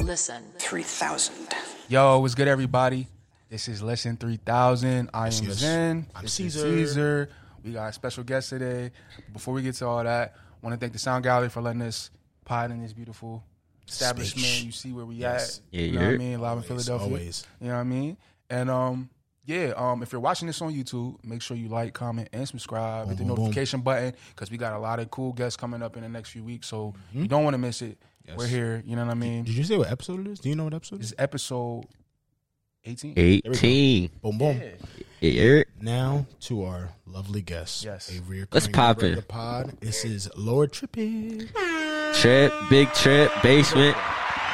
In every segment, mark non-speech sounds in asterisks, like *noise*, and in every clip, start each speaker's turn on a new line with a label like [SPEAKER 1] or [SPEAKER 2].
[SPEAKER 1] Listen.
[SPEAKER 2] 3000.
[SPEAKER 3] Yo, what's good, everybody? This is Lesson 3000. I am
[SPEAKER 4] is-
[SPEAKER 3] Zen.
[SPEAKER 4] I'm
[SPEAKER 3] This is
[SPEAKER 4] Caesar.
[SPEAKER 3] Caesar. We got a special guest today. Before we get to all that, want to thank the Sound Gallery for letting us pod in this beautiful establishment.
[SPEAKER 4] Space.
[SPEAKER 3] You see where we
[SPEAKER 4] Yes.
[SPEAKER 3] at. you know what I
[SPEAKER 5] yeah.
[SPEAKER 3] mean? Live in Philadelphia.
[SPEAKER 4] always.
[SPEAKER 3] You know what I mean? And um, yeah, um, if you're watching this on YouTube, make sure you like, comment, and subscribe. Hit the
[SPEAKER 4] Boom, boom, boom.
[SPEAKER 3] notification button because we got a lot of cool guests coming up in the next few weeks. So
[SPEAKER 4] Mm-hmm.
[SPEAKER 3] you don't want to miss it. We're here. You know what I mean?
[SPEAKER 4] Did you say what episode it is? Do you know what episode it
[SPEAKER 3] This
[SPEAKER 4] is?
[SPEAKER 3] is episode 18.
[SPEAKER 5] 18.
[SPEAKER 4] Boom, boom.
[SPEAKER 5] Yeah.
[SPEAKER 4] Now to our lovely guest.
[SPEAKER 3] Yes.
[SPEAKER 4] A reoccurring
[SPEAKER 5] Let's pop
[SPEAKER 4] member of
[SPEAKER 5] it.
[SPEAKER 4] The pod. This is Lord Trippy.
[SPEAKER 5] Trip, big trip, basement.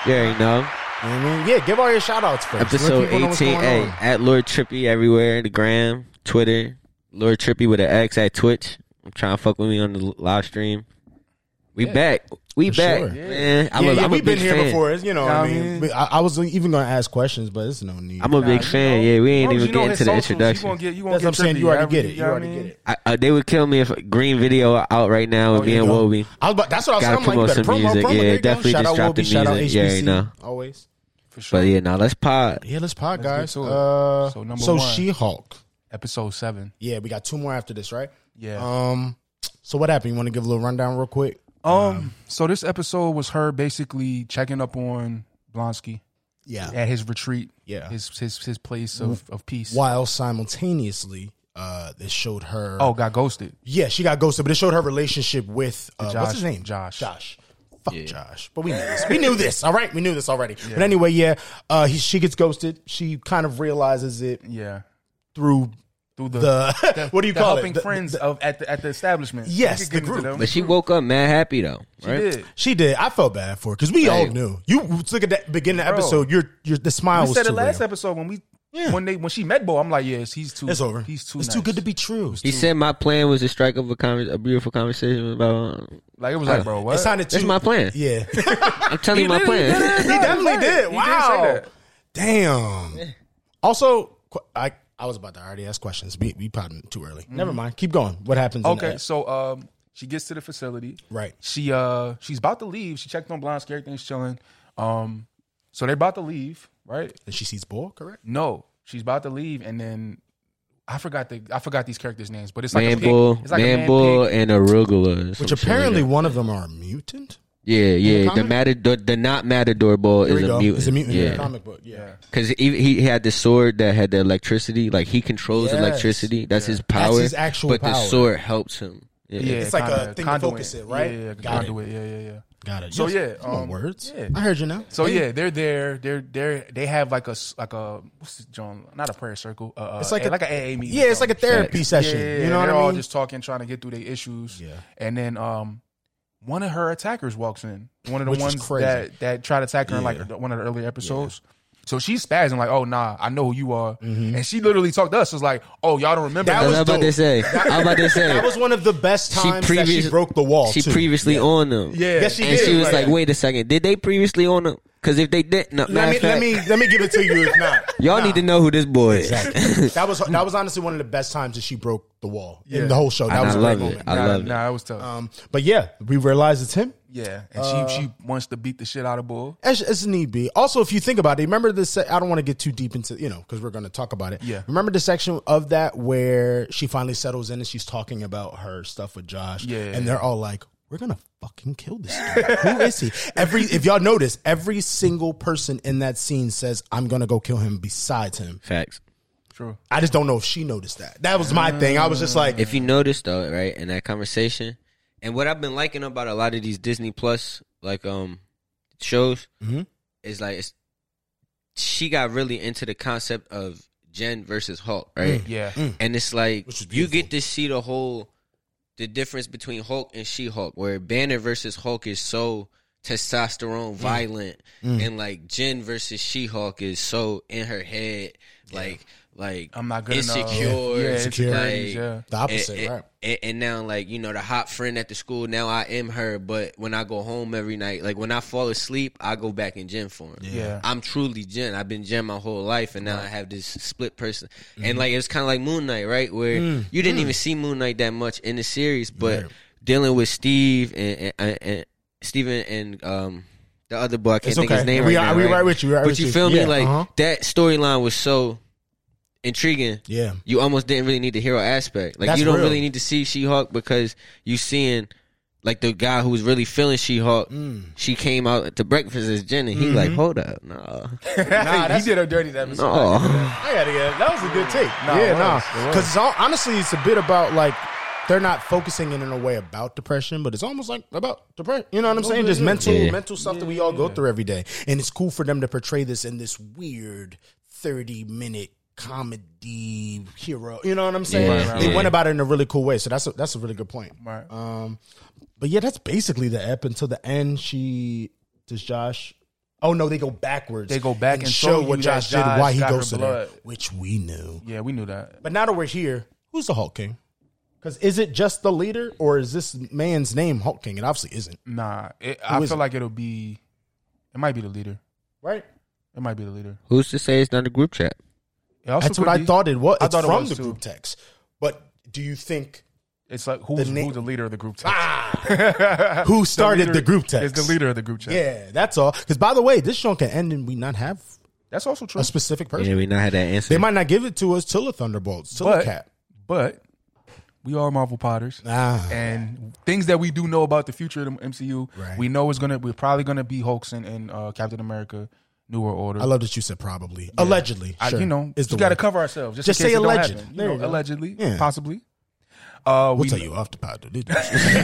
[SPEAKER 5] You
[SPEAKER 4] You
[SPEAKER 5] already know.
[SPEAKER 4] know what I mean? Yeah, give all your shout outs first. Let
[SPEAKER 5] Episode
[SPEAKER 4] people know what's
[SPEAKER 5] 18.
[SPEAKER 4] going
[SPEAKER 5] Hey,
[SPEAKER 4] on.
[SPEAKER 5] at Lord Trippy everywhere. The gram, Twitter. Lord Trippy with an X at Twitch. I'm trying to fuck with me on the live stream. We back. We
[SPEAKER 4] For
[SPEAKER 5] back.
[SPEAKER 4] sure.
[SPEAKER 5] Man, I'm
[SPEAKER 4] yeah,
[SPEAKER 5] a,
[SPEAKER 4] yeah,
[SPEAKER 5] I'm
[SPEAKER 4] we've
[SPEAKER 5] a
[SPEAKER 4] been
[SPEAKER 5] big
[SPEAKER 4] here
[SPEAKER 5] fan.
[SPEAKER 4] before. It's, you know, what I
[SPEAKER 3] Yeah, I
[SPEAKER 4] mean,
[SPEAKER 3] mean-
[SPEAKER 4] But I, I was even going to ask questions, but it's no need.
[SPEAKER 5] I'm a
[SPEAKER 3] Nah,
[SPEAKER 5] big
[SPEAKER 3] you
[SPEAKER 5] fan.
[SPEAKER 3] know,
[SPEAKER 5] yeah, we
[SPEAKER 3] as long
[SPEAKER 5] ain't
[SPEAKER 3] as
[SPEAKER 5] even
[SPEAKER 3] you know
[SPEAKER 5] getting
[SPEAKER 3] his
[SPEAKER 5] to the
[SPEAKER 3] socials, You
[SPEAKER 5] introduction.
[SPEAKER 3] gonna get, you gonna
[SPEAKER 4] That's
[SPEAKER 3] get
[SPEAKER 4] what I'm saying.
[SPEAKER 3] trippy,
[SPEAKER 4] You already
[SPEAKER 3] every-
[SPEAKER 4] get it. You
[SPEAKER 3] know what
[SPEAKER 4] already
[SPEAKER 3] I
[SPEAKER 4] get
[SPEAKER 3] mean?
[SPEAKER 4] it.
[SPEAKER 5] I, uh, they would kill me if Green Video out right now with me
[SPEAKER 3] yeah,
[SPEAKER 5] and
[SPEAKER 3] no.
[SPEAKER 5] Wobie.
[SPEAKER 4] I was about, that's what I was
[SPEAKER 5] Gotta
[SPEAKER 4] saying. I'm like, you
[SPEAKER 5] promote
[SPEAKER 4] better
[SPEAKER 5] some
[SPEAKER 4] promo,
[SPEAKER 5] music.
[SPEAKER 4] promo.
[SPEAKER 5] Yeah,
[SPEAKER 4] There you go.
[SPEAKER 5] definitely
[SPEAKER 4] Shout
[SPEAKER 5] just
[SPEAKER 4] out
[SPEAKER 5] drop the
[SPEAKER 4] Wobie, shout out
[SPEAKER 5] music. Yeah, you
[SPEAKER 4] HBC.
[SPEAKER 5] know.
[SPEAKER 4] Always.
[SPEAKER 3] For sure.
[SPEAKER 5] But yeah, now let's pod.
[SPEAKER 4] Yeah, let's pod,
[SPEAKER 3] Let's
[SPEAKER 4] guys.
[SPEAKER 3] get to it.
[SPEAKER 4] Uh,
[SPEAKER 3] So
[SPEAKER 4] so
[SPEAKER 3] number
[SPEAKER 4] so
[SPEAKER 3] one.
[SPEAKER 4] She Hulk.
[SPEAKER 3] Episode seven.
[SPEAKER 4] Yeah, we got two more after this, right?
[SPEAKER 3] Yeah.
[SPEAKER 4] Um. So what happened? You want to give a little rundown real quick?
[SPEAKER 3] Um, so this episode was her basically checking up on Blonsky
[SPEAKER 4] Yeah.
[SPEAKER 3] at his retreat.
[SPEAKER 4] Yeah.
[SPEAKER 3] His his his place of, of peace.
[SPEAKER 4] While simultaneously, uh, it showed her.
[SPEAKER 3] Oh, got ghosted.
[SPEAKER 4] yeah, she got ghosted, but it showed her relationship with uh,
[SPEAKER 3] Josh-
[SPEAKER 4] what's his name?
[SPEAKER 3] Josh.
[SPEAKER 4] Josh. Fuck Josh. But we knew this. We knew this. All right, we knew this already. But anyway, yeah. Uh, he, she gets ghosted. She kind of realizes it
[SPEAKER 3] Yeah.
[SPEAKER 4] through
[SPEAKER 3] Through the,
[SPEAKER 4] the *laughs* what do you
[SPEAKER 3] the
[SPEAKER 4] call
[SPEAKER 3] helping
[SPEAKER 4] it? The-
[SPEAKER 3] friends of at the at the establishment.
[SPEAKER 4] Yes,
[SPEAKER 3] You could
[SPEAKER 4] the
[SPEAKER 3] give it to
[SPEAKER 4] group.
[SPEAKER 3] them.
[SPEAKER 5] But she woke up mad happy though,
[SPEAKER 3] She
[SPEAKER 5] right?
[SPEAKER 3] did.
[SPEAKER 4] She did. I felt bad for her because we all knew. You look at that beginning of the
[SPEAKER 3] Bro.
[SPEAKER 4] episode. Your your the smile
[SPEAKER 3] We
[SPEAKER 4] was
[SPEAKER 3] said
[SPEAKER 4] too
[SPEAKER 3] it last
[SPEAKER 4] real.
[SPEAKER 3] episode when we
[SPEAKER 4] Yeah.
[SPEAKER 3] when they when she met Bo. I'm like, yes, he's too.
[SPEAKER 4] It's over.
[SPEAKER 3] He's too.
[SPEAKER 4] It's
[SPEAKER 3] nice.
[SPEAKER 4] too good to be true.
[SPEAKER 5] He said my plan was to strike up a, conver- a beautiful conversation about.
[SPEAKER 3] Like it was like, bro, what?
[SPEAKER 4] It sounded too.
[SPEAKER 5] That's my plan. *laughs*
[SPEAKER 4] yeah, he
[SPEAKER 5] I'm telling you my plan.
[SPEAKER 4] definitely
[SPEAKER 3] right. He
[SPEAKER 4] did.
[SPEAKER 3] did
[SPEAKER 4] Wow.
[SPEAKER 3] say that.
[SPEAKER 4] Damn. *laughs* Also, qu- I I was about to already ask questions. We we probably too early. Never mind. Keep going. What happens? in
[SPEAKER 3] Okay,
[SPEAKER 4] that?
[SPEAKER 3] so um, she gets to the facility.
[SPEAKER 4] Right.
[SPEAKER 3] She uh, she's about to leave. She checked on Blonsky. Everything's chilling. Um, so they're about to leave, right?
[SPEAKER 4] And she sees Bull. Correct.
[SPEAKER 3] No, she's about to leave, and then I forgot the I forgot these characters' names, but it's like a
[SPEAKER 5] Man
[SPEAKER 3] pig.
[SPEAKER 5] bull,
[SPEAKER 3] It's like a
[SPEAKER 5] man
[SPEAKER 3] man
[SPEAKER 5] bull,
[SPEAKER 3] pig.
[SPEAKER 5] and arugula. or some
[SPEAKER 4] Which
[SPEAKER 5] shit like
[SPEAKER 4] apparently
[SPEAKER 5] that.
[SPEAKER 4] one of them are a mutant.
[SPEAKER 5] yeah,
[SPEAKER 4] the
[SPEAKER 5] yeah. The,
[SPEAKER 4] comic?
[SPEAKER 5] matador, the not matador bull
[SPEAKER 4] Here
[SPEAKER 5] is
[SPEAKER 4] we
[SPEAKER 5] a
[SPEAKER 4] go.
[SPEAKER 5] mutant.
[SPEAKER 4] It's a mutant in the
[SPEAKER 5] Yeah,
[SPEAKER 4] comic book. Yeah.
[SPEAKER 5] because he, he had the sword that had the electricity. Like he controls
[SPEAKER 4] Yes.
[SPEAKER 5] electricity. That's his power.
[SPEAKER 4] his actual
[SPEAKER 5] But the
[SPEAKER 4] power.
[SPEAKER 5] sword helps him. Yeah.
[SPEAKER 3] Yeah,
[SPEAKER 4] It's like a
[SPEAKER 3] kinda
[SPEAKER 4] thing to
[SPEAKER 3] conduit.
[SPEAKER 4] focus it, right?
[SPEAKER 3] Yeah, yeah, yeah,
[SPEAKER 4] Got it.
[SPEAKER 3] conduit. Yeah, yeah, yeah.
[SPEAKER 4] Got it.
[SPEAKER 3] So,
[SPEAKER 4] Yes.
[SPEAKER 3] yeah,
[SPEAKER 4] Come on,
[SPEAKER 3] um,
[SPEAKER 4] words.
[SPEAKER 3] yeah.
[SPEAKER 4] I heard you now.
[SPEAKER 3] So yeah, they're there. They're they're they have like a s- like a what's it, John? Not a prayer circle. Uh,
[SPEAKER 4] It's like a-
[SPEAKER 3] like an AA meeting.
[SPEAKER 4] Yeah, it's like a therapy
[SPEAKER 5] Facts.
[SPEAKER 4] session.
[SPEAKER 3] Yeah, yeah,
[SPEAKER 4] you know what
[SPEAKER 3] they're
[SPEAKER 4] I mean?
[SPEAKER 3] all just talking, trying to get through their issues.
[SPEAKER 4] Yeah.
[SPEAKER 3] And then um, one of her attackers walks in. One of the
[SPEAKER 4] Which is
[SPEAKER 3] ones
[SPEAKER 4] crazy.
[SPEAKER 3] that that tried to attack her in like
[SPEAKER 4] Yeah.
[SPEAKER 3] the- one of the earlier episodes. So she's spazzing like, "Oh nah, I know who you are," and she literally talked to us. It's like, "Oh y'all don't remember
[SPEAKER 4] Mm-hmm. That
[SPEAKER 5] I
[SPEAKER 3] that?"
[SPEAKER 5] was
[SPEAKER 4] was
[SPEAKER 5] about
[SPEAKER 4] dope.
[SPEAKER 5] to say. I was about to
[SPEAKER 4] *laughs*
[SPEAKER 5] say.
[SPEAKER 4] That was one of the best times that she
[SPEAKER 5] previous-
[SPEAKER 4] broke the wall.
[SPEAKER 5] She
[SPEAKER 4] too.
[SPEAKER 5] previously on them.
[SPEAKER 3] Yeah.
[SPEAKER 4] Yes, she
[SPEAKER 5] and
[SPEAKER 4] did.
[SPEAKER 5] she was like,
[SPEAKER 4] Like-
[SPEAKER 5] "Wait a second, did they previously on them? Because if they didn't, no,
[SPEAKER 4] Let
[SPEAKER 5] matter
[SPEAKER 4] me
[SPEAKER 5] of
[SPEAKER 4] let
[SPEAKER 5] fact,
[SPEAKER 4] me let me give it to you. If
[SPEAKER 5] *laughs*
[SPEAKER 4] not,
[SPEAKER 5] y'all need to know who this boy is." *laughs*
[SPEAKER 4] that was that was honestly one of the best times that she broke the wall in the whole show. That
[SPEAKER 5] And
[SPEAKER 4] was
[SPEAKER 5] I
[SPEAKER 4] a great
[SPEAKER 5] love
[SPEAKER 4] moment.
[SPEAKER 5] it. I
[SPEAKER 3] nah,
[SPEAKER 5] love it.
[SPEAKER 3] nah, it was tough.
[SPEAKER 4] Um, uh, but yeah, we realize it's him.
[SPEAKER 3] yeah, and she she wants to beat the shit out of Bull.
[SPEAKER 4] As, as need be. Also, if you think about it, remember this. I don't want to get too deep into you know because we're going to talk about it.
[SPEAKER 3] Yeah.
[SPEAKER 4] Remember the section of that where she finally settles in and she's talking about her stuff with Josh.
[SPEAKER 3] Yeah.
[SPEAKER 4] And they're all like, "We're gonna fucking kill this dude. Who is he?" Every if y'all notice, every single person in that scene says, "I'm gonna go kill him." Besides him,
[SPEAKER 5] Facts.
[SPEAKER 3] True.
[SPEAKER 4] I just don't know if she noticed that. That was my thing. I was just like,
[SPEAKER 5] If you notice though, right, in that conversation, and what I've been liking about a lot of these Disney Plus like um shows
[SPEAKER 4] Mhm.
[SPEAKER 5] is like it's, she got really into the concept of Jen versus Hulk, right?
[SPEAKER 3] Yeah.
[SPEAKER 4] Mm.
[SPEAKER 3] *laughs*
[SPEAKER 5] and it's like
[SPEAKER 4] Which is
[SPEAKER 5] you
[SPEAKER 4] beautiful.
[SPEAKER 5] get to see the whole the difference between Hulk and She Hulk, where Banner versus Hulk is so
[SPEAKER 4] Mm.
[SPEAKER 5] testosterone violent, and like Jen versus She Hulk is so in her head, like like
[SPEAKER 3] I'm not good
[SPEAKER 5] insecure,
[SPEAKER 3] enough. Yeah, insecurities,
[SPEAKER 5] like,
[SPEAKER 3] yeah.
[SPEAKER 4] the opposite,
[SPEAKER 5] and,
[SPEAKER 4] right?
[SPEAKER 5] And, and now, like you know, the hot friend at the school. Now I am her, but when I go home every night, like when I fall asleep, I go back in Jen form.
[SPEAKER 3] Yeah.
[SPEAKER 5] I'm truly Jen. I've been Jen my whole life, and now I have this split person.
[SPEAKER 4] Mm-hmm.
[SPEAKER 5] And like it was kind of like Moon Knight, right? Where
[SPEAKER 4] Mm.
[SPEAKER 5] you didn't even see Moon Knight that much in the series, but dealing with Steve and and, and Steven and um the other boy. I can't
[SPEAKER 4] It's
[SPEAKER 5] think
[SPEAKER 4] okay.
[SPEAKER 5] his name
[SPEAKER 4] we
[SPEAKER 5] right
[SPEAKER 4] are
[SPEAKER 5] now.
[SPEAKER 4] we
[SPEAKER 5] right?
[SPEAKER 4] right with you. we right
[SPEAKER 5] but
[SPEAKER 4] with
[SPEAKER 5] you feel me?
[SPEAKER 4] Yeah,
[SPEAKER 5] Like
[SPEAKER 4] uh-huh.
[SPEAKER 5] that storyline was so intriguing.
[SPEAKER 4] yeah,
[SPEAKER 5] You almost didn't really need the hero aspect. Like
[SPEAKER 4] That's
[SPEAKER 5] you don't
[SPEAKER 4] real.
[SPEAKER 5] really need to see She Hulk because you seeing like the guy who was really feeling She Hulk.
[SPEAKER 4] Mm.
[SPEAKER 5] She came out to breakfast as Jenny.
[SPEAKER 4] Mm-hmm.
[SPEAKER 5] He like, hold up, no,
[SPEAKER 3] he did a dirty that episode.
[SPEAKER 5] no.
[SPEAKER 4] I gotta get it. That was a good take.
[SPEAKER 3] Nah, it
[SPEAKER 4] yeah,
[SPEAKER 3] was.
[SPEAKER 4] nah.
[SPEAKER 3] It was.
[SPEAKER 4] Because honestly, it's a bit about like they're not focusing in in a way about depression, but it's almost like about depression. You know what I'm saying? Just mental,
[SPEAKER 5] Yeah.
[SPEAKER 4] mental stuff that we all go through every day, and it's cool for them to portray this in this weird 30 minute comedy hero. You know what I'm saying?
[SPEAKER 5] Right, right,
[SPEAKER 4] they
[SPEAKER 5] right.
[SPEAKER 4] went about it in a really cool way, so that's a, that's a really good point.
[SPEAKER 3] Right.
[SPEAKER 4] Um, but yeah, that's basically the ep until the end. She does Josh. Oh no, they go backwards.
[SPEAKER 3] They go back and show
[SPEAKER 4] show
[SPEAKER 3] you
[SPEAKER 4] what
[SPEAKER 3] that
[SPEAKER 4] Josh,
[SPEAKER 3] Josh
[SPEAKER 4] did, why he
[SPEAKER 3] got her
[SPEAKER 4] goes to there,
[SPEAKER 3] blood.
[SPEAKER 4] which we knew.
[SPEAKER 3] Yeah, we knew that.
[SPEAKER 4] But now that we're here, who's the Hulk King? Because is it just the leader, or is this man's name Hulk King? It obviously isn't,
[SPEAKER 3] Nah, it, I
[SPEAKER 4] Who
[SPEAKER 3] feel
[SPEAKER 4] is it?
[SPEAKER 3] like it'll be. It might be the leader.
[SPEAKER 4] right?
[SPEAKER 3] It might be the leader.
[SPEAKER 5] Who's to say it's not a group chat?
[SPEAKER 3] It also
[SPEAKER 4] That's
[SPEAKER 3] could
[SPEAKER 4] what I
[SPEAKER 3] be-
[SPEAKER 4] thought it was.
[SPEAKER 3] I
[SPEAKER 4] It's
[SPEAKER 3] thought it
[SPEAKER 4] from
[SPEAKER 3] was
[SPEAKER 4] the
[SPEAKER 3] too.
[SPEAKER 4] group text. But do you think ah,
[SPEAKER 3] It's like who's
[SPEAKER 4] The na-
[SPEAKER 3] who's the leader of the
[SPEAKER 4] *laughs*
[SPEAKER 3] group text?
[SPEAKER 4] who started the,
[SPEAKER 3] leader
[SPEAKER 4] group
[SPEAKER 3] Is
[SPEAKER 4] text?
[SPEAKER 3] the leader of the group text?
[SPEAKER 4] Yeah, that's all. Because by the way, this show can end and we not have
[SPEAKER 3] that's also true.
[SPEAKER 4] a specific person.
[SPEAKER 5] Yeah, we not had that answer.
[SPEAKER 4] They might not give it to us till the Thunderbolts, till the
[SPEAKER 3] But-
[SPEAKER 4] Cap.
[SPEAKER 3] But we are Marvel Potters.
[SPEAKER 4] Ah,
[SPEAKER 3] and things that we do know about the future of the MCU,
[SPEAKER 4] Right.
[SPEAKER 3] we know it's gonna we're probably gonna be Hulks and, and uh, Captain America, Newer Order.
[SPEAKER 4] I love that you said probably, allegedly.
[SPEAKER 3] I-
[SPEAKER 4] sure,
[SPEAKER 3] you know,
[SPEAKER 4] is
[SPEAKER 3] we
[SPEAKER 4] the
[SPEAKER 3] got to
[SPEAKER 4] word.
[SPEAKER 3] cover ourselves. Just,
[SPEAKER 4] Just
[SPEAKER 3] in case
[SPEAKER 4] say
[SPEAKER 3] it don't
[SPEAKER 4] alleged.
[SPEAKER 3] happen. You
[SPEAKER 4] There
[SPEAKER 3] know,
[SPEAKER 4] you go.
[SPEAKER 3] allegedly,
[SPEAKER 4] Yeah.
[SPEAKER 3] possibly. Uh,
[SPEAKER 4] We'll
[SPEAKER 3] we
[SPEAKER 4] tell you off
[SPEAKER 3] *laughs*
[SPEAKER 4] the pod. dude.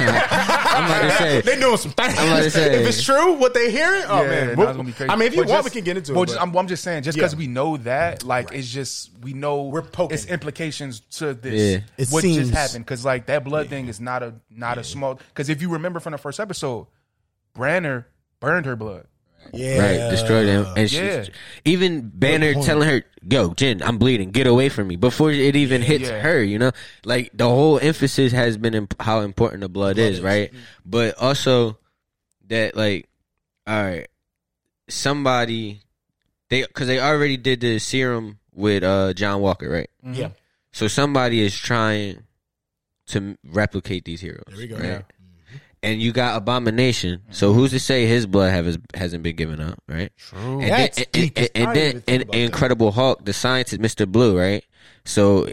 [SPEAKER 5] I'm about to
[SPEAKER 4] *laughs*
[SPEAKER 5] say.
[SPEAKER 4] they doing some things.
[SPEAKER 5] I'm about to say-
[SPEAKER 4] if it's true, what they hearing, oh
[SPEAKER 3] Yeah,
[SPEAKER 4] man,
[SPEAKER 3] nah,
[SPEAKER 4] We'll-
[SPEAKER 3] it's gonna be crazy.
[SPEAKER 4] I mean, if you
[SPEAKER 3] But
[SPEAKER 4] want,
[SPEAKER 3] just-
[SPEAKER 4] we can get into
[SPEAKER 3] well,
[SPEAKER 4] it.
[SPEAKER 3] just-
[SPEAKER 4] but-
[SPEAKER 3] I'm, I'm just saying, just
[SPEAKER 4] Yeah.
[SPEAKER 3] because we know that, like, it's just we know
[SPEAKER 4] We're poking.
[SPEAKER 3] its implications to
[SPEAKER 5] Yeah.
[SPEAKER 3] this.
[SPEAKER 4] It
[SPEAKER 3] what
[SPEAKER 4] seems-
[SPEAKER 3] just happened? Because like that blood thing is not a not a small. Because if you remember from the first episode, Branner burned her blood.
[SPEAKER 4] yeah,
[SPEAKER 5] Right, destroyed him, and she,
[SPEAKER 3] Yeah.
[SPEAKER 5] even Banner telling her, "Yo, Jen, I'm bleeding. Get away from me!" Before it even hits
[SPEAKER 3] yeah.
[SPEAKER 5] her, you know, like the whole emphasis has been imp- how important the blood, is, right? But also that, like, all right, somebody they because they already did the serum with uh John Walker, right?
[SPEAKER 4] Yeah,
[SPEAKER 5] So somebody is trying to m- replicate these heroes.
[SPEAKER 4] there we go.
[SPEAKER 5] Right? And you got Abomination. So who's to say his blood have, hasn't been given up, right?
[SPEAKER 3] True.
[SPEAKER 5] And
[SPEAKER 4] That's
[SPEAKER 5] then,
[SPEAKER 4] deep.
[SPEAKER 5] and, and,
[SPEAKER 4] I didn't
[SPEAKER 5] and then
[SPEAKER 4] even think
[SPEAKER 5] and-
[SPEAKER 4] about that.
[SPEAKER 5] Incredible Hulk, the scientist, Mr. Blue, right? So th-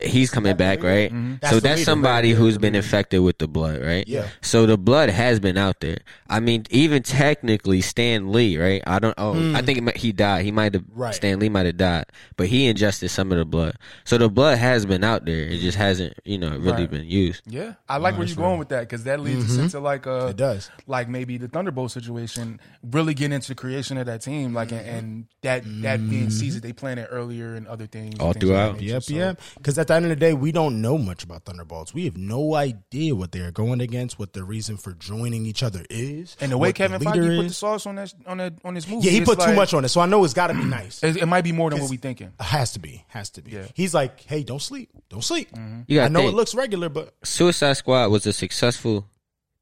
[SPEAKER 5] he's coming back, right?
[SPEAKER 4] That's
[SPEAKER 5] so
[SPEAKER 4] the
[SPEAKER 5] that's
[SPEAKER 4] leader,
[SPEAKER 5] somebody
[SPEAKER 4] right?
[SPEAKER 5] who's been infected with the blood, right?
[SPEAKER 4] Yeah.
[SPEAKER 5] So the blood has been out there. I mean, even technically Stan Lee, right? I don't. Oh, I think he might- he died. He might have.
[SPEAKER 4] Hmm. Right.
[SPEAKER 5] Stan Lee might have died, but he ingested some of the blood. So the blood has been out there. It just hasn't, you know, really
[SPEAKER 3] Right.
[SPEAKER 5] been used.
[SPEAKER 3] Yeah, I like where you're going with that because that leads us into like a
[SPEAKER 4] Mm-hmm. It does.
[SPEAKER 3] like maybe the Thunderbolt situation. Really get into the creation of that team,
[SPEAKER 4] Mm-hmm.
[SPEAKER 3] like and, and that that being seized, they plan it earlier and other things
[SPEAKER 5] All
[SPEAKER 3] things of that
[SPEAKER 5] throughout.
[SPEAKER 3] nature.
[SPEAKER 4] Yep,
[SPEAKER 3] So,
[SPEAKER 4] yep. Because at the end of the day, we don't know much about Thunderbolts. We have no idea what they are going against, what the reason for joining each other is,
[SPEAKER 3] And the way
[SPEAKER 4] what
[SPEAKER 3] Kevin
[SPEAKER 4] the
[SPEAKER 3] Feige
[SPEAKER 4] leader
[SPEAKER 3] put the
[SPEAKER 4] is.
[SPEAKER 3] sauce on that on that on his movie,
[SPEAKER 4] yeah, he
[SPEAKER 3] it's
[SPEAKER 4] put too
[SPEAKER 3] like-
[SPEAKER 4] much on it, so I know it's got to be nice.
[SPEAKER 3] It, it might be more than what we thinking.
[SPEAKER 4] Has to be, has to be. Mm-hmm.
[SPEAKER 3] Yeah.
[SPEAKER 4] He's like, hey, don't sleep, don't sleep.
[SPEAKER 5] You
[SPEAKER 4] I
[SPEAKER 5] got to
[SPEAKER 4] know
[SPEAKER 5] think.
[SPEAKER 4] it looks regular, but
[SPEAKER 5] Suicide Squad was a successful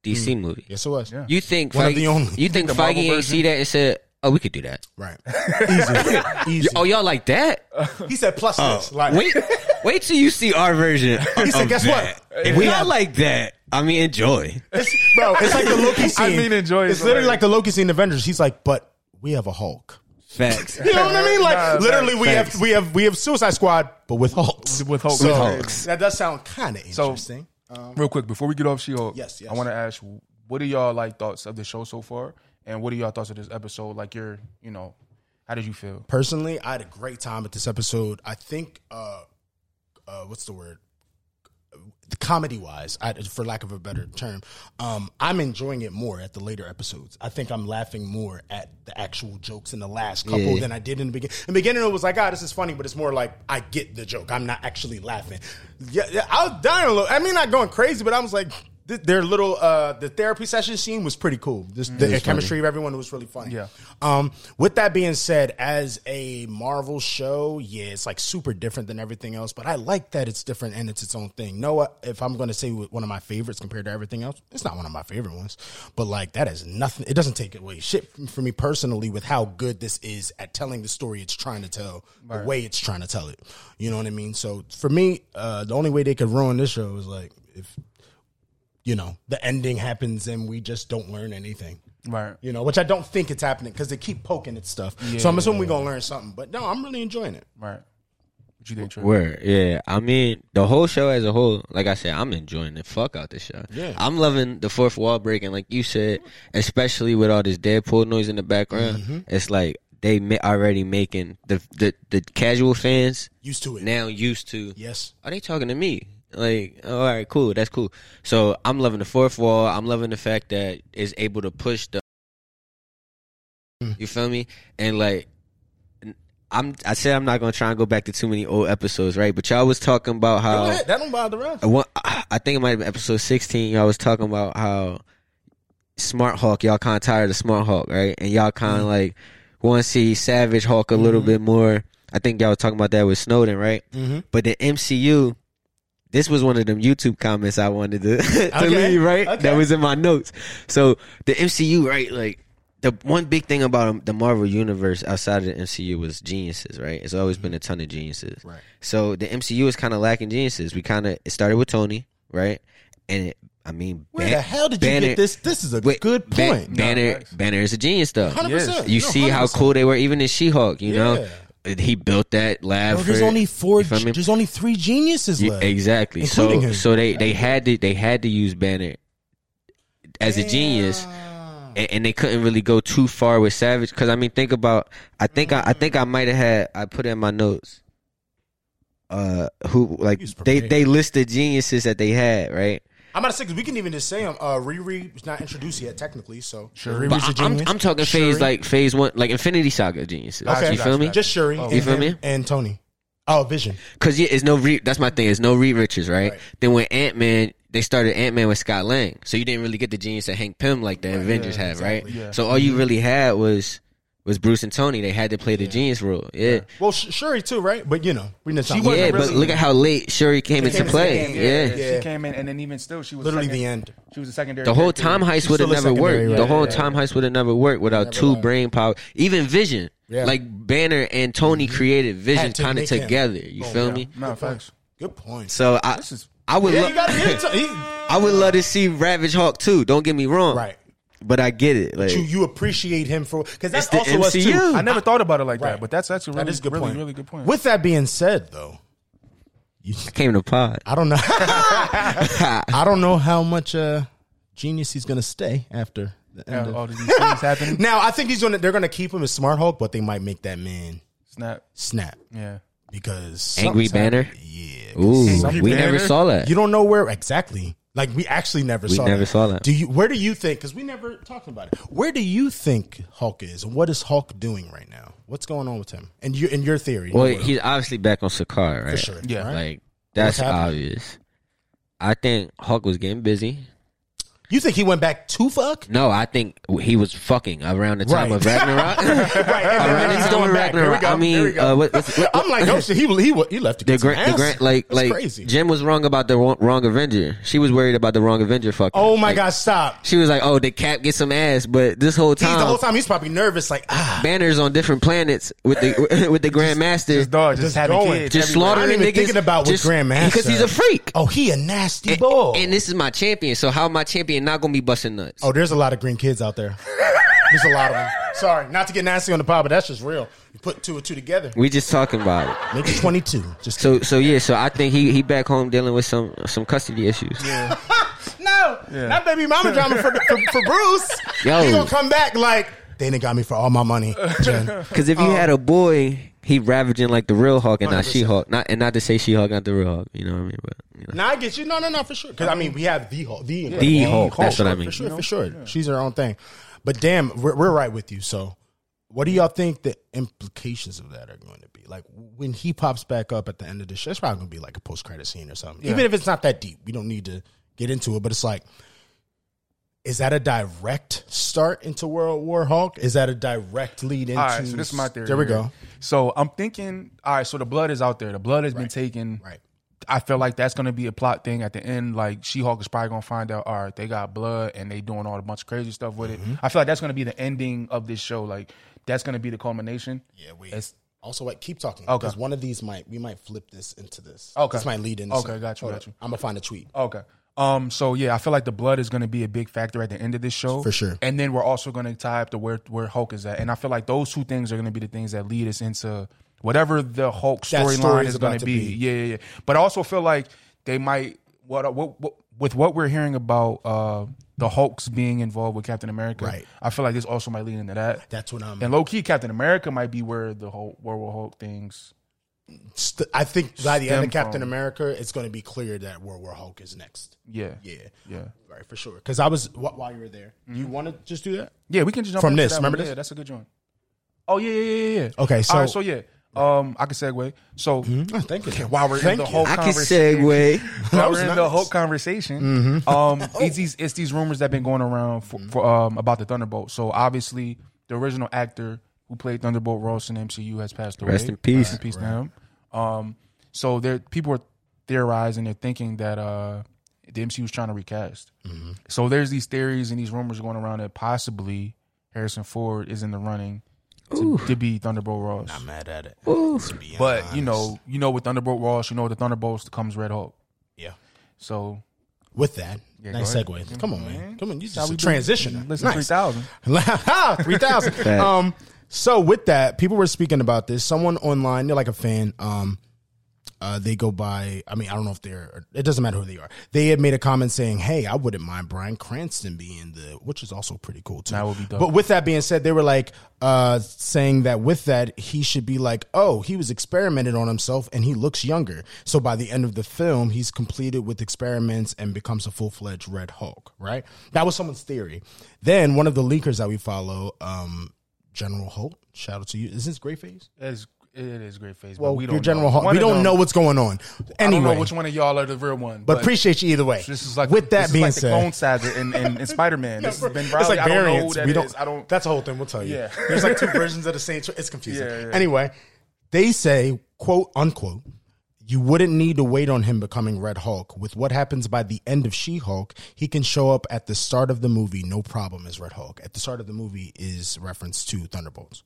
[SPEAKER 5] DC movie.
[SPEAKER 4] yes, it was.
[SPEAKER 3] Yeah.
[SPEAKER 5] You think
[SPEAKER 4] One of
[SPEAKER 5] Feige,
[SPEAKER 4] the only.
[SPEAKER 5] You think
[SPEAKER 3] The
[SPEAKER 5] Feige
[SPEAKER 3] Marvel
[SPEAKER 5] ain't
[SPEAKER 3] version?
[SPEAKER 5] see that and said, "Oh, we could do that."
[SPEAKER 4] Right, *laughs* easy, easy.
[SPEAKER 5] Oh, y'all like that?
[SPEAKER 4] He said plus this. Like,
[SPEAKER 5] Wait, *laughs* wait till you see our version.
[SPEAKER 4] *laughs* he said,
[SPEAKER 5] of
[SPEAKER 4] guess
[SPEAKER 5] that.
[SPEAKER 4] what?
[SPEAKER 5] If y'all like that, I
[SPEAKER 4] *laughs*
[SPEAKER 5] mean, enjoy.
[SPEAKER 4] It's, bro, it's like the *laughs* Loki scene.
[SPEAKER 3] mean, enjoy
[SPEAKER 4] It's
[SPEAKER 3] it,
[SPEAKER 4] literally
[SPEAKER 3] right.
[SPEAKER 4] like the Loki scene in Avengers. He's like, but we have a Hulk.
[SPEAKER 5] Facts.
[SPEAKER 4] You know what I mean? Like
[SPEAKER 3] Nah,
[SPEAKER 4] literally, we
[SPEAKER 3] thanks.
[SPEAKER 4] have we have we have Suicide Squad, but with Hulks.
[SPEAKER 3] With Hulk.
[SPEAKER 4] So,
[SPEAKER 3] With Hulks.
[SPEAKER 4] That does sound kind of
[SPEAKER 3] So-
[SPEAKER 4] interesting.
[SPEAKER 3] um, Real quick before we get off She-Hulk,
[SPEAKER 4] Yes, yes.
[SPEAKER 3] I want to ask, what are y'all like thoughts of the show so far, and what are y'all thoughts of this episode? Like, your you know, how did you feel?
[SPEAKER 4] Personally, I had a great time at this episode. I think, uh, uh, what's the word? Comedy wise, I, for lack of a better term, um, I'm enjoying it more at the later episodes. I think I'm laughing more at the actual jokes in the last couple
[SPEAKER 5] Yeah.
[SPEAKER 4] than I did in the beginning. In the beginning, it was like, ah, this is funny, but it's more like I get the joke. I'm not actually laughing. Yeah, yeah, I was dying a little. I mean, not going crazy, but I was like, th- their little uh, the therapy session scene was pretty cool. This, the chemistry of everyone was really funny.
[SPEAKER 3] Yeah.
[SPEAKER 4] Um, with that being said, as a Marvel show, yeah, it's like super different than everything else, but I like that it's different and it's its own thing. No, uh, if I'm going to say one of my favorites compared to everything else, it's not one of my favorite ones, but like that is nothing. It doesn't take away shit from- for me personally with how good this is at telling the story it's trying to tell, the way it's trying to tell it. You know what I mean? So for me, uh, the only way they could ruin this show is like if you know the ending happens and we just don't learn anything
[SPEAKER 3] Right.
[SPEAKER 4] You know, which I don't think it's happening because they keep poking at stuff. so I'm assuming we're gonna learn something. But no, I'm really enjoying it.
[SPEAKER 3] Right. What you think, Trey?
[SPEAKER 5] Word, yeah. I mean, the whole show as a whole, like I said, I'm enjoying the fuck out this show.
[SPEAKER 4] Yeah.
[SPEAKER 5] I'm loving the fourth wall breaking, like you said, especially with all this Deadpool noise in the background.
[SPEAKER 4] Mm-hmm.
[SPEAKER 5] It's like they ma- already making the, the the casual fans
[SPEAKER 4] Used to it.
[SPEAKER 5] now used to.
[SPEAKER 4] Yes.
[SPEAKER 5] Are they talking to me? Like, all right, cool, that's cool. So I'm loving the fourth wall. I'm loving the fact that it's able to push the. You feel me? And like, I'm. I said I'm not gonna try and go back to too many old episodes, right? But y'all was talking about
[SPEAKER 4] Go
[SPEAKER 5] how
[SPEAKER 4] ahead. That don't bother us.
[SPEAKER 5] I want- I I think it might have been episode 16. Y'all was talking about how Smart Hawk, y'all kind of tired of Smart Hawk, right? And y'all kind of like want to see Savage Hawk a little bit more. I think y'all was talking about that with Snowden, right?
[SPEAKER 4] Mhm.
[SPEAKER 5] But the MCU, this was one of them YouTube comments I wanted to, *laughs* to
[SPEAKER 4] Okay,
[SPEAKER 5] leave, right?
[SPEAKER 4] okay.
[SPEAKER 5] That was in my notes. So the MCU, right? Like, the one big thing about the Marvel Universe outside of the MCU was geniuses, right? It's always been a ton of geniuses.
[SPEAKER 4] Mm-hmm. Right.
[SPEAKER 5] So the MCU is kind of lacking geniuses. We kind of it started with Tony, right? And it, I mean,
[SPEAKER 4] Where
[SPEAKER 5] Ban-
[SPEAKER 4] the hell did you
[SPEAKER 5] Banner-
[SPEAKER 4] get this? This is a
[SPEAKER 5] wait,
[SPEAKER 4] good
[SPEAKER 5] Ban-
[SPEAKER 4] point.
[SPEAKER 5] Banner,
[SPEAKER 3] facts.
[SPEAKER 5] Banner is a genius, though.
[SPEAKER 4] 100%.
[SPEAKER 5] You
[SPEAKER 4] No,
[SPEAKER 5] see how
[SPEAKER 4] 100%.
[SPEAKER 5] cool they were, even in She-Hulk. You know,
[SPEAKER 4] Yeah.
[SPEAKER 5] he built that lab.
[SPEAKER 4] Bro, there's
[SPEAKER 5] for-
[SPEAKER 4] only four.
[SPEAKER 5] you feel me?
[SPEAKER 4] There's only three geniuses
[SPEAKER 5] You-
[SPEAKER 4] left.
[SPEAKER 5] Exactly. So
[SPEAKER 4] Including him.
[SPEAKER 5] so they they had to they had to use Banner as a genius.
[SPEAKER 4] Damn.
[SPEAKER 5] And, and they couldn't really go too far with Savage because I mean, think about. I think I, I think I might have had. I put in my notes. Uh, who like
[SPEAKER 4] He's
[SPEAKER 5] they
[SPEAKER 4] prepared.
[SPEAKER 5] they listed geniuses that they had right.
[SPEAKER 4] I'm about to say because we can even just say him. Uh, Riri was not introduced yet technically, so
[SPEAKER 3] Sure.
[SPEAKER 4] Riri's
[SPEAKER 5] But
[SPEAKER 4] a
[SPEAKER 5] I, am
[SPEAKER 4] genius.
[SPEAKER 5] I'm talking
[SPEAKER 4] Shuri.
[SPEAKER 5] phase like phase one, like Infinity Saga geniuses.
[SPEAKER 4] Okay.
[SPEAKER 5] You feel me?
[SPEAKER 4] just Shuri.
[SPEAKER 3] Oh,
[SPEAKER 4] and,
[SPEAKER 5] You feel
[SPEAKER 4] and-
[SPEAKER 5] me?
[SPEAKER 4] And Tony. Oh, Vision.
[SPEAKER 5] Because yeah, it's no Reed. That's my thing. It's no Reed Richards, right?
[SPEAKER 4] Right.
[SPEAKER 5] Then when Ant Man, they started Ant Man with Scott Lang, so you didn't really get the genius that Hank Pym like the Avengers have, right?
[SPEAKER 3] Yeah.
[SPEAKER 5] So all you really had was was Bruce and Tony. They had to play the genius role. Yeah. Yeah,
[SPEAKER 4] Well, Sh- Shuri too, right? But you know, we didn't.
[SPEAKER 3] She wasn't
[SPEAKER 5] but
[SPEAKER 3] really-
[SPEAKER 5] look at how late Shuri came into
[SPEAKER 4] came into
[SPEAKER 5] play.
[SPEAKER 4] the game,
[SPEAKER 5] yeah.
[SPEAKER 4] yeah.
[SPEAKER 3] She came in, and then even still, she was
[SPEAKER 4] literally
[SPEAKER 3] second-
[SPEAKER 4] the end.
[SPEAKER 3] She was a secondary.
[SPEAKER 5] The whole
[SPEAKER 3] character.
[SPEAKER 5] time heist would
[SPEAKER 4] still a
[SPEAKER 5] have never
[SPEAKER 4] secondary,
[SPEAKER 5] worked.
[SPEAKER 4] right?
[SPEAKER 5] The whole
[SPEAKER 4] Yeah.
[SPEAKER 5] time heist would have never worked without two
[SPEAKER 4] lied.
[SPEAKER 5] brain power. Even Vision,
[SPEAKER 4] Yeah. Mm-hmm.
[SPEAKER 5] like Banner and Tony created Vision
[SPEAKER 4] Had to
[SPEAKER 5] kind of
[SPEAKER 4] make him. Oh,
[SPEAKER 5] together. You feel me?
[SPEAKER 3] No, facts.
[SPEAKER 4] Good point.
[SPEAKER 5] So I,
[SPEAKER 3] This is
[SPEAKER 5] I would,
[SPEAKER 4] Yeah,
[SPEAKER 5] lo-
[SPEAKER 4] you gotta give it to
[SPEAKER 5] *laughs*
[SPEAKER 4] he,
[SPEAKER 5] I would love to see Ravage Hawk too. Don't get me wrong,
[SPEAKER 4] right.
[SPEAKER 5] But I get it. Like,
[SPEAKER 4] You, you appreciate him for because that's
[SPEAKER 5] the
[SPEAKER 4] also us too.
[SPEAKER 5] MCU.
[SPEAKER 3] I never thought about it like
[SPEAKER 4] Right.
[SPEAKER 3] that, but that's that's a really,
[SPEAKER 4] That is a good
[SPEAKER 3] really,
[SPEAKER 4] point.
[SPEAKER 3] really good point.
[SPEAKER 4] With that being said, though,
[SPEAKER 5] came to pod.
[SPEAKER 4] I don't know. *laughs* I don't know how much uh, genius he's gonna stay after the end.
[SPEAKER 3] Yeah,
[SPEAKER 4] of-
[SPEAKER 3] all these things happening.
[SPEAKER 4] now I think he's gonna. They're gonna keep him as Smart Hulk, but they might make that man
[SPEAKER 3] *laughs* Snap.
[SPEAKER 4] snap
[SPEAKER 3] Yeah.
[SPEAKER 4] because
[SPEAKER 5] Angry
[SPEAKER 4] something's
[SPEAKER 5] Banner?
[SPEAKER 4] happening. Yeah,
[SPEAKER 5] Ooh,
[SPEAKER 3] Something
[SPEAKER 5] we
[SPEAKER 3] better.
[SPEAKER 5] never saw that.
[SPEAKER 4] you don't know where exactly. Like we actually never
[SPEAKER 5] we
[SPEAKER 4] saw.
[SPEAKER 5] never
[SPEAKER 4] that.
[SPEAKER 5] saw that.
[SPEAKER 4] Do you? Where do you think? Because we never talked about it. Where do you think Hulk is, and what is Hulk doing right now? What's going on with him? And you, in your theory,
[SPEAKER 5] well,
[SPEAKER 4] you know,
[SPEAKER 5] he's obviously back on Sakaar, right?
[SPEAKER 4] for sure.
[SPEAKER 3] Yeah.
[SPEAKER 4] right?
[SPEAKER 5] Like that's
[SPEAKER 4] happening?
[SPEAKER 5] obvious. I think Hawk was getting busy.
[SPEAKER 4] You think he went back to
[SPEAKER 5] *laughs*
[SPEAKER 4] fuck?
[SPEAKER 5] No, I think he was fucking around the time
[SPEAKER 4] Right. *laughs*
[SPEAKER 5] of Ragnarok.
[SPEAKER 4] right.
[SPEAKER 5] Around the time of Ragnarok. I mean, uh, what, what's, what,
[SPEAKER 4] I'm like, oh shit, he he wa- he left to
[SPEAKER 5] the
[SPEAKER 4] get some
[SPEAKER 5] grant, the
[SPEAKER 4] ass.
[SPEAKER 5] grant, like,
[SPEAKER 4] That's
[SPEAKER 5] like
[SPEAKER 4] crazy.
[SPEAKER 5] Jim was wrong about the wrong, wrong Avenger. She was worried about the wrong Avenger. Fucking.
[SPEAKER 4] oh my
[SPEAKER 5] Like,
[SPEAKER 4] god, stop!
[SPEAKER 5] She was like, "Oh, did Cap get some ass?" But this whole
[SPEAKER 4] He's
[SPEAKER 5] time,
[SPEAKER 4] the whole time he's probably nervous, like ah.
[SPEAKER 5] banners on different planets with the *laughs* with the Grandmaster.
[SPEAKER 3] His dog just,
[SPEAKER 4] Just
[SPEAKER 3] having
[SPEAKER 4] going.
[SPEAKER 3] kids.
[SPEAKER 5] just
[SPEAKER 3] everywhere.
[SPEAKER 5] slaughtering
[SPEAKER 4] I ain't even
[SPEAKER 5] niggas.
[SPEAKER 4] thinking about what
[SPEAKER 5] just-
[SPEAKER 4] Grandmaster-
[SPEAKER 5] because he's a freak.
[SPEAKER 4] Oh, he a nasty
[SPEAKER 5] And-
[SPEAKER 4] boy.
[SPEAKER 5] And, this is my champion. So how my champion not gonna be busting nuts?
[SPEAKER 4] oh, there's a lot of green kids out there. There's a lot of them. Sorry, not to get nasty on the pod, but that's just real. You put two and two together,
[SPEAKER 5] We just talking about it.
[SPEAKER 4] make it twenty two. Just
[SPEAKER 5] So so yeah. So I think he he back home dealing with some some custody issues.
[SPEAKER 4] no,
[SPEAKER 3] Yeah.
[SPEAKER 4] not baby mama drama for, for, for Bruce.
[SPEAKER 5] *laughs* Yo.
[SPEAKER 4] He gonna come back like they done got me for all my money. Jen.
[SPEAKER 5] Because if you had a boy, he ravaging like the real Hawk and not
[SPEAKER 4] 100%.
[SPEAKER 5] She Hawk. Not and not to say She Hawk, not the real Hawk. You know what I mean? But you know.
[SPEAKER 4] No, I get you. No, no, no, for sure. Because I mean, we have the Hulk, the Incredible
[SPEAKER 5] The Hulk, that's
[SPEAKER 4] for
[SPEAKER 5] what I
[SPEAKER 4] sure,
[SPEAKER 5] mean.
[SPEAKER 4] For sure, for sure. She's her own thing. But damn, we're, we're right with you. So, what do y'all think the implications of that are going to be? Like when he pops back up at the end of the show, it's probably going to be like a post credit scene or something. Even if it's not that deep, we don't need to get into it. But it's like. Is that a direct start into World War Hulk? Is that a direct lead into?
[SPEAKER 3] All right, so this is my theory.
[SPEAKER 4] There we
[SPEAKER 3] here.
[SPEAKER 4] go.
[SPEAKER 3] So I'm thinking, all right, so the blood is out there. The blood has been taken.
[SPEAKER 4] Right.
[SPEAKER 3] I feel like that's going to be a plot thing at the end. Like She Hulk is probably going to find out, all right, they got blood and they doing all a bunch of crazy stuff with
[SPEAKER 4] Mm-hmm.
[SPEAKER 3] it. I feel like that's going to be the ending of this show. Like that's going to be the culmination.
[SPEAKER 4] Yeah, wait.
[SPEAKER 3] It's-
[SPEAKER 4] also, like, keep talking
[SPEAKER 3] Okay.
[SPEAKER 4] because one of these might we might flip this into this.
[SPEAKER 3] Okay.
[SPEAKER 4] This might lead into.
[SPEAKER 3] Okay,
[SPEAKER 4] something.
[SPEAKER 3] got you,
[SPEAKER 4] Hold
[SPEAKER 3] got
[SPEAKER 4] up.
[SPEAKER 3] you.
[SPEAKER 4] I'm gonna find a tweet.
[SPEAKER 3] Okay. Um, so yeah, I feel like the blood is going to be a big factor at the end of this show
[SPEAKER 4] For sure.
[SPEAKER 3] and then we're also going to tie up to where where Hulk is at. And I feel like those two things are going to be the things that lead us into whatever the Hulk
[SPEAKER 4] That story
[SPEAKER 3] storyline
[SPEAKER 4] is
[SPEAKER 3] is
[SPEAKER 4] about
[SPEAKER 3] going
[SPEAKER 4] to
[SPEAKER 3] to be.
[SPEAKER 4] be.
[SPEAKER 3] Yeah, yeah, yeah. But I also feel like they might what, what, what with what we're hearing about uh, the Hulks being involved with Captain America.
[SPEAKER 4] Right.
[SPEAKER 3] I feel like this also might lead into that.
[SPEAKER 4] That's what I'm.
[SPEAKER 3] and low key, Captain America might be where the Hulk, where will Hulk things.
[SPEAKER 4] St- I think by the end
[SPEAKER 3] Stem
[SPEAKER 4] of Captain
[SPEAKER 3] from-
[SPEAKER 4] America, it's going to be clear that where where Hulk is next.
[SPEAKER 3] Yeah,
[SPEAKER 4] Yeah,
[SPEAKER 3] yeah,
[SPEAKER 4] right for sure. Because I was wh- while you were there, you
[SPEAKER 3] Mm-hmm.
[SPEAKER 4] want to just do that?
[SPEAKER 3] yeah. We can just jump
[SPEAKER 4] From
[SPEAKER 3] into
[SPEAKER 4] this,
[SPEAKER 3] that
[SPEAKER 4] remember
[SPEAKER 3] one.
[SPEAKER 4] this?
[SPEAKER 3] Yeah, that's a good joint. Oh yeah, yeah, yeah, yeah, yeah.
[SPEAKER 4] Okay, so-
[SPEAKER 3] All right, so yeah, um, I can segue. So *laughs*
[SPEAKER 4] Oh, thank you.
[SPEAKER 3] while we're in
[SPEAKER 4] Thank
[SPEAKER 3] the
[SPEAKER 4] you.
[SPEAKER 3] whole
[SPEAKER 5] I can
[SPEAKER 3] conversation, *laughs*
[SPEAKER 5] segue.
[SPEAKER 4] That
[SPEAKER 3] While
[SPEAKER 4] was
[SPEAKER 3] we're in
[SPEAKER 4] nice.
[SPEAKER 3] the whole
[SPEAKER 5] Mm-hmm.
[SPEAKER 3] conversation,
[SPEAKER 5] *laughs*
[SPEAKER 3] um, it's these it's these rumors that have been going around for, for um about the Thunderbolt. So obviously, the original actor who played Thunderbolt Ross in MCU has passed away.
[SPEAKER 5] Rest in peace.
[SPEAKER 3] Rest in peace to him. Um, so there people are theorizing, they're thinking that uh the MCU is trying to recast.
[SPEAKER 5] Mm-hmm.
[SPEAKER 3] So there's these theories and these rumors going around that possibly Harrison Ford is in the running to, to be Thunderbolt Ross.
[SPEAKER 4] I'm mad at it. to be
[SPEAKER 3] but
[SPEAKER 4] honest.
[SPEAKER 3] you know, you know, with Thunderbolt Ross, you know, the Thunderbolt comes Red Hulk.
[SPEAKER 4] yeah.
[SPEAKER 3] So
[SPEAKER 4] With that, nice
[SPEAKER 3] go ahead.
[SPEAKER 4] segue. Come on, man. Come on, you
[SPEAKER 3] how
[SPEAKER 4] just a
[SPEAKER 3] we do-
[SPEAKER 4] transitioner.
[SPEAKER 3] Listen,
[SPEAKER 4] nice.
[SPEAKER 3] three thousand.
[SPEAKER 4] Ha, 3000 um so with that people were speaking about this someone online they're like a fan um uh, they go by i mean i don't know if they're it doesn't matter who they are they had made a comment saying hey i wouldn't mind brian cranston being the which is also pretty cool too
[SPEAKER 3] That would be dope.
[SPEAKER 4] but with that being said they were like uh saying that with that he should be like oh he was experimented on himself and he looks younger so by the end of the film he's completed with experiments and becomes a full-fledged red hulk right that was someone's theory then one of the leakers that we follow um general holt shout out to you is this gray face
[SPEAKER 3] It's, it is great face.
[SPEAKER 4] well,
[SPEAKER 3] but we
[SPEAKER 4] your
[SPEAKER 3] don't
[SPEAKER 4] general
[SPEAKER 3] know.
[SPEAKER 4] Hulk.
[SPEAKER 3] One
[SPEAKER 4] We
[SPEAKER 3] of
[SPEAKER 4] don't
[SPEAKER 3] them-
[SPEAKER 4] know what's going on.
[SPEAKER 3] I
[SPEAKER 4] Anyway,
[SPEAKER 3] don't know which one of y'all are the real one.
[SPEAKER 4] but appreciate you either way.
[SPEAKER 3] this is like
[SPEAKER 4] with
[SPEAKER 3] this
[SPEAKER 4] that
[SPEAKER 3] is
[SPEAKER 4] being
[SPEAKER 3] like
[SPEAKER 4] said,
[SPEAKER 3] the clone saga in,
[SPEAKER 4] *laughs*
[SPEAKER 3] in, in Spider Man. This has been
[SPEAKER 4] It's
[SPEAKER 3] Riley.
[SPEAKER 4] like
[SPEAKER 3] I don't know who
[SPEAKER 4] variants.
[SPEAKER 3] that
[SPEAKER 4] we don't.
[SPEAKER 3] is. I don't.
[SPEAKER 4] That's the whole thing. We'll tell you.
[SPEAKER 3] Yeah. *laughs*
[SPEAKER 4] There's like two versions of the same. tr- It's confusing.
[SPEAKER 3] Yeah, yeah.
[SPEAKER 4] Anyway, they say quote unquote. You wouldn't need to wait on him becoming Red Hulk. With what happens by the end of She Hulk, he can show up at the start of the movie, no problem, as Red Hulk. At the start of the movie is reference to Thunderbolts.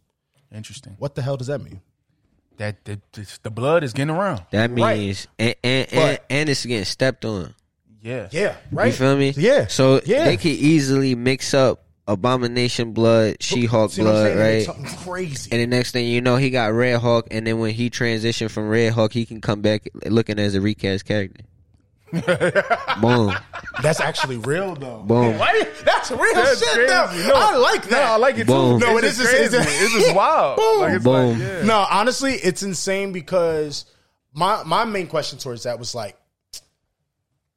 [SPEAKER 3] Interesting.
[SPEAKER 4] What the hell does that mean?
[SPEAKER 3] That, that this- the blood is getting around.
[SPEAKER 5] That
[SPEAKER 4] Right.
[SPEAKER 5] means and and, and
[SPEAKER 4] But-
[SPEAKER 5] and it's getting stepped on.
[SPEAKER 3] Yeah.
[SPEAKER 4] Yeah, right?
[SPEAKER 5] You feel me?
[SPEAKER 4] Yeah.
[SPEAKER 5] So
[SPEAKER 4] yeah.
[SPEAKER 5] they could easily mix up Abomination blood, She Hulk
[SPEAKER 4] See what I'm
[SPEAKER 5] blood,
[SPEAKER 4] saying? They did
[SPEAKER 5] right?
[SPEAKER 4] Something crazy.
[SPEAKER 5] And the next thing you know, he got Red Hulk, and then when he transitioned from Red Hulk, he can come back looking as a recast character.
[SPEAKER 4] *laughs*
[SPEAKER 5] Boom,
[SPEAKER 4] That's actually real though.
[SPEAKER 5] Boom.
[SPEAKER 4] Wait, that's real
[SPEAKER 3] That's
[SPEAKER 4] shit
[SPEAKER 3] crazy.
[SPEAKER 4] though.
[SPEAKER 3] No.
[SPEAKER 4] I like that.
[SPEAKER 3] No, I like it
[SPEAKER 5] Boom.
[SPEAKER 3] too.
[SPEAKER 4] No,
[SPEAKER 3] It's
[SPEAKER 4] it is just-
[SPEAKER 3] crazy.
[SPEAKER 4] it's-
[SPEAKER 3] It's just wild.
[SPEAKER 4] *laughs* Boom.
[SPEAKER 3] Like, it's
[SPEAKER 5] Boom.
[SPEAKER 3] Like, yeah.
[SPEAKER 4] No, honestly, it's insane because my my main question towards that was like,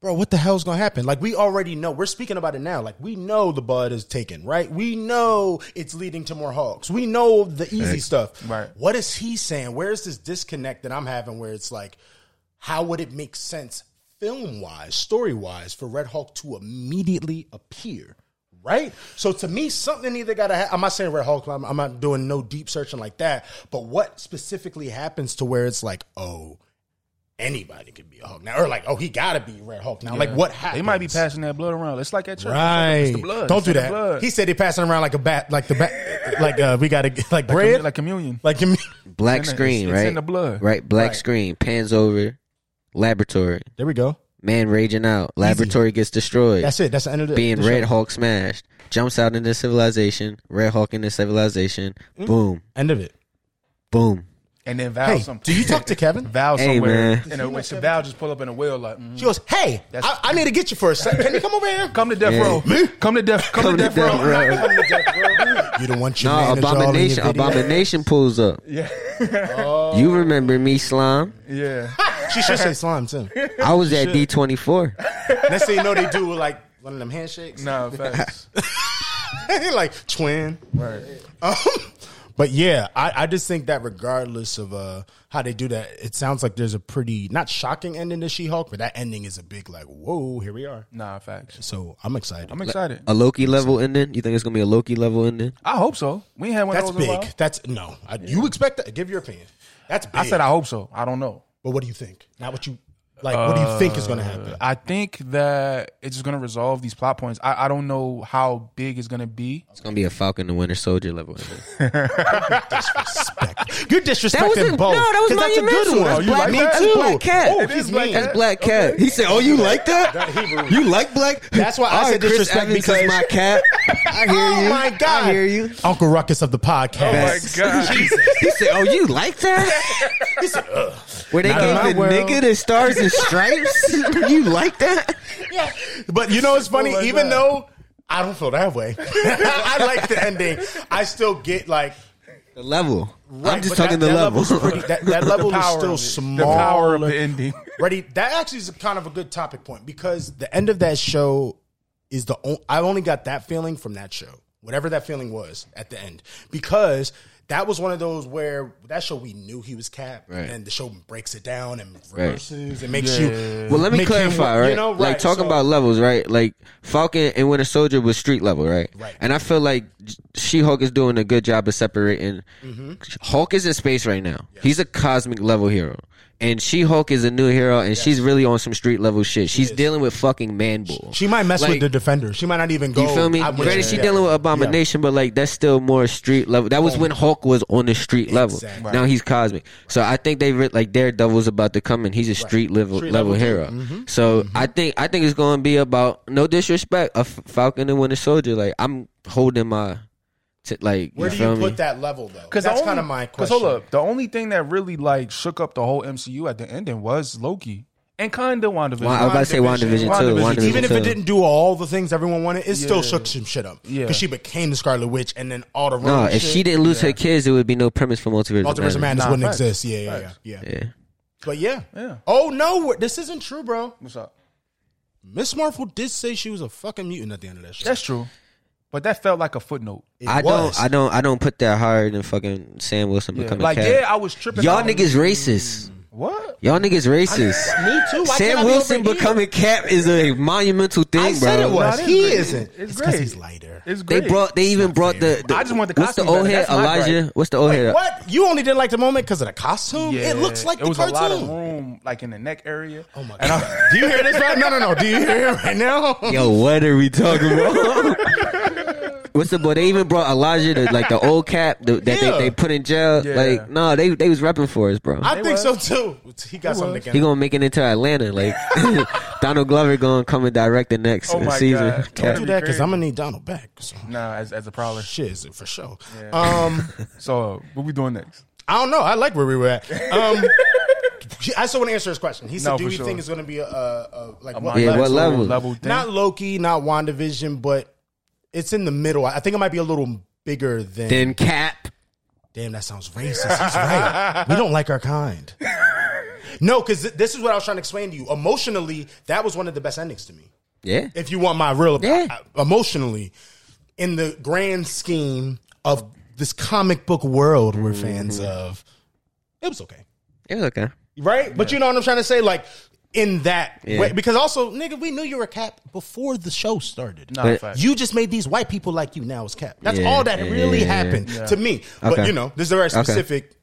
[SPEAKER 4] bro, what the hell's gonna happen? Like we already know. We're speaking about it now. Like we know the bud is taken, right? We know it's leading to more hawks. We know the easy stuff.
[SPEAKER 3] Right.
[SPEAKER 4] What is he saying? Where is this disconnect that I'm having where it's like, how would it make sense film wise, story wise, for Red Hulk to immediately appear? Right, so to me, something either got to. Ha- I'm not saying Red Hulk. I'm, I'm not doing no deep searching like that. But what specifically happens to where it's like, oh, anybody could be a Hulk now, or like, oh, he got to be Red Hulk now. Like, what happens?
[SPEAKER 3] They might be passing that blood around. It's like that church.
[SPEAKER 4] Right.
[SPEAKER 3] It's the blood.
[SPEAKER 4] Don't
[SPEAKER 3] It's
[SPEAKER 4] do
[SPEAKER 3] the
[SPEAKER 4] that.
[SPEAKER 3] blood.
[SPEAKER 4] He said they passing around like a bat, like the bat, like uh, we got to like, like bread,
[SPEAKER 3] Commu- like communion.
[SPEAKER 4] like, like
[SPEAKER 5] black
[SPEAKER 3] It's in the-
[SPEAKER 5] screen,
[SPEAKER 3] it's- it's
[SPEAKER 5] right?
[SPEAKER 3] in the blood.
[SPEAKER 5] right? Black
[SPEAKER 4] Right.
[SPEAKER 5] screen pans over, laboratory,
[SPEAKER 4] there we go.
[SPEAKER 5] man raging out, laboratory gets destroyed.
[SPEAKER 4] That's it. That's the end of the
[SPEAKER 5] being
[SPEAKER 4] the show.
[SPEAKER 5] Red Hulk smashed, jumps out into civilization, Red Hulk into civilization,
[SPEAKER 4] Mm.
[SPEAKER 5] boom,
[SPEAKER 4] End of it.
[SPEAKER 5] boom.
[SPEAKER 3] And then Val
[SPEAKER 4] Hey,
[SPEAKER 3] something.
[SPEAKER 4] do you talk to
[SPEAKER 3] *laughs*
[SPEAKER 4] Kevin?
[SPEAKER 3] Val
[SPEAKER 5] Hey,
[SPEAKER 3] somewhere?
[SPEAKER 5] man.
[SPEAKER 3] And a, when Val just pull up in a wheel like. mm.
[SPEAKER 4] She goes, "Hey, I,
[SPEAKER 3] That's-
[SPEAKER 4] I need to get you for a second. Can you come over here?
[SPEAKER 3] Come to death
[SPEAKER 5] Yeah.
[SPEAKER 3] row. Come to death. Come, to death, row.
[SPEAKER 5] row.
[SPEAKER 4] You don't want your
[SPEAKER 5] No,
[SPEAKER 4] man to draw all in your
[SPEAKER 5] abomination.
[SPEAKER 4] video.
[SPEAKER 5] Abomination
[SPEAKER 4] *laughs*
[SPEAKER 5] pulls up.
[SPEAKER 3] Yeah.
[SPEAKER 5] You remember me, slime?
[SPEAKER 3] *laughs* Yeah.
[SPEAKER 4] She should say
[SPEAKER 3] *laughs*
[SPEAKER 4] slime too.
[SPEAKER 5] I was at D twenty four.
[SPEAKER 4] Next thing you know, they do like one of them handshakes.
[SPEAKER 3] No, facts.
[SPEAKER 4] *laughs* like twin.
[SPEAKER 3] Right.
[SPEAKER 4] Um, but yeah, I, I just think that regardless of uh, how they do that, it sounds like there's a pretty not shocking ending to She Hulk, but that ending is a big like, whoa, here we are.
[SPEAKER 3] Nah, facts.
[SPEAKER 4] So I'm excited.
[SPEAKER 3] I'm excited.
[SPEAKER 5] A Loki level ending. You think it's gonna be a Loki level ending?
[SPEAKER 3] I hope so. We ain't had one
[SPEAKER 4] That's
[SPEAKER 3] of those in a
[SPEAKER 4] big.
[SPEAKER 3] while.
[SPEAKER 4] That's no. I, You expect that? Give your opinion. That's big.
[SPEAKER 3] I said I hope so. I don't know.
[SPEAKER 4] but what do you think? Not what you like. what do you think is going to happen?
[SPEAKER 3] I think that it's just gonna resolve these plot points. I, I don't know how big it's gonna be.
[SPEAKER 5] It's gonna be a Falcon and Winter Soldier level ending.
[SPEAKER 4] disrespect. You're disrespecting
[SPEAKER 5] That was a,
[SPEAKER 4] both.
[SPEAKER 5] no, that was
[SPEAKER 4] 'cause that's a
[SPEAKER 5] monumental.
[SPEAKER 4] good one.
[SPEAKER 5] That's
[SPEAKER 4] You
[SPEAKER 5] black,
[SPEAKER 4] like
[SPEAKER 5] me
[SPEAKER 4] that?
[SPEAKER 5] too. Black cat.
[SPEAKER 4] Oh,
[SPEAKER 3] It
[SPEAKER 4] he's
[SPEAKER 3] is Black
[SPEAKER 4] mean.
[SPEAKER 3] Cat.
[SPEAKER 5] That's black cat. He said, "Oh, you like that? you like black?
[SPEAKER 4] That's why I
[SPEAKER 5] All
[SPEAKER 4] said
[SPEAKER 5] right, Chris
[SPEAKER 4] disrespect
[SPEAKER 5] Evans
[SPEAKER 4] because-
[SPEAKER 5] is my
[SPEAKER 4] *laughs*
[SPEAKER 5] cat. I hear
[SPEAKER 4] Oh
[SPEAKER 5] you.
[SPEAKER 4] my god!
[SPEAKER 5] I hear you.
[SPEAKER 4] Uncle Ruckus of the podcast.
[SPEAKER 5] Facts.
[SPEAKER 3] Oh God.
[SPEAKER 5] *laughs* He said, "Oh, you like that? Where they
[SPEAKER 4] Not in my
[SPEAKER 5] gave the
[SPEAKER 4] world.
[SPEAKER 5] nigga the stars and stripes? *laughs* you like that?
[SPEAKER 4] But you know what's funny?
[SPEAKER 3] Oh my
[SPEAKER 4] Even
[SPEAKER 3] God.
[SPEAKER 4] though I don't feel that way, *laughs* I like the ending. I still get like.
[SPEAKER 5] The level. I'm just
[SPEAKER 4] but
[SPEAKER 5] talking
[SPEAKER 4] that,
[SPEAKER 5] the
[SPEAKER 4] that
[SPEAKER 5] level.
[SPEAKER 4] level's
[SPEAKER 5] *laughs*
[SPEAKER 4] pretty- that, that level is
[SPEAKER 3] Power of
[SPEAKER 4] still
[SPEAKER 3] it.
[SPEAKER 4] small.
[SPEAKER 3] The power of the ending.
[SPEAKER 4] Ready? That actually is kind of a good topic point because the end of that show is the on, I only got that feeling from that show, whatever that feeling was at the end, because that was one of those where that show we knew he was Cap,
[SPEAKER 5] Right.
[SPEAKER 4] and the show breaks it down and
[SPEAKER 5] Right.
[SPEAKER 4] reverses and makes you.
[SPEAKER 5] Well, let me
[SPEAKER 4] make him-
[SPEAKER 5] clarify,
[SPEAKER 4] you
[SPEAKER 5] right?
[SPEAKER 4] know,
[SPEAKER 5] Like
[SPEAKER 4] right,
[SPEAKER 5] talking
[SPEAKER 4] so-
[SPEAKER 5] about levels, right? Like Falcon and Winter Soldier was street level, right?
[SPEAKER 4] Right.
[SPEAKER 5] And I feel like She Hulk is doing a good job of separating.
[SPEAKER 4] Mm-hmm.
[SPEAKER 5] Hulk is in space right now. He's a cosmic level hero, and She Hulk is a new hero, and she's really on some street level shit. She's dealing with fucking man bull.
[SPEAKER 4] She might mess with
[SPEAKER 5] Like-
[SPEAKER 4] the defender. She might not even go.
[SPEAKER 5] You feel me?
[SPEAKER 4] I wish-
[SPEAKER 5] Granted, she
[SPEAKER 4] yeah.
[SPEAKER 5] dealing with abomination, but like that's still more street level. That was when Hulk was on the street level.
[SPEAKER 4] Exactly.
[SPEAKER 5] Now he's cosmic. So I think they re- like Daredevil's about to come in. He's a street level
[SPEAKER 4] Street
[SPEAKER 5] level
[SPEAKER 4] level Mm-hmm.
[SPEAKER 5] hero. So I think I think it's going to be about no disrespect a F- Falcon and Winter Soldier. Like I'm holding my t- like
[SPEAKER 4] Where
[SPEAKER 5] you
[SPEAKER 4] do you
[SPEAKER 5] feel me?
[SPEAKER 4] put that level though?
[SPEAKER 3] Because
[SPEAKER 4] that's kind of my question.
[SPEAKER 3] hold up, the only thing that really like shook up the whole MCU at the ending was Loki and kind of WandaVision.
[SPEAKER 5] Wa- I was about to say WandaVision,
[SPEAKER 4] WandaVision.
[SPEAKER 5] too.
[SPEAKER 3] WandaVision.
[SPEAKER 5] WandaVision
[SPEAKER 4] Even if it
[SPEAKER 5] too.
[SPEAKER 4] didn't do all the things everyone wanted, it still
[SPEAKER 3] Yeah.
[SPEAKER 4] shook some shit up. Because
[SPEAKER 3] Yeah.
[SPEAKER 4] she became the Scarlet Witch, and then all the
[SPEAKER 5] No,
[SPEAKER 4] rumors
[SPEAKER 5] if she didn't lose her kids, it would be no premise for multiverse.
[SPEAKER 4] Multiverse of
[SPEAKER 5] Madness.
[SPEAKER 4] Madness
[SPEAKER 3] Nah,
[SPEAKER 4] wouldn't
[SPEAKER 3] facts.
[SPEAKER 4] exist. Yeah, yeah, yeah,
[SPEAKER 3] Facts.
[SPEAKER 4] yeah.
[SPEAKER 5] Yeah.
[SPEAKER 4] But yeah.
[SPEAKER 3] Yeah.
[SPEAKER 4] Oh no, we're- this isn't true, bro.
[SPEAKER 3] What's up?
[SPEAKER 4] Miss Marvel did say she was a fucking mutant at the end of that show.
[SPEAKER 3] That's true, but that felt like a footnote.
[SPEAKER 4] It
[SPEAKER 5] I
[SPEAKER 4] was.
[SPEAKER 5] don't, I don't, I don't put that hard in fucking Sam Wilson becoming
[SPEAKER 3] Like,
[SPEAKER 5] cat.
[SPEAKER 3] yeah, I was tripping.
[SPEAKER 5] Y'all
[SPEAKER 3] out.
[SPEAKER 5] niggas racist.
[SPEAKER 3] what?
[SPEAKER 5] Y'all niggas racist.
[SPEAKER 4] Me too. Why can't I
[SPEAKER 5] Sam
[SPEAKER 4] be
[SPEAKER 5] Wilson
[SPEAKER 4] over here?
[SPEAKER 5] becoming cap is a monumental thing,
[SPEAKER 4] I said
[SPEAKER 5] bro.
[SPEAKER 4] it was.
[SPEAKER 3] No, it
[SPEAKER 4] he
[SPEAKER 3] is great.
[SPEAKER 4] isn't.
[SPEAKER 3] It's
[SPEAKER 4] because
[SPEAKER 3] great.
[SPEAKER 4] he's lighter.
[SPEAKER 3] It's great.
[SPEAKER 5] They brought. They even brought the, the.
[SPEAKER 3] I just want the
[SPEAKER 5] What's the
[SPEAKER 3] costume
[SPEAKER 5] old
[SPEAKER 3] back.
[SPEAKER 5] head?
[SPEAKER 3] That's my
[SPEAKER 5] Elijah. What's the old head?
[SPEAKER 4] What? You only didn't like the moment because of the costume? it looks like
[SPEAKER 3] it
[SPEAKER 4] the
[SPEAKER 3] was
[SPEAKER 4] cartoon.
[SPEAKER 3] a lot of room, like in the neck area.
[SPEAKER 4] Oh my
[SPEAKER 3] And
[SPEAKER 4] god!
[SPEAKER 3] I-
[SPEAKER 4] Do you hear this right? No, no, no. Do you hear it right now?
[SPEAKER 5] Yo, what are we talking about? What's the boy? They even brought Elijah, the, like the old cap the, that
[SPEAKER 4] Yeah.
[SPEAKER 5] they, they put in jail.
[SPEAKER 3] Yeah.
[SPEAKER 5] Like, no, they they was repping for us, bro.
[SPEAKER 4] I
[SPEAKER 3] They
[SPEAKER 4] think
[SPEAKER 3] was.
[SPEAKER 4] so too. He got something
[SPEAKER 5] he
[SPEAKER 4] again.
[SPEAKER 5] gonna make it into Atlanta. Like *laughs* Donald Glover gonna come and direct the next
[SPEAKER 3] Oh my
[SPEAKER 5] season.
[SPEAKER 3] God.
[SPEAKER 5] Cap.
[SPEAKER 4] Do that because I'm gonna need Donald back. So.
[SPEAKER 3] nah, as as a prowler.
[SPEAKER 4] Shit, is it for sure?
[SPEAKER 3] Yeah.
[SPEAKER 4] Um,
[SPEAKER 3] *laughs* So what we doing next?
[SPEAKER 4] I don't know. I like where we were at.
[SPEAKER 3] *laughs*
[SPEAKER 4] Um, I still want to answer his question. He said,
[SPEAKER 3] No,
[SPEAKER 4] "Do
[SPEAKER 3] for
[SPEAKER 4] we
[SPEAKER 3] sure.
[SPEAKER 4] think it's gonna be a, a, a like what
[SPEAKER 5] Yeah,
[SPEAKER 4] level?
[SPEAKER 5] what level?
[SPEAKER 3] Level thing.
[SPEAKER 4] Not Loki, not Wandavision, but it's in the middle. I think it might be a little bigger than.
[SPEAKER 5] Then cap.
[SPEAKER 4] Damn, that sounds racist. He's right. We don't like
[SPEAKER 3] *laughs*
[SPEAKER 4] our kind. No, because this is what I was trying to explain to you. Emotionally, that was one of the best endings to me.
[SPEAKER 5] Yeah.
[SPEAKER 4] if you want my real
[SPEAKER 5] Yeah.
[SPEAKER 4] I- emotionally in the grand scheme of this comic book world we're fans
[SPEAKER 5] Mm-hmm.
[SPEAKER 4] of it was okay
[SPEAKER 5] It was okay.
[SPEAKER 4] right but you know what i'm trying to say like in that
[SPEAKER 5] Yeah.
[SPEAKER 4] way because also nigga we knew you were cap before the show started
[SPEAKER 3] Nah,
[SPEAKER 5] But-
[SPEAKER 3] fact.
[SPEAKER 4] you just made these white people like you now as cap that's
[SPEAKER 5] Yeah,
[SPEAKER 4] all that really
[SPEAKER 5] yeah,
[SPEAKER 4] happened to me but
[SPEAKER 5] Okay.
[SPEAKER 4] you know this is a very
[SPEAKER 5] Okay.
[SPEAKER 4] specific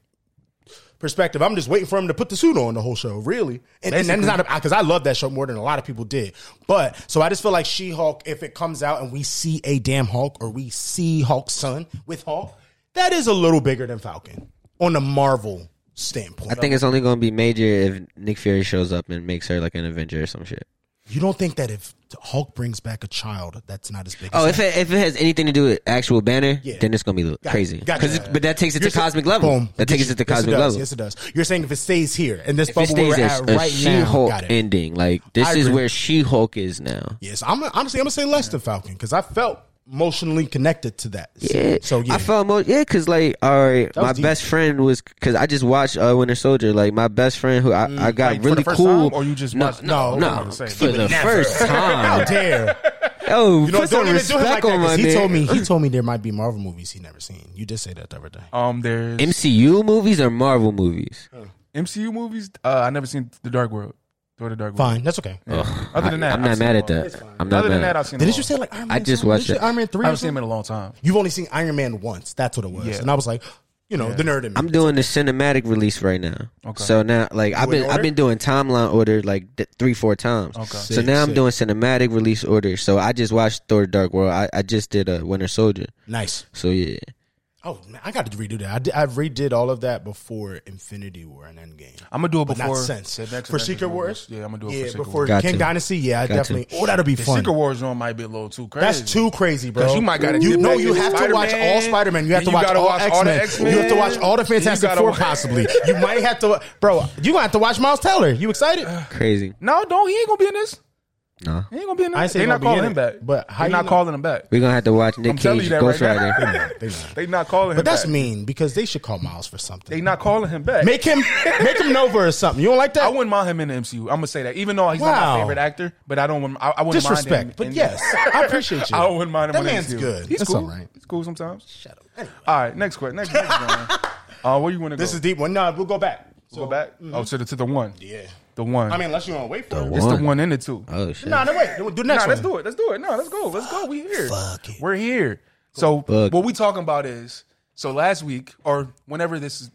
[SPEAKER 4] perspective i'm just waiting for him to put the suit on the whole show really and, and that's not because i love that show more than a lot of people did but so i just feel like she-hulk if it comes out and we see a damn hulk or we see hulk's son with hulk that is a little bigger than falcon on the marvel standpoint
[SPEAKER 5] I think it's only going to be major if Nick Fury shows up and makes her like an Avenger or some shit.
[SPEAKER 4] you don't think that if hulk brings back a child that's not as big
[SPEAKER 5] Oh,
[SPEAKER 4] as
[SPEAKER 5] if it, if it has anything to do with actual Banner,
[SPEAKER 4] Yeah.
[SPEAKER 5] then it's going to be crazy.
[SPEAKER 4] gotcha.
[SPEAKER 5] 'Cause it's- but that takes it
[SPEAKER 4] You're
[SPEAKER 5] to
[SPEAKER 4] sa-
[SPEAKER 5] cosmic level.
[SPEAKER 4] Boom.
[SPEAKER 5] That takes it to the cosmic
[SPEAKER 4] yes, it does.
[SPEAKER 5] level.
[SPEAKER 4] Yes, it does. You're saying if it stays here and this
[SPEAKER 5] if it
[SPEAKER 4] bubble we're at
[SPEAKER 5] stays as a
[SPEAKER 4] right now,
[SPEAKER 5] She-Hulk
[SPEAKER 4] got it.
[SPEAKER 5] ending, like this
[SPEAKER 4] I
[SPEAKER 5] is
[SPEAKER 4] agree.
[SPEAKER 5] where She-Hulk is now.
[SPEAKER 4] yes, I'm honestly I'm gonna say less than Falcon because I felt emotionally connected to that.
[SPEAKER 5] Yeah.
[SPEAKER 4] So yeah,
[SPEAKER 5] I felt more yeah, cause like all right,
[SPEAKER 4] was
[SPEAKER 5] my
[SPEAKER 4] deep.
[SPEAKER 5] best friend was cause I just watched uh, Winter Soldier. Like my best friend who I,
[SPEAKER 4] Mm,
[SPEAKER 5] I got
[SPEAKER 3] Like, for
[SPEAKER 5] really
[SPEAKER 3] the first
[SPEAKER 5] cool.
[SPEAKER 3] time, or you just watched-
[SPEAKER 4] No,
[SPEAKER 3] I
[SPEAKER 5] no,
[SPEAKER 3] was gonna say,
[SPEAKER 5] for
[SPEAKER 3] you
[SPEAKER 5] the
[SPEAKER 3] would never.
[SPEAKER 4] *laughs*
[SPEAKER 5] first
[SPEAKER 4] how
[SPEAKER 5] time.
[SPEAKER 4] dare
[SPEAKER 5] Oh,
[SPEAKER 4] you know?
[SPEAKER 5] *laughs* put some
[SPEAKER 4] Don't even do him like
[SPEAKER 5] respect
[SPEAKER 4] that
[SPEAKER 5] on my
[SPEAKER 4] 'cause he
[SPEAKER 5] nigga.
[SPEAKER 4] told me he told me there might be Marvel movies he never seen. You just say that the other day.
[SPEAKER 3] Um, there's
[SPEAKER 5] MCU movies or Marvel movies?
[SPEAKER 3] Uh, MCU movies. Uh, I never seen The Dark World. Or the Dark World.
[SPEAKER 4] Fine, that's okay.
[SPEAKER 5] Ugh,
[SPEAKER 3] Other than
[SPEAKER 5] I,
[SPEAKER 3] that,
[SPEAKER 5] I'm
[SPEAKER 3] I've
[SPEAKER 5] not
[SPEAKER 3] seen
[SPEAKER 5] mad at
[SPEAKER 3] all.
[SPEAKER 5] that. I'm not
[SPEAKER 3] Other than
[SPEAKER 5] mad.
[SPEAKER 3] that, I've seen.
[SPEAKER 4] Didn't
[SPEAKER 3] all.
[SPEAKER 4] you say like Iron Man?
[SPEAKER 5] I just
[SPEAKER 4] something?
[SPEAKER 5] watched
[SPEAKER 4] Didn't you
[SPEAKER 5] it.
[SPEAKER 4] say Iron Man three.
[SPEAKER 3] I
[SPEAKER 4] or
[SPEAKER 3] haven't seen him
[SPEAKER 4] something?
[SPEAKER 3] in a long time.
[SPEAKER 4] You've only seen Iron Man once. That's what it was.
[SPEAKER 3] Yeah.
[SPEAKER 4] And I was like, you know, the nerd in me.
[SPEAKER 5] I'm doing the cinematic release right now.
[SPEAKER 3] Okay.
[SPEAKER 5] So now, like, I've
[SPEAKER 4] in
[SPEAKER 5] been I've
[SPEAKER 4] order?
[SPEAKER 5] been doing timeline order like th- three four times.
[SPEAKER 3] Okay.
[SPEAKER 5] So
[SPEAKER 4] Sick,
[SPEAKER 5] now I'm
[SPEAKER 4] sick.
[SPEAKER 5] doing cinematic release order. So I just watched Thor: Dark World. I, I just did a Winter Soldier.
[SPEAKER 4] nice.
[SPEAKER 5] So yeah,
[SPEAKER 4] Oh man, I got to redo that. I, did, I redid all of that before Infinity War and Endgame.
[SPEAKER 3] I'm gonna do it
[SPEAKER 4] But not
[SPEAKER 3] before
[SPEAKER 4] since.
[SPEAKER 3] the next
[SPEAKER 4] For
[SPEAKER 3] Avengers
[SPEAKER 4] Secret Wars?
[SPEAKER 3] Yeah, I'm gonna do it
[SPEAKER 4] Yeah,
[SPEAKER 3] for Secret
[SPEAKER 4] before
[SPEAKER 3] Wars.
[SPEAKER 5] Got
[SPEAKER 4] King
[SPEAKER 5] to.
[SPEAKER 4] Dynasty. Yeah, I
[SPEAKER 5] Got to.
[SPEAKER 4] definitely. Oh, that'll be
[SPEAKER 3] The
[SPEAKER 4] fun.
[SPEAKER 3] Secret Wars one might be a little too crazy.
[SPEAKER 4] That's too crazy, bro.
[SPEAKER 3] 'Cause you might gotta
[SPEAKER 4] You
[SPEAKER 3] dip
[SPEAKER 4] know
[SPEAKER 3] back
[SPEAKER 4] you
[SPEAKER 3] into
[SPEAKER 4] have to watch
[SPEAKER 3] Spider-Man,
[SPEAKER 4] all Spider Man. You
[SPEAKER 3] then
[SPEAKER 4] have to
[SPEAKER 3] you
[SPEAKER 4] watch
[SPEAKER 3] gotta
[SPEAKER 4] all
[SPEAKER 3] watch
[SPEAKER 4] X
[SPEAKER 3] all the
[SPEAKER 4] Men.
[SPEAKER 3] X-Men,
[SPEAKER 4] You have to watch all the
[SPEAKER 3] then you
[SPEAKER 4] Fantastic
[SPEAKER 3] gotta
[SPEAKER 4] Four.
[SPEAKER 3] watch-
[SPEAKER 4] Possibly, you might have to, bro. You gonna have to watch Miles Teller. You excited?
[SPEAKER 3] Uh,
[SPEAKER 5] Crazy.
[SPEAKER 3] No, don't. He ain't gonna be in this.
[SPEAKER 5] No.
[SPEAKER 3] He ain't gonna be in this.
[SPEAKER 4] I ain't say
[SPEAKER 3] they
[SPEAKER 4] he
[SPEAKER 3] not
[SPEAKER 4] gonna be
[SPEAKER 3] calling
[SPEAKER 4] in
[SPEAKER 3] him
[SPEAKER 4] it,
[SPEAKER 3] back.
[SPEAKER 4] but how
[SPEAKER 3] they
[SPEAKER 4] you
[SPEAKER 3] not
[SPEAKER 4] know?
[SPEAKER 3] calling him back.
[SPEAKER 5] We're gonna have to watch Nick
[SPEAKER 3] I'm telling
[SPEAKER 5] Cage
[SPEAKER 3] you that
[SPEAKER 5] Ghost
[SPEAKER 3] right now. *laughs*
[SPEAKER 5] Rider.
[SPEAKER 4] They not.
[SPEAKER 3] They not calling him.
[SPEAKER 4] But that's
[SPEAKER 3] back.
[SPEAKER 4] mean because they should call Miles for
[SPEAKER 3] They
[SPEAKER 4] something.
[SPEAKER 3] not calling him back.
[SPEAKER 4] Make him, make him Nova or something. You don't like
[SPEAKER 3] I
[SPEAKER 4] that?
[SPEAKER 3] wouldn't mind him in the MCU. I'm gonna say that, even though he's not
[SPEAKER 4] Wow.
[SPEAKER 3] my favorite actor, but I don't. want- I, I wouldn't mind him.
[SPEAKER 4] Disrespect, but
[SPEAKER 3] in-
[SPEAKER 4] yes, I appreciate you.
[SPEAKER 3] *laughs* I wouldn't mind him.
[SPEAKER 4] That
[SPEAKER 3] on the
[SPEAKER 4] man's
[SPEAKER 3] MCU.
[SPEAKER 4] good.
[SPEAKER 3] He's
[SPEAKER 4] That's
[SPEAKER 3] cool.
[SPEAKER 4] all right.
[SPEAKER 3] He's cool sometimes. Shut up. All right, next question. Next,
[SPEAKER 4] *laughs*
[SPEAKER 3] next one. Uh, where you want to go?
[SPEAKER 4] This is deep one. No, we'll go back.
[SPEAKER 3] go back. Oh, to the to the one.
[SPEAKER 4] Yeah.
[SPEAKER 3] The one.
[SPEAKER 4] I mean, unless you want to wait for
[SPEAKER 5] The
[SPEAKER 4] it.
[SPEAKER 3] it's the
[SPEAKER 5] One.
[SPEAKER 3] one and the two.
[SPEAKER 5] Oh shit.
[SPEAKER 4] No, no, wait. Do the
[SPEAKER 3] Nah,
[SPEAKER 4] next
[SPEAKER 3] let's
[SPEAKER 4] one.
[SPEAKER 3] do it. Let's do it. No, let's go. Let's go. We here.
[SPEAKER 4] Fuck it.
[SPEAKER 3] We're here. So
[SPEAKER 5] Fuck.
[SPEAKER 3] what we talking about is so last week or whenever this is.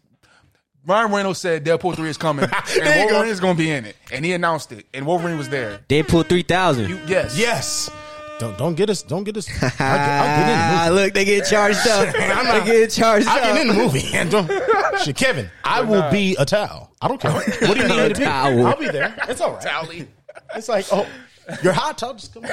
[SPEAKER 3] Ryan Reynolds said Deadpool 3 is
[SPEAKER 4] *laughs*
[SPEAKER 3] coming
[SPEAKER 4] There you
[SPEAKER 3] and
[SPEAKER 4] go.
[SPEAKER 3] Wolverine is going to be in it. And he announced it. And Wolverine was there.
[SPEAKER 5] Deadpool three thousand.
[SPEAKER 3] You, yes.
[SPEAKER 4] Yes. Don't don't get us. Don't get us. I, get,
[SPEAKER 5] Ah,
[SPEAKER 4] I get in the movie.
[SPEAKER 5] look, they get
[SPEAKER 3] *laughs*
[SPEAKER 5] charged up.
[SPEAKER 4] I'm not-
[SPEAKER 5] they get charged
[SPEAKER 4] I
[SPEAKER 5] up.
[SPEAKER 4] get in the movie. And don't, shit, Kevin, I will be a towel. I don't care. What do you need me to be?
[SPEAKER 5] Towel.
[SPEAKER 4] I'll be there. It's all right. It's like, oh, you're hot towel. Just come. on.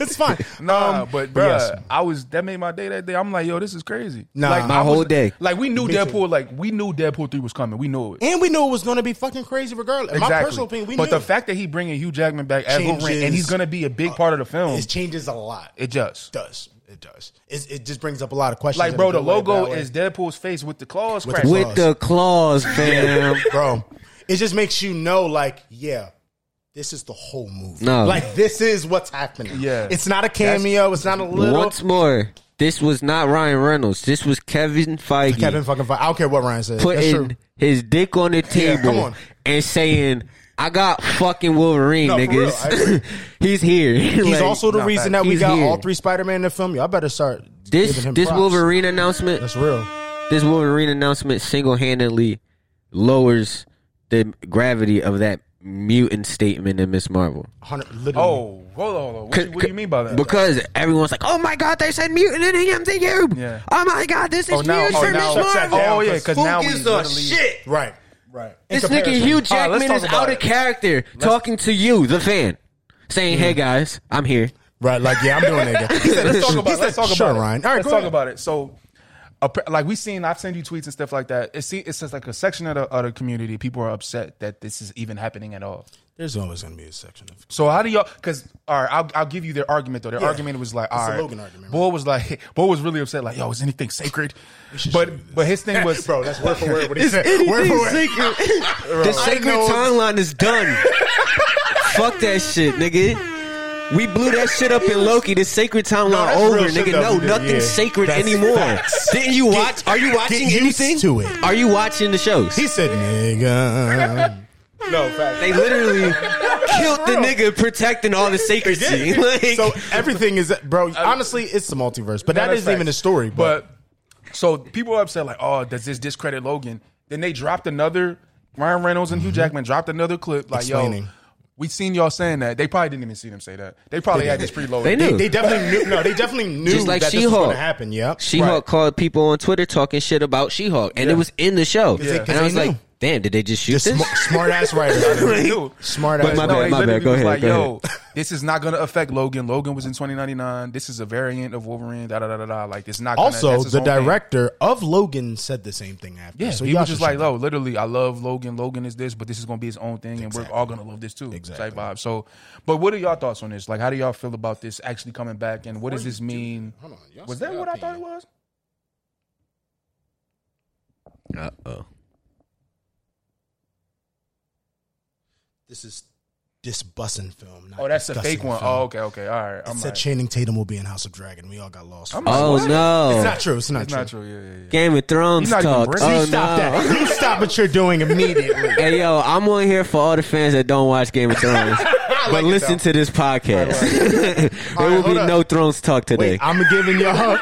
[SPEAKER 4] it's fine.
[SPEAKER 3] No,
[SPEAKER 4] Um,
[SPEAKER 3] but
[SPEAKER 4] but
[SPEAKER 3] bruh,
[SPEAKER 4] yes.
[SPEAKER 3] I was that made my day that day. I'm like, yo, this is crazy.
[SPEAKER 4] Nah.
[SPEAKER 3] like,
[SPEAKER 4] My
[SPEAKER 3] I was-
[SPEAKER 5] whole day.
[SPEAKER 3] Like we knew
[SPEAKER 4] Me too.
[SPEAKER 3] Deadpool. Like we knew Deadpool three was coming. We knew it.
[SPEAKER 4] And we knew it was going to be fucking crazy, regardless. In My
[SPEAKER 3] Exactly.
[SPEAKER 4] personal opinion, we
[SPEAKER 3] but
[SPEAKER 4] knew
[SPEAKER 3] the fact that he bringing Hugh Jackman back as
[SPEAKER 4] Changes-
[SPEAKER 3] Wolverine and he's gonna be a big part of the film,
[SPEAKER 4] it changes a lot. It
[SPEAKER 3] it just
[SPEAKER 4] does. It does. It, it just brings up a lot of questions.
[SPEAKER 3] like
[SPEAKER 4] in a
[SPEAKER 3] bro, the
[SPEAKER 4] good way,
[SPEAKER 3] logo
[SPEAKER 4] bad way.
[SPEAKER 3] is Deadpool's face with the claws
[SPEAKER 4] With the
[SPEAKER 3] cracked.
[SPEAKER 4] claws.
[SPEAKER 5] With the
[SPEAKER 3] *laughs*
[SPEAKER 5] claws, fam.
[SPEAKER 4] bro. It just makes you know, like, yeah, this is the whole movie.
[SPEAKER 5] No.
[SPEAKER 4] like this is what's happening.
[SPEAKER 3] Yeah.
[SPEAKER 4] it's not a cameo. it's not a little.
[SPEAKER 5] Once more, this was not Ryan Reynolds. This was Kevin Feige
[SPEAKER 4] Kevin fucking. Fe- I don't care what Ryan says. That's true.
[SPEAKER 5] putting his dick on the table
[SPEAKER 4] come on.
[SPEAKER 5] and saying, "I got fucking Wolverine,
[SPEAKER 4] No, for real, I
[SPEAKER 5] niggas. *laughs* he's here. *laughs*
[SPEAKER 4] He's also the
[SPEAKER 3] not
[SPEAKER 4] reason
[SPEAKER 3] bad.
[SPEAKER 4] that we
[SPEAKER 5] He's
[SPEAKER 4] got
[SPEAKER 5] here.
[SPEAKER 4] all three Spider Man in the film. Y'all better start
[SPEAKER 5] this
[SPEAKER 4] giving him
[SPEAKER 5] this
[SPEAKER 4] props.
[SPEAKER 5] Wolverine announcement.
[SPEAKER 4] That's real.
[SPEAKER 5] this Wolverine announcement single handedly lowers the gravity of that mutant statement in Miss Marvel.
[SPEAKER 4] 100, literally.
[SPEAKER 3] Oh, hold on, hold on. What, you, what do you mean by that? *laughs*
[SPEAKER 5] Because everyone's like, "Oh my god, they said mutant in the MCU.
[SPEAKER 3] Yeah.
[SPEAKER 5] Oh my god, this is
[SPEAKER 3] Oh, now-
[SPEAKER 5] huge
[SPEAKER 3] oh,
[SPEAKER 5] for
[SPEAKER 3] now-
[SPEAKER 5] Miss
[SPEAKER 4] Shut
[SPEAKER 5] Marvel.
[SPEAKER 4] down.
[SPEAKER 3] oh yeah, because
[SPEAKER 5] Who
[SPEAKER 3] now we
[SPEAKER 5] gives a
[SPEAKER 3] literally
[SPEAKER 5] shit?
[SPEAKER 4] right, right. In
[SPEAKER 5] This nigga
[SPEAKER 4] comparison.
[SPEAKER 5] Hugh
[SPEAKER 3] All right, let's
[SPEAKER 5] Jackman
[SPEAKER 3] talk
[SPEAKER 5] is
[SPEAKER 3] about
[SPEAKER 5] out
[SPEAKER 3] it.
[SPEAKER 5] of character, talking to you, the fan, saying, "Hey guys, I'm here."
[SPEAKER 4] Right, like yeah, I'm doing
[SPEAKER 3] *laughs*
[SPEAKER 4] it. Again. He said,
[SPEAKER 3] let's
[SPEAKER 4] *laughs*
[SPEAKER 3] talk about.
[SPEAKER 4] he
[SPEAKER 3] it.
[SPEAKER 4] said,
[SPEAKER 3] Let's talk
[SPEAKER 4] sure,
[SPEAKER 3] about it.
[SPEAKER 4] Ryan. All right,
[SPEAKER 3] let's
[SPEAKER 4] go
[SPEAKER 3] talk
[SPEAKER 4] ahead.
[SPEAKER 3] about it. So, appa- like we seen, I've sent you tweets and stuff like that. It's see, it's just like a section of the other community. People are upset that this is even happening at all.
[SPEAKER 4] There's always gonna be a section of
[SPEAKER 3] So how do y'all? Because all right, I'll, I'll give you their argument though. Their argument was like, all
[SPEAKER 4] a
[SPEAKER 3] right,
[SPEAKER 4] Logan argument,
[SPEAKER 3] Boy was like, *laughs* boy was really upset. Like, yo, is anything sacred? But but his
[SPEAKER 4] *laughs*
[SPEAKER 3] thing was, E
[SPEAKER 4] bro. That's word for word what *laughs* he said. Word for word. *laughs*
[SPEAKER 5] the sacred timeline is done. Fuck that shit, nigga. We blew that shit up in Loki. The sacred timeline
[SPEAKER 4] that's
[SPEAKER 5] over,
[SPEAKER 4] real shit
[SPEAKER 5] nigga.
[SPEAKER 4] that
[SPEAKER 5] No,
[SPEAKER 4] we did,
[SPEAKER 5] nothing's
[SPEAKER 4] yeah.
[SPEAKER 5] sacred
[SPEAKER 4] That's
[SPEAKER 5] anymore.
[SPEAKER 4] facts.
[SPEAKER 5] Didn't you watch? Are you watching
[SPEAKER 4] get used
[SPEAKER 5] anything?
[SPEAKER 4] to it.
[SPEAKER 5] Are you watching the shows?
[SPEAKER 4] He
[SPEAKER 3] *laughs*
[SPEAKER 4] said, "Nigga."
[SPEAKER 3] no fact.
[SPEAKER 5] they literally killed the nigga protecting all the secrecy. like,
[SPEAKER 4] so everything is, bro. Honestly, it's the multiverse, but that
[SPEAKER 3] that's
[SPEAKER 4] isn't
[SPEAKER 3] facts.
[SPEAKER 4] even a story. But,
[SPEAKER 3] But so people are upset, like, oh, does this discredit Logan? Then they dropped another Ryan Reynolds and Hugh Jackman dropped another clip, like, yo,
[SPEAKER 4] Mm-hmm. Explaining.
[SPEAKER 3] we seen y'all saying that. They probably didn't even see them say that. They probably had this preloaded.
[SPEAKER 5] They knew.
[SPEAKER 4] they definitely knew. No, they definitely knew
[SPEAKER 5] Just like
[SPEAKER 4] that this was
[SPEAKER 5] She-Hulk.
[SPEAKER 4] going to happen. Yep.
[SPEAKER 5] She-Hulk called people on Twitter talking shit about She-Hulk, and it was in the show.
[SPEAKER 4] they- 'cause
[SPEAKER 5] And I
[SPEAKER 4] they
[SPEAKER 5] was like,
[SPEAKER 4] knew.
[SPEAKER 5] damn, did they just shoot
[SPEAKER 4] The
[SPEAKER 5] this?
[SPEAKER 4] sm- smart ass
[SPEAKER 3] *laughs*
[SPEAKER 4] writer.
[SPEAKER 3] They knew.
[SPEAKER 4] Smart
[SPEAKER 5] But
[SPEAKER 4] ass.
[SPEAKER 5] my
[SPEAKER 4] writer.
[SPEAKER 5] bad.
[SPEAKER 3] they literally
[SPEAKER 5] go
[SPEAKER 3] was
[SPEAKER 5] ahead,
[SPEAKER 3] like,
[SPEAKER 5] go
[SPEAKER 3] yo, this is not going to affect Logan. Logan was in 2099. This is a variant of Wolverine. Da da da da da. Like, it's not. Gonna,
[SPEAKER 4] Also,
[SPEAKER 3] that's his
[SPEAKER 4] the
[SPEAKER 3] own thing.
[SPEAKER 4] director of Logan said the same thing after.
[SPEAKER 3] Yeah,
[SPEAKER 4] so
[SPEAKER 3] he
[SPEAKER 4] y'all
[SPEAKER 3] was just
[SPEAKER 4] should
[SPEAKER 3] like,
[SPEAKER 4] shut up.
[SPEAKER 3] "Yo, literally, I love Logan. Logan is this, but this is gonna be his own thing, and we're all gonna love this too."
[SPEAKER 4] Exactly.
[SPEAKER 3] Type vibe. So, but what are y'all thoughts on this? Like, how do y'all feel about this actually coming back, and what does this mean?
[SPEAKER 4] Hold on, y'all
[SPEAKER 3] was
[SPEAKER 4] say
[SPEAKER 3] that
[SPEAKER 4] y'all
[SPEAKER 3] what I thought it
[SPEAKER 4] opinion.
[SPEAKER 3] was?
[SPEAKER 5] Uh oh.
[SPEAKER 4] This is this bussin' film. Not
[SPEAKER 3] Oh, that's the
[SPEAKER 4] discussing
[SPEAKER 3] fake one.
[SPEAKER 4] film.
[SPEAKER 3] Oh, okay, okay, all right.
[SPEAKER 4] It
[SPEAKER 3] I'm
[SPEAKER 4] said
[SPEAKER 3] like,
[SPEAKER 4] Channing Tatum will be in House of Dragon. We all got lost.
[SPEAKER 3] I'm
[SPEAKER 5] Oh
[SPEAKER 3] What?
[SPEAKER 5] no.
[SPEAKER 4] it's not true. It's not
[SPEAKER 3] it's
[SPEAKER 4] true.
[SPEAKER 3] not true. Yeah, yeah, yeah.
[SPEAKER 5] Game of Thrones
[SPEAKER 3] He's not even
[SPEAKER 5] talk.
[SPEAKER 3] British.
[SPEAKER 5] Oh,
[SPEAKER 4] You stop
[SPEAKER 5] no.
[SPEAKER 4] that. You stop what you're
[SPEAKER 3] *laughs*
[SPEAKER 4] doing immediately.
[SPEAKER 5] Hey yo, I'm on here for all the fans that don't watch Game of Thrones,
[SPEAKER 4] *laughs*
[SPEAKER 5] but listen to this podcast. *laughs* there will
[SPEAKER 4] hold
[SPEAKER 5] be
[SPEAKER 4] up.
[SPEAKER 5] no Thrones talk
[SPEAKER 4] *laughs*
[SPEAKER 5] today.
[SPEAKER 4] Wait, I'm giving y'all.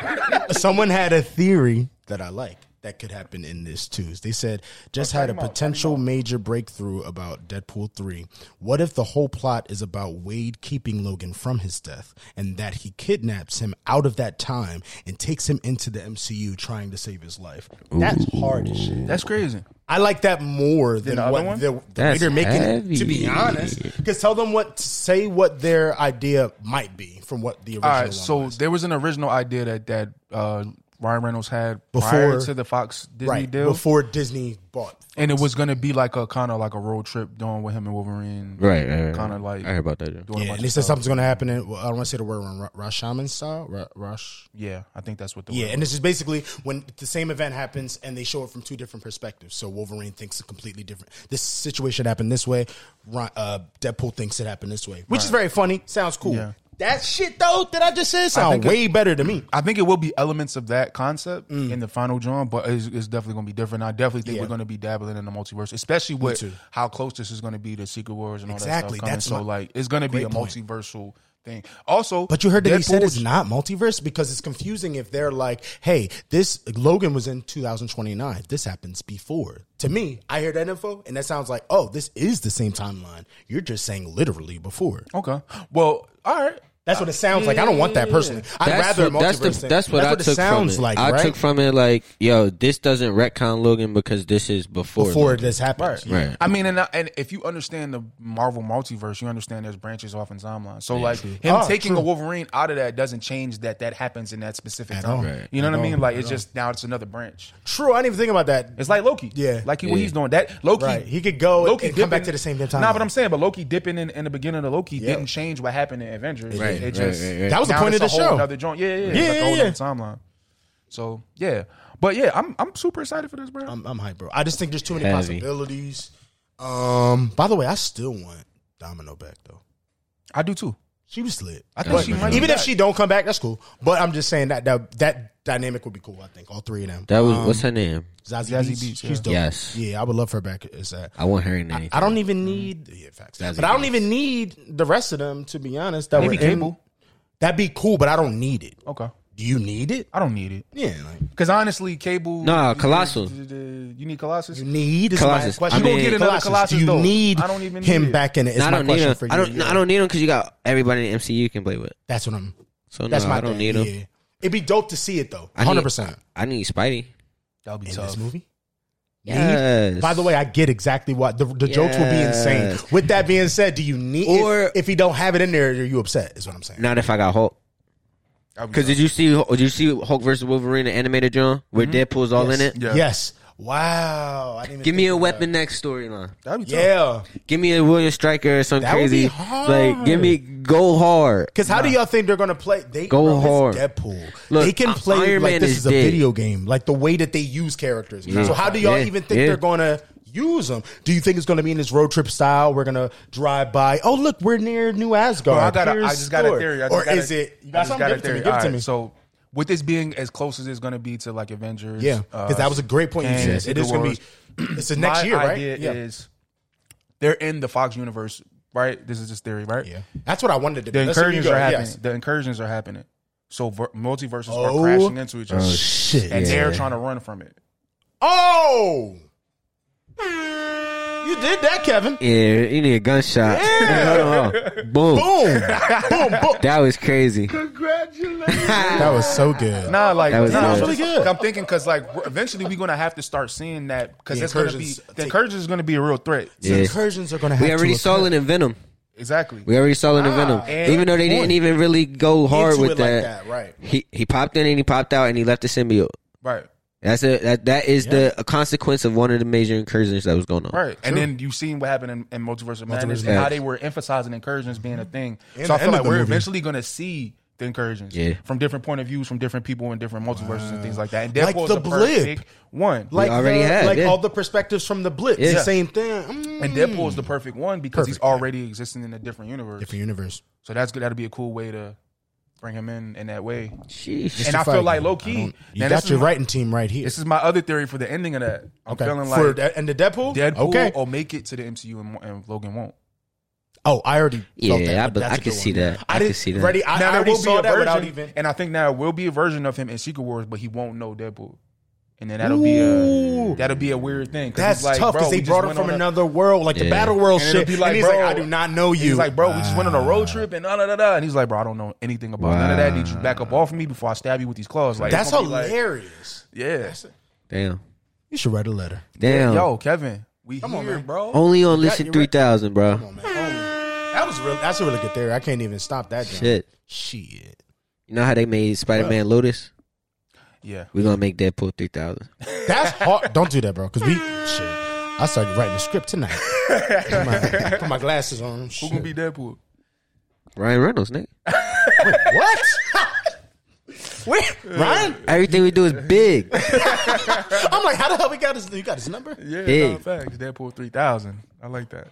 [SPEAKER 4] Someone had a theory that I like. that could happen in this too. They said just had a potential major breakthrough about Deadpool 3. What if the whole plot is about Wade keeping Logan from his death and that he kidnaps him out of that time and takes him into the MCU trying to save his life? That's hard as shit.
[SPEAKER 3] That's crazy.
[SPEAKER 4] I like that more than
[SPEAKER 3] the other
[SPEAKER 4] what
[SPEAKER 3] one?
[SPEAKER 4] the, the
[SPEAKER 5] That's
[SPEAKER 4] Vader making.
[SPEAKER 5] heavy.
[SPEAKER 4] To be honest, because tell them what say what their idea might be from what the original
[SPEAKER 3] All
[SPEAKER 4] one
[SPEAKER 3] right, so
[SPEAKER 4] was.
[SPEAKER 3] there was an original idea that that uh, Ryan Reynolds had prior
[SPEAKER 4] Before-
[SPEAKER 3] to the Fox Disney
[SPEAKER 4] right
[SPEAKER 3] deal,
[SPEAKER 4] before Disney bought.
[SPEAKER 3] and it was going to be like a kind of like a road trip doing with him and Wolverine,
[SPEAKER 5] Right, right, right.
[SPEAKER 3] Kinda like-
[SPEAKER 5] I heard about that. Yeah.
[SPEAKER 3] Doing a
[SPEAKER 4] Yeah,
[SPEAKER 3] bunch
[SPEAKER 4] and they
[SPEAKER 3] of
[SPEAKER 4] said
[SPEAKER 3] stuff.
[SPEAKER 4] something's gonna happen. In, well, I don't want to say the word Ra- Rashomon style. Ra- Rosh.
[SPEAKER 3] Yeah, I think that's what the
[SPEAKER 4] Yeah,
[SPEAKER 3] word
[SPEAKER 4] and this is basically when the same event happens and they show it from two different perspectives. So Wolverine thinks it completely different. This situation happened this way. Ron, uh, Deadpool thinks it happened this way, which is very funny. Sounds cool.
[SPEAKER 3] Yeah.
[SPEAKER 4] That shit though that I just said sound
[SPEAKER 3] think it-
[SPEAKER 4] way better to me.
[SPEAKER 3] I think it will be elements of that concept in the final drawing, but it's, it's definitely going to be different. I definitely think
[SPEAKER 4] Mm. Yeah.
[SPEAKER 3] we're going to be dabbling in the multiverse, especially with
[SPEAKER 4] too.
[SPEAKER 3] how close this is going to be to Secret Wars and all that
[SPEAKER 4] Exactly,
[SPEAKER 3] stuff. coming.
[SPEAKER 4] that's
[SPEAKER 3] so
[SPEAKER 4] my-
[SPEAKER 3] like it's going to be a
[SPEAKER 4] Great point.
[SPEAKER 3] multiversal thing. Also,
[SPEAKER 4] But you heard that he said
[SPEAKER 3] Deadpool-
[SPEAKER 4] it's not multiverse because it's confusing if they're like, hey, this Logan was in 2029. This happens before. To me, I hear that info and that sounds like, oh, this is the same timeline. You're just saying literally before.
[SPEAKER 3] okay. Well, all right.
[SPEAKER 4] That's what it sounds like. I don't want that personally. I'd
[SPEAKER 5] That's,
[SPEAKER 4] rather a
[SPEAKER 5] what- that's,
[SPEAKER 4] multiverse.
[SPEAKER 5] the,
[SPEAKER 4] thing.
[SPEAKER 5] that's what I
[SPEAKER 4] it
[SPEAKER 5] took
[SPEAKER 4] sounds
[SPEAKER 5] from it.
[SPEAKER 4] like.
[SPEAKER 5] I
[SPEAKER 4] right?
[SPEAKER 5] took from it like, yo, this doesn't retcon Logan because this is before.
[SPEAKER 4] before
[SPEAKER 5] Logan.
[SPEAKER 4] this happens.
[SPEAKER 3] Right.
[SPEAKER 5] Right.
[SPEAKER 3] I mean, and I- and if you understand the Marvel multiverse, you understand there's branches off in timeline. So like him
[SPEAKER 4] Ah,
[SPEAKER 3] taking a Wolverine out of that doesn't change that that happens in that specific
[SPEAKER 4] all.
[SPEAKER 3] time.
[SPEAKER 4] Right.
[SPEAKER 3] You know what I mean? Like it's just now it's another branch.
[SPEAKER 4] True. I didn't even think about that.
[SPEAKER 3] It's like Loki.
[SPEAKER 4] Yeah.
[SPEAKER 3] Like he, what he's doing. That Loki.
[SPEAKER 4] Right. He could go
[SPEAKER 3] Loki
[SPEAKER 4] and come back
[SPEAKER 3] dipping-
[SPEAKER 4] to the same
[SPEAKER 3] Nah,
[SPEAKER 4] time.
[SPEAKER 3] but I'm saying, but Loki dipping in, in the beginning of the Loki didn't change what happened in Avengers.
[SPEAKER 5] Right,
[SPEAKER 3] It
[SPEAKER 5] right,
[SPEAKER 3] just
[SPEAKER 5] right, right.
[SPEAKER 4] That was the
[SPEAKER 3] now
[SPEAKER 4] point
[SPEAKER 3] it's
[SPEAKER 4] of the
[SPEAKER 3] a whole
[SPEAKER 4] show.
[SPEAKER 3] Another joint. Yeah, yeah, yeah.
[SPEAKER 4] Yeah,
[SPEAKER 3] It's like a whole
[SPEAKER 4] yeah,
[SPEAKER 3] nother timeline. So yeah, but yeah, I'm I'm super excited for this, bro.
[SPEAKER 4] I'm, I'm hyped, bro. I just think there's too many
[SPEAKER 5] Heavy.
[SPEAKER 4] possibilities. Um. By the way, I still want Domino back though.
[SPEAKER 3] I do too.
[SPEAKER 4] She was lit.
[SPEAKER 3] I think she might be
[SPEAKER 4] even if
[SPEAKER 3] back.
[SPEAKER 4] she don't come back, that's cool. But I'm just saying that that, that dynamic would be cool. I think all three of them. Um,
[SPEAKER 5] That was what's her name?
[SPEAKER 4] Zazie,
[SPEAKER 3] Zazie
[SPEAKER 4] Beetz,
[SPEAKER 3] Beetz, yeah.
[SPEAKER 4] She's dope.
[SPEAKER 5] Yes.
[SPEAKER 4] Yeah, I would love her back as that.
[SPEAKER 5] I want her in anything.
[SPEAKER 4] I don't even need yeah, facts.
[SPEAKER 5] Zazie
[SPEAKER 4] but I don't
[SPEAKER 5] Beetz.
[SPEAKER 4] even need the rest of them to be honest. That
[SPEAKER 3] Maybe
[SPEAKER 4] were in-
[SPEAKER 3] Cable.
[SPEAKER 4] that'd be cool, but I don't need it.
[SPEAKER 3] Okay.
[SPEAKER 4] Do you need it?
[SPEAKER 3] I don't need it
[SPEAKER 4] Yeah, like
[SPEAKER 3] because honestly, Cable.
[SPEAKER 5] Nah, Colossal.
[SPEAKER 3] You need Colossus.
[SPEAKER 4] you need is my
[SPEAKER 5] Colossus.
[SPEAKER 4] question.
[SPEAKER 5] I You gonna mean- get
[SPEAKER 3] another Colossus,
[SPEAKER 4] Do you
[SPEAKER 3] though.
[SPEAKER 4] need
[SPEAKER 3] I don't even
[SPEAKER 4] him
[SPEAKER 3] need it.
[SPEAKER 4] back in it? It's
[SPEAKER 5] No, I
[SPEAKER 4] my
[SPEAKER 5] don't need
[SPEAKER 4] question
[SPEAKER 5] him.
[SPEAKER 4] for you.
[SPEAKER 5] I don't.
[SPEAKER 4] Yeah.
[SPEAKER 5] I don't need him because you got everybody in the MCU you can play with.
[SPEAKER 4] That's what I'm.
[SPEAKER 5] So
[SPEAKER 4] That's
[SPEAKER 5] no,
[SPEAKER 4] my
[SPEAKER 5] I don't
[SPEAKER 4] thing.
[SPEAKER 5] need him.
[SPEAKER 4] Yeah. It'd be dope to see it though.
[SPEAKER 5] I need-
[SPEAKER 4] 100 percent
[SPEAKER 5] I need Spidey.
[SPEAKER 3] That'll be
[SPEAKER 4] in
[SPEAKER 3] tough.
[SPEAKER 4] this movie.
[SPEAKER 5] Yes.
[SPEAKER 4] By the way, I get exactly what the, the jokes will be insane. With that being said, do you need or
[SPEAKER 5] Or-
[SPEAKER 4] if, if he don't have it in there, are you upset? Is what I'm saying.
[SPEAKER 5] Not if I got Hulk.
[SPEAKER 3] That'll be
[SPEAKER 5] Because
[SPEAKER 3] tough.
[SPEAKER 5] did you see? Did you see Hulk versus Wolverine, the animated John, where Deadpool's all in it?
[SPEAKER 3] Yeah.
[SPEAKER 4] Mm-hmm. Yes. Wow. I didn't even
[SPEAKER 5] Give me
[SPEAKER 4] think
[SPEAKER 5] a
[SPEAKER 4] about
[SPEAKER 5] weapon next storyline.
[SPEAKER 3] That'd be
[SPEAKER 4] that.
[SPEAKER 3] tough.
[SPEAKER 4] Yeah.
[SPEAKER 5] Give me a William Striker or something
[SPEAKER 4] That would
[SPEAKER 5] crazy.
[SPEAKER 4] be hard.
[SPEAKER 5] Like, give me go hard.
[SPEAKER 4] Because how do y'all think they're gonna play? They
[SPEAKER 5] Go
[SPEAKER 4] bro, it's
[SPEAKER 5] hard.
[SPEAKER 4] Deadpool.
[SPEAKER 5] Look,
[SPEAKER 4] they can
[SPEAKER 5] I-
[SPEAKER 4] play
[SPEAKER 5] Iron
[SPEAKER 4] like
[SPEAKER 5] Man
[SPEAKER 4] this
[SPEAKER 5] is
[SPEAKER 4] is, a
[SPEAKER 5] dead.
[SPEAKER 4] video game. Like the way that they use characters. So how do y'all
[SPEAKER 5] Yeah,
[SPEAKER 4] even think
[SPEAKER 5] yeah.
[SPEAKER 4] they're gonna use them? Do you think it's gonna be in this road trip style? We're gonna drive by. Oh look, we're near New
[SPEAKER 3] Bro,
[SPEAKER 4] Asgard.
[SPEAKER 3] Oh, I got. A,
[SPEAKER 4] Here's
[SPEAKER 3] I just got a
[SPEAKER 4] Thor."
[SPEAKER 3] theory. I just
[SPEAKER 4] Or
[SPEAKER 3] got a-
[SPEAKER 4] is it? You
[SPEAKER 3] I
[SPEAKER 4] got
[SPEAKER 3] just
[SPEAKER 4] something? Give it to me. Give it to
[SPEAKER 3] Alright,
[SPEAKER 4] me.
[SPEAKER 3] So with this being as close as it's going to be to like Avengers,
[SPEAKER 4] Yeah, because that was a great point you
[SPEAKER 3] Kang,
[SPEAKER 4] said. It
[SPEAKER 3] Secret
[SPEAKER 4] is going
[SPEAKER 3] Uh, Wars,
[SPEAKER 4] to be. *clears throat* It's the next
[SPEAKER 3] my
[SPEAKER 4] year, right?
[SPEAKER 3] idea
[SPEAKER 4] Yeah.
[SPEAKER 3] is they're in the Fox universe, right? This is just theory, right?
[SPEAKER 4] yeah, that's what I wanted to do.
[SPEAKER 3] The
[SPEAKER 4] Let's see where you
[SPEAKER 3] incursions
[SPEAKER 4] go.
[SPEAKER 3] are happening.
[SPEAKER 4] Yes.
[SPEAKER 3] The incursions are happening. So ver- multiverses
[SPEAKER 4] Oh,
[SPEAKER 3] are crashing into each other,
[SPEAKER 4] Shit.
[SPEAKER 3] and they're
[SPEAKER 5] yeah.
[SPEAKER 3] trying to run from it.
[SPEAKER 4] Oh, you did that, Kevin.
[SPEAKER 5] Yeah, you need a gunshot. *laughs*
[SPEAKER 4] Yeah.
[SPEAKER 3] *laughs*
[SPEAKER 5] Boom.
[SPEAKER 4] Boom, boom, boom.
[SPEAKER 5] That was crazy.
[SPEAKER 4] That was so good.
[SPEAKER 3] Nah, like
[SPEAKER 5] That was
[SPEAKER 3] nah,
[SPEAKER 5] good.
[SPEAKER 3] I'm
[SPEAKER 5] That was
[SPEAKER 4] really good.
[SPEAKER 3] I'm thinking because like we're- eventually we're gonna have to start seeing that because
[SPEAKER 4] The
[SPEAKER 3] it's gonna be
[SPEAKER 4] incursions
[SPEAKER 3] the
[SPEAKER 4] take-
[SPEAKER 3] incursions is gonna be a real threat.
[SPEAKER 4] The
[SPEAKER 5] Yeah.
[SPEAKER 4] incursions are going to have
[SPEAKER 5] We already
[SPEAKER 4] to
[SPEAKER 5] saw
[SPEAKER 4] occur.
[SPEAKER 5] it in Venom.
[SPEAKER 3] Exactly.
[SPEAKER 5] We already saw it in Venom.
[SPEAKER 3] and-
[SPEAKER 5] Even though they didn't even really go hard
[SPEAKER 4] Ah, Into
[SPEAKER 5] with
[SPEAKER 4] it like
[SPEAKER 5] that,
[SPEAKER 4] that, right.
[SPEAKER 5] He he popped in and he popped out and he left the symbiote.
[SPEAKER 3] Right.
[SPEAKER 5] That's it. That that is the a consequence of one of the major incursions that was going on.
[SPEAKER 3] Right. And then you've seen what happened in, in Multiverse of Madness and
[SPEAKER 5] Madness.
[SPEAKER 3] how they were emphasizing incursions being a thing.
[SPEAKER 4] And
[SPEAKER 3] so I
[SPEAKER 4] Mm-hmm. the
[SPEAKER 3] feel
[SPEAKER 4] end
[SPEAKER 3] like
[SPEAKER 4] of the
[SPEAKER 3] we're
[SPEAKER 4] movie.
[SPEAKER 3] eventually going to see the incursions
[SPEAKER 5] Yeah.
[SPEAKER 3] from different point of views, from different people in different multiverses and things like that. And
[SPEAKER 4] Like
[SPEAKER 3] Deadpool's
[SPEAKER 4] the
[SPEAKER 3] the
[SPEAKER 4] blip.
[SPEAKER 3] perfect one.
[SPEAKER 4] Like
[SPEAKER 5] already
[SPEAKER 4] the,
[SPEAKER 5] had,
[SPEAKER 4] like
[SPEAKER 5] yeah.
[SPEAKER 4] all the perspectives from the blip. It's
[SPEAKER 5] Yeah.
[SPEAKER 4] The same thing. Mm.
[SPEAKER 3] and Deadpool's the perfect one because he's already existing in a different universe.
[SPEAKER 4] Different universe.
[SPEAKER 3] So that's good. That'll be a cool way to bring him in in that way.
[SPEAKER 5] Sheesh.
[SPEAKER 3] and I
[SPEAKER 4] Feige,
[SPEAKER 3] feel like low
[SPEAKER 4] I
[SPEAKER 3] key.
[SPEAKER 4] don't- You
[SPEAKER 3] now
[SPEAKER 4] got
[SPEAKER 3] this
[SPEAKER 4] your
[SPEAKER 3] is my-
[SPEAKER 4] writing team right here.
[SPEAKER 3] This is my other theory for the ending of that. I'm
[SPEAKER 4] Okay.
[SPEAKER 3] feeling
[SPEAKER 4] For
[SPEAKER 3] like
[SPEAKER 4] that- and the Deadpool.
[SPEAKER 3] Deadpool
[SPEAKER 4] Okay.
[SPEAKER 3] will make it to the MCU and, and Logan won't.
[SPEAKER 4] Oh, I already. felt
[SPEAKER 5] Yeah,
[SPEAKER 4] that,
[SPEAKER 5] I
[SPEAKER 4] but
[SPEAKER 5] be-
[SPEAKER 4] that's
[SPEAKER 5] I
[SPEAKER 4] a
[SPEAKER 5] could
[SPEAKER 4] good
[SPEAKER 5] see
[SPEAKER 4] one.
[SPEAKER 5] that.
[SPEAKER 4] I,
[SPEAKER 5] I
[SPEAKER 4] didn't
[SPEAKER 5] could see that.
[SPEAKER 4] Ready, I,
[SPEAKER 3] now
[SPEAKER 4] I
[SPEAKER 3] there
[SPEAKER 4] already
[SPEAKER 3] will be
[SPEAKER 4] saw
[SPEAKER 3] a
[SPEAKER 4] that without
[SPEAKER 3] version,
[SPEAKER 4] even.
[SPEAKER 3] and I think now will be a version of him in Secret Wars, but he won't know Deadpool. and then that'll be a that'll be a weird thing. 'cause
[SPEAKER 4] That's
[SPEAKER 3] it's like,
[SPEAKER 4] tough
[SPEAKER 3] bro,
[SPEAKER 4] because
[SPEAKER 3] we
[SPEAKER 4] they
[SPEAKER 3] just
[SPEAKER 4] brought him
[SPEAKER 3] went
[SPEAKER 4] from
[SPEAKER 3] on a-
[SPEAKER 4] another world, like the
[SPEAKER 5] Yeah.
[SPEAKER 4] battle world
[SPEAKER 3] And it'll
[SPEAKER 4] shit.
[SPEAKER 3] be like,
[SPEAKER 4] and he's
[SPEAKER 3] bro,
[SPEAKER 4] like, I do not know you. Ah.
[SPEAKER 3] He's like, bro, we just went on a road trip and da da da. da. And he's like, bro, I don't know anything about none of that. Did you back up off of me before I stab you with these claws? Like
[SPEAKER 4] That's
[SPEAKER 3] it's gonna be like-
[SPEAKER 4] hilarious.
[SPEAKER 3] yeah,
[SPEAKER 5] Damn.
[SPEAKER 4] you should write a letter.
[SPEAKER 5] Damn.
[SPEAKER 3] yo, Kevin, we
[SPEAKER 4] Come
[SPEAKER 3] here,
[SPEAKER 4] on, man.
[SPEAKER 3] bro.
[SPEAKER 5] Only on
[SPEAKER 4] Yeah,
[SPEAKER 5] listen
[SPEAKER 4] you're
[SPEAKER 5] three
[SPEAKER 4] right.
[SPEAKER 5] thousand, bro.
[SPEAKER 4] Come on, man. That was real. That's a really good theory. I can't even stop that. John.
[SPEAKER 5] Shit.
[SPEAKER 4] Shit.
[SPEAKER 5] You know how they made Spider Man Lotus?
[SPEAKER 3] Yeah,
[SPEAKER 5] We're gonna make Deadpool three thousand.
[SPEAKER 4] That's hard. Don't do that, bro. Because we shit. I started writing the script tonight. put, my, put my glasses on.
[SPEAKER 3] who
[SPEAKER 4] Shit.
[SPEAKER 3] gonna be Deadpool?
[SPEAKER 5] Ryan Reynolds, nigga.
[SPEAKER 4] What? *laughs* Wait, Ryan?
[SPEAKER 5] Everything we do is
[SPEAKER 4] *laughs*
[SPEAKER 5] big.
[SPEAKER 4] I'm like, how the hell we got his? You got his number?
[SPEAKER 3] Yeah,
[SPEAKER 5] Big.
[SPEAKER 3] no, facts. Deadpool three thousand. I like that.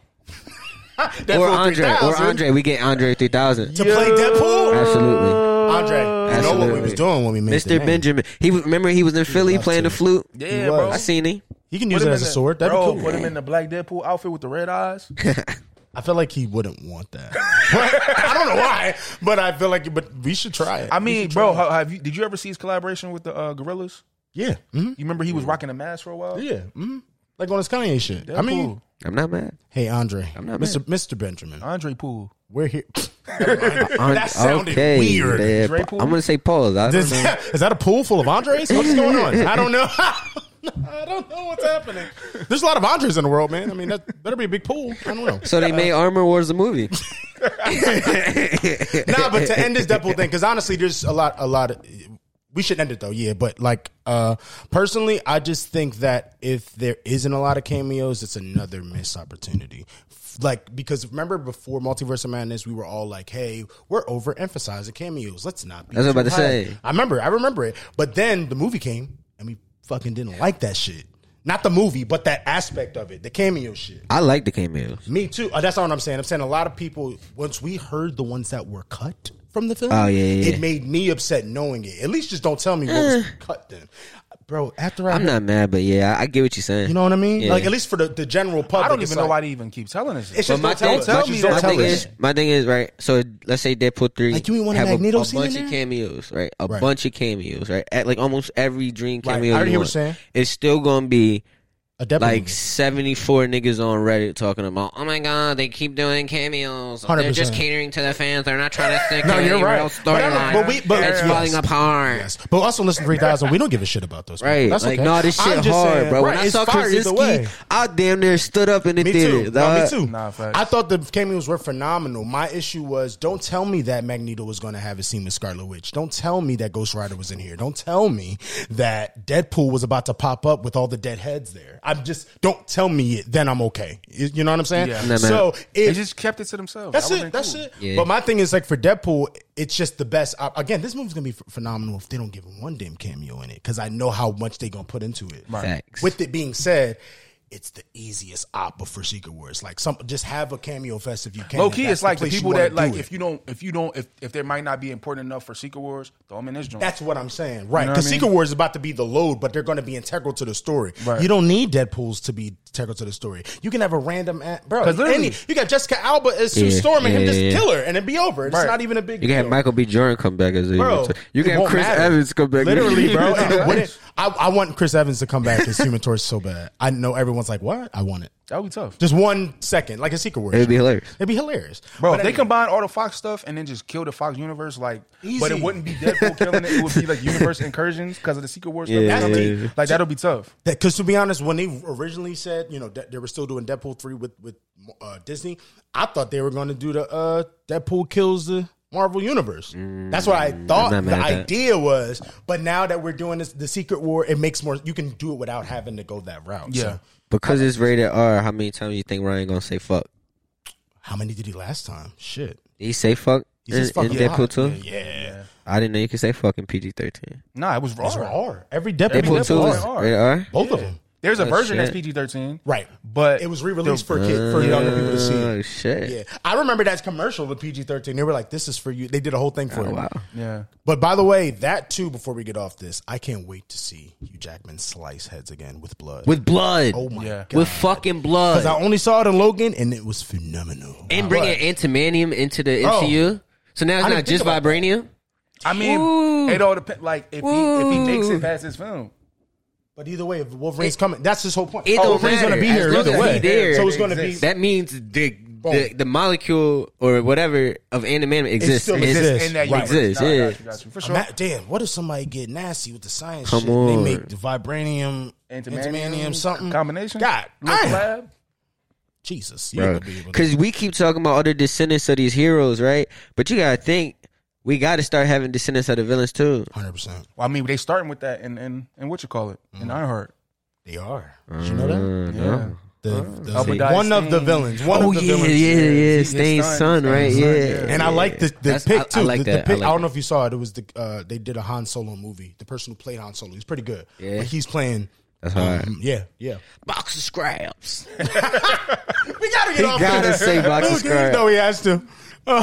[SPEAKER 5] or
[SPEAKER 4] Deadpool
[SPEAKER 5] Andre. Or
[SPEAKER 4] 3000.
[SPEAKER 5] Andre. We get Andre three thousand.
[SPEAKER 4] to play Deadpool.
[SPEAKER 5] Absolutely.
[SPEAKER 4] Andre, you know what we
[SPEAKER 5] Absolutely.
[SPEAKER 4] was doing when we made the
[SPEAKER 5] Mr.
[SPEAKER 4] name.
[SPEAKER 5] Benjamin. He was remember he was in Philly
[SPEAKER 4] loved
[SPEAKER 5] playing
[SPEAKER 4] to.
[SPEAKER 5] the flute.
[SPEAKER 3] Yeah,
[SPEAKER 4] was.
[SPEAKER 3] bro.
[SPEAKER 5] I seen him.
[SPEAKER 4] He can use it as a
[SPEAKER 3] in the-
[SPEAKER 4] sword. That'd
[SPEAKER 3] bro,
[SPEAKER 4] be cool.
[SPEAKER 3] Put him in the black Deadpool outfit with the red eyes.
[SPEAKER 4] I feel like he wouldn't want that. *laughs* I don't know why, but I feel like. But we should try it.
[SPEAKER 3] I mean, bro, how, have you? Did you ever see his collaboration with the uh, Gorillas?
[SPEAKER 4] yeah, hmm
[SPEAKER 3] You remember he was rocking a mask for a while.
[SPEAKER 4] yeah, hmm like on his Kanye shit. I mean,
[SPEAKER 3] Deadpool.
[SPEAKER 5] I'm not mad.
[SPEAKER 4] hey Andre,
[SPEAKER 5] not
[SPEAKER 4] Mr. Mr. Benjamin,
[SPEAKER 3] Andre Poole.
[SPEAKER 4] we're here. *laughs*
[SPEAKER 5] Andre-
[SPEAKER 4] *laughs* that sounded
[SPEAKER 5] okay,
[SPEAKER 4] weird.
[SPEAKER 5] man.
[SPEAKER 3] Dre Pool?
[SPEAKER 5] I'm gonna say pause. I don't
[SPEAKER 4] This-
[SPEAKER 5] know.
[SPEAKER 4] is *laughs* that a pool full of Andres? What's going on? I don't know. *laughs* I don't know what's happening. There's a lot of Andres in the world, man. I mean, that better be a big pool. I don't know.
[SPEAKER 5] So they made Armor Wars the movie.
[SPEAKER 4] nah, but to end this Deadpool thing, because honestly, there's a lot, a lot. Of, we should end it though, yeah. But like, uh personally, I just think that if there isn't a lot of cameos, it's another missed opportunity. F- Like, because remember before Multiverse of Madness, we were all like, "Hey, we're overemphasizing cameos. Let's not be."
[SPEAKER 5] That's what I was
[SPEAKER 4] too
[SPEAKER 5] about to
[SPEAKER 4] high."
[SPEAKER 5] say.
[SPEAKER 4] I remember, I remember it. But then the movie came, and we fucking didn't like that shit. Not the movie, but that aspect of it, the cameo shit.
[SPEAKER 5] I like the cameos.
[SPEAKER 4] Me too. Uh, that's not what I'm saying. I'm saying a lot of people, once we heard the ones that were cut from the film,
[SPEAKER 5] Oh, yeah, yeah,
[SPEAKER 4] it
[SPEAKER 5] yeah.
[SPEAKER 4] made me upset knowing it. At least just don't tell me what was cut then. Bro, after I,
[SPEAKER 5] I'm not mad, but yeah, I, I get what you're saying.
[SPEAKER 4] you know what I mean?
[SPEAKER 5] Yeah.
[SPEAKER 4] Like, at least for the, the general public.
[SPEAKER 3] I don't
[SPEAKER 4] it's
[SPEAKER 3] even
[SPEAKER 4] like,
[SPEAKER 3] know why they even keep telling us.
[SPEAKER 4] It's
[SPEAKER 3] This.
[SPEAKER 4] just
[SPEAKER 5] my
[SPEAKER 4] don't tell
[SPEAKER 5] thing-
[SPEAKER 4] us.
[SPEAKER 3] tell
[SPEAKER 4] Like,
[SPEAKER 3] me
[SPEAKER 4] just
[SPEAKER 3] that-
[SPEAKER 4] don't
[SPEAKER 5] my
[SPEAKER 4] tell
[SPEAKER 5] thing
[SPEAKER 4] us.
[SPEAKER 5] is, my thing is right. So let's say Deadpool three.
[SPEAKER 4] Like, you ain't want a
[SPEAKER 5] have
[SPEAKER 4] Magneto
[SPEAKER 5] a
[SPEAKER 4] scene in
[SPEAKER 5] bunch
[SPEAKER 4] there?
[SPEAKER 5] of cameos, right? A
[SPEAKER 4] Right.
[SPEAKER 5] bunch of cameos, right? At like almost every dream
[SPEAKER 4] Right. I
[SPEAKER 5] cameo.
[SPEAKER 4] already
[SPEAKER 5] you
[SPEAKER 4] hear what
[SPEAKER 5] want.
[SPEAKER 4] you're saying. Mm.
[SPEAKER 5] It's still gonna be
[SPEAKER 4] A Deadpool
[SPEAKER 5] like
[SPEAKER 4] movie.
[SPEAKER 5] 74 niggas on Reddit talking about, oh my god, they keep doing cameos. they are just
[SPEAKER 4] 100%.
[SPEAKER 5] catering to the fans. They're not trying
[SPEAKER 4] *laughs*
[SPEAKER 5] to stick
[SPEAKER 4] No,
[SPEAKER 5] to
[SPEAKER 4] you're
[SPEAKER 5] any
[SPEAKER 4] right.
[SPEAKER 5] real
[SPEAKER 4] But I don't-
[SPEAKER 5] storyline.
[SPEAKER 4] but we- but-
[SPEAKER 5] it's
[SPEAKER 4] yes.
[SPEAKER 5] falling apart.
[SPEAKER 4] Yes. But us on Listen 3000, we don't give a shit about those. people.
[SPEAKER 5] Right,
[SPEAKER 4] That's
[SPEAKER 5] like
[SPEAKER 4] okay.
[SPEAKER 5] no, this
[SPEAKER 4] I'm
[SPEAKER 5] shit
[SPEAKER 4] just
[SPEAKER 5] hard,
[SPEAKER 4] saying,
[SPEAKER 5] bro. When
[SPEAKER 4] right,
[SPEAKER 5] I
[SPEAKER 4] it's
[SPEAKER 5] saw
[SPEAKER 4] fire either way.
[SPEAKER 5] Krasinski, I damn near stood up in the
[SPEAKER 4] Me
[SPEAKER 5] theater.
[SPEAKER 4] too. No, me
[SPEAKER 5] dog.
[SPEAKER 4] too.
[SPEAKER 3] Nah, facts.
[SPEAKER 4] I thought the cameos were phenomenal. My issue was don't tell me that Magneto was going to have a scene with Scarlet Witch. Don't tell me that Ghost Rider was in here. Don't tell me that Deadpool was about to pop up with all the dead heads there. I'm just don't tell me it. Then I'm okay. You you know what I'm saying?
[SPEAKER 3] Yeah. No,
[SPEAKER 5] no.
[SPEAKER 4] So
[SPEAKER 3] They
[SPEAKER 4] if
[SPEAKER 3] just kept it to themselves.
[SPEAKER 4] that's
[SPEAKER 3] That would've
[SPEAKER 4] it. That's
[SPEAKER 3] been
[SPEAKER 4] it.
[SPEAKER 5] Yeah.
[SPEAKER 4] But my thing is like for Deadpool, it's just the best. Op- Again, this movie's gonna be ph- phenomenal if they don't give him one damn cameo in it because I know how much they gonna put into it.
[SPEAKER 5] Facts.
[SPEAKER 4] With it being said, it's the easiest opera for Secret Wars. Like some, just have a cameo fest if you can.
[SPEAKER 3] Low
[SPEAKER 4] If
[SPEAKER 3] key,
[SPEAKER 4] that's
[SPEAKER 3] it's like the
[SPEAKER 4] place you
[SPEAKER 3] people
[SPEAKER 4] wanna
[SPEAKER 3] that
[SPEAKER 4] do
[SPEAKER 3] like
[SPEAKER 4] it.
[SPEAKER 3] if you don't if you don't if if they might not be important enough for Secret Wars, throw them in this joint.
[SPEAKER 4] That's what I'm saying, right?
[SPEAKER 3] know what
[SPEAKER 4] Because
[SPEAKER 3] I mean?
[SPEAKER 4] Secret Wars is about to be the load, but they're going to be integral to the story.
[SPEAKER 3] Right.
[SPEAKER 4] You don't need Deadpool's to be integral to the story. You can have a random a- bro.
[SPEAKER 3] 'Cause literally-
[SPEAKER 4] Any, you got Jessica Alba as Sue
[SPEAKER 5] Yeah,
[SPEAKER 4] Storm and him
[SPEAKER 5] yeah,
[SPEAKER 4] just
[SPEAKER 5] yeah.
[SPEAKER 4] kill her, and it'd be over. It's
[SPEAKER 3] Right.
[SPEAKER 4] not even a big.
[SPEAKER 5] You can have
[SPEAKER 4] deal.
[SPEAKER 5] Michael B. Jordan come back as a
[SPEAKER 4] Bro,
[SPEAKER 5] You can
[SPEAKER 4] it
[SPEAKER 5] have
[SPEAKER 4] won't
[SPEAKER 5] Chris
[SPEAKER 4] matter.
[SPEAKER 5] Evans come back. *laughs*
[SPEAKER 4] Literally, bro. and it
[SPEAKER 5] Right.
[SPEAKER 4] wouldn't- I, I want Chris Evans to come back as Human Torch so bad. I know everyone's like, "What?" I want it.
[SPEAKER 3] that would be tough,
[SPEAKER 4] Just one second, like a secret word.
[SPEAKER 5] It'd be hilarious.
[SPEAKER 4] It'd be hilarious,
[SPEAKER 3] bro.
[SPEAKER 4] But
[SPEAKER 3] if they
[SPEAKER 4] anyway,
[SPEAKER 3] combine all the Fox stuff and then just kill the Fox universe, like, but
[SPEAKER 4] Easy.
[SPEAKER 3] it wouldn't be Deadpool killing it. It would be like universe incursions because of the Secret Wars.
[SPEAKER 5] Yeah.
[SPEAKER 3] stuff. That'll be-
[SPEAKER 5] Yeah.
[SPEAKER 3] like that'll be tough.
[SPEAKER 4] Because to be honest, when they originally said, you know, that they were still doing Deadpool three with with uh, Disney, I thought they were going to do the uh, Deadpool kills the Marvel Universe. That's what I thought
[SPEAKER 5] Mm, not
[SPEAKER 4] the
[SPEAKER 5] mad at that.
[SPEAKER 4] idea was. But now that we're doing this, the Secret War, it makes more. You can do it without having to go that route.
[SPEAKER 3] Yeah.
[SPEAKER 4] So,
[SPEAKER 5] Because it's rated R, how many times you think Ryan gonna say fuck?
[SPEAKER 4] how many did he last time? Shit,
[SPEAKER 5] Did he say fuck
[SPEAKER 4] he
[SPEAKER 5] in,
[SPEAKER 4] says fuck
[SPEAKER 5] in
[SPEAKER 4] a lot.
[SPEAKER 5] Deadpool 2?
[SPEAKER 4] Yeah,
[SPEAKER 5] I didn't know you could say fuck in PG 13.
[SPEAKER 3] Nah, it was
[SPEAKER 4] Those were
[SPEAKER 3] raw.
[SPEAKER 4] R. Every Deadpool,
[SPEAKER 5] Deadpool
[SPEAKER 3] Deadpool
[SPEAKER 5] 2
[SPEAKER 3] was
[SPEAKER 5] is
[SPEAKER 3] R.
[SPEAKER 5] rated R?
[SPEAKER 4] both of them.
[SPEAKER 3] There's a
[SPEAKER 5] Oh,
[SPEAKER 3] version that's
[SPEAKER 5] shit.
[SPEAKER 3] PG thirteen,
[SPEAKER 4] Right.
[SPEAKER 3] But
[SPEAKER 4] It was re-released
[SPEAKER 3] the-
[SPEAKER 4] for kid, for younger people to see.
[SPEAKER 5] Oh, shit.
[SPEAKER 4] Yeah, I remember that commercial with PG thirteen. They were like, "This is for you." They did a whole thing for
[SPEAKER 5] Oh,
[SPEAKER 4] it.
[SPEAKER 5] wow.
[SPEAKER 3] Yeah,
[SPEAKER 4] But by the way, that too. Before we get off this, I can't wait to see Hugh Jackman slice heads again with blood.
[SPEAKER 5] With blood.
[SPEAKER 4] oh my
[SPEAKER 3] Yeah.
[SPEAKER 4] god,
[SPEAKER 5] With fucking
[SPEAKER 4] because I
[SPEAKER 5] blood.
[SPEAKER 4] only saw it in Logan and it was phenomenal.
[SPEAKER 5] And bringing antimanium into the MCU. So now
[SPEAKER 4] I
[SPEAKER 5] it's
[SPEAKER 4] didn't
[SPEAKER 5] not just
[SPEAKER 4] think about
[SPEAKER 5] vibranium.
[SPEAKER 3] I mean,
[SPEAKER 5] Ooh.
[SPEAKER 3] it all depends. Like if he if he makes
[SPEAKER 5] Ooh.
[SPEAKER 3] it past his film,
[SPEAKER 4] But either way, if Wolverinene's coming, that's his whole point.
[SPEAKER 5] It
[SPEAKER 4] Oh,
[SPEAKER 5] don't
[SPEAKER 4] Wolverine's
[SPEAKER 5] matter.
[SPEAKER 4] gonna be
[SPEAKER 5] As
[SPEAKER 4] here
[SPEAKER 5] long
[SPEAKER 4] either
[SPEAKER 5] as
[SPEAKER 4] way.
[SPEAKER 5] he there,
[SPEAKER 4] so it's gonna be
[SPEAKER 5] exists. That means the, the the molecule or whatever of anime exists.
[SPEAKER 4] still
[SPEAKER 5] It's-
[SPEAKER 4] exists.
[SPEAKER 3] in that
[SPEAKER 4] Right.
[SPEAKER 3] universe.
[SPEAKER 5] Exists,
[SPEAKER 3] Nah, I
[SPEAKER 5] yeah.
[SPEAKER 3] got you, got you. For sure.
[SPEAKER 4] Ima- damn, what if somebody get nasty with the science
[SPEAKER 5] Come
[SPEAKER 4] shit? and
[SPEAKER 5] on.
[SPEAKER 4] They make the vibranium, antimanium, something
[SPEAKER 3] combination.
[SPEAKER 4] God,
[SPEAKER 3] Little
[SPEAKER 4] damn.
[SPEAKER 3] collab.
[SPEAKER 4] Jesus, you ain't gonna be able to.
[SPEAKER 5] Because we keep talking about other descendants of these heroes, right? But you gotta think we gotta start having descendants of the villains too.
[SPEAKER 4] Hundred percent,
[SPEAKER 3] Well, I mean, they starting with that and and and what you call it in
[SPEAKER 4] Mm.
[SPEAKER 3] Ironheart.
[SPEAKER 4] they are. Did you know that?
[SPEAKER 5] Uh,
[SPEAKER 3] Yeah.
[SPEAKER 4] The, the-
[SPEAKER 3] Obadiah
[SPEAKER 4] one of the
[SPEAKER 3] Stane.
[SPEAKER 4] villains. One
[SPEAKER 5] Oh
[SPEAKER 4] of the
[SPEAKER 5] yeah, yeah,
[SPEAKER 4] villains.
[SPEAKER 5] yeah,
[SPEAKER 3] his
[SPEAKER 5] Stain's
[SPEAKER 3] son,
[SPEAKER 5] son,
[SPEAKER 3] Stain's
[SPEAKER 5] right?
[SPEAKER 3] son,
[SPEAKER 5] yeah.
[SPEAKER 3] yeah.
[SPEAKER 4] And I like the, the
[SPEAKER 5] That's-
[SPEAKER 4] pick
[SPEAKER 5] I-
[SPEAKER 4] too.
[SPEAKER 5] I like
[SPEAKER 4] the, the
[SPEAKER 5] that. I
[SPEAKER 4] pick. I,
[SPEAKER 5] like
[SPEAKER 4] don't know
[SPEAKER 5] that.
[SPEAKER 4] if you saw it. It was the uh, they did a Han Solo movie. The person who played Han Solo, he's pretty good.
[SPEAKER 5] Yeah.
[SPEAKER 4] But he's playing.
[SPEAKER 5] That's hard.
[SPEAKER 4] Mm, Yeah, yeah.
[SPEAKER 5] Box
[SPEAKER 4] *laughs*
[SPEAKER 5] of scraps.
[SPEAKER 4] We gotta get
[SPEAKER 5] He
[SPEAKER 4] off.
[SPEAKER 5] gotta
[SPEAKER 4] of that. *laughs*
[SPEAKER 5] say box of
[SPEAKER 4] No,
[SPEAKER 5] scrap.
[SPEAKER 4] No, he has to. Um,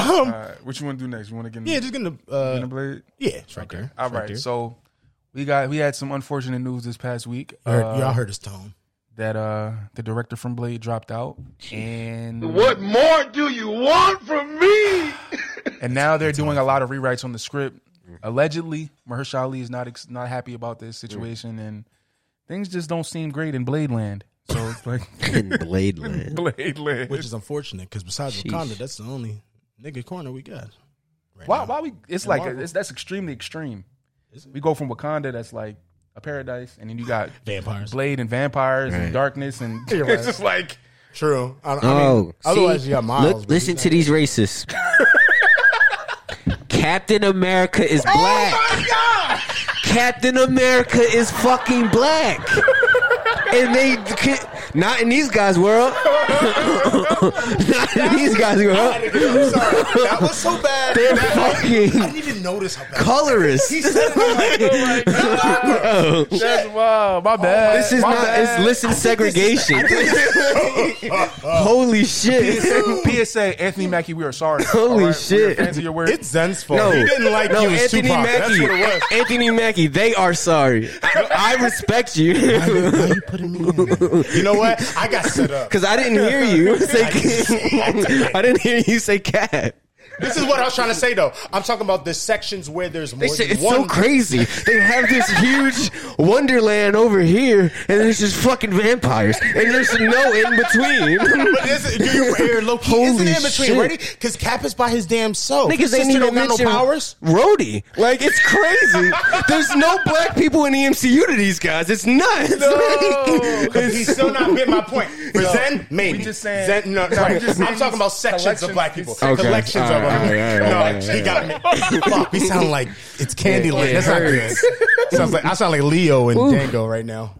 [SPEAKER 3] All right, what you want to do next? You want to get in,
[SPEAKER 4] yeah, just getting the
[SPEAKER 3] in the
[SPEAKER 4] uh,
[SPEAKER 3] blade?
[SPEAKER 4] yeah, it's right there.
[SPEAKER 3] All
[SPEAKER 4] It's right
[SPEAKER 3] right,
[SPEAKER 4] there.
[SPEAKER 3] so we got we had some unfortunate news this past week
[SPEAKER 4] You heard-
[SPEAKER 3] uh,
[SPEAKER 4] y'all heard his tone.
[SPEAKER 3] that uh the director from Blade dropped out,
[SPEAKER 1] *laughs*
[SPEAKER 3] and
[SPEAKER 1] What more do you want from me? *laughs*
[SPEAKER 3] and now they're doing a lot of rewrites on the script. Allegedly, Mahershala Ali is not ex- not happy about this situation, and things just don't seem great in Blade Land. So it's like
[SPEAKER 5] *laughs* In Bladeland.
[SPEAKER 3] Blade Land.
[SPEAKER 4] Which is unfortunate because besides
[SPEAKER 5] Sheesh.
[SPEAKER 4] Wakanda, that's the only nigga corner we got. Right
[SPEAKER 3] Why?
[SPEAKER 4] now.
[SPEAKER 3] Why we? It's
[SPEAKER 4] And
[SPEAKER 3] like
[SPEAKER 4] Marvel.
[SPEAKER 3] it's, that's extremely extreme. We go from Wakanda, that's like a paradise, and then you got
[SPEAKER 4] Vampires.
[SPEAKER 3] Blade and vampires
[SPEAKER 5] Right.
[SPEAKER 3] and darkness, and
[SPEAKER 4] You're
[SPEAKER 3] *laughs*
[SPEAKER 4] right.
[SPEAKER 3] it's just like
[SPEAKER 4] True. I, I mean,
[SPEAKER 5] Oh, see,
[SPEAKER 4] otherwise you got Miles.
[SPEAKER 5] look,
[SPEAKER 4] but
[SPEAKER 5] listen
[SPEAKER 4] he's *laughs*
[SPEAKER 5] to these racists. Captain America is
[SPEAKER 4] Oh
[SPEAKER 5] black. Captain America is fucking black. And they can- not in these
[SPEAKER 4] *laughs*
[SPEAKER 5] guys' world. not in these guys' *laughs*
[SPEAKER 4] not-
[SPEAKER 5] world.
[SPEAKER 4] I'm sorry. That was so bad.
[SPEAKER 5] They're
[SPEAKER 4] That- I
[SPEAKER 5] fucking
[SPEAKER 4] didn't even notice how bad.
[SPEAKER 5] colorist.
[SPEAKER 3] oh
[SPEAKER 5] Bro,
[SPEAKER 3] that's wow, Oh my bad.
[SPEAKER 5] *laughs* this is
[SPEAKER 3] my
[SPEAKER 5] not. It's
[SPEAKER 3] bad.
[SPEAKER 5] listen segregation. Holy shit.
[SPEAKER 3] PSA, Anthony Mackie, we are sorry.
[SPEAKER 5] *laughs* Holy
[SPEAKER 3] We are
[SPEAKER 5] shit.
[SPEAKER 3] fans of your work.
[SPEAKER 4] *laughs* It's Zen's fault.
[SPEAKER 5] No.
[SPEAKER 4] he didn't like
[SPEAKER 5] No,
[SPEAKER 4] you. It was
[SPEAKER 5] Anthony
[SPEAKER 4] Tupac. That's
[SPEAKER 5] Mackie.
[SPEAKER 4] what it was.
[SPEAKER 5] Anthony Mackie, they are sorry. I, I respect you. *laughs*
[SPEAKER 4] Why you putting me in there? You know what? I got set
[SPEAKER 5] *laughs*
[SPEAKER 4] up.
[SPEAKER 5] Because I didn't
[SPEAKER 4] *laughs*
[SPEAKER 5] hear you say *laughs* I didn't hear you say cat.
[SPEAKER 4] This is what I was trying to say, though. I'm talking about the sections where there's more
[SPEAKER 5] They say,
[SPEAKER 4] than
[SPEAKER 5] it's
[SPEAKER 4] one.
[SPEAKER 5] so crazy. They have this huge wonderland over here, and there's just fucking vampires, and there's no
[SPEAKER 4] *laughs*
[SPEAKER 5] in between.
[SPEAKER 4] But is it, do
[SPEAKER 5] *laughs*
[SPEAKER 4] you hear Loki?
[SPEAKER 5] Holy
[SPEAKER 4] isn't in between
[SPEAKER 5] shit.
[SPEAKER 4] ready? Because Cap is by his damn self.
[SPEAKER 5] Niggas ain't
[SPEAKER 4] Sister
[SPEAKER 5] even
[SPEAKER 4] don't got no
[SPEAKER 5] mention
[SPEAKER 4] powers.
[SPEAKER 5] Rhodey. Like it's crazy. There's no black people in the MCU to these guys. It's nuts. *laughs*
[SPEAKER 4] Because he's still not getting my *laughs* point. For Zen, maybe.
[SPEAKER 3] we just saying-
[SPEAKER 4] Zen, no,
[SPEAKER 3] no,
[SPEAKER 4] right.
[SPEAKER 3] we just saying
[SPEAKER 4] I'm talking about
[SPEAKER 3] these
[SPEAKER 4] sections of
[SPEAKER 3] collections-
[SPEAKER 4] black people.
[SPEAKER 3] these Okay.
[SPEAKER 4] Collections
[SPEAKER 5] All
[SPEAKER 4] of
[SPEAKER 5] right,
[SPEAKER 4] them.
[SPEAKER 5] all right, all
[SPEAKER 4] no,
[SPEAKER 5] right,
[SPEAKER 4] he got me. *laughs* Fuck, we sound like it's Candyland.
[SPEAKER 5] it
[SPEAKER 4] That's not good. Sounds like, I sound like Leo and Dango right now.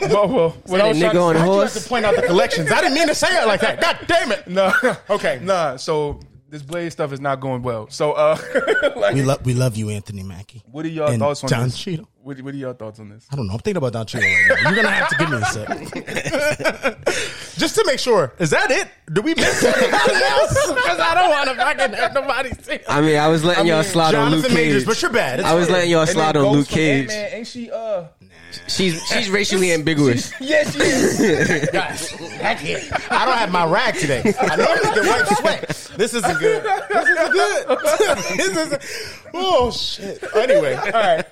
[SPEAKER 3] Well, well, what I was
[SPEAKER 5] nigga
[SPEAKER 3] trying to
[SPEAKER 5] on a
[SPEAKER 3] say-
[SPEAKER 4] I
[SPEAKER 5] horse.
[SPEAKER 4] just have to point out the collections. I didn't mean to say it like that. God damn it.
[SPEAKER 3] No,
[SPEAKER 5] *laughs*
[SPEAKER 4] Okay.
[SPEAKER 3] nah. So this blade stuff is not going well. So, uh, *laughs* like,
[SPEAKER 4] We love we love you, Anthony Mackie.
[SPEAKER 3] what are y'all
[SPEAKER 4] and
[SPEAKER 3] thoughts on
[SPEAKER 4] Don
[SPEAKER 3] this?
[SPEAKER 4] Cheadle.
[SPEAKER 3] What, what are y'all thoughts on this?
[SPEAKER 4] I don't know. I'm thinking about Don Cheadle right now. You're gonna have to give me a sec. *laughs* Just to make sure, is that it? Do we miss anything else? Because I don't want to fucking have nobody see.
[SPEAKER 5] I mean, I was letting y'all slide on Luke
[SPEAKER 4] Jonathan Majors,
[SPEAKER 5] Cage.
[SPEAKER 4] but you're bad. It's
[SPEAKER 5] I was
[SPEAKER 4] fine.
[SPEAKER 5] letting y'all
[SPEAKER 3] And then
[SPEAKER 5] slide on
[SPEAKER 3] Ghost
[SPEAKER 5] Luke
[SPEAKER 3] from
[SPEAKER 5] Cage.
[SPEAKER 3] Ant-Man, ain't she? Uh, *laughs*
[SPEAKER 5] She's she's racially ambiguous.
[SPEAKER 3] yes, she
[SPEAKER 5] *laughs*
[SPEAKER 3] is.
[SPEAKER 4] *laughs* Guys, heck yeah. I don't have my rag today. I normally get white sweat. This isn't good. This isn't good. *laughs* this isn't. Oh shit. Anyway, all
[SPEAKER 3] *laughs*
[SPEAKER 4] right.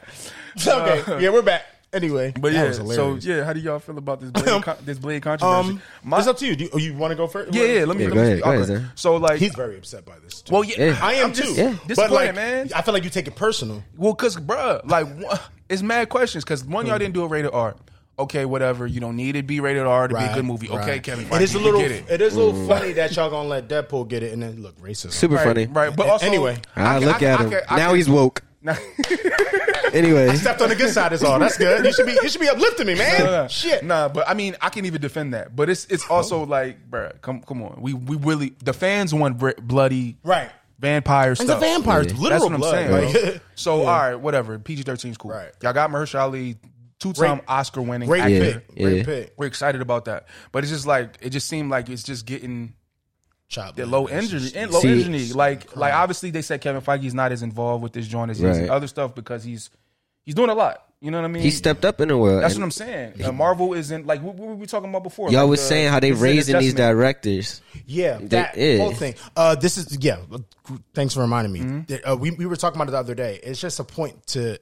[SPEAKER 4] Okay. yeah, we're back. Anyway,
[SPEAKER 3] Uh, But
[SPEAKER 4] That
[SPEAKER 3] yeah,
[SPEAKER 4] was
[SPEAKER 3] so
[SPEAKER 4] hilarious.
[SPEAKER 3] yeah, how do y'all feel about this
[SPEAKER 4] *laughs*
[SPEAKER 3] blade, con- this blade controversy?
[SPEAKER 4] um,
[SPEAKER 3] My-
[SPEAKER 4] it's up to you. Do you, you want to go first?
[SPEAKER 3] yeah, yeah. Let me.
[SPEAKER 5] Yeah,
[SPEAKER 3] let
[SPEAKER 5] go
[SPEAKER 3] me
[SPEAKER 5] ahead,
[SPEAKER 3] speak.
[SPEAKER 5] go ahead,
[SPEAKER 3] Okay.
[SPEAKER 5] Zan.
[SPEAKER 3] So like,
[SPEAKER 4] He's very upset by this. Too.
[SPEAKER 3] well, yeah,
[SPEAKER 5] Yeah.
[SPEAKER 4] I am
[SPEAKER 3] I'm
[SPEAKER 4] too.
[SPEAKER 3] just-
[SPEAKER 5] yeah.
[SPEAKER 4] But
[SPEAKER 3] Disappointed,
[SPEAKER 4] like,
[SPEAKER 3] man.
[SPEAKER 4] I feel like you take it personal.
[SPEAKER 3] Well, cause bruh, like one- it's mad questions. Cause one
[SPEAKER 4] Hmm.
[SPEAKER 3] y'all didn't do a rated R. Okay, whatever. You don't need it be rated R to be a good movie. Okay,
[SPEAKER 4] right.
[SPEAKER 3] Kevin.
[SPEAKER 4] It
[SPEAKER 3] Feige,
[SPEAKER 4] is a
[SPEAKER 3] you
[SPEAKER 4] little.
[SPEAKER 3] get it.
[SPEAKER 4] it is a little funny that y'all gonna let Deadpool get it and then look racist.
[SPEAKER 5] Super
[SPEAKER 3] right,
[SPEAKER 5] funny.
[SPEAKER 3] right? But
[SPEAKER 4] A-
[SPEAKER 3] also,
[SPEAKER 4] anyway.
[SPEAKER 5] I,
[SPEAKER 3] can-
[SPEAKER 5] look
[SPEAKER 3] can-
[SPEAKER 5] at
[SPEAKER 3] I
[SPEAKER 5] him.
[SPEAKER 3] can- I
[SPEAKER 5] now
[SPEAKER 3] can-
[SPEAKER 5] he's woke. Anyway,
[SPEAKER 4] Stepped on the good side is all. That's good. You should be. You should be uplifting me, man.
[SPEAKER 3] Nah, nah.
[SPEAKER 4] Shit. Oh.
[SPEAKER 3] Nah, but I mean, I can even defend that. But it's it's also like, bruh, come come on. We we really the fans want br- bloody
[SPEAKER 4] Right.
[SPEAKER 3] vampire
[SPEAKER 4] It's a
[SPEAKER 3] stuff.
[SPEAKER 4] vampire. It's
[SPEAKER 3] That's
[SPEAKER 4] literal
[SPEAKER 3] what I'm
[SPEAKER 4] blood.
[SPEAKER 3] saying.
[SPEAKER 4] like- *laughs*
[SPEAKER 3] bro. so all right, whatever. PG 13 is cool.
[SPEAKER 4] Right.
[SPEAKER 3] Y'all got Mahershala Ali, two time
[SPEAKER 4] Great-
[SPEAKER 3] Oscar winning
[SPEAKER 4] Great
[SPEAKER 3] actor.
[SPEAKER 4] pick. Great
[SPEAKER 5] yeah.
[SPEAKER 4] pick.
[SPEAKER 3] We're excited about that. But it's just like it just seemed like it's just getting
[SPEAKER 4] Chop.
[SPEAKER 3] the low energy, and low
[SPEAKER 5] See-
[SPEAKER 3] energy. Like, like obviously they said Kevin Feige's not as involved with this joint as he is
[SPEAKER 5] Right.
[SPEAKER 3] in other stuff because he's he's doing a lot. You know what I mean?
[SPEAKER 5] he stepped up in the world.
[SPEAKER 3] That's
[SPEAKER 5] and
[SPEAKER 3] what I'm saying. Uh, Marvel isn't like what, what were we talking about before?
[SPEAKER 5] Y'all
[SPEAKER 3] Like,
[SPEAKER 5] was
[SPEAKER 3] uh,
[SPEAKER 5] saying how they
[SPEAKER 3] it's an
[SPEAKER 5] raising these
[SPEAKER 3] adjustment.
[SPEAKER 5] directors.
[SPEAKER 4] Yeah, that
[SPEAKER 5] is.
[SPEAKER 4] whole thing. Uh, this is yeah.
[SPEAKER 3] Mm-hmm.
[SPEAKER 4] Thanks for reminding me. There- Uh, we we were talking about it the other day. It's just a point to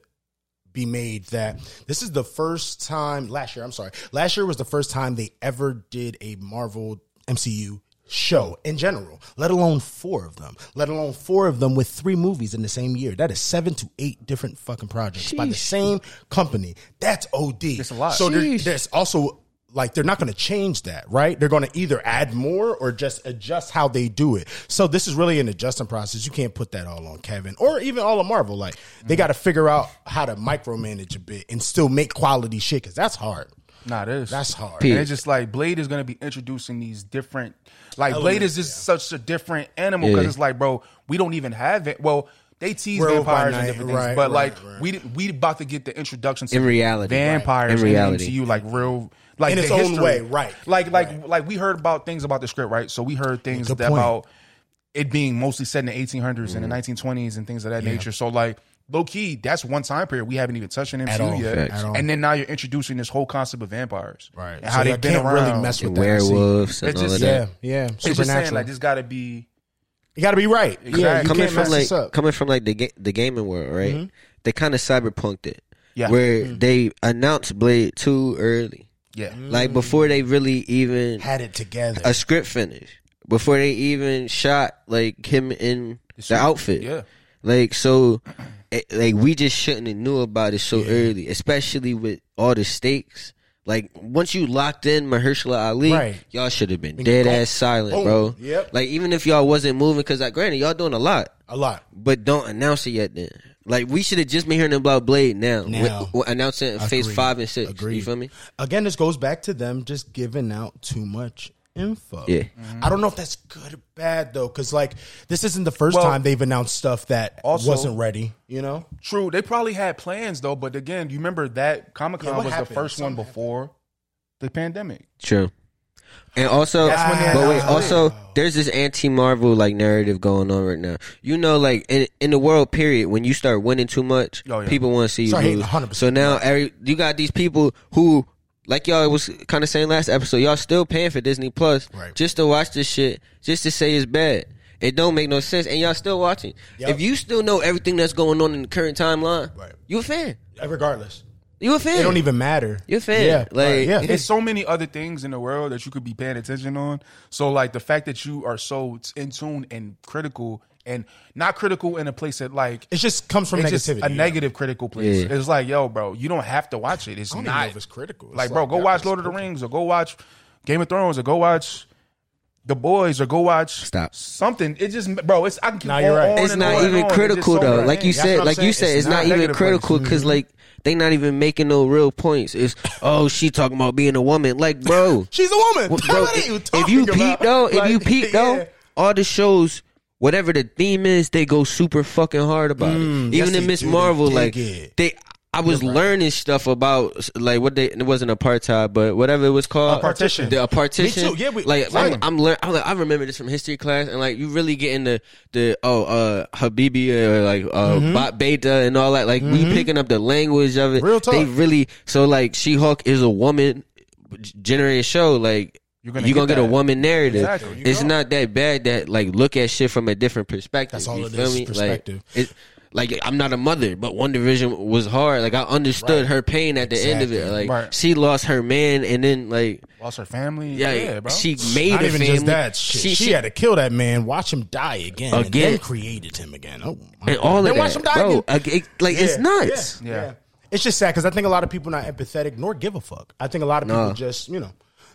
[SPEAKER 4] be made that this is the first time last year. I'm sorry, last year was the first time they ever did a Marvel MCU show in general, let alone four of them, let alone four of them with three movies in the same year. That is seven to eight different fucking projects by the same company. That's OD. That's
[SPEAKER 3] a lot.
[SPEAKER 4] So there, there's also like they're not going to change that, right? They're going to either add more or just adjust how they do it. So this is really an adjusting process. You can't put that all on Kevin or even all of Marvel. Like
[SPEAKER 5] Mm.
[SPEAKER 4] they got to figure out how to micromanage a bit and still make quality shit because that's hard.
[SPEAKER 3] Nah, it is.
[SPEAKER 4] That's hard.
[SPEAKER 3] And it's just like Blade is going to be introducing these different, like Blade is just such a different animal because
[SPEAKER 5] Yeah.
[SPEAKER 3] it's like, bro, we don't even have it. Well, they tease
[SPEAKER 4] Werewolf by
[SPEAKER 3] vampires and
[SPEAKER 4] Night,
[SPEAKER 3] different things,
[SPEAKER 4] right,
[SPEAKER 3] but
[SPEAKER 4] right,
[SPEAKER 3] like
[SPEAKER 4] right.
[SPEAKER 3] we we about to get the introduction to
[SPEAKER 5] In reality.
[SPEAKER 3] vampires
[SPEAKER 5] Right. In reality.
[SPEAKER 3] to you like real like
[SPEAKER 4] In
[SPEAKER 3] the
[SPEAKER 4] its own
[SPEAKER 3] history.
[SPEAKER 4] way, right.
[SPEAKER 3] Like like like we heard about things about the script, right? So we heard things
[SPEAKER 4] Good
[SPEAKER 3] that
[SPEAKER 4] point.
[SPEAKER 3] about it being mostly set in the 1800s
[SPEAKER 4] Mm-hmm.
[SPEAKER 3] and the 1920s and things of that nature. So like low key, that's one time period we haven't even touched in MCU
[SPEAKER 4] all.
[SPEAKER 3] yet.
[SPEAKER 4] Facts. At all.
[SPEAKER 3] And then now you're introducing this whole concept of vampires,
[SPEAKER 4] Right.
[SPEAKER 3] And how
[SPEAKER 4] So
[SPEAKER 3] they've
[SPEAKER 4] y'all
[SPEAKER 3] been
[SPEAKER 4] can't
[SPEAKER 3] around.
[SPEAKER 4] really mess with
[SPEAKER 5] And
[SPEAKER 4] that. I see.
[SPEAKER 5] werewolves and
[SPEAKER 3] It's
[SPEAKER 5] all
[SPEAKER 3] just-
[SPEAKER 5] of
[SPEAKER 4] Yeah,
[SPEAKER 5] that.
[SPEAKER 4] yeah.
[SPEAKER 3] It's just saying
[SPEAKER 4] Supernatural.
[SPEAKER 3] like this got to be.
[SPEAKER 4] you got to be right. Yeah, you
[SPEAKER 3] Exactly.
[SPEAKER 5] Coming
[SPEAKER 4] can't mess
[SPEAKER 5] from
[SPEAKER 4] this
[SPEAKER 5] like
[SPEAKER 4] up.
[SPEAKER 5] coming from like the ga- the gaming world, right? They kind of cyberpunked it.
[SPEAKER 3] Yeah.
[SPEAKER 5] Where they announced Blade too early.
[SPEAKER 3] Yeah,
[SPEAKER 5] Like before they really even
[SPEAKER 4] Had it together.
[SPEAKER 5] a script finish before they even shot like him in the outfit.
[SPEAKER 3] yeah.
[SPEAKER 5] Like so, *clears throat* it, like we just shouldn't have knew about it so early, especially with all the stakes. Like once you locked in Mahershala Ali,
[SPEAKER 4] Right.
[SPEAKER 5] y'all should have been dead ass silent, bro.
[SPEAKER 4] Yep.
[SPEAKER 5] Like even if y'all wasn't moving, because like granted y'all doing a lot,
[SPEAKER 4] a lot.
[SPEAKER 5] but don't announce it yet. Then like we should have just been hearing about Blade now.
[SPEAKER 4] Now.
[SPEAKER 5] With- with announcing it in phase
[SPEAKER 4] Agreed.
[SPEAKER 5] five and six.
[SPEAKER 4] Agreed.
[SPEAKER 5] You feel me?
[SPEAKER 4] Again, this goes back to them just giving out too much info. Mm-hmm.
[SPEAKER 5] Yeah.
[SPEAKER 4] I don't know if that's good or bad though, because like this isn't the first
[SPEAKER 3] Well,
[SPEAKER 4] time they've announced stuff that
[SPEAKER 3] also-
[SPEAKER 4] wasn't ready. You know,
[SPEAKER 3] True, they probably had plans though, but again, you remember that Comic Con
[SPEAKER 4] Yeah, what
[SPEAKER 3] was
[SPEAKER 4] happened?
[SPEAKER 3] the first one
[SPEAKER 4] Something
[SPEAKER 3] before the pandemic.
[SPEAKER 5] True. And also,
[SPEAKER 3] That's when they
[SPEAKER 5] but wait,
[SPEAKER 3] announced it.
[SPEAKER 5] also, there's this anti-Marvel like narrative going on right now. You know, like in in the world period, when you start winning too much,
[SPEAKER 3] Oh, yeah.
[SPEAKER 5] people want to see you
[SPEAKER 4] Start hating
[SPEAKER 5] lose.
[SPEAKER 4] 100%.
[SPEAKER 5] So now, every you got these people who, like y'all was kind of saying last episode, y'all still paying for Disney Plus
[SPEAKER 4] Right.
[SPEAKER 5] just to watch this shit, just to say it's bad. It don't make no sense, and y'all still watching.
[SPEAKER 4] Yep.
[SPEAKER 5] If you still know everything that's going on in the current timeline,
[SPEAKER 4] Right.
[SPEAKER 5] you a fan.
[SPEAKER 4] regardless,
[SPEAKER 5] You a fan.
[SPEAKER 4] it don't even matter.
[SPEAKER 5] You're fair.
[SPEAKER 4] Yeah,
[SPEAKER 5] Like-
[SPEAKER 4] right, yeah.
[SPEAKER 3] There's so many other things in the world that you could be paying attention on. So like the fact that you are so t- in tune and critical and not critical in a place that like
[SPEAKER 4] it just comes from
[SPEAKER 3] it's just
[SPEAKER 4] negativity.
[SPEAKER 3] a negative critical place.
[SPEAKER 5] Yeah.
[SPEAKER 3] It's like, yo, bro, you don't have to watch it. It's
[SPEAKER 4] don't even
[SPEAKER 3] not
[SPEAKER 4] know if it's critical. It's
[SPEAKER 3] like, bro,
[SPEAKER 4] like,
[SPEAKER 3] go
[SPEAKER 4] that
[SPEAKER 3] watch
[SPEAKER 4] was
[SPEAKER 3] Lord of the Rings or go watch Game of Thrones or go watch The Boys or go watch
[SPEAKER 5] Stop.
[SPEAKER 3] something. It just, bro, it's I can keep
[SPEAKER 4] Nah,
[SPEAKER 3] on,
[SPEAKER 4] you're right.
[SPEAKER 3] on
[SPEAKER 5] it's
[SPEAKER 3] and on
[SPEAKER 5] not
[SPEAKER 3] and
[SPEAKER 5] even
[SPEAKER 3] on. It's
[SPEAKER 5] critical
[SPEAKER 3] just so
[SPEAKER 5] though.
[SPEAKER 3] many
[SPEAKER 5] Like you
[SPEAKER 3] things.
[SPEAKER 4] what
[SPEAKER 5] said,
[SPEAKER 4] I'm
[SPEAKER 5] like
[SPEAKER 4] saying.
[SPEAKER 5] you said,
[SPEAKER 4] It's
[SPEAKER 5] it's,
[SPEAKER 4] not Mm-hmm.
[SPEAKER 5] not, even
[SPEAKER 3] negative
[SPEAKER 5] critical because like they not even making no real points. It's oh she talking about being a woman.
[SPEAKER 4] *laughs*
[SPEAKER 5] Like bro,
[SPEAKER 4] She's a woman.
[SPEAKER 5] what- bro,
[SPEAKER 4] What are you
[SPEAKER 5] if, if
[SPEAKER 4] talking
[SPEAKER 5] you
[SPEAKER 4] about?
[SPEAKER 5] peep though, if you
[SPEAKER 4] Like,
[SPEAKER 5] peep
[SPEAKER 4] *laughs* yeah.
[SPEAKER 5] though, all the shows. Whatever the theme is, they go super fucking hard about it.
[SPEAKER 4] Mm, yes,
[SPEAKER 5] Even in
[SPEAKER 4] they
[SPEAKER 5] Miss
[SPEAKER 4] do. They
[SPEAKER 5] Marvel,
[SPEAKER 4] dig
[SPEAKER 5] like
[SPEAKER 4] it.
[SPEAKER 5] they, I was learning stuff about like what they it wasn't apartheid, but whatever it was called,
[SPEAKER 3] A partition.
[SPEAKER 5] the a partition.
[SPEAKER 4] Me too. Yeah, we-
[SPEAKER 5] like
[SPEAKER 4] same.
[SPEAKER 5] I'm, I'm, learn, I'm like, I remember this from history class, and like you really get into the oh uh Habibi or like uh Bot Beta and all that. Like we picking up the language of it.
[SPEAKER 4] Real talk.
[SPEAKER 5] They really so like She Hulk is a woman generated show. Like
[SPEAKER 3] You're
[SPEAKER 5] you're
[SPEAKER 3] gonna
[SPEAKER 5] gonna,
[SPEAKER 3] get
[SPEAKER 5] get, a
[SPEAKER 3] that.
[SPEAKER 5] woman narrative.
[SPEAKER 3] Exactly.
[SPEAKER 5] It's not that bad that like look at shit from a different perspective.
[SPEAKER 4] That's all
[SPEAKER 5] you
[SPEAKER 4] it
[SPEAKER 5] feel
[SPEAKER 4] is,
[SPEAKER 5] me? Like,
[SPEAKER 4] perspective.
[SPEAKER 5] it, like I'm not a mother, but One Division was hard. Like I understood her pain at the end of it.
[SPEAKER 4] Exactly.
[SPEAKER 5] Like
[SPEAKER 3] Right.
[SPEAKER 5] she lost her man, and then like
[SPEAKER 3] Lost her family.
[SPEAKER 5] yeah,
[SPEAKER 3] Yeah, bro.
[SPEAKER 5] she made
[SPEAKER 4] Not
[SPEAKER 5] a
[SPEAKER 4] even
[SPEAKER 5] family.
[SPEAKER 4] just that shit. She,
[SPEAKER 5] She, she-
[SPEAKER 4] had to kill that man, watch him die again, and
[SPEAKER 5] Again.
[SPEAKER 4] then created him again. Oh, my
[SPEAKER 5] and all
[SPEAKER 4] God.
[SPEAKER 5] of
[SPEAKER 4] Then
[SPEAKER 5] that,
[SPEAKER 4] watch him die
[SPEAKER 5] bro.
[SPEAKER 4] again.
[SPEAKER 5] Like, it- like it's
[SPEAKER 4] Yeah,
[SPEAKER 5] nuts.
[SPEAKER 4] Yeah.
[SPEAKER 3] Yeah.
[SPEAKER 4] yeah. It's just sad because I think a lot of people not empathetic nor give a fuck. I think a lot of people just, you know,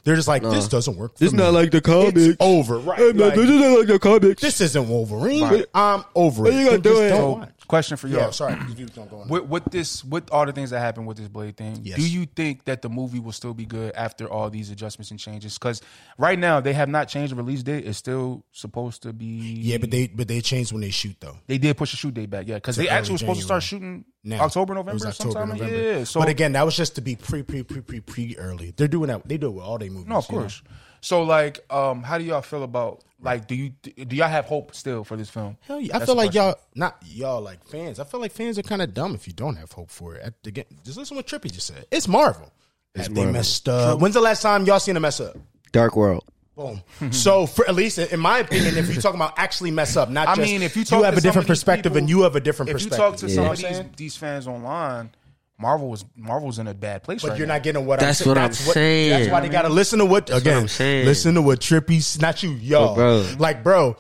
[SPEAKER 4] they're just like, this doesn't work. For me.
[SPEAKER 5] like the
[SPEAKER 4] it's over, right? Like,
[SPEAKER 5] not like the comics.
[SPEAKER 4] this isn't Wolverine. I'm over it.
[SPEAKER 5] you gonna
[SPEAKER 4] Then just
[SPEAKER 5] do it?
[SPEAKER 4] don't
[SPEAKER 3] So,
[SPEAKER 4] watch.
[SPEAKER 3] question for y'all.
[SPEAKER 4] Yeah, sorry. You don't go on.
[SPEAKER 3] With, with this, with all the things that happened with this Blade thing,
[SPEAKER 4] Yes.
[SPEAKER 3] do you think that the movie will still be good after all these adjustments and changes? Because right now they have not changed the release date. It's still supposed to be.
[SPEAKER 4] Yeah, but they but they change when they shoot though.
[SPEAKER 3] they did push the shoot date back. Yeah, because they
[SPEAKER 4] early
[SPEAKER 3] actually were supposed to start shooting
[SPEAKER 4] Now.
[SPEAKER 3] October, November,
[SPEAKER 4] It was October,
[SPEAKER 3] sometime.
[SPEAKER 4] November.
[SPEAKER 3] Yeah, so
[SPEAKER 4] but again, that was just to be pre pre pre pre pre early. They're doing that. They do it with all their movies.
[SPEAKER 3] no, of
[SPEAKER 4] you know?
[SPEAKER 3] course. So like, um, how do y'all feel about like? Do you do y'all have hope still for this film?
[SPEAKER 4] Hell yeah. I feel like y'all not y'all like fans. I feel like fans are kind of dumb if you don't have hope for it. At the game, just listen what Trippy just said. It's Marvel. Have they messed up? When's the last time y'all seen a mess up?
[SPEAKER 5] Dark World.
[SPEAKER 4] *laughs* Boom. so for at least in my opinion, if you're talking about actually mess up, not
[SPEAKER 3] I
[SPEAKER 4] just
[SPEAKER 3] mean, if you talk
[SPEAKER 4] have
[SPEAKER 3] to some
[SPEAKER 4] a
[SPEAKER 3] of these
[SPEAKER 4] different perspective
[SPEAKER 3] people-
[SPEAKER 4] and you have a different
[SPEAKER 3] If you
[SPEAKER 4] perspective.
[SPEAKER 3] talk to
[SPEAKER 4] know
[SPEAKER 3] some
[SPEAKER 4] what
[SPEAKER 3] of
[SPEAKER 4] I'm
[SPEAKER 3] these
[SPEAKER 4] saying?
[SPEAKER 3] these fans online, Marvel was Marvel's in a bad place.
[SPEAKER 4] But
[SPEAKER 3] right
[SPEAKER 4] you're
[SPEAKER 3] now.
[SPEAKER 4] not getting what
[SPEAKER 5] That's
[SPEAKER 4] I'm saying.
[SPEAKER 5] what I'm saying.
[SPEAKER 4] That's why they gotta listen to what again.
[SPEAKER 5] I'm saying.
[SPEAKER 4] Listen to what Trippy, not you, y'all.
[SPEAKER 5] But bro.
[SPEAKER 4] Like, bro,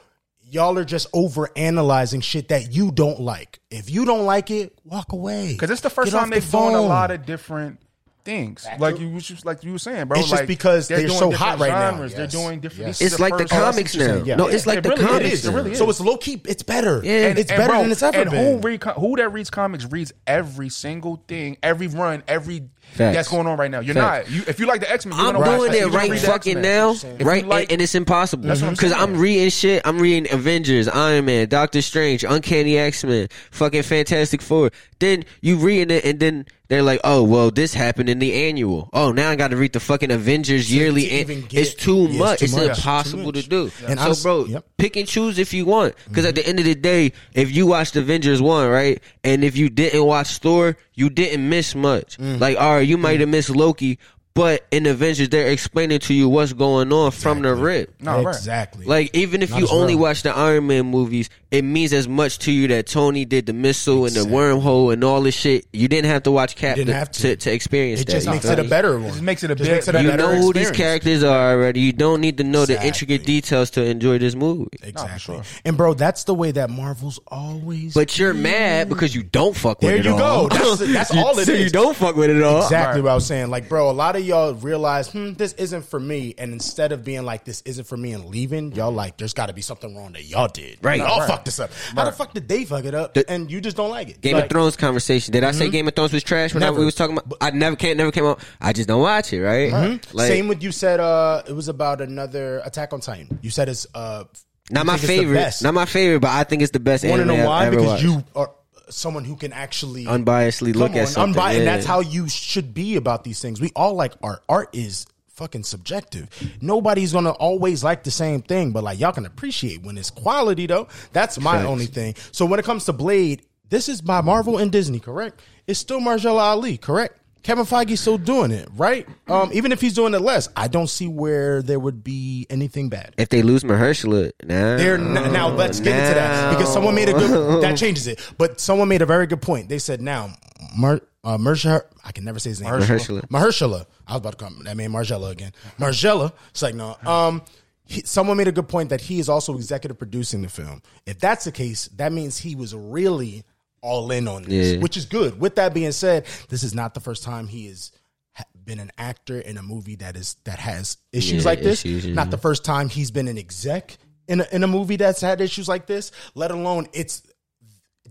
[SPEAKER 4] y'all are just over analyzing shit that you don't like. If you don't like it, walk away.
[SPEAKER 3] Because it's the first
[SPEAKER 4] Get off
[SPEAKER 3] time
[SPEAKER 4] the
[SPEAKER 3] they've done a
[SPEAKER 4] phone.
[SPEAKER 3] lot of different things. like you, was just- like you were saying, bro.
[SPEAKER 4] It's just
[SPEAKER 3] like,
[SPEAKER 4] because they're
[SPEAKER 3] doing
[SPEAKER 4] so hot
[SPEAKER 3] different
[SPEAKER 4] right now.
[SPEAKER 3] genres,
[SPEAKER 4] Yes.
[SPEAKER 3] They're doing different.
[SPEAKER 4] Yes.
[SPEAKER 3] this is
[SPEAKER 5] It's like the
[SPEAKER 3] first-
[SPEAKER 5] comics
[SPEAKER 4] you're
[SPEAKER 5] now.
[SPEAKER 4] saying. Yeah.
[SPEAKER 5] No, it's like
[SPEAKER 3] It
[SPEAKER 5] the
[SPEAKER 3] really
[SPEAKER 5] comics.
[SPEAKER 3] is. It
[SPEAKER 5] now.
[SPEAKER 3] really is.
[SPEAKER 4] So it's low key. It's better.
[SPEAKER 5] Yeah.
[SPEAKER 4] And it's
[SPEAKER 3] and
[SPEAKER 4] better
[SPEAKER 3] bro,
[SPEAKER 4] than it's ever
[SPEAKER 3] and
[SPEAKER 4] been.
[SPEAKER 3] Who, read, co- who that reads comics reads every single thing, every run, every
[SPEAKER 5] Facts.
[SPEAKER 3] that's going on right now. You're
[SPEAKER 5] Facts.
[SPEAKER 3] not. You, if you like the X Men,
[SPEAKER 5] I'm doing it right fucking now,
[SPEAKER 3] you
[SPEAKER 5] right?
[SPEAKER 3] like-
[SPEAKER 5] and, and it's impossible
[SPEAKER 3] That's what I'm
[SPEAKER 5] because
[SPEAKER 3] saying.
[SPEAKER 5] I'm reading shit. I'm reading Avengers, Iron Man, Doctor Strange, Uncanny X Men, fucking Fantastic Four. Then you reading it, and then they're like, "Oh, well, this happened in the annual. Oh, now I got to read the fucking Avengers yearly.
[SPEAKER 4] to
[SPEAKER 5] an-
[SPEAKER 4] even get-
[SPEAKER 5] it's too
[SPEAKER 4] yeah, it's
[SPEAKER 5] much.
[SPEAKER 4] too
[SPEAKER 5] It's,
[SPEAKER 4] much. It's too
[SPEAKER 5] impossible
[SPEAKER 4] much.
[SPEAKER 5] to do.
[SPEAKER 4] And
[SPEAKER 5] so,
[SPEAKER 4] honest-
[SPEAKER 5] bro,
[SPEAKER 4] yep. Mm-hmm.
[SPEAKER 5] pick and choose if you want. Because at the end of the day, if you watched Avengers one, right, and if you didn't watch Thor, you didn't miss much.
[SPEAKER 4] Mm.
[SPEAKER 5] Like, all right, you might have missed Loki, but in Avengers, they're explaining to you what's going on from the rip.
[SPEAKER 3] No, right.
[SPEAKER 4] exactly.
[SPEAKER 5] Like, even if
[SPEAKER 4] Not
[SPEAKER 5] you
[SPEAKER 4] as
[SPEAKER 5] only
[SPEAKER 4] well.
[SPEAKER 5] watch the Iron Man movies, it means as much to you that Tony did the missile and the wormhole and all this shit. You didn't have to watch Cap
[SPEAKER 4] didn't
[SPEAKER 5] to,
[SPEAKER 4] have
[SPEAKER 5] to.
[SPEAKER 4] to.
[SPEAKER 5] To, experience
[SPEAKER 4] it
[SPEAKER 5] that.
[SPEAKER 4] just
[SPEAKER 5] You
[SPEAKER 4] makes
[SPEAKER 5] feel
[SPEAKER 4] it a
[SPEAKER 5] me?
[SPEAKER 4] better one.
[SPEAKER 3] just makes it a
[SPEAKER 4] Just
[SPEAKER 3] bit-
[SPEAKER 4] makes it a
[SPEAKER 3] You
[SPEAKER 5] You
[SPEAKER 4] better
[SPEAKER 5] know who these
[SPEAKER 4] experience.
[SPEAKER 5] characters are already. You don't need to know the intricate details to enjoy this movie.
[SPEAKER 4] Exactly. And bro, that's the way that Marvel's always.
[SPEAKER 5] But you're mad because you don't fuck
[SPEAKER 4] There
[SPEAKER 5] with it
[SPEAKER 4] you
[SPEAKER 5] all.
[SPEAKER 4] go.
[SPEAKER 5] *laughs*
[SPEAKER 4] That's- that's all it
[SPEAKER 5] so you
[SPEAKER 4] is.
[SPEAKER 5] don't fuck with it all.
[SPEAKER 4] exactly what I was saying. Like, bro, a lot of y'all realize hmm, this isn't for me, and instead of being like this isn't for me and leaving, y'all like there's got to be something wrong that y'all did.
[SPEAKER 5] Right.
[SPEAKER 4] Y'all all
[SPEAKER 5] Right.
[SPEAKER 4] fucked this up. How the fuck did they fuck it up?
[SPEAKER 5] The-
[SPEAKER 4] and you just don't like it.
[SPEAKER 5] Game
[SPEAKER 4] Like, mm-hmm.
[SPEAKER 5] of Thrones conversation. Did I say Game of Thrones was trash when I,
[SPEAKER 4] Never.
[SPEAKER 5] we was talking about? I never can't never came out. I just don't watch it. Right. Mm-hmm. Like,
[SPEAKER 4] Same with you said. Uh, it was about another Attack on Titan. You said it's uh,
[SPEAKER 5] Not
[SPEAKER 4] you think
[SPEAKER 5] my
[SPEAKER 4] it's the
[SPEAKER 5] favorite.
[SPEAKER 4] best.
[SPEAKER 5] Not my favorite, but I think it's the best.
[SPEAKER 4] Want to
[SPEAKER 5] anime
[SPEAKER 4] know
[SPEAKER 5] I've
[SPEAKER 4] why?
[SPEAKER 5] ever
[SPEAKER 4] Because
[SPEAKER 5] watched.
[SPEAKER 4] you are someone who can actually
[SPEAKER 5] unbiasedly look
[SPEAKER 4] Come on,
[SPEAKER 5] at something.
[SPEAKER 4] unbi- and
[SPEAKER 5] yeah.
[SPEAKER 4] that's how you should be about these things. We all like art. Art is fucking subjective. Nobody's gonna always like the same thing, but like y'all can appreciate when it's quality though. That's my only thing. So when it comes to Blade, this is by Marvel and Disney, correct? It's still Margella Ali, correct? Kevin Feige's still doing it, right? Um, even if he's doing it less, I don't see where there would be anything bad.
[SPEAKER 5] If they lose Mahershala, nah.
[SPEAKER 4] They're n- now let's get into that because someone made a good that changes it. But someone made a very good point. They said now Mar, uh, Marsha, I can never say his name.
[SPEAKER 5] Mahershala.
[SPEAKER 4] Mahershala. I was about to come that man Margella again. Margella. It's like no. Um, he, someone made a good point that he is also executive producing the film. If that's the case, that means he was really all in on this,
[SPEAKER 5] Yeah.
[SPEAKER 4] which is good. With that being said, this is not the first time he has ha- been an actor in a movie that is that has issues
[SPEAKER 5] Yeah,
[SPEAKER 4] like this.
[SPEAKER 5] issues, yeah.
[SPEAKER 4] Not the first time he's been an exec in a, in a movie that's had issues like this. Let alone it's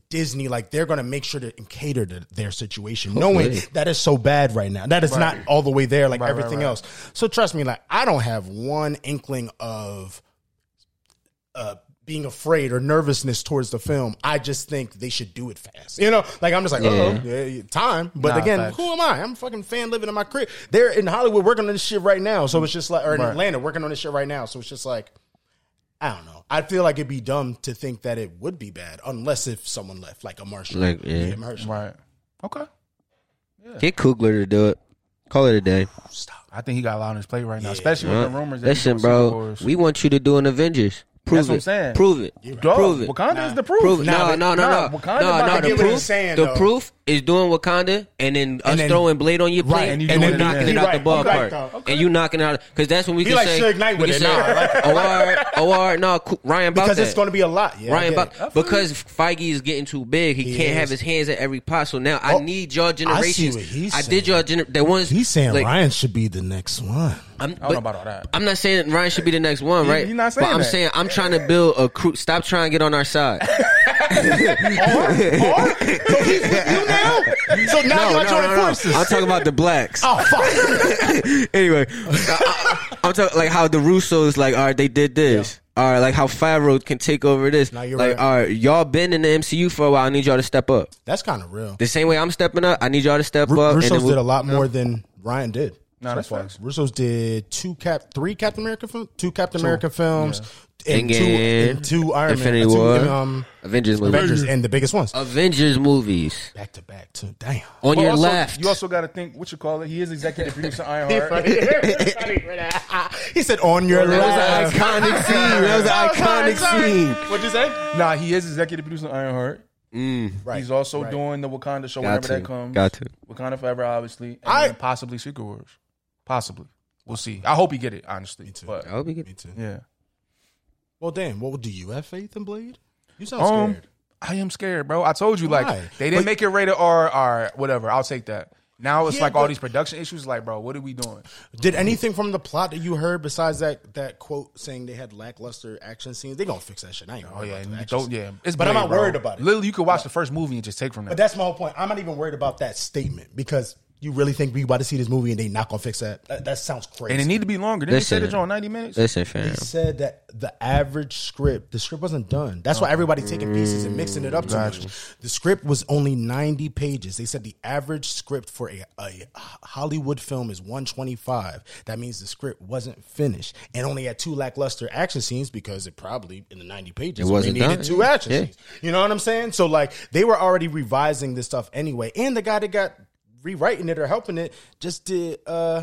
[SPEAKER 4] Disney. Like they're going to make sure to cater to their situation, knowing that is so bad right now. That is not all the way there, like
[SPEAKER 3] Right, right,
[SPEAKER 4] everything
[SPEAKER 3] right.
[SPEAKER 4] else. So trust me, like I don't have one inkling of uh, being afraid or nervousness towards the film. I just think they should do it fast. You know, like I'm just like, oh, yeah, time. But
[SPEAKER 3] Nah,
[SPEAKER 4] again,
[SPEAKER 3] facts.
[SPEAKER 4] who am I? I'm a fucking fan living in my crib. They're in Hollywood working on this shit right now. So it's just like, or in
[SPEAKER 3] Right.
[SPEAKER 4] Atlanta working on this shit right now. So it's just like, I don't know. I feel like it'd be dumb to think that it would be bad unless if someone left, like a Martian.
[SPEAKER 5] Like, yeah.
[SPEAKER 4] Martian.
[SPEAKER 3] Right. Okay.
[SPEAKER 5] Get Kugler to do it. Call it a day.
[SPEAKER 3] I think he got a lot on his plate right now, especially with the rumors. That he's
[SPEAKER 5] Listen,
[SPEAKER 3] on Star
[SPEAKER 5] bro,
[SPEAKER 3] Wars.
[SPEAKER 5] we want you to do an Avengers. Prove
[SPEAKER 3] what I'm
[SPEAKER 5] it.
[SPEAKER 3] saying.
[SPEAKER 5] Prove it.
[SPEAKER 3] Dog,
[SPEAKER 5] Prove it.
[SPEAKER 3] Wakanda is the proof.
[SPEAKER 5] Prove it.
[SPEAKER 4] Nah,
[SPEAKER 5] No,
[SPEAKER 4] but-
[SPEAKER 5] no, no,
[SPEAKER 3] nah,
[SPEAKER 5] no.
[SPEAKER 3] Wakanda
[SPEAKER 5] No,
[SPEAKER 3] about
[SPEAKER 5] no.
[SPEAKER 3] to
[SPEAKER 4] get
[SPEAKER 5] The
[SPEAKER 4] what he's
[SPEAKER 5] proof,
[SPEAKER 4] saying,
[SPEAKER 5] the
[SPEAKER 4] though.
[SPEAKER 5] proof is doing Wakanda and then us
[SPEAKER 4] And then-
[SPEAKER 5] throwing Blade on your plate
[SPEAKER 4] Right, and
[SPEAKER 5] and,
[SPEAKER 4] you
[SPEAKER 5] you
[SPEAKER 3] doing it
[SPEAKER 5] knocking
[SPEAKER 3] then.
[SPEAKER 5] it out the
[SPEAKER 4] He right, he
[SPEAKER 5] ballpark.
[SPEAKER 4] right, though.
[SPEAKER 5] And you knocking it out. Because that's when we
[SPEAKER 4] He
[SPEAKER 5] can
[SPEAKER 4] like
[SPEAKER 5] say.
[SPEAKER 4] Suge Knight
[SPEAKER 5] we
[SPEAKER 4] with it
[SPEAKER 5] can
[SPEAKER 4] now. I like
[SPEAKER 5] say, *laughs*
[SPEAKER 4] it.
[SPEAKER 5] Oh,
[SPEAKER 4] *laughs*
[SPEAKER 5] all right. Oh, all right. No, cool. Ryan about
[SPEAKER 4] Because
[SPEAKER 5] that.
[SPEAKER 4] it's going to be a lot. Yeah, I
[SPEAKER 5] Ryan
[SPEAKER 4] get
[SPEAKER 5] Buck
[SPEAKER 4] it.
[SPEAKER 5] because Feige is getting too big. He,
[SPEAKER 4] He
[SPEAKER 5] can't
[SPEAKER 4] is.
[SPEAKER 5] have his hands at every pot. So now I
[SPEAKER 4] Oh,
[SPEAKER 5] need y'all
[SPEAKER 4] I see
[SPEAKER 5] generations.
[SPEAKER 4] what he's
[SPEAKER 5] I did y'all gener- that one's
[SPEAKER 4] He's saying
[SPEAKER 5] like,
[SPEAKER 4] Ryan should be the next one.
[SPEAKER 5] I'm,
[SPEAKER 3] I don't know about all that.
[SPEAKER 5] am not saying that Ryan should be the next one, right?
[SPEAKER 3] he not saying
[SPEAKER 5] but I'm
[SPEAKER 3] that.
[SPEAKER 5] saying I'm trying to build a crew. Stop trying to get on
[SPEAKER 4] *laughs*
[SPEAKER 5] our side. *laughs*
[SPEAKER 4] so he's with you now? So now y'all joining forces. *laughs*
[SPEAKER 5] I'm talking about the blacks.
[SPEAKER 4] Oh fuck!
[SPEAKER 5] anyway, I, am talking like how the Russos like, all right, they did this. All right, like how Favreau can take over this.
[SPEAKER 4] Nah, you're
[SPEAKER 5] like,
[SPEAKER 4] right.
[SPEAKER 5] all right, y'all been in the MCU for a while. I need y'all to step up.
[SPEAKER 4] That's kind of real.
[SPEAKER 5] The same way I'm stepping up, I need y'all to step
[SPEAKER 4] Ru-
[SPEAKER 5] up.
[SPEAKER 4] Russo's
[SPEAKER 5] then we'll-
[SPEAKER 4] did a lot more than Ryan did.
[SPEAKER 3] No,
[SPEAKER 4] so
[SPEAKER 3] that's
[SPEAKER 4] far.
[SPEAKER 3] facts.
[SPEAKER 4] Russo's did two cap, three Captain America films, two Captain America films, and, two,
[SPEAKER 5] Endgame,
[SPEAKER 4] and two Iron
[SPEAKER 5] Infinity
[SPEAKER 4] Man, two,
[SPEAKER 5] War,
[SPEAKER 4] um,
[SPEAKER 5] Avengers movies.
[SPEAKER 4] Avengers, and the biggest ones
[SPEAKER 5] Avengers movies
[SPEAKER 4] back to back too. Damn.
[SPEAKER 5] on
[SPEAKER 3] But
[SPEAKER 5] your
[SPEAKER 3] also,
[SPEAKER 5] left.
[SPEAKER 3] You also got to think what you call it. He is
[SPEAKER 5] *laughs*
[SPEAKER 3] executive producer
[SPEAKER 4] he
[SPEAKER 3] Ironheart.
[SPEAKER 4] *laughs* said, "On your
[SPEAKER 5] that was
[SPEAKER 4] left." *laughs*
[SPEAKER 5] an iconic scene. That was an
[SPEAKER 4] Oh, sorry,
[SPEAKER 5] iconic
[SPEAKER 4] sorry.
[SPEAKER 5] scene.
[SPEAKER 4] What'd you say?
[SPEAKER 3] Nah, he is executive producer Ironheart.
[SPEAKER 5] Mm.
[SPEAKER 4] Right.
[SPEAKER 3] He's also
[SPEAKER 4] right.
[SPEAKER 3] doing the Wakanda show
[SPEAKER 5] Got
[SPEAKER 3] whenever
[SPEAKER 5] to.
[SPEAKER 3] that comes.
[SPEAKER 5] Got to.
[SPEAKER 3] Wakanda Forever, obviously. And
[SPEAKER 4] I-
[SPEAKER 3] then possibly Secret Wars. Possibly. We'll see. I hope he get it, honestly.
[SPEAKER 4] Me too.
[SPEAKER 3] But
[SPEAKER 5] I hope he get
[SPEAKER 4] Me too.
[SPEAKER 3] yeah.
[SPEAKER 4] Well, damn. Well, do you have faith in Blade? You sound
[SPEAKER 3] Um,
[SPEAKER 4] scared.
[SPEAKER 3] I am scared, bro. I told you,
[SPEAKER 4] Why?
[SPEAKER 3] like they didn't
[SPEAKER 4] But-
[SPEAKER 3] make it rated R or whatever. I'll take that. Now it's
[SPEAKER 4] Yeah,
[SPEAKER 3] like all
[SPEAKER 4] but-
[SPEAKER 3] these production issues. Like, bro, what are we doing?
[SPEAKER 4] Did anything from the plot that you heard besides that that quote saying they had lackluster action scenes? They gonna fix that shit. I ain't.
[SPEAKER 3] Oh
[SPEAKER 4] worried
[SPEAKER 3] yeah,
[SPEAKER 4] about the
[SPEAKER 3] you
[SPEAKER 4] action
[SPEAKER 3] don't-
[SPEAKER 4] scenes.
[SPEAKER 3] yeah. It's
[SPEAKER 4] But I'm
[SPEAKER 3] Blade,
[SPEAKER 4] not
[SPEAKER 3] bro.
[SPEAKER 4] worried about it.
[SPEAKER 3] Literally, you could watch the first movie and just take from that.
[SPEAKER 4] But that's my whole point. I'm not even worried about that statement because you really think we about to see this movie and they not gonna fix that? That, that sounds crazy.
[SPEAKER 3] and it need to be longer. Didn't
[SPEAKER 5] Listen.
[SPEAKER 3] they say that on ninety minutes?
[SPEAKER 5] Listen, fam.
[SPEAKER 4] He said that the average script, the script wasn't done. That's why everybody taking pieces and mixing it up too
[SPEAKER 5] Mm,
[SPEAKER 4] much. The script was only 90 pages. They said the average script for a, a Hollywood film is 125. That means the script wasn't finished and only had two lackluster action scenes because it probably in the 90 pages
[SPEAKER 5] It wasn't
[SPEAKER 4] they needed
[SPEAKER 5] done.
[SPEAKER 4] two action
[SPEAKER 5] Yeah.
[SPEAKER 4] scenes. You know what I'm saying? So like they were already revising this stuff anyway. And the guy that got rewriting it or helping it just did uh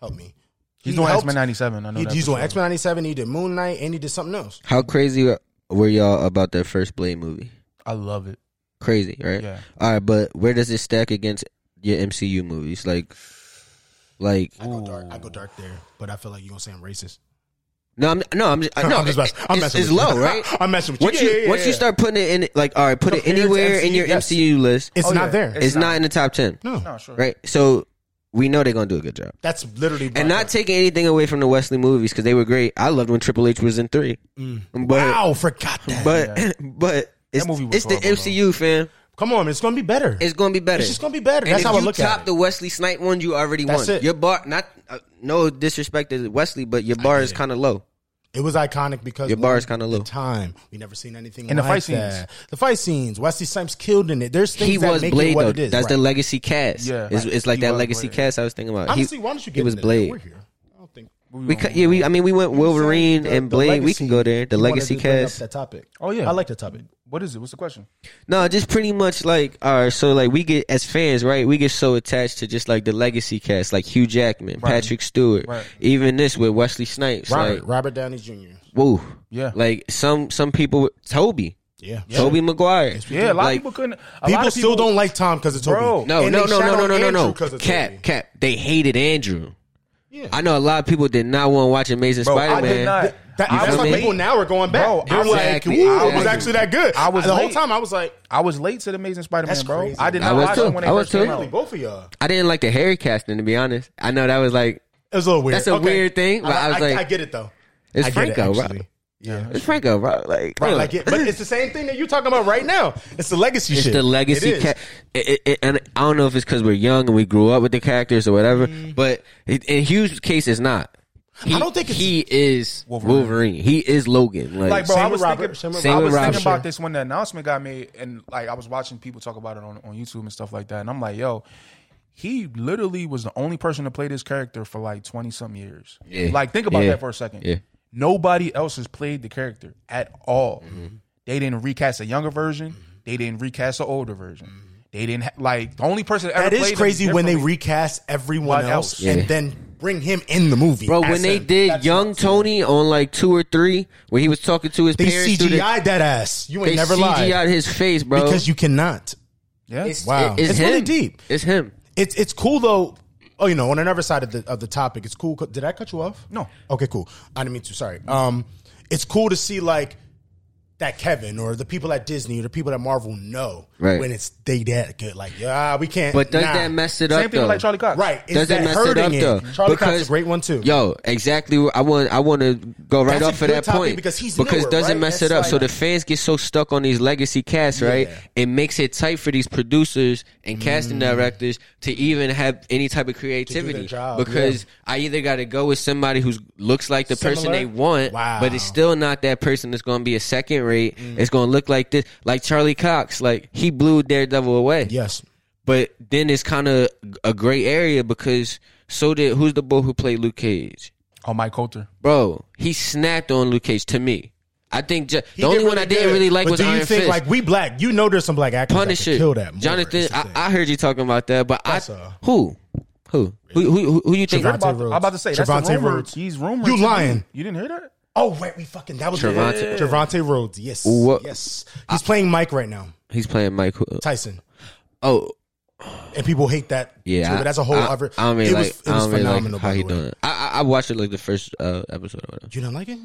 [SPEAKER 4] help me.
[SPEAKER 3] He's
[SPEAKER 4] He
[SPEAKER 3] doing
[SPEAKER 4] helped-
[SPEAKER 3] X Men ninety seven. I know
[SPEAKER 4] he,
[SPEAKER 3] that.
[SPEAKER 4] he's
[SPEAKER 3] for
[SPEAKER 4] doing
[SPEAKER 3] sure.
[SPEAKER 4] X Men '97. He did Moon Knight, and he did something else.
[SPEAKER 5] How crazy were y'all about that first Blade movie?
[SPEAKER 3] I love it.
[SPEAKER 5] Crazy, right?
[SPEAKER 3] Yeah.
[SPEAKER 5] All right, but where does it stack against your MCU movies? Like, like
[SPEAKER 4] I go dark. I go dark there, but I feel like you are gonna say I'm racist.
[SPEAKER 5] no, I'm no, I'm, just, *laughs* no,
[SPEAKER 4] *laughs* I'm just messing- I'm
[SPEAKER 5] it's,
[SPEAKER 4] messing
[SPEAKER 5] it's
[SPEAKER 4] with you.
[SPEAKER 5] low, right?
[SPEAKER 4] *laughs* I'm messing with you.
[SPEAKER 5] Once
[SPEAKER 4] Yeah,
[SPEAKER 5] you
[SPEAKER 4] yeah, yeah,
[SPEAKER 5] once you
[SPEAKER 4] yeah.
[SPEAKER 5] start putting it in, like, all right, put
[SPEAKER 4] Compared
[SPEAKER 5] it
[SPEAKER 4] to
[SPEAKER 5] anywhere in
[SPEAKER 4] MCU,
[SPEAKER 5] your
[SPEAKER 4] yes.
[SPEAKER 5] MCU list.
[SPEAKER 4] It's
[SPEAKER 3] Oh,
[SPEAKER 4] not
[SPEAKER 3] yeah.
[SPEAKER 4] there.
[SPEAKER 5] It's, not, in the top ten,
[SPEAKER 4] no,
[SPEAKER 3] No, sure.
[SPEAKER 5] right? So we know they're gonna do a good job.
[SPEAKER 4] that's literally
[SPEAKER 5] And not taking anything away from the Wesley movies because they were great. I loved when Triple H was in three, but
[SPEAKER 4] Mm. wow. Forgot that.
[SPEAKER 5] but *laughs* but it's,
[SPEAKER 3] movie was
[SPEAKER 5] it's the
[SPEAKER 3] horrible,
[SPEAKER 5] MCU, fam.
[SPEAKER 4] Come on, it's gonna be better.
[SPEAKER 5] It's gonna be better.
[SPEAKER 4] It's just gonna be better.
[SPEAKER 5] And
[SPEAKER 4] That's
[SPEAKER 5] if
[SPEAKER 4] how I
[SPEAKER 5] you
[SPEAKER 4] look
[SPEAKER 5] top
[SPEAKER 4] at it.
[SPEAKER 5] the Wesley Snipe one, you already
[SPEAKER 4] That's
[SPEAKER 5] won.
[SPEAKER 4] it.
[SPEAKER 5] Your bar, not uh, no disrespect to Wesley, but your bar is kind of low.
[SPEAKER 4] it was iconic because
[SPEAKER 5] Your bar
[SPEAKER 4] one,
[SPEAKER 5] is kinda
[SPEAKER 4] the
[SPEAKER 5] low.
[SPEAKER 4] Time we never seen anything.
[SPEAKER 3] And the
[SPEAKER 4] like
[SPEAKER 3] fight scenes.
[SPEAKER 4] that. The fight scenes. Wesley Snipes killed in it. There's things
[SPEAKER 5] He
[SPEAKER 4] that
[SPEAKER 5] was
[SPEAKER 4] make
[SPEAKER 5] Blade
[SPEAKER 4] it what
[SPEAKER 5] though.
[SPEAKER 4] it is.
[SPEAKER 5] That's
[SPEAKER 4] right.
[SPEAKER 5] the legacy cast.
[SPEAKER 3] Yeah.
[SPEAKER 5] it's, it's like
[SPEAKER 3] He
[SPEAKER 5] that
[SPEAKER 3] was
[SPEAKER 5] legacy
[SPEAKER 3] Blade.
[SPEAKER 5] cast I was thinking about.
[SPEAKER 4] Honestly,
[SPEAKER 5] he,
[SPEAKER 4] why don't you
[SPEAKER 5] he
[SPEAKER 4] get
[SPEAKER 5] was
[SPEAKER 4] into that?
[SPEAKER 5] Blade.
[SPEAKER 4] We're here. I don't think
[SPEAKER 5] We cut, yeah, we I mean we went Wolverine and
[SPEAKER 4] The
[SPEAKER 5] Blade. we
[SPEAKER 4] legacy,
[SPEAKER 5] can go there. The
[SPEAKER 4] you wanted
[SPEAKER 5] legacy
[SPEAKER 4] to bring up
[SPEAKER 5] cast.
[SPEAKER 4] That topic.
[SPEAKER 3] Oh, yeah.
[SPEAKER 4] I like the topic.
[SPEAKER 3] What is it? What's the question?
[SPEAKER 5] No, just pretty much like all right. So like we get as fans, right? We get so attached to just like the legacy cast, like Hugh Jackman, Patrick Stewart,
[SPEAKER 3] Right.
[SPEAKER 5] even this with Wesley Snipes.
[SPEAKER 4] Robert,
[SPEAKER 5] Like
[SPEAKER 4] Robert Downey Jr.
[SPEAKER 5] whoa,
[SPEAKER 3] Yeah.
[SPEAKER 5] Like some some people, Toby,
[SPEAKER 4] Yeah.
[SPEAKER 5] Toby Maguire.
[SPEAKER 3] yeah, a lot
[SPEAKER 5] Like,
[SPEAKER 3] of people couldn't. A
[SPEAKER 4] People,
[SPEAKER 3] lot of
[SPEAKER 4] still don't like Tom because of Toby.
[SPEAKER 3] Bro.
[SPEAKER 5] No,
[SPEAKER 4] And
[SPEAKER 5] no,
[SPEAKER 4] they shout
[SPEAKER 5] no, no, no,
[SPEAKER 4] out
[SPEAKER 5] no, no,
[SPEAKER 4] Andrew
[SPEAKER 5] no.
[SPEAKER 4] 'cause of
[SPEAKER 5] Cap,
[SPEAKER 4] Toby.
[SPEAKER 5] Cap. They hated Andrew.
[SPEAKER 4] Yeah.
[SPEAKER 5] I know a lot of people did not want to watch Amazing
[SPEAKER 3] Bro, I did
[SPEAKER 5] Spider Man.
[SPEAKER 3] not.
[SPEAKER 4] Th- that-
[SPEAKER 3] You
[SPEAKER 4] that's
[SPEAKER 5] feel
[SPEAKER 4] why
[SPEAKER 5] me?
[SPEAKER 4] people now are going back.
[SPEAKER 3] Bro,
[SPEAKER 4] They're
[SPEAKER 5] exactly.
[SPEAKER 4] like, "Ooh,
[SPEAKER 5] I
[SPEAKER 4] it was
[SPEAKER 5] was-
[SPEAKER 4] actually that good."
[SPEAKER 3] I was
[SPEAKER 4] the whole
[SPEAKER 3] late.
[SPEAKER 4] time. I was like,
[SPEAKER 3] I was late to the Amazing Spider Man,
[SPEAKER 4] That's
[SPEAKER 3] bro.
[SPEAKER 4] crazy.
[SPEAKER 3] I did
[SPEAKER 5] I
[SPEAKER 3] not
[SPEAKER 5] was
[SPEAKER 3] watch
[SPEAKER 5] too.
[SPEAKER 3] it when they
[SPEAKER 5] I was
[SPEAKER 3] first
[SPEAKER 5] too.
[SPEAKER 3] came
[SPEAKER 4] "Really,
[SPEAKER 3] out.
[SPEAKER 4] both of y'all."
[SPEAKER 5] I didn't like the Harry casting to be honest. I know that was like
[SPEAKER 4] It was a little weird.
[SPEAKER 5] That's a
[SPEAKER 4] Okay.
[SPEAKER 5] weird thing, but I was like-
[SPEAKER 4] "I get it though."
[SPEAKER 5] it's
[SPEAKER 4] I get it,
[SPEAKER 5] Franco, bro.
[SPEAKER 4] actually. Yeah.
[SPEAKER 5] It's Franco, bro. Like,
[SPEAKER 4] Right,
[SPEAKER 5] come on.
[SPEAKER 4] like it, but it's the same thing that you're talking about right now. It's the legacy
[SPEAKER 5] It's
[SPEAKER 4] shit.
[SPEAKER 5] the legacy.
[SPEAKER 4] It is.
[SPEAKER 5] ca- it, it, it- and I don't know if it's because we're young and we grew up with the characters or whatever, but it, in Hugh's case, it's not. He,
[SPEAKER 4] Mm-hmm. I don't think it's-
[SPEAKER 5] he is Wolverine.
[SPEAKER 3] Wolverine.
[SPEAKER 5] He is Logan. Like,
[SPEAKER 3] Like, bro,
[SPEAKER 4] Same
[SPEAKER 3] I
[SPEAKER 4] with
[SPEAKER 3] was
[SPEAKER 4] Robert.
[SPEAKER 3] thinking,
[SPEAKER 4] Same with
[SPEAKER 3] I
[SPEAKER 5] Robert.
[SPEAKER 3] was
[SPEAKER 5] Sure.
[SPEAKER 3] thinking about this when the announcement got made, and like I was watching people talk about it on, on YouTube and stuff like that, and I'm like, yo, he literally was the only person to play this character for like twenty some years.
[SPEAKER 5] Yeah.
[SPEAKER 3] Like, think about
[SPEAKER 5] Yeah.
[SPEAKER 3] that for a second.
[SPEAKER 5] Yeah.
[SPEAKER 3] Nobody else has played the character at all.
[SPEAKER 5] Mm-hmm.
[SPEAKER 3] They didn't recast a younger version. They didn't recast an older version. They didn't ha- like the only person that ever
[SPEAKER 4] That is
[SPEAKER 3] played him
[SPEAKER 4] crazy when they
[SPEAKER 3] differently-
[SPEAKER 4] recast everyone
[SPEAKER 3] What
[SPEAKER 4] else
[SPEAKER 3] else?
[SPEAKER 5] Yeah.
[SPEAKER 4] and then bring him in the movie.
[SPEAKER 5] bro,
[SPEAKER 4] as
[SPEAKER 5] when they
[SPEAKER 4] him.
[SPEAKER 5] did Young Tony on like two or three, where he was talking to his
[SPEAKER 4] they
[SPEAKER 5] parents, through the-
[SPEAKER 4] CGI'd that ass. You ain't
[SPEAKER 5] they
[SPEAKER 4] never
[SPEAKER 5] CGI'd
[SPEAKER 4] lied
[SPEAKER 5] his face, bro.
[SPEAKER 4] because you cannot.
[SPEAKER 3] yeah.
[SPEAKER 4] Wow.
[SPEAKER 5] It-
[SPEAKER 4] It's
[SPEAKER 5] him.
[SPEAKER 4] really deep.
[SPEAKER 5] It's him.
[SPEAKER 4] It's it's cool though. Oh, you know, on another side of the of the topic, it's cool. Did I cut you off?
[SPEAKER 3] No.
[SPEAKER 4] Okay, cool. I didn't mean to. Sorry. Um, it's cool to see like that Kevin or the people at Disney or the people at Marvel know
[SPEAKER 5] Right.
[SPEAKER 4] when it's they that good. Like, yeah, we can't.
[SPEAKER 5] But does
[SPEAKER 4] nah.
[SPEAKER 5] that mess it up?
[SPEAKER 3] Same thing with like
[SPEAKER 5] though?
[SPEAKER 3] Charlie Cox.
[SPEAKER 4] Right. It's
[SPEAKER 5] does that,
[SPEAKER 4] that
[SPEAKER 5] mess it
[SPEAKER 4] hurting
[SPEAKER 5] up
[SPEAKER 4] it.
[SPEAKER 5] though?
[SPEAKER 4] Charlie Cox's a great one, too.
[SPEAKER 5] Yo, exactly. where- I want. I want to go right
[SPEAKER 4] That's a
[SPEAKER 5] off of
[SPEAKER 4] good
[SPEAKER 5] that
[SPEAKER 4] topic
[SPEAKER 5] point
[SPEAKER 4] because he's
[SPEAKER 5] because
[SPEAKER 4] newer,
[SPEAKER 5] doesn't
[SPEAKER 4] right?
[SPEAKER 5] mess
[SPEAKER 4] That's
[SPEAKER 5] it up. so
[SPEAKER 4] like-
[SPEAKER 5] the fans get so stuck on these legacy casts, right?
[SPEAKER 4] Yeah. Mm.
[SPEAKER 5] It makes it tight for these producers and casting directors to even have any type of creativity
[SPEAKER 4] job,
[SPEAKER 5] because I either got to go with somebody who looks like the person
[SPEAKER 4] Similar?
[SPEAKER 5] they want,
[SPEAKER 4] Wow. Mm.
[SPEAKER 5] but it's still not that person that's going to be a second rate. It's going to look like this, like Charlie Cox. Like he blew Daredevil away.
[SPEAKER 4] Yes.
[SPEAKER 5] But then it's kind of a gray area because so did who's the boy who played Luke Cage?
[SPEAKER 3] Oh, Mike Coulter.
[SPEAKER 5] Bro, he snapped on Luke Cage to me. I think ju-
[SPEAKER 4] He
[SPEAKER 5] the only
[SPEAKER 4] did
[SPEAKER 5] one I didn't
[SPEAKER 4] good.
[SPEAKER 5] really like
[SPEAKER 4] but
[SPEAKER 5] was
[SPEAKER 4] do you
[SPEAKER 5] Iron
[SPEAKER 4] think
[SPEAKER 5] Fist.
[SPEAKER 4] like we black? You know, there's some black actors that
[SPEAKER 5] Punisher,
[SPEAKER 4] could kill that. More,
[SPEAKER 5] Jonathan.
[SPEAKER 4] It's the
[SPEAKER 5] I,
[SPEAKER 4] thing.
[SPEAKER 5] I heard you talking about that, but
[SPEAKER 4] That's
[SPEAKER 5] I
[SPEAKER 4] a-
[SPEAKER 5] who who who who who, who you think?
[SPEAKER 4] Trevante
[SPEAKER 3] About-
[SPEAKER 4] Rhodes.
[SPEAKER 3] I'm about to say that's the
[SPEAKER 4] Trevante
[SPEAKER 3] rumor.
[SPEAKER 4] Rhodes.
[SPEAKER 3] He's rumored.
[SPEAKER 4] You
[SPEAKER 3] to be-
[SPEAKER 4] lying.
[SPEAKER 3] You didn't hear that?
[SPEAKER 4] Oh, right, we fucking that was
[SPEAKER 5] Trevante.
[SPEAKER 4] Trevante Rhodes. Yes,
[SPEAKER 5] What-
[SPEAKER 4] yes, he's playing Mike right now,
[SPEAKER 5] He's playing Mike. Who-
[SPEAKER 4] Tyson,
[SPEAKER 5] Oh,
[SPEAKER 4] and people hate that.
[SPEAKER 5] yeah.
[SPEAKER 4] too, but that's a whole
[SPEAKER 5] I,
[SPEAKER 4] other.
[SPEAKER 5] I mean,
[SPEAKER 4] it
[SPEAKER 5] like,
[SPEAKER 4] was, it
[SPEAKER 5] I
[SPEAKER 4] was
[SPEAKER 5] don't really
[SPEAKER 4] phenomenal.
[SPEAKER 5] like
[SPEAKER 4] by
[SPEAKER 5] how he
[SPEAKER 4] the way.
[SPEAKER 5] doing. I, I I watched it like the first uh, episode or whatever.
[SPEAKER 4] You don't like it?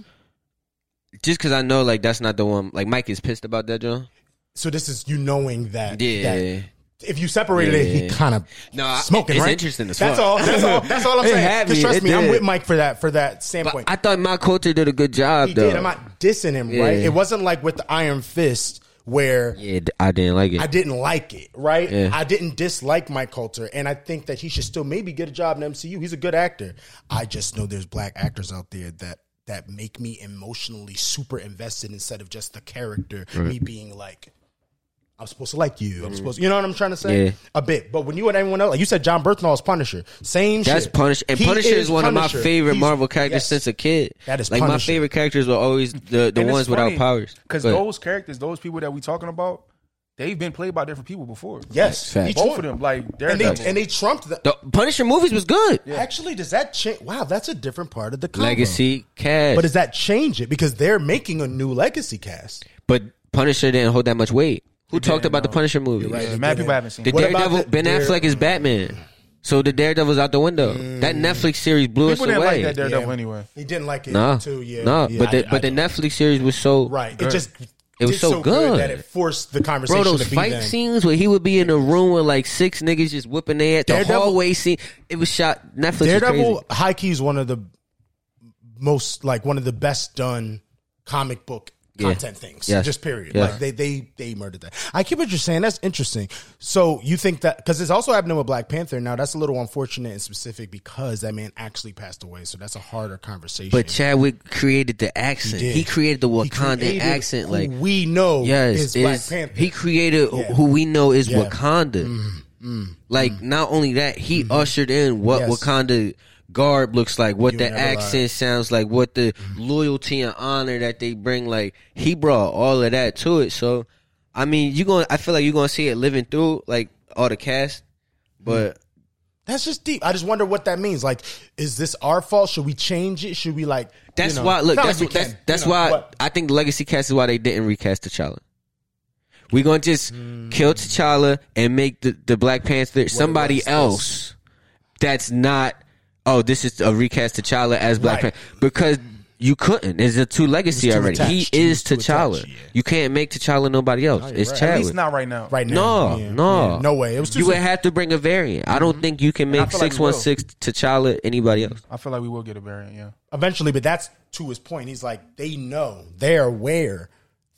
[SPEAKER 5] Just because I know like that's not the one. Like Mike is pissed about that, John.
[SPEAKER 4] So this is you knowing that.
[SPEAKER 5] Yeah.
[SPEAKER 4] that if you separated it, he
[SPEAKER 5] Yeah.
[SPEAKER 4] kind of
[SPEAKER 5] No, I-
[SPEAKER 4] smoking.
[SPEAKER 5] it's
[SPEAKER 4] right?
[SPEAKER 5] interesting as
[SPEAKER 4] that's
[SPEAKER 5] fuck.
[SPEAKER 4] all. That's all. That's all I'm
[SPEAKER 5] *laughs* It
[SPEAKER 4] saying.
[SPEAKER 5] had
[SPEAKER 4] 'Cause
[SPEAKER 5] me,
[SPEAKER 4] Trust
[SPEAKER 5] it
[SPEAKER 4] me, I'm
[SPEAKER 5] did.
[SPEAKER 4] with Mike for that for that standpoint.
[SPEAKER 5] But I thought my culture did a good job
[SPEAKER 4] he
[SPEAKER 5] though.
[SPEAKER 4] did. I'm not dissing him, right?
[SPEAKER 5] Yeah.
[SPEAKER 4] It wasn't like with the Iron Fist where
[SPEAKER 5] yeah, d- I didn't like it.
[SPEAKER 4] I didn't like it, right?
[SPEAKER 5] Yeah.
[SPEAKER 4] I didn't dislike Mike Coulter, and I think that he should still maybe get a job in MCU. He's a good actor. I just know there's black actors out there that that make me emotionally super invested instead of just the character. Me being like, I'm supposed to like you. I'm supposed, you know what I'm trying to say?
[SPEAKER 5] Mm-hmm. Yeah.
[SPEAKER 4] A bit, but when you and everyone else, like you said, John Bernthal is Punisher. Same.
[SPEAKER 5] That's
[SPEAKER 4] shit.
[SPEAKER 5] Punisher, and
[SPEAKER 4] He
[SPEAKER 5] Punisher is, one of
[SPEAKER 4] Punisher.
[SPEAKER 5] my favorite
[SPEAKER 4] He's-
[SPEAKER 5] Marvel characters
[SPEAKER 4] yes.
[SPEAKER 5] since a kid.
[SPEAKER 4] That is
[SPEAKER 5] like my
[SPEAKER 4] Punisher.
[SPEAKER 5] favorite characters were always the, the ones without powers.
[SPEAKER 3] Because
[SPEAKER 5] But-
[SPEAKER 3] those characters, those people that we talking about, they've been played by different people before.
[SPEAKER 4] Yes,
[SPEAKER 5] Fact.
[SPEAKER 4] each
[SPEAKER 3] both
[SPEAKER 4] one.
[SPEAKER 3] of them, like
[SPEAKER 4] and they
[SPEAKER 3] Daredevil.
[SPEAKER 4] and they trumped the.
[SPEAKER 5] the Punisher movies was good.
[SPEAKER 4] Actually, does that change? Wow, that's a different part of the combo.
[SPEAKER 5] Legacy cast,
[SPEAKER 4] But
[SPEAKER 5] but,
[SPEAKER 4] does that change it? Because they're making a new legacy cast.
[SPEAKER 5] Punisher didn't hold that much weight. Who talked about the Punisher movie?
[SPEAKER 3] yeah, mad people haven't seen.
[SPEAKER 5] The
[SPEAKER 3] it.
[SPEAKER 4] What about
[SPEAKER 5] Daredevil,
[SPEAKER 4] the-
[SPEAKER 5] Ben
[SPEAKER 4] Dare- Mm.
[SPEAKER 5] Affleck is Batman, so the Daredevil's out the window. That Netflix series blew
[SPEAKER 3] People
[SPEAKER 5] us
[SPEAKER 3] didn't like
[SPEAKER 5] away.
[SPEAKER 3] that Daredevil
[SPEAKER 4] Yeah.
[SPEAKER 3] anyway.
[SPEAKER 4] He didn't like it
[SPEAKER 5] nah,
[SPEAKER 4] too. Yeah,
[SPEAKER 5] nah,
[SPEAKER 4] yeah,
[SPEAKER 5] but the,
[SPEAKER 4] I-
[SPEAKER 5] but
[SPEAKER 4] I-
[SPEAKER 5] the Netflix series was so
[SPEAKER 4] right, it just
[SPEAKER 5] It was
[SPEAKER 4] did
[SPEAKER 5] so good.
[SPEAKER 4] that it forced the conversation
[SPEAKER 5] Bro, those
[SPEAKER 4] to be
[SPEAKER 5] fight
[SPEAKER 4] then.
[SPEAKER 5] scenes where he would be in a room with like six niggas just whipping their ass. The
[SPEAKER 4] Daredevil-
[SPEAKER 5] hallway scene, it was shot. Netflix was crazy.
[SPEAKER 4] Daredevil high key is one of the most like one of the best done comic book
[SPEAKER 5] Yeah.
[SPEAKER 4] content things.
[SPEAKER 5] Yes.
[SPEAKER 4] Just period.
[SPEAKER 5] Yeah.
[SPEAKER 4] Like they they they murdered that. I keep what you're saying. That's interesting. So you think that because it's also happening with Black Panther now. That's a little unfortunate and specific because that man actually passed away. So that's a harder conversation.
[SPEAKER 5] But Chadwick created the accent. He,
[SPEAKER 4] did.
[SPEAKER 5] created the
[SPEAKER 4] He
[SPEAKER 5] Wakandan
[SPEAKER 4] created Oh,
[SPEAKER 5] accent.
[SPEAKER 4] who
[SPEAKER 5] Like
[SPEAKER 4] we know
[SPEAKER 5] yes,
[SPEAKER 4] is Black
[SPEAKER 5] is-
[SPEAKER 4] Panther.
[SPEAKER 5] he created
[SPEAKER 4] Yeah.
[SPEAKER 5] who we know is
[SPEAKER 4] Yeah. Mm-hmm.
[SPEAKER 5] Wakanda. like not only that, he ushered in what
[SPEAKER 4] Yes.
[SPEAKER 5] Wakanda garb looks like, what
[SPEAKER 4] You
[SPEAKER 5] the
[SPEAKER 4] never
[SPEAKER 5] accent
[SPEAKER 4] lie.
[SPEAKER 5] sounds like, what the
[SPEAKER 4] Mm-hmm.
[SPEAKER 5] loyalty and honor that they bring. Like he brought all of that to it. So I mean, you going to I feel like you're gonna see it living through like all the cast, but.
[SPEAKER 4] That's just deep. I just wonder what that means. Like, is this our fault? Should we change it? Should we like?
[SPEAKER 5] That's
[SPEAKER 4] you know,
[SPEAKER 5] why. Look,
[SPEAKER 4] not
[SPEAKER 5] that's
[SPEAKER 4] like we
[SPEAKER 5] that's,
[SPEAKER 4] can,
[SPEAKER 5] that's
[SPEAKER 4] you know,
[SPEAKER 5] why
[SPEAKER 4] but-
[SPEAKER 5] I think the legacy cast is why they didn't recast T'Challa. We're gonna just kill T'Challa and make the, the Black Panther somebody
[SPEAKER 4] was this?
[SPEAKER 5] else. That's not. Oh, this is a recast T'Challa as Black
[SPEAKER 4] Right.
[SPEAKER 5] Panther because you couldn't. It's a two legacy
[SPEAKER 4] too
[SPEAKER 5] already. He
[SPEAKER 4] attached. He
[SPEAKER 5] is
[SPEAKER 4] was too
[SPEAKER 5] T'Challa.
[SPEAKER 4] attached, yeah.
[SPEAKER 5] You can't make T'Challa nobody else. it's
[SPEAKER 4] right.
[SPEAKER 3] At
[SPEAKER 5] Chadwick.
[SPEAKER 3] least not right now.
[SPEAKER 4] right now.
[SPEAKER 5] No,
[SPEAKER 4] Yeah.
[SPEAKER 5] no,
[SPEAKER 4] Yeah. no way. It was too.
[SPEAKER 5] you would
[SPEAKER 4] soon. Mm-hmm.
[SPEAKER 5] have to bring a variant. I don't think you can make
[SPEAKER 3] feel like
[SPEAKER 5] six
[SPEAKER 3] we will.
[SPEAKER 5] one six T'Challa anybody else.
[SPEAKER 3] I feel like we will get a variant. Yeah.
[SPEAKER 4] eventually, but that's to his point. He's like, they know, they're aware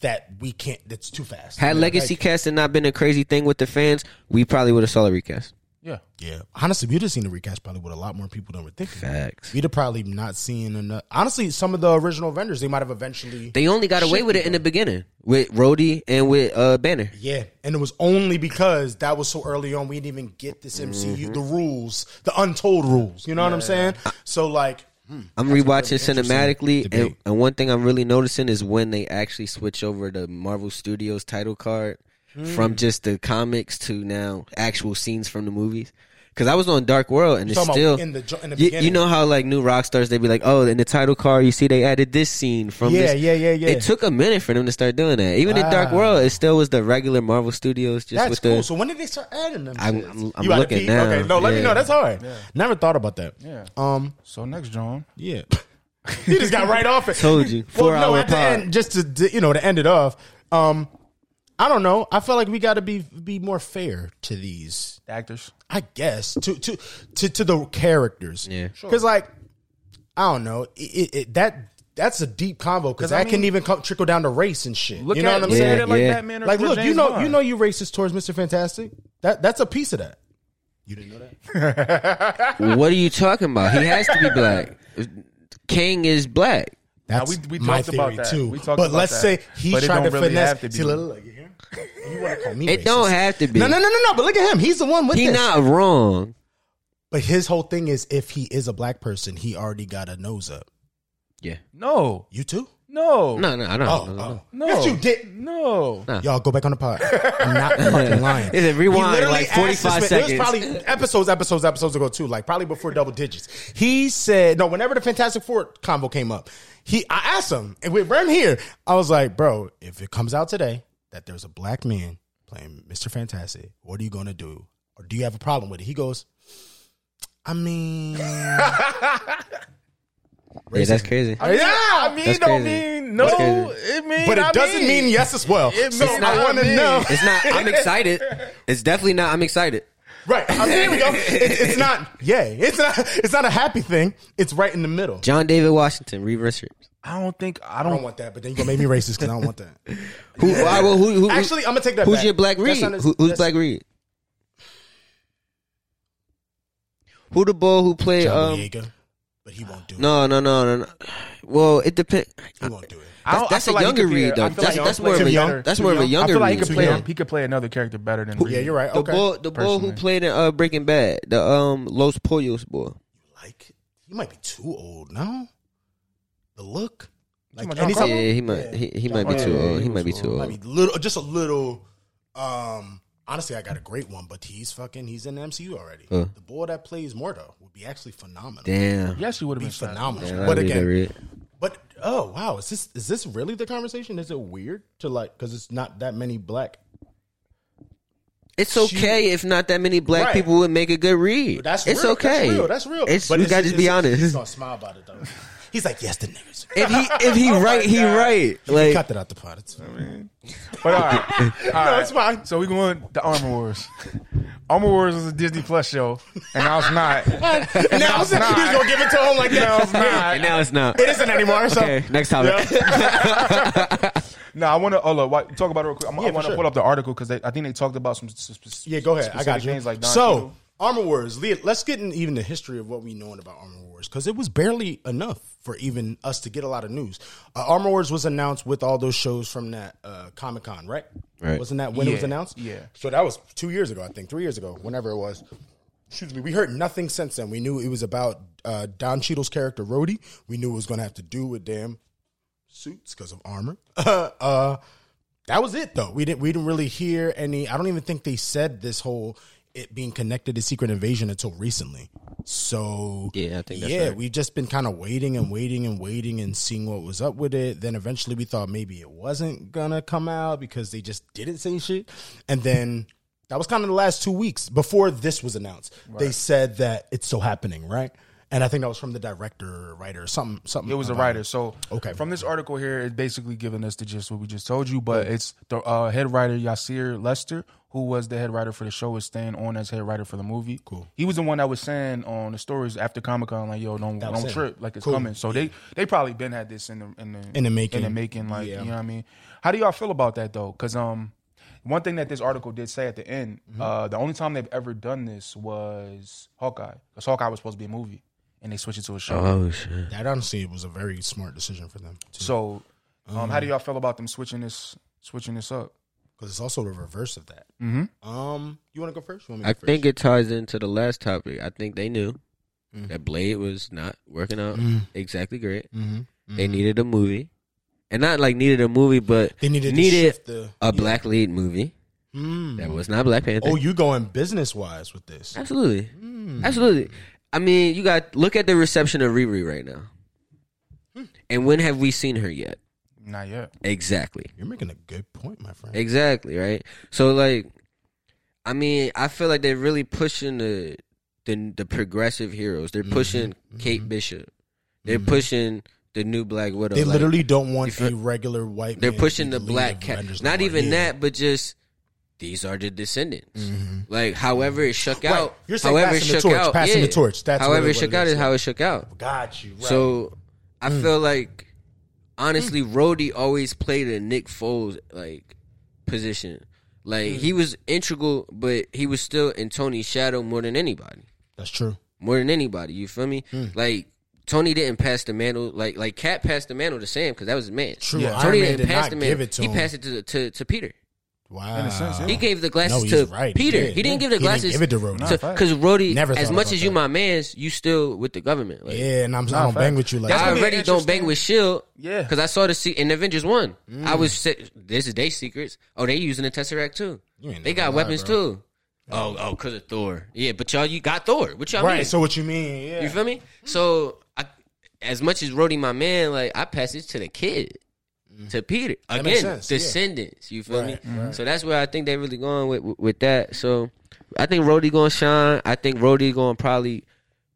[SPEAKER 4] that we can't. That's too fast.
[SPEAKER 5] Had
[SPEAKER 4] Yeah,
[SPEAKER 5] legacy
[SPEAKER 4] like-
[SPEAKER 5] casting not been a crazy thing with the fans, we probably would have saw the recast.
[SPEAKER 3] Yeah.
[SPEAKER 4] yeah, honestly, we'd have seen the recast probably with a lot more people than we're thinking.
[SPEAKER 5] Facts.
[SPEAKER 4] We'd have probably not seen enough. Honestly, some of the original Avengers, they might have eventually.
[SPEAKER 5] They only got away with it in the beginning with Rhodey and with uh, Banner.
[SPEAKER 4] Yeah, and it was only because that was so early on. We didn't even get this MCU, the
[SPEAKER 5] Mm-hmm.
[SPEAKER 4] rules, the untold rules. You know what I'm saying? So like,
[SPEAKER 5] I'm rewatching cinematically,
[SPEAKER 4] debate.
[SPEAKER 5] and, and one thing I'm really noticing is when they actually switch over the Marvel Studios title card
[SPEAKER 4] Hmm.
[SPEAKER 5] from just the comics to now actual scenes from the movies. Because I was on Dark World, and it's
[SPEAKER 4] talking
[SPEAKER 5] still
[SPEAKER 4] about in the jo- in the
[SPEAKER 5] you,
[SPEAKER 4] beginning.
[SPEAKER 5] you know how like new rock stars they be like, oh, in the title card you see they added this scene from
[SPEAKER 4] Yeah,
[SPEAKER 5] this.
[SPEAKER 4] yeah, yeah, yeah.
[SPEAKER 5] It took a minute for them to start doing that. Even in Dark
[SPEAKER 4] Wow.
[SPEAKER 5] World, it still was the regular Marvel Studios just
[SPEAKER 4] that's
[SPEAKER 5] with
[SPEAKER 4] cool.
[SPEAKER 5] the
[SPEAKER 4] so when did they start adding them?
[SPEAKER 5] I'm-
[SPEAKER 4] shits?
[SPEAKER 5] I'm- I'm
[SPEAKER 4] You out of
[SPEAKER 5] looking
[SPEAKER 4] peace?
[SPEAKER 5] now.
[SPEAKER 4] Okay, no, let me
[SPEAKER 5] Yeah.
[SPEAKER 4] know. That's all right. Never thought about that.
[SPEAKER 3] Yeah.
[SPEAKER 4] Um,
[SPEAKER 3] So next, John.
[SPEAKER 4] *laughs* yeah. he just got right off it.
[SPEAKER 5] Told you.
[SPEAKER 4] Well,
[SPEAKER 5] Four
[SPEAKER 4] no,
[SPEAKER 5] hour
[SPEAKER 4] at the
[SPEAKER 5] pod.
[SPEAKER 4] end, just to- to you know to end it off. Um, I don't know. I feel like we got to be be more fair to these
[SPEAKER 3] The actors.
[SPEAKER 4] I guess to to to to the characters.
[SPEAKER 5] Yeah.
[SPEAKER 4] because like I don't know it, it, it, that that's a deep combo because
[SPEAKER 3] I
[SPEAKER 4] that can
[SPEAKER 3] mean-
[SPEAKER 4] even come, trickle down to race and shit.
[SPEAKER 3] Look
[SPEAKER 4] you know
[SPEAKER 3] at
[SPEAKER 4] what I'm
[SPEAKER 3] look
[SPEAKER 4] saying?
[SPEAKER 3] at it like
[SPEAKER 5] Yeah.
[SPEAKER 3] Batman. Or
[SPEAKER 4] Like,
[SPEAKER 3] or
[SPEAKER 4] look, you
[SPEAKER 3] James
[SPEAKER 4] know,
[SPEAKER 3] Bond.
[SPEAKER 4] you know, you racist towards Mister Fantastic. That that's a piece of that. You didn't know that.
[SPEAKER 5] what are you talking about? He has to be black. King is black.
[SPEAKER 4] That's
[SPEAKER 3] we- we
[SPEAKER 4] my
[SPEAKER 3] talked about
[SPEAKER 4] theory
[SPEAKER 3] that.
[SPEAKER 4] too.
[SPEAKER 3] We talked
[SPEAKER 4] but
[SPEAKER 3] about
[SPEAKER 4] let's
[SPEAKER 3] that.
[SPEAKER 4] say he
[SPEAKER 3] But it
[SPEAKER 4] tried to
[SPEAKER 3] don't really
[SPEAKER 4] finesse.
[SPEAKER 3] have to be.
[SPEAKER 4] See, look, look, you hear? You want to call me?
[SPEAKER 5] It
[SPEAKER 4] racist.
[SPEAKER 5] don't have to be.
[SPEAKER 4] No, no, no, no, no. But look at him. He's the one with
[SPEAKER 5] He
[SPEAKER 4] this.
[SPEAKER 5] not wrong.
[SPEAKER 4] But his whole thing is, if he is a black person, he already got a nose up.
[SPEAKER 5] Yeah.
[SPEAKER 3] No,
[SPEAKER 4] You too.
[SPEAKER 3] no,
[SPEAKER 5] No, no, I don't.
[SPEAKER 4] Oh,
[SPEAKER 5] know.
[SPEAKER 4] oh.
[SPEAKER 3] No.
[SPEAKER 4] Yes, you did.
[SPEAKER 3] No.
[SPEAKER 4] Y'all go back on the pod. I'm not
[SPEAKER 5] *laughs*
[SPEAKER 4] fucking lying.
[SPEAKER 5] Is it
[SPEAKER 4] He
[SPEAKER 5] rewind,
[SPEAKER 4] literally
[SPEAKER 5] like,
[SPEAKER 4] asked this
[SPEAKER 5] 45
[SPEAKER 4] man- It was
[SPEAKER 5] seconds.
[SPEAKER 4] probably episodes, episodes, episodes ago too. Like probably before double digits. He said no. Whenever the Fantastic Four combo came up, he I asked him and we ran here. I was like, bro, if it comes out today that there's a black man playing Mister Fantastic, what are you gonna do? Or do you have a problem with it? He goes,
[SPEAKER 3] *laughs*
[SPEAKER 4] I mean,
[SPEAKER 5] Yeah, that's crazy.
[SPEAKER 3] Yeah, I mean,
[SPEAKER 5] That's
[SPEAKER 3] don't
[SPEAKER 5] crazy.
[SPEAKER 3] mean no.
[SPEAKER 5] That's crazy.
[SPEAKER 3] It means,
[SPEAKER 4] but it doesn't mean yes as well.
[SPEAKER 3] It
[SPEAKER 4] so
[SPEAKER 3] means
[SPEAKER 4] I
[SPEAKER 3] I
[SPEAKER 4] want to
[SPEAKER 3] mean. *laughs*
[SPEAKER 4] know.
[SPEAKER 5] It's not. I'm excited. It's definitely not. I'm excited.
[SPEAKER 4] Right. I mean, there we go. It's, it's not yay. It's not. It's not a happy thing. It's right in the middle.
[SPEAKER 5] John David Washington, reverse it.
[SPEAKER 3] I don't think I
[SPEAKER 4] I
[SPEAKER 3] don't.
[SPEAKER 4] don't want that, but then you're gonna make me racist because I don't want that.
[SPEAKER 5] Who, why- well, who- who- who-
[SPEAKER 4] Actually, I'm gonna take that.
[SPEAKER 5] who's
[SPEAKER 4] back.
[SPEAKER 5] your Black
[SPEAKER 4] That's
[SPEAKER 5] Reed?
[SPEAKER 4] not-
[SPEAKER 5] Who- who's
[SPEAKER 4] that's-
[SPEAKER 5] Black Reed? Who the bull who played?
[SPEAKER 4] John
[SPEAKER 5] Um,
[SPEAKER 4] Boyega, but he won't do it.
[SPEAKER 5] no, no, no, no, no. Well, it depends.
[SPEAKER 4] He won't do it.
[SPEAKER 3] I don't-
[SPEAKER 5] That's,
[SPEAKER 3] I
[SPEAKER 5] that's a
[SPEAKER 3] feel like he
[SPEAKER 5] younger
[SPEAKER 3] could be-
[SPEAKER 5] Reed,
[SPEAKER 3] I
[SPEAKER 5] though.
[SPEAKER 3] feel
[SPEAKER 5] That's,
[SPEAKER 3] like
[SPEAKER 5] that's
[SPEAKER 3] he
[SPEAKER 5] more of
[SPEAKER 4] could
[SPEAKER 5] a
[SPEAKER 4] play
[SPEAKER 5] young.
[SPEAKER 4] too
[SPEAKER 5] That's more of a
[SPEAKER 3] I
[SPEAKER 5] younger
[SPEAKER 3] feel like he
[SPEAKER 5] Reed.
[SPEAKER 3] could play.
[SPEAKER 4] young.
[SPEAKER 3] He could play another character better than.
[SPEAKER 4] Oh, Yeah,
[SPEAKER 3] Reed.
[SPEAKER 4] you're right.
[SPEAKER 5] The
[SPEAKER 4] Okay.
[SPEAKER 5] bull, the bull who
[SPEAKER 3] personally.
[SPEAKER 5] played in uh, Breaking Bad, the um Los Pollos boy.
[SPEAKER 4] Like he might be too old now. The look, like,
[SPEAKER 3] about
[SPEAKER 4] and he's
[SPEAKER 3] John
[SPEAKER 4] a,
[SPEAKER 5] Yeah,
[SPEAKER 3] Carpenter?
[SPEAKER 5] he might. He, he might be
[SPEAKER 3] Yeah,
[SPEAKER 5] too
[SPEAKER 3] yeah,
[SPEAKER 5] old.
[SPEAKER 3] he
[SPEAKER 5] He might be
[SPEAKER 3] was
[SPEAKER 5] too
[SPEAKER 4] might be
[SPEAKER 5] old.
[SPEAKER 4] little, just a little. Um, honestly, I got a great one, but he's fucking. He's in the MCU already.
[SPEAKER 5] Huh.
[SPEAKER 4] The boy that plays Mordo would be actually phenomenal.
[SPEAKER 5] Damn.
[SPEAKER 3] Yes, he would have
[SPEAKER 4] Be
[SPEAKER 3] been shot.
[SPEAKER 4] phenomenal.
[SPEAKER 5] Damn,
[SPEAKER 4] but
[SPEAKER 5] that'd be the
[SPEAKER 4] again,
[SPEAKER 5] Reed.
[SPEAKER 4] But oh wow, is this is this really the conversation? Is it weird to like because it's not that many black?
[SPEAKER 5] It's okay if not that many black
[SPEAKER 4] Right.
[SPEAKER 5] people would make a good read.
[SPEAKER 4] That's
[SPEAKER 5] it's
[SPEAKER 4] real.
[SPEAKER 5] okay.
[SPEAKER 4] That's real. That's real.
[SPEAKER 5] It's, we
[SPEAKER 4] it's-
[SPEAKER 5] gotta just be
[SPEAKER 4] it's- He's
[SPEAKER 5] honest.
[SPEAKER 4] gonna smile about it though. He's like, yes, the niggas.
[SPEAKER 5] *laughs* If he
[SPEAKER 4] *laughs* Oh
[SPEAKER 5] if he right, he right.
[SPEAKER 4] Cut
[SPEAKER 5] *laughs* Like
[SPEAKER 4] that out the pot. It's fine.
[SPEAKER 3] But all right, all
[SPEAKER 4] *laughs*
[SPEAKER 3] right.
[SPEAKER 4] it's fine.
[SPEAKER 3] So we going to Armor Wars. *laughs* Armor Wars is a Disney Plus show, and now it's
[SPEAKER 4] *laughs*
[SPEAKER 3] not.
[SPEAKER 4] now he's gonna give it to him like
[SPEAKER 3] now it's
[SPEAKER 5] *laughs*
[SPEAKER 4] that.
[SPEAKER 3] not.
[SPEAKER 5] and now it's not.
[SPEAKER 4] It isn't anymore. So
[SPEAKER 5] *laughs* Okay, next topic.
[SPEAKER 3] No, I want to. Oh, look, why- talk about it real quick. I'm,
[SPEAKER 4] Yeah,
[SPEAKER 3] I
[SPEAKER 4] for
[SPEAKER 3] want to
[SPEAKER 4] sure.
[SPEAKER 3] pull up the article because I think they talked about some. s- s-
[SPEAKER 4] yeah, go ahead. I got
[SPEAKER 3] specific
[SPEAKER 4] you.
[SPEAKER 3] things like Don
[SPEAKER 4] so
[SPEAKER 3] Cheadle.
[SPEAKER 4] Armor Wars. Leah, Let's get in even the history of what we know about Armor Wars because it was barely enough for even us to get a lot of news. Uh, Armor Wars was announced with all those shows from that uh, Comic Con, right?
[SPEAKER 5] Right.
[SPEAKER 4] Wasn't that when it was
[SPEAKER 3] Yeah,
[SPEAKER 4] announced?
[SPEAKER 3] yeah.
[SPEAKER 4] So that was two years ago, I think, three years ago, whenever it was. Excuse me. We heard nothing since then. We knew it was about uh, Don Cheadle's character Rhodey. We knew it was going to have to do with damn suits because of armor. *laughs* uh, that was it though. We didn't we didn't really hear any. I don't even think they said this whole it being connected to Secret Invasion until recently. So
[SPEAKER 5] Yeah, I think that's
[SPEAKER 4] yeah,
[SPEAKER 5] right.
[SPEAKER 4] we've just been kind of waiting and waiting and waiting and seeing what was up with it. Then eventually we thought maybe it wasn't gonna come out because they just didn't say shit. And then that was kind of the last two weeks before this was announced. They said that it's so happening, right? And I think that was from the director or writer or something. Something.
[SPEAKER 3] It was a
[SPEAKER 4] about
[SPEAKER 3] writer. So
[SPEAKER 4] Okay.
[SPEAKER 3] from this article here, it's basically giving us the gist of what we just told you. But it's the uh, head writer Yasir Lester, who was the head writer for the show, is staying on as head writer for the movie.
[SPEAKER 4] Cool.
[SPEAKER 3] He was the one that was saying on the stories after Comic Con, like, "Yo, don't
[SPEAKER 4] was
[SPEAKER 3] don't
[SPEAKER 4] it.
[SPEAKER 3] trip, like it's
[SPEAKER 4] Cool.
[SPEAKER 3] coming." So they they probably been had this in the in the
[SPEAKER 4] In the making.
[SPEAKER 3] in the making. Like,
[SPEAKER 4] Yeah.
[SPEAKER 3] you know what I mean? How do y'all feel about that though? Because um, one thing that this article did say at the end,
[SPEAKER 4] Mm-hmm.
[SPEAKER 3] uh, the only time they've ever done this was Hawkeye, because Hawkeye was supposed to be a movie, and they switched it to a show.
[SPEAKER 5] *laughs* Oh shit.
[SPEAKER 4] That honestly was a very smart decision for them. to
[SPEAKER 3] So, um, how
[SPEAKER 5] Mm-hmm.
[SPEAKER 3] do y'all feel about them switching this switching this up?
[SPEAKER 4] because it's also the reverse of that.
[SPEAKER 5] Mm-hmm.
[SPEAKER 3] Mhm.
[SPEAKER 4] Um, you want to go first? You want me
[SPEAKER 5] I
[SPEAKER 4] to go
[SPEAKER 5] think it ties into the last topic. I think they knew
[SPEAKER 4] Mm.
[SPEAKER 5] that Blade was not working out exactly great.
[SPEAKER 4] first? Mhm.
[SPEAKER 5] They needed a movie, and not like needed a movie, but
[SPEAKER 4] They needed to
[SPEAKER 5] needed
[SPEAKER 4] shift the-
[SPEAKER 5] a black lead movie
[SPEAKER 4] Mm.
[SPEAKER 5] that was not Black Panther.
[SPEAKER 4] Oh, you going business wise with this?
[SPEAKER 5] Absolutely. Absolutely. I mean, you got look at the reception of Riri right now.
[SPEAKER 4] Hmm.
[SPEAKER 5] And when have we seen her yet?
[SPEAKER 3] Not yet.
[SPEAKER 5] Exactly.
[SPEAKER 4] You're making a good point, my friend.
[SPEAKER 5] Exactly, right? So like I mean, I feel like they're really pushing the the, the progressive heroes. They're pushing Kate Bishop. They're pushing the new Black Widow.
[SPEAKER 4] They
[SPEAKER 5] Like,
[SPEAKER 4] literally don't want
[SPEAKER 5] if it-
[SPEAKER 4] a regular white.
[SPEAKER 5] they're
[SPEAKER 4] man to
[SPEAKER 5] pushing
[SPEAKER 4] be
[SPEAKER 5] the
[SPEAKER 4] lead
[SPEAKER 5] black
[SPEAKER 4] of
[SPEAKER 5] cat.
[SPEAKER 4] Avengers no
[SPEAKER 5] Not
[SPEAKER 4] more.
[SPEAKER 5] even
[SPEAKER 4] Yeah.
[SPEAKER 5] that, but just these are the descendants. Like however it shook out.
[SPEAKER 4] Mm-hmm. You're saying
[SPEAKER 5] however it
[SPEAKER 4] passing the
[SPEAKER 5] shook
[SPEAKER 4] torch,
[SPEAKER 5] out,
[SPEAKER 4] passing the
[SPEAKER 5] yeah.
[SPEAKER 4] torch. That's
[SPEAKER 5] however
[SPEAKER 4] really
[SPEAKER 5] it
[SPEAKER 4] what
[SPEAKER 5] shook
[SPEAKER 4] it
[SPEAKER 5] out
[SPEAKER 4] is,
[SPEAKER 5] is how it shook out.
[SPEAKER 4] Got you. Right. Mm.
[SPEAKER 5] So I feel like honestly, Rhodey always played a Nick Foles like position. Like he
[SPEAKER 4] Mm.
[SPEAKER 5] was integral, but he was still in Tony's shadow more than anybody.
[SPEAKER 4] that's true.
[SPEAKER 5] More than anybody, you feel me?
[SPEAKER 4] Hmm.
[SPEAKER 5] Like Tony didn't pass the mantle. Like like Cat passed the mantle to Sam because that was his man.
[SPEAKER 4] True.
[SPEAKER 3] Yeah.
[SPEAKER 4] Iron
[SPEAKER 5] Tony
[SPEAKER 4] Man
[SPEAKER 5] didn't
[SPEAKER 4] did
[SPEAKER 5] pass
[SPEAKER 4] not
[SPEAKER 5] the
[SPEAKER 4] give
[SPEAKER 5] mantle.
[SPEAKER 4] it to
[SPEAKER 5] He
[SPEAKER 4] him.
[SPEAKER 5] passed it to, to to Peter.
[SPEAKER 4] Wow.
[SPEAKER 3] In a sense, yeah.
[SPEAKER 5] He gave the glasses
[SPEAKER 4] No,
[SPEAKER 5] to
[SPEAKER 4] he's right.
[SPEAKER 5] Peter.
[SPEAKER 4] Yeah,
[SPEAKER 5] he didn't
[SPEAKER 4] yeah.
[SPEAKER 5] give the
[SPEAKER 4] He didn't
[SPEAKER 5] glasses
[SPEAKER 4] give it to Rhodey. Nah,
[SPEAKER 3] fact.
[SPEAKER 5] because Rhodey,
[SPEAKER 4] Never
[SPEAKER 5] as
[SPEAKER 4] thought
[SPEAKER 5] much
[SPEAKER 4] about
[SPEAKER 5] as you
[SPEAKER 4] that.
[SPEAKER 5] my man's, you still with the government. Like,
[SPEAKER 4] Yeah, and I'm, I
[SPEAKER 3] Nah,
[SPEAKER 4] don't bang
[SPEAKER 3] fact.
[SPEAKER 4] with you like
[SPEAKER 3] That's
[SPEAKER 4] that.
[SPEAKER 5] I
[SPEAKER 3] gonna be
[SPEAKER 5] already don't bang
[SPEAKER 3] interesting.
[SPEAKER 5] with Shield.
[SPEAKER 3] Yeah.
[SPEAKER 5] because I saw the se- in Avengers one.
[SPEAKER 4] Mm.
[SPEAKER 5] I was se- this is their secrets. Oh, they using the Tesseract too.
[SPEAKER 4] You ain't
[SPEAKER 5] They
[SPEAKER 4] never
[SPEAKER 5] got
[SPEAKER 4] lie,
[SPEAKER 5] weapons
[SPEAKER 4] bro.
[SPEAKER 5] too. Oh, oh, because of Thor. Yeah, but y'all, you got Thor. What y'all mean?
[SPEAKER 4] Right. So what you mean?
[SPEAKER 5] you
[SPEAKER 4] Yeah.
[SPEAKER 5] feel me? So I, as much as Rhodey, my man, like I pass this to the kid. To Peter
[SPEAKER 4] That makes
[SPEAKER 5] again,
[SPEAKER 4] sense, yeah.
[SPEAKER 5] descendants. You feel
[SPEAKER 4] Right,
[SPEAKER 5] me?
[SPEAKER 4] right.
[SPEAKER 5] So that's where I think they really going with with, with that. So I think Rhodey gonna shine. I think Rhodey gonna probably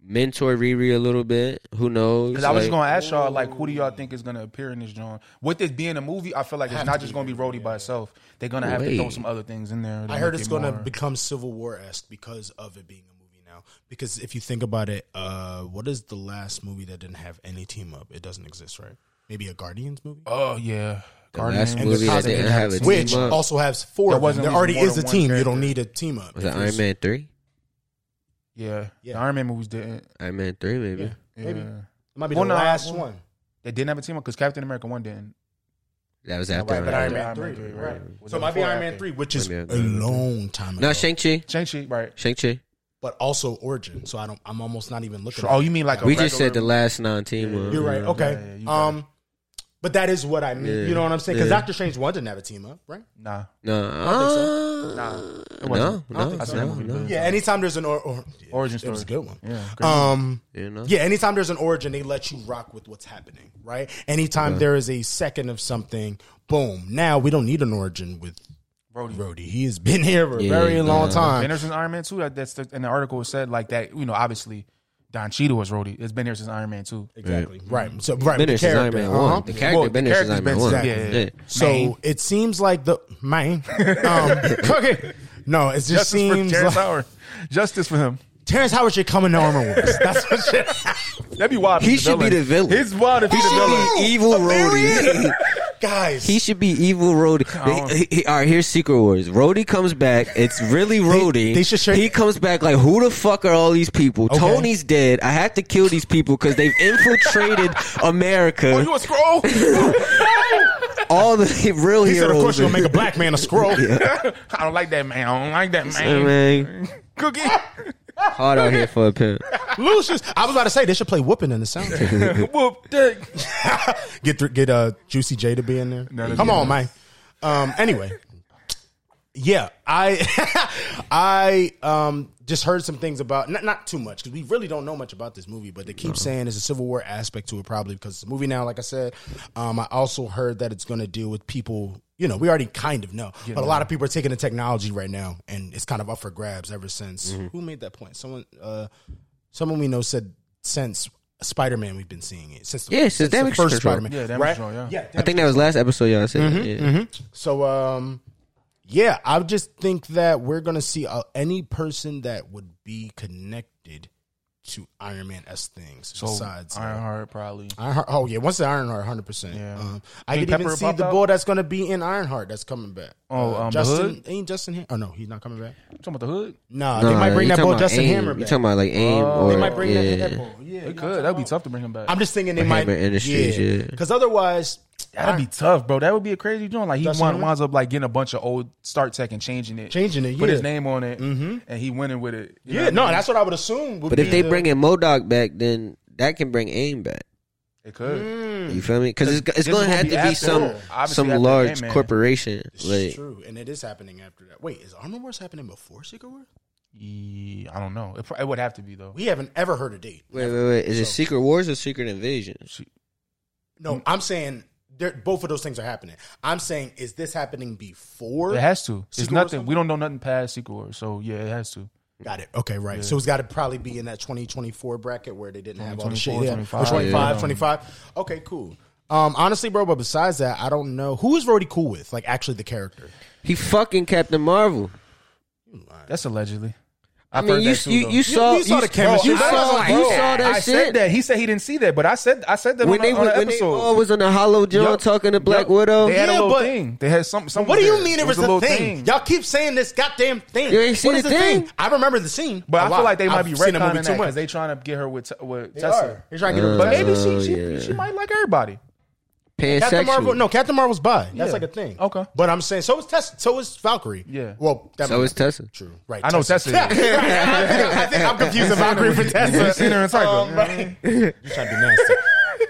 [SPEAKER 5] mentor Riri a little bit. Who knows?
[SPEAKER 3] Because I was
[SPEAKER 5] Like-
[SPEAKER 3] just gonna ask y'all, like, who do y'all think is gonna appear in this joint? With it being a movie, I feel like it's not just gonna be Rhodey by itself. They're gonna have to throw
[SPEAKER 5] Wait.
[SPEAKER 3] some other things in there. to
[SPEAKER 4] I heard
[SPEAKER 3] make
[SPEAKER 4] it's
[SPEAKER 3] it
[SPEAKER 4] going to
[SPEAKER 3] more-
[SPEAKER 4] become Civil War esque because of it being a movie now. Because if you think about it, uh, what is the last movie that didn't have any team up? It doesn't exist, right? Maybe a Guardians movie,
[SPEAKER 3] Oh yeah,
[SPEAKER 5] The last
[SPEAKER 4] And the
[SPEAKER 5] movie that
[SPEAKER 4] concept
[SPEAKER 5] didn't
[SPEAKER 4] didn't
[SPEAKER 5] have a
[SPEAKER 3] have
[SPEAKER 5] team
[SPEAKER 4] which
[SPEAKER 5] up
[SPEAKER 4] also has four.
[SPEAKER 3] There
[SPEAKER 4] Of them.
[SPEAKER 3] wasn't
[SPEAKER 4] There
[SPEAKER 3] even
[SPEAKER 4] already
[SPEAKER 3] more
[SPEAKER 4] is a
[SPEAKER 3] than one
[SPEAKER 4] team. You don't
[SPEAKER 3] character.
[SPEAKER 4] need a team up.
[SPEAKER 5] was it
[SPEAKER 4] If
[SPEAKER 5] Iron
[SPEAKER 4] it's-
[SPEAKER 5] Man three?
[SPEAKER 3] Yeah,
[SPEAKER 4] Yeah.
[SPEAKER 3] the Iron Man movies didn't.
[SPEAKER 5] Iron Man three, maybe.
[SPEAKER 4] Yeah. Maybe.
[SPEAKER 3] Yeah.
[SPEAKER 4] It might be
[SPEAKER 3] Well,
[SPEAKER 4] the
[SPEAKER 3] no,
[SPEAKER 4] last
[SPEAKER 3] well,
[SPEAKER 4] one.
[SPEAKER 3] They didn't have a team up because Captain America one didn't.
[SPEAKER 5] That was
[SPEAKER 3] Right,
[SPEAKER 5] after.
[SPEAKER 3] but
[SPEAKER 5] Iron
[SPEAKER 3] Iron
[SPEAKER 5] Man.
[SPEAKER 3] Man three, right.
[SPEAKER 4] So it might be
[SPEAKER 3] Before
[SPEAKER 4] Iron Man
[SPEAKER 3] after.
[SPEAKER 4] three, which is
[SPEAKER 5] Maybe
[SPEAKER 4] a
[SPEAKER 5] Iron Man
[SPEAKER 4] long time ago.
[SPEAKER 5] No, Shang Chi.
[SPEAKER 3] Shang Chi, right?
[SPEAKER 5] Shang Chi.
[SPEAKER 4] but also Origin. So I don't. I'm almost not even looking.
[SPEAKER 3] Oh,
[SPEAKER 4] at it.
[SPEAKER 3] you mean like a
[SPEAKER 5] We just
[SPEAKER 3] regular-
[SPEAKER 5] said the last non-team. one.
[SPEAKER 4] You're right.
[SPEAKER 5] Yeah.
[SPEAKER 4] Okay.
[SPEAKER 3] yeah, you got
[SPEAKER 4] um, but that is what I mean.
[SPEAKER 5] Yeah.
[SPEAKER 4] You know what I'm saying? Because
[SPEAKER 5] Yeah.
[SPEAKER 4] Doctor Strange one didn't have a team up, right?
[SPEAKER 3] Nah,
[SPEAKER 5] No. uh,
[SPEAKER 3] Nah, it
[SPEAKER 5] No.
[SPEAKER 3] wasn't. I
[SPEAKER 5] No.
[SPEAKER 3] don't think so.
[SPEAKER 5] No.
[SPEAKER 3] That's
[SPEAKER 5] No.
[SPEAKER 3] not
[SPEAKER 4] Yeah. Anytime there's an or, or,
[SPEAKER 3] origin
[SPEAKER 4] it
[SPEAKER 3] story.
[SPEAKER 4] was a good one.
[SPEAKER 3] Yeah, great.
[SPEAKER 4] Um.
[SPEAKER 5] You know.
[SPEAKER 4] Yeah, anytime there's an origin, they let you rock with what's happening, right? Anytime there is a second of something, boom. Now we don't need an origin with
[SPEAKER 3] Brody.
[SPEAKER 4] Rhodey. He has been here for a
[SPEAKER 5] Yeah,
[SPEAKER 4] very long
[SPEAKER 5] nah.
[SPEAKER 4] time.
[SPEAKER 3] Been here since Iron Man two. That, that's the, in the article it said like that. You know, obviously Don Cheadle was Rhodey. It's been here since Iron Man two.
[SPEAKER 4] Exactly. Right. So right.
[SPEAKER 5] Been
[SPEAKER 4] the
[SPEAKER 5] there since Iron
[SPEAKER 4] character,
[SPEAKER 5] Man
[SPEAKER 4] uh-huh.
[SPEAKER 5] one. The character
[SPEAKER 3] Well,
[SPEAKER 5] been
[SPEAKER 3] the
[SPEAKER 5] there since Iron
[SPEAKER 3] character's
[SPEAKER 5] Man
[SPEAKER 3] been-
[SPEAKER 5] one.
[SPEAKER 3] yeah, yeah, yeah.
[SPEAKER 5] Yeah.
[SPEAKER 4] So
[SPEAKER 3] Main.
[SPEAKER 4] it seems like the
[SPEAKER 5] *laughs*
[SPEAKER 4] main. Um, *laughs* okay. No, it just
[SPEAKER 3] Justice
[SPEAKER 4] seems
[SPEAKER 3] for Terrence
[SPEAKER 4] like
[SPEAKER 3] Howard. Justice for him.
[SPEAKER 4] Terrence Howard should come in the armor with us. That's what should
[SPEAKER 3] That'd be wild.
[SPEAKER 5] He
[SPEAKER 3] if he's
[SPEAKER 5] should be the villain.
[SPEAKER 3] He's wild if he's the
[SPEAKER 5] should be-
[SPEAKER 3] villain.
[SPEAKER 5] evil Rhodey.
[SPEAKER 4] Guys.
[SPEAKER 5] He should be evil *laughs* Rhodey.
[SPEAKER 3] don't-
[SPEAKER 5] He- he- all right, here's Secret Wars. Rhodey comes back. It's really Rhodey.
[SPEAKER 4] they should share-
[SPEAKER 5] he comes back like, who the fuck are all these people?
[SPEAKER 4] Okay.
[SPEAKER 5] Tony's dead. I have to kill these people because they've
[SPEAKER 4] *laughs*
[SPEAKER 5] infiltrated America.
[SPEAKER 3] Oh, you a scroll?
[SPEAKER 5] all the *laughs* real
[SPEAKER 4] he said,
[SPEAKER 5] heroes.
[SPEAKER 4] of course, you're
[SPEAKER 5] *laughs*
[SPEAKER 4] going to make a black man a scroll.
[SPEAKER 3] I don't like that man. I don't like that man.
[SPEAKER 5] Hey, man,
[SPEAKER 3] Cookie. *laughs*
[SPEAKER 5] hard out here for a pimp.
[SPEAKER 4] *laughs* Lucius. I was about to say, they should play whooping in the sound.
[SPEAKER 3] Whoop dick.
[SPEAKER 4] get th- get uh Juicy J to be in there.
[SPEAKER 3] No, no,
[SPEAKER 4] Come
[SPEAKER 3] no.
[SPEAKER 4] on, man. Um, anyway, yeah, I *laughs* I um just heard some things about not not too much because we really don't know much about this movie, but they keep saying there's a Civil War aspect to it probably because it's a movie now. Like I said, um, I also heard that it's going to deal with people. You know, we already kind of know, but a lot of people are taking the technology right now, and it's kind of up for grabs ever since.
[SPEAKER 3] Mm-hmm.
[SPEAKER 4] Who made that point? Someone, uh, someone we know said since Spider Man, we've been seeing it since the,
[SPEAKER 5] Yeah, since Damage
[SPEAKER 4] first
[SPEAKER 5] Control.
[SPEAKER 4] Spider Man.
[SPEAKER 3] Yeah, damage
[SPEAKER 4] right?
[SPEAKER 3] control, yeah.
[SPEAKER 5] I think that was last episode y'all said.
[SPEAKER 4] Mm-hmm,
[SPEAKER 5] that, yeah.
[SPEAKER 4] So um yeah, I would just think that we're gonna see uh, any person that would be connected to Iron Man s things
[SPEAKER 3] So
[SPEAKER 4] besides. uh,
[SPEAKER 3] Ironheart probably.
[SPEAKER 4] Ironheart, oh yeah, once the Ironheart, hundred percent.
[SPEAKER 3] Yeah.
[SPEAKER 4] Um, I
[SPEAKER 3] Think
[SPEAKER 4] could even
[SPEAKER 3] Pepper
[SPEAKER 4] see
[SPEAKER 3] popped
[SPEAKER 4] the
[SPEAKER 3] out?
[SPEAKER 4] boy that's gonna be in Ironheart that's coming back. Uh,
[SPEAKER 3] Oh, um, the
[SPEAKER 4] Justin
[SPEAKER 3] Hood?
[SPEAKER 4] ain't Justin. Ham- Oh no, he's not coming back.
[SPEAKER 3] You talking about the hood?
[SPEAKER 4] Nah,
[SPEAKER 5] Nah,
[SPEAKER 4] they might bring
[SPEAKER 5] you
[SPEAKER 4] that
[SPEAKER 5] talking
[SPEAKER 4] boy
[SPEAKER 5] about
[SPEAKER 4] Justin
[SPEAKER 5] aim.
[SPEAKER 4] Hammer
[SPEAKER 5] You
[SPEAKER 4] back.
[SPEAKER 5] talking about like aim? or,
[SPEAKER 4] they might bring
[SPEAKER 5] yeah.
[SPEAKER 4] that, that boy.
[SPEAKER 3] They
[SPEAKER 4] Yeah, you know what
[SPEAKER 3] could.
[SPEAKER 4] I'm
[SPEAKER 3] That'd be
[SPEAKER 4] talking about.
[SPEAKER 3] tough to bring him back.
[SPEAKER 4] I'm just thinking they might.
[SPEAKER 5] Hammer Industries,
[SPEAKER 4] yeah,
[SPEAKER 5] yeah.
[SPEAKER 4] because otherwise,
[SPEAKER 3] That'd be tough, bro. That would be a crazy joint. Like he
[SPEAKER 4] That's what I
[SPEAKER 3] wind,
[SPEAKER 4] mean.
[SPEAKER 3] winds up like getting a bunch of old start tech and changing it,
[SPEAKER 4] Changing it,
[SPEAKER 3] put his
[SPEAKER 4] yeah. Mm-hmm.
[SPEAKER 3] name on it, and he winning with it. You know
[SPEAKER 4] yeah,
[SPEAKER 3] what I
[SPEAKER 4] no,
[SPEAKER 3] mean?
[SPEAKER 4] that's what I would assume. Would
[SPEAKER 5] But if
[SPEAKER 4] be
[SPEAKER 5] they
[SPEAKER 4] the-
[SPEAKER 5] bring in Modoc back, then that can bring aim back.
[SPEAKER 3] it could.
[SPEAKER 4] Mm.
[SPEAKER 5] You feel me? Because it's,
[SPEAKER 3] This
[SPEAKER 5] it's
[SPEAKER 3] is
[SPEAKER 5] going to
[SPEAKER 3] gonna
[SPEAKER 5] have
[SPEAKER 3] be
[SPEAKER 5] to be
[SPEAKER 3] after-
[SPEAKER 5] some
[SPEAKER 3] obviously
[SPEAKER 5] some
[SPEAKER 3] after
[SPEAKER 5] large
[SPEAKER 3] Ant-Man.
[SPEAKER 5] corporation.
[SPEAKER 4] It's
[SPEAKER 5] Like
[SPEAKER 4] true, and it is happening after that. Wait, is Armor Wars happening before Secret War?
[SPEAKER 3] Yeah, I don't know. It, pro- it would have to be though.
[SPEAKER 4] We haven't ever heard a date.
[SPEAKER 5] wait, wait, wait. Is it Secret Wars or Secret Invasion?
[SPEAKER 4] No, I'm saying they're- both of those things are happening. I'm saying is this happening before?
[SPEAKER 3] It has to. It's
[SPEAKER 4] Secret Wars
[SPEAKER 3] nothing. We don't know nothing past Secret Wars, so yeah, it has to.
[SPEAKER 4] got it. Okay, right. So it's got to probably be in that 2024 bracket where they didn't have all the shit.
[SPEAKER 3] 2024,
[SPEAKER 4] Yeah,
[SPEAKER 3] 25,
[SPEAKER 4] 25, 25,
[SPEAKER 3] yeah.
[SPEAKER 4] 25. Okay, cool. Um, honestly, bro, but besides that, I don't know who is Rhodey cool with. Like, actually, the character.
[SPEAKER 5] He fucking Captain Marvel.
[SPEAKER 3] That's allegedly.
[SPEAKER 5] I mean, you, you you saw
[SPEAKER 4] you saw the chemistry.
[SPEAKER 5] You
[SPEAKER 4] I
[SPEAKER 5] saw,
[SPEAKER 4] was
[SPEAKER 5] you
[SPEAKER 4] like,
[SPEAKER 5] saw that
[SPEAKER 3] I
[SPEAKER 5] shit.
[SPEAKER 3] said that. He said he didn't see that, but I said I said that
[SPEAKER 5] When
[SPEAKER 3] on,
[SPEAKER 5] they
[SPEAKER 3] the, on the
[SPEAKER 5] when they
[SPEAKER 3] episode.
[SPEAKER 5] all was on the Hollow Joe
[SPEAKER 3] Yup.
[SPEAKER 5] talking to Black
[SPEAKER 3] Yup.
[SPEAKER 5] Widow.
[SPEAKER 3] They had
[SPEAKER 4] Yeah,
[SPEAKER 3] a little
[SPEAKER 4] but-
[SPEAKER 3] thing. They had some. some
[SPEAKER 4] What do
[SPEAKER 3] there.
[SPEAKER 4] you mean it was, a
[SPEAKER 3] little
[SPEAKER 4] thing? Y'all keep saying this goddamn thing.
[SPEAKER 5] You ain't seen
[SPEAKER 4] what is
[SPEAKER 5] the
[SPEAKER 4] the thing?
[SPEAKER 5] thing?
[SPEAKER 4] I remember the scene,
[SPEAKER 3] But
[SPEAKER 4] I
[SPEAKER 3] I feel like they might be
[SPEAKER 4] seen the movie
[SPEAKER 3] retconning that
[SPEAKER 4] too much.
[SPEAKER 3] because they trying to get her with with
[SPEAKER 4] They Uh,
[SPEAKER 3] Tessa.
[SPEAKER 4] are. They're trying to get rid of
[SPEAKER 3] But maybe
[SPEAKER 4] Tessa.
[SPEAKER 3] she,
[SPEAKER 5] Oh, yeah.
[SPEAKER 3] she she might like everybody.
[SPEAKER 5] pansexual.
[SPEAKER 4] Captain Marvel. No, Captain Marvel's bi. That's like a thing.
[SPEAKER 3] Okay.
[SPEAKER 4] But I'm saying so is Tess. So is Valkyrie.
[SPEAKER 3] Yeah.
[SPEAKER 4] Well, that
[SPEAKER 5] So is Tessa.
[SPEAKER 4] true. Right.
[SPEAKER 3] I know
[SPEAKER 4] Tessa.
[SPEAKER 3] Tessa. is.
[SPEAKER 4] *laughs* Right, I, think, I think I'm confusing Valkyrie
[SPEAKER 3] *laughs*
[SPEAKER 4] for
[SPEAKER 3] You've seen her
[SPEAKER 4] Tessa.
[SPEAKER 3] in Psycho.
[SPEAKER 4] Um, right. *laughs* You're trying to be nasty.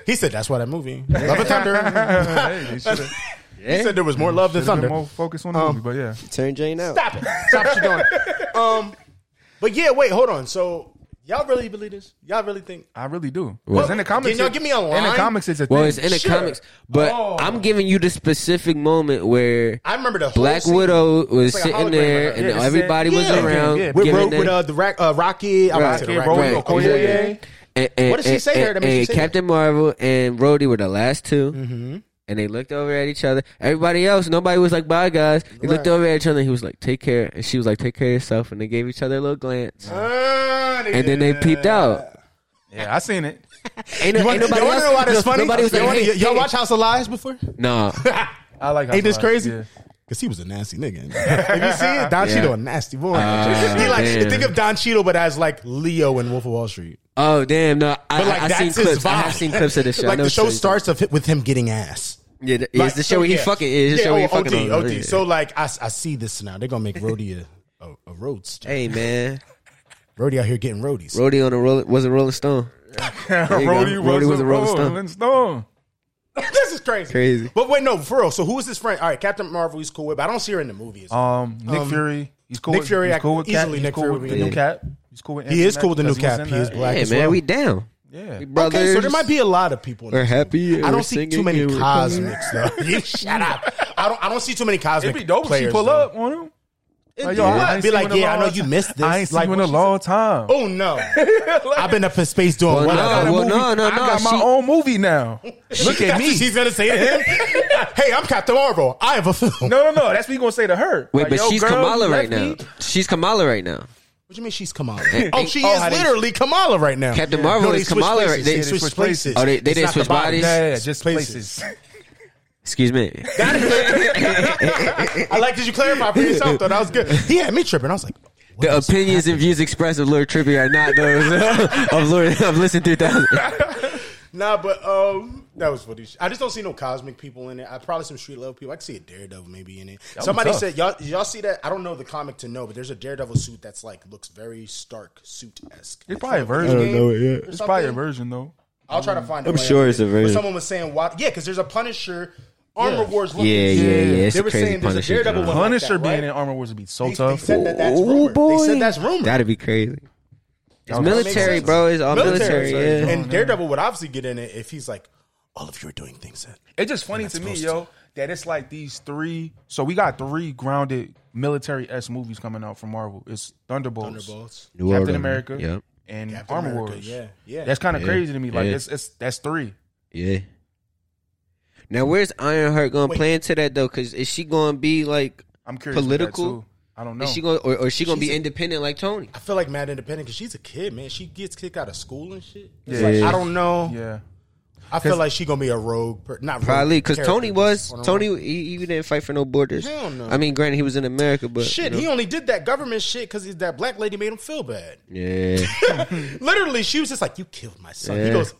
[SPEAKER 4] He said that's why that movie Love and
[SPEAKER 5] *laughs*
[SPEAKER 4] Thunder.
[SPEAKER 3] *laughs* hey, they should've-
[SPEAKER 4] He said there was more love than
[SPEAKER 3] should've been
[SPEAKER 4] thunder.
[SPEAKER 3] more focused
[SPEAKER 4] Um,
[SPEAKER 3] on the movie, but yeah.
[SPEAKER 5] Turn Jane out.
[SPEAKER 4] Stop it. Stop what you're doing. Um, but yeah, wait, hold on. So y'all really believe this? Y'all really think?
[SPEAKER 3] I really do. Because in the comics,
[SPEAKER 4] Can y'all
[SPEAKER 3] it-
[SPEAKER 4] give me a
[SPEAKER 3] In the
[SPEAKER 4] line?
[SPEAKER 3] comics, it's a
[SPEAKER 5] Well,
[SPEAKER 3] thing.
[SPEAKER 5] it's in the
[SPEAKER 4] Sure.
[SPEAKER 5] comics, but
[SPEAKER 4] Oh.
[SPEAKER 5] I'm giving you the specific moment where
[SPEAKER 4] I remember the whole
[SPEAKER 5] Black
[SPEAKER 4] scene.
[SPEAKER 5] Widow was
[SPEAKER 4] like a hologram,
[SPEAKER 5] sitting there
[SPEAKER 4] right?
[SPEAKER 5] and
[SPEAKER 3] Yeah, it's
[SPEAKER 5] everybody
[SPEAKER 3] that-
[SPEAKER 5] was
[SPEAKER 4] Yeah.
[SPEAKER 5] around.
[SPEAKER 3] Yeah,
[SPEAKER 4] with,
[SPEAKER 5] giving
[SPEAKER 4] Ro-
[SPEAKER 5] that-
[SPEAKER 4] with uh, the Ra- uh, Rocky. I'm
[SPEAKER 5] Right.
[SPEAKER 4] about to say
[SPEAKER 3] Rocky,
[SPEAKER 4] the
[SPEAKER 3] Rocky,
[SPEAKER 4] Rocky.
[SPEAKER 3] Rocky. Okoye.
[SPEAKER 5] exactly. And, and,
[SPEAKER 4] What does she Mm-hmm.
[SPEAKER 5] and-
[SPEAKER 4] say to her that
[SPEAKER 5] and-
[SPEAKER 4] makes you
[SPEAKER 5] and
[SPEAKER 4] say that?
[SPEAKER 5] Captain Marvel and Rhodey were the last 2 and they looked over at each other. Everybody else, nobody was like, "Bye, guys." They looked over at each other. and He was like, "Take care," and she was like, "Take care of yourself." And they gave each other a little glance,
[SPEAKER 4] Ah,
[SPEAKER 5] and then they peeped out.
[SPEAKER 3] yeah, I seen it.
[SPEAKER 5] Ain't,
[SPEAKER 4] You
[SPEAKER 5] ain't
[SPEAKER 4] want,
[SPEAKER 5] nobody
[SPEAKER 4] y'all wanna
[SPEAKER 5] else-
[SPEAKER 4] know why that's funny?
[SPEAKER 5] Nobody was
[SPEAKER 4] y'all,
[SPEAKER 5] like,
[SPEAKER 4] wanna-
[SPEAKER 5] hey,
[SPEAKER 4] y'all
[SPEAKER 5] hey.
[SPEAKER 4] watch House of Lies before?
[SPEAKER 5] Nah,
[SPEAKER 3] I like.
[SPEAKER 4] Ain't this
[SPEAKER 3] Housewives,
[SPEAKER 4] crazy? *laughs*
[SPEAKER 3] yeah.
[SPEAKER 4] Cause he was a nasty
[SPEAKER 5] *laughs*
[SPEAKER 4] nigga. Have you seen it? Don
[SPEAKER 5] Yeah.
[SPEAKER 4] Cheadle, a nasty boy.
[SPEAKER 5] Ah,
[SPEAKER 4] he like
[SPEAKER 5] man.
[SPEAKER 4] think of Don Cheadle, but as like Leo in Wolf of Wall Street.
[SPEAKER 5] oh damn, no. I,
[SPEAKER 4] But like
[SPEAKER 5] I, I
[SPEAKER 4] that's
[SPEAKER 5] seen
[SPEAKER 4] his
[SPEAKER 5] clips.
[SPEAKER 4] vibe.
[SPEAKER 5] I have seen clips
[SPEAKER 4] *laughs*
[SPEAKER 5] of this show. I
[SPEAKER 4] like
[SPEAKER 5] know
[SPEAKER 4] the show
[SPEAKER 5] it's-
[SPEAKER 4] starts of it with him getting ass.
[SPEAKER 5] Yeah, the,
[SPEAKER 4] Like,
[SPEAKER 5] it's the
[SPEAKER 4] so,
[SPEAKER 5] show where he
[SPEAKER 4] yeah.
[SPEAKER 5] fucking is. the
[SPEAKER 4] Yeah,
[SPEAKER 5] show where he
[SPEAKER 4] oh,
[SPEAKER 5] fucking
[SPEAKER 4] OD,
[SPEAKER 5] on.
[SPEAKER 4] OD.
[SPEAKER 5] Yeah.
[SPEAKER 4] So like I, I see this now. They're gonna make Rhodey a, a, a roadster.
[SPEAKER 5] hey man,
[SPEAKER 4] Rhodey out here getting roadies.
[SPEAKER 5] Roddy on a roll was a Rolling Stone. you go.
[SPEAKER 3] Roddy was, a Rolling Stone.
[SPEAKER 4] *laughs* this is crazy.
[SPEAKER 5] Crazy.
[SPEAKER 4] But wait, no, for real. So who is this friend? All right, Captain Marvel. He's cool with, but I don't see her in the movies.
[SPEAKER 5] Oh,
[SPEAKER 3] Um, Nick Fury. He's cool.
[SPEAKER 4] Nick
[SPEAKER 3] with,
[SPEAKER 4] Fury, I
[SPEAKER 3] He's cool with
[SPEAKER 4] could easily
[SPEAKER 3] Cap.
[SPEAKER 4] Nick
[SPEAKER 3] he's cool
[SPEAKER 4] Fury
[SPEAKER 3] with
[SPEAKER 4] would
[SPEAKER 3] the
[SPEAKER 4] be
[SPEAKER 3] new
[SPEAKER 4] in
[SPEAKER 3] Cap. He's cool with.
[SPEAKER 4] He is cool with the new
[SPEAKER 3] Anthony Mac
[SPEAKER 4] Cap.
[SPEAKER 3] because
[SPEAKER 4] He is
[SPEAKER 3] was in
[SPEAKER 4] black.
[SPEAKER 5] Hey
[SPEAKER 4] as
[SPEAKER 5] man,
[SPEAKER 4] well.
[SPEAKER 5] we down.
[SPEAKER 3] that.
[SPEAKER 5] We
[SPEAKER 3] Yeah.
[SPEAKER 5] brothers.
[SPEAKER 4] Okay, so there might be a lot of people. in
[SPEAKER 5] We're
[SPEAKER 4] this
[SPEAKER 5] happy. and
[SPEAKER 4] I
[SPEAKER 5] we're
[SPEAKER 4] don't see too
[SPEAKER 5] singing
[SPEAKER 4] many
[SPEAKER 5] and we're
[SPEAKER 4] cosmics though. *laughs* You shut up. I don't. I don't see too many cosmic.
[SPEAKER 3] It'd be dope if
[SPEAKER 4] players,
[SPEAKER 3] she pull
[SPEAKER 4] though.
[SPEAKER 3] up on him. Like, yo, I ain't
[SPEAKER 4] Be
[SPEAKER 3] seen
[SPEAKER 4] like,
[SPEAKER 3] you in a
[SPEAKER 4] yeah, I
[SPEAKER 3] long
[SPEAKER 4] know you
[SPEAKER 3] time.
[SPEAKER 4] missed this.
[SPEAKER 3] I ain't seen
[SPEAKER 4] Like,
[SPEAKER 3] you in
[SPEAKER 4] what
[SPEAKER 3] a
[SPEAKER 4] she
[SPEAKER 3] long time.
[SPEAKER 4] *laughs*
[SPEAKER 3] *laughs*
[SPEAKER 4] Oh no! I've been up in space doing
[SPEAKER 5] Well,
[SPEAKER 4] whatever.
[SPEAKER 5] no,
[SPEAKER 3] I got a
[SPEAKER 5] well,
[SPEAKER 3] movie.
[SPEAKER 5] no, no,
[SPEAKER 3] I got
[SPEAKER 5] no,
[SPEAKER 3] my
[SPEAKER 5] she-
[SPEAKER 3] own movie *laughs* now. Look at
[SPEAKER 4] *laughs* That's what
[SPEAKER 3] me.
[SPEAKER 4] she's gonna say to him. *laughs* hey, I'm Captain Marvel. I have a film.
[SPEAKER 3] No, no, no. That's what you gonna say to her.
[SPEAKER 5] Wait,
[SPEAKER 3] Like,
[SPEAKER 5] but
[SPEAKER 3] yo,
[SPEAKER 5] she's
[SPEAKER 3] girl,
[SPEAKER 5] Kamala
[SPEAKER 3] you
[SPEAKER 5] right
[SPEAKER 3] left
[SPEAKER 5] now.
[SPEAKER 3] me?
[SPEAKER 5] She's Kamala right now.
[SPEAKER 4] What do you mean she's Kamala? oh, she
[SPEAKER 3] Oh, how
[SPEAKER 4] is
[SPEAKER 3] they-
[SPEAKER 4] literally Kamala right now.
[SPEAKER 5] Captain Marvel
[SPEAKER 4] they
[SPEAKER 5] is
[SPEAKER 4] switched
[SPEAKER 5] Kamala
[SPEAKER 4] places.
[SPEAKER 5] right- they-
[SPEAKER 4] They
[SPEAKER 5] they
[SPEAKER 4] switched
[SPEAKER 3] switched
[SPEAKER 4] places.
[SPEAKER 3] places.
[SPEAKER 5] Oh, they- they
[SPEAKER 4] It's
[SPEAKER 5] didn't
[SPEAKER 4] not the
[SPEAKER 5] switch
[SPEAKER 4] body.
[SPEAKER 5] bodies?
[SPEAKER 3] Yeah, yeah, yeah, just
[SPEAKER 4] Places.
[SPEAKER 3] places.
[SPEAKER 4] *laughs*
[SPEAKER 5] Excuse me.
[SPEAKER 4] I like that you clarify for yourself though. That was good. He had me tripping. I was like,
[SPEAKER 5] The uh, opinions and views expressed of Lord Trippy are not those *laughs* of Lord of Listen 3000.
[SPEAKER 4] nah, but um, that was funny. I just don't see no cosmic people in it. I probably some street level people. I can see a Daredevil maybe in it. Somebody
[SPEAKER 3] tough.
[SPEAKER 4] said y'all y'all see that? I don't know the comic to know, but there's a Daredevil suit that's like looks very Stark suit esque.
[SPEAKER 3] It's probably a version.
[SPEAKER 4] know
[SPEAKER 5] it yet.
[SPEAKER 3] It's probably a version though.
[SPEAKER 4] I'll try to find.
[SPEAKER 5] I'm sure it's a
[SPEAKER 4] But
[SPEAKER 5] version.
[SPEAKER 4] someone was saying why? Yeah, because there's a Punisher. Armor Wars.
[SPEAKER 5] Yeah,
[SPEAKER 4] Looking.
[SPEAKER 5] yeah, yeah. It's
[SPEAKER 4] they
[SPEAKER 5] a
[SPEAKER 4] were
[SPEAKER 5] crazy
[SPEAKER 4] saying there's a
[SPEAKER 5] Punisher.
[SPEAKER 4] Daredevil
[SPEAKER 5] genre.
[SPEAKER 4] one. like
[SPEAKER 3] Punisher
[SPEAKER 4] that,
[SPEAKER 3] being
[SPEAKER 4] right?
[SPEAKER 3] in Armor Wars would be so
[SPEAKER 4] They, they
[SPEAKER 3] tough.
[SPEAKER 4] said that that's
[SPEAKER 5] Oh,
[SPEAKER 4] rumor. They
[SPEAKER 5] boy.
[SPEAKER 4] said that's rumor.
[SPEAKER 5] That'd be crazy. It's
[SPEAKER 3] That makes
[SPEAKER 5] military,
[SPEAKER 4] sense.
[SPEAKER 5] bro. It's all military.
[SPEAKER 4] sorry.
[SPEAKER 5] yeah.
[SPEAKER 4] And Daredevil would obviously get in it if he's like, all of you are doing things that.
[SPEAKER 3] It's just funny to me, yo, that it's like these three. So we got three grounded military s movies coming out from Marvel. It's Thunderbolts,
[SPEAKER 4] Thunderbolts.
[SPEAKER 5] New
[SPEAKER 3] Captain
[SPEAKER 5] Order.
[SPEAKER 3] America,
[SPEAKER 5] Yep.
[SPEAKER 3] and
[SPEAKER 4] Captain
[SPEAKER 3] Armor
[SPEAKER 4] America,
[SPEAKER 3] Wars.
[SPEAKER 4] yeah, yeah.
[SPEAKER 3] That's kind of
[SPEAKER 5] Yeah,
[SPEAKER 3] crazy to me. Like
[SPEAKER 5] yeah.
[SPEAKER 3] it's, it's that's three.
[SPEAKER 5] Yeah. Now, where's Ironheart going to play into that, though? Because is she going to be like.
[SPEAKER 3] I'm curious.
[SPEAKER 5] Political?
[SPEAKER 3] Political. Too. I don't know.
[SPEAKER 5] Is she going, or, or is she going to be independent like Tony?
[SPEAKER 4] I feel like Mad Independent because she's a kid, man. She gets kicked out of school and shit. It's
[SPEAKER 3] Yeah.
[SPEAKER 4] like, I don't know.
[SPEAKER 3] yeah.
[SPEAKER 4] I feel like she gonna be a rogue, per- not rogue,
[SPEAKER 5] Probably because
[SPEAKER 4] character,
[SPEAKER 5] Tony
[SPEAKER 4] just
[SPEAKER 5] was
[SPEAKER 4] on her
[SPEAKER 5] Tony.
[SPEAKER 4] own.
[SPEAKER 5] He, he didn't fight for no borders.
[SPEAKER 4] Hell no.
[SPEAKER 5] I mean, granted, he was in America, but
[SPEAKER 4] Shit,
[SPEAKER 5] you
[SPEAKER 4] he
[SPEAKER 5] know.
[SPEAKER 4] only did that government shit because that black lady made him feel bad.
[SPEAKER 5] yeah.
[SPEAKER 4] Literally, she was just like, "You killed my son." He
[SPEAKER 5] Yeah.
[SPEAKER 4] goes,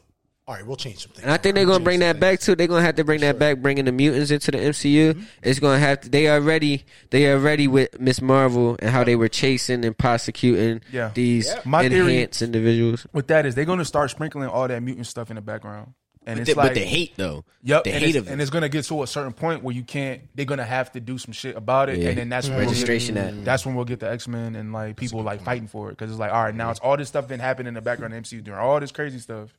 [SPEAKER 4] "All right, we'll change some things."
[SPEAKER 5] And I think they're
[SPEAKER 4] We'll
[SPEAKER 5] gonna bring
[SPEAKER 4] change *laughs*
[SPEAKER 5] that
[SPEAKER 4] some
[SPEAKER 5] back too. They're gonna have to bring that back, bringing the mutants into the MCU.
[SPEAKER 4] Mm-hmm.
[SPEAKER 5] It's gonna have to. They already, they already with Miss Marvel and how they were chasing and prosecuting
[SPEAKER 3] Yeah.
[SPEAKER 5] these
[SPEAKER 3] Yeah. My theory-
[SPEAKER 5] enhanced individuals.
[SPEAKER 3] What that is, they're gonna start sprinkling all that mutant stuff in the background, and it's
[SPEAKER 5] But
[SPEAKER 3] like
[SPEAKER 5] the hate though,
[SPEAKER 3] Yep,
[SPEAKER 5] the
[SPEAKER 3] and
[SPEAKER 5] hate
[SPEAKER 3] it's,
[SPEAKER 5] of
[SPEAKER 3] and
[SPEAKER 5] it.
[SPEAKER 3] it's gonna get to a certain point where you can't. They're gonna have to do some shit about it,
[SPEAKER 5] Yeah. Mm-hmm.
[SPEAKER 3] and then that's when
[SPEAKER 5] Registration
[SPEAKER 3] We'll
[SPEAKER 5] Act.
[SPEAKER 3] get, that's when we'll get the X Men and like people like fighting for it because it's like, all right, now it's all this stuff been happening in the background of the MCU during all this crazy stuff.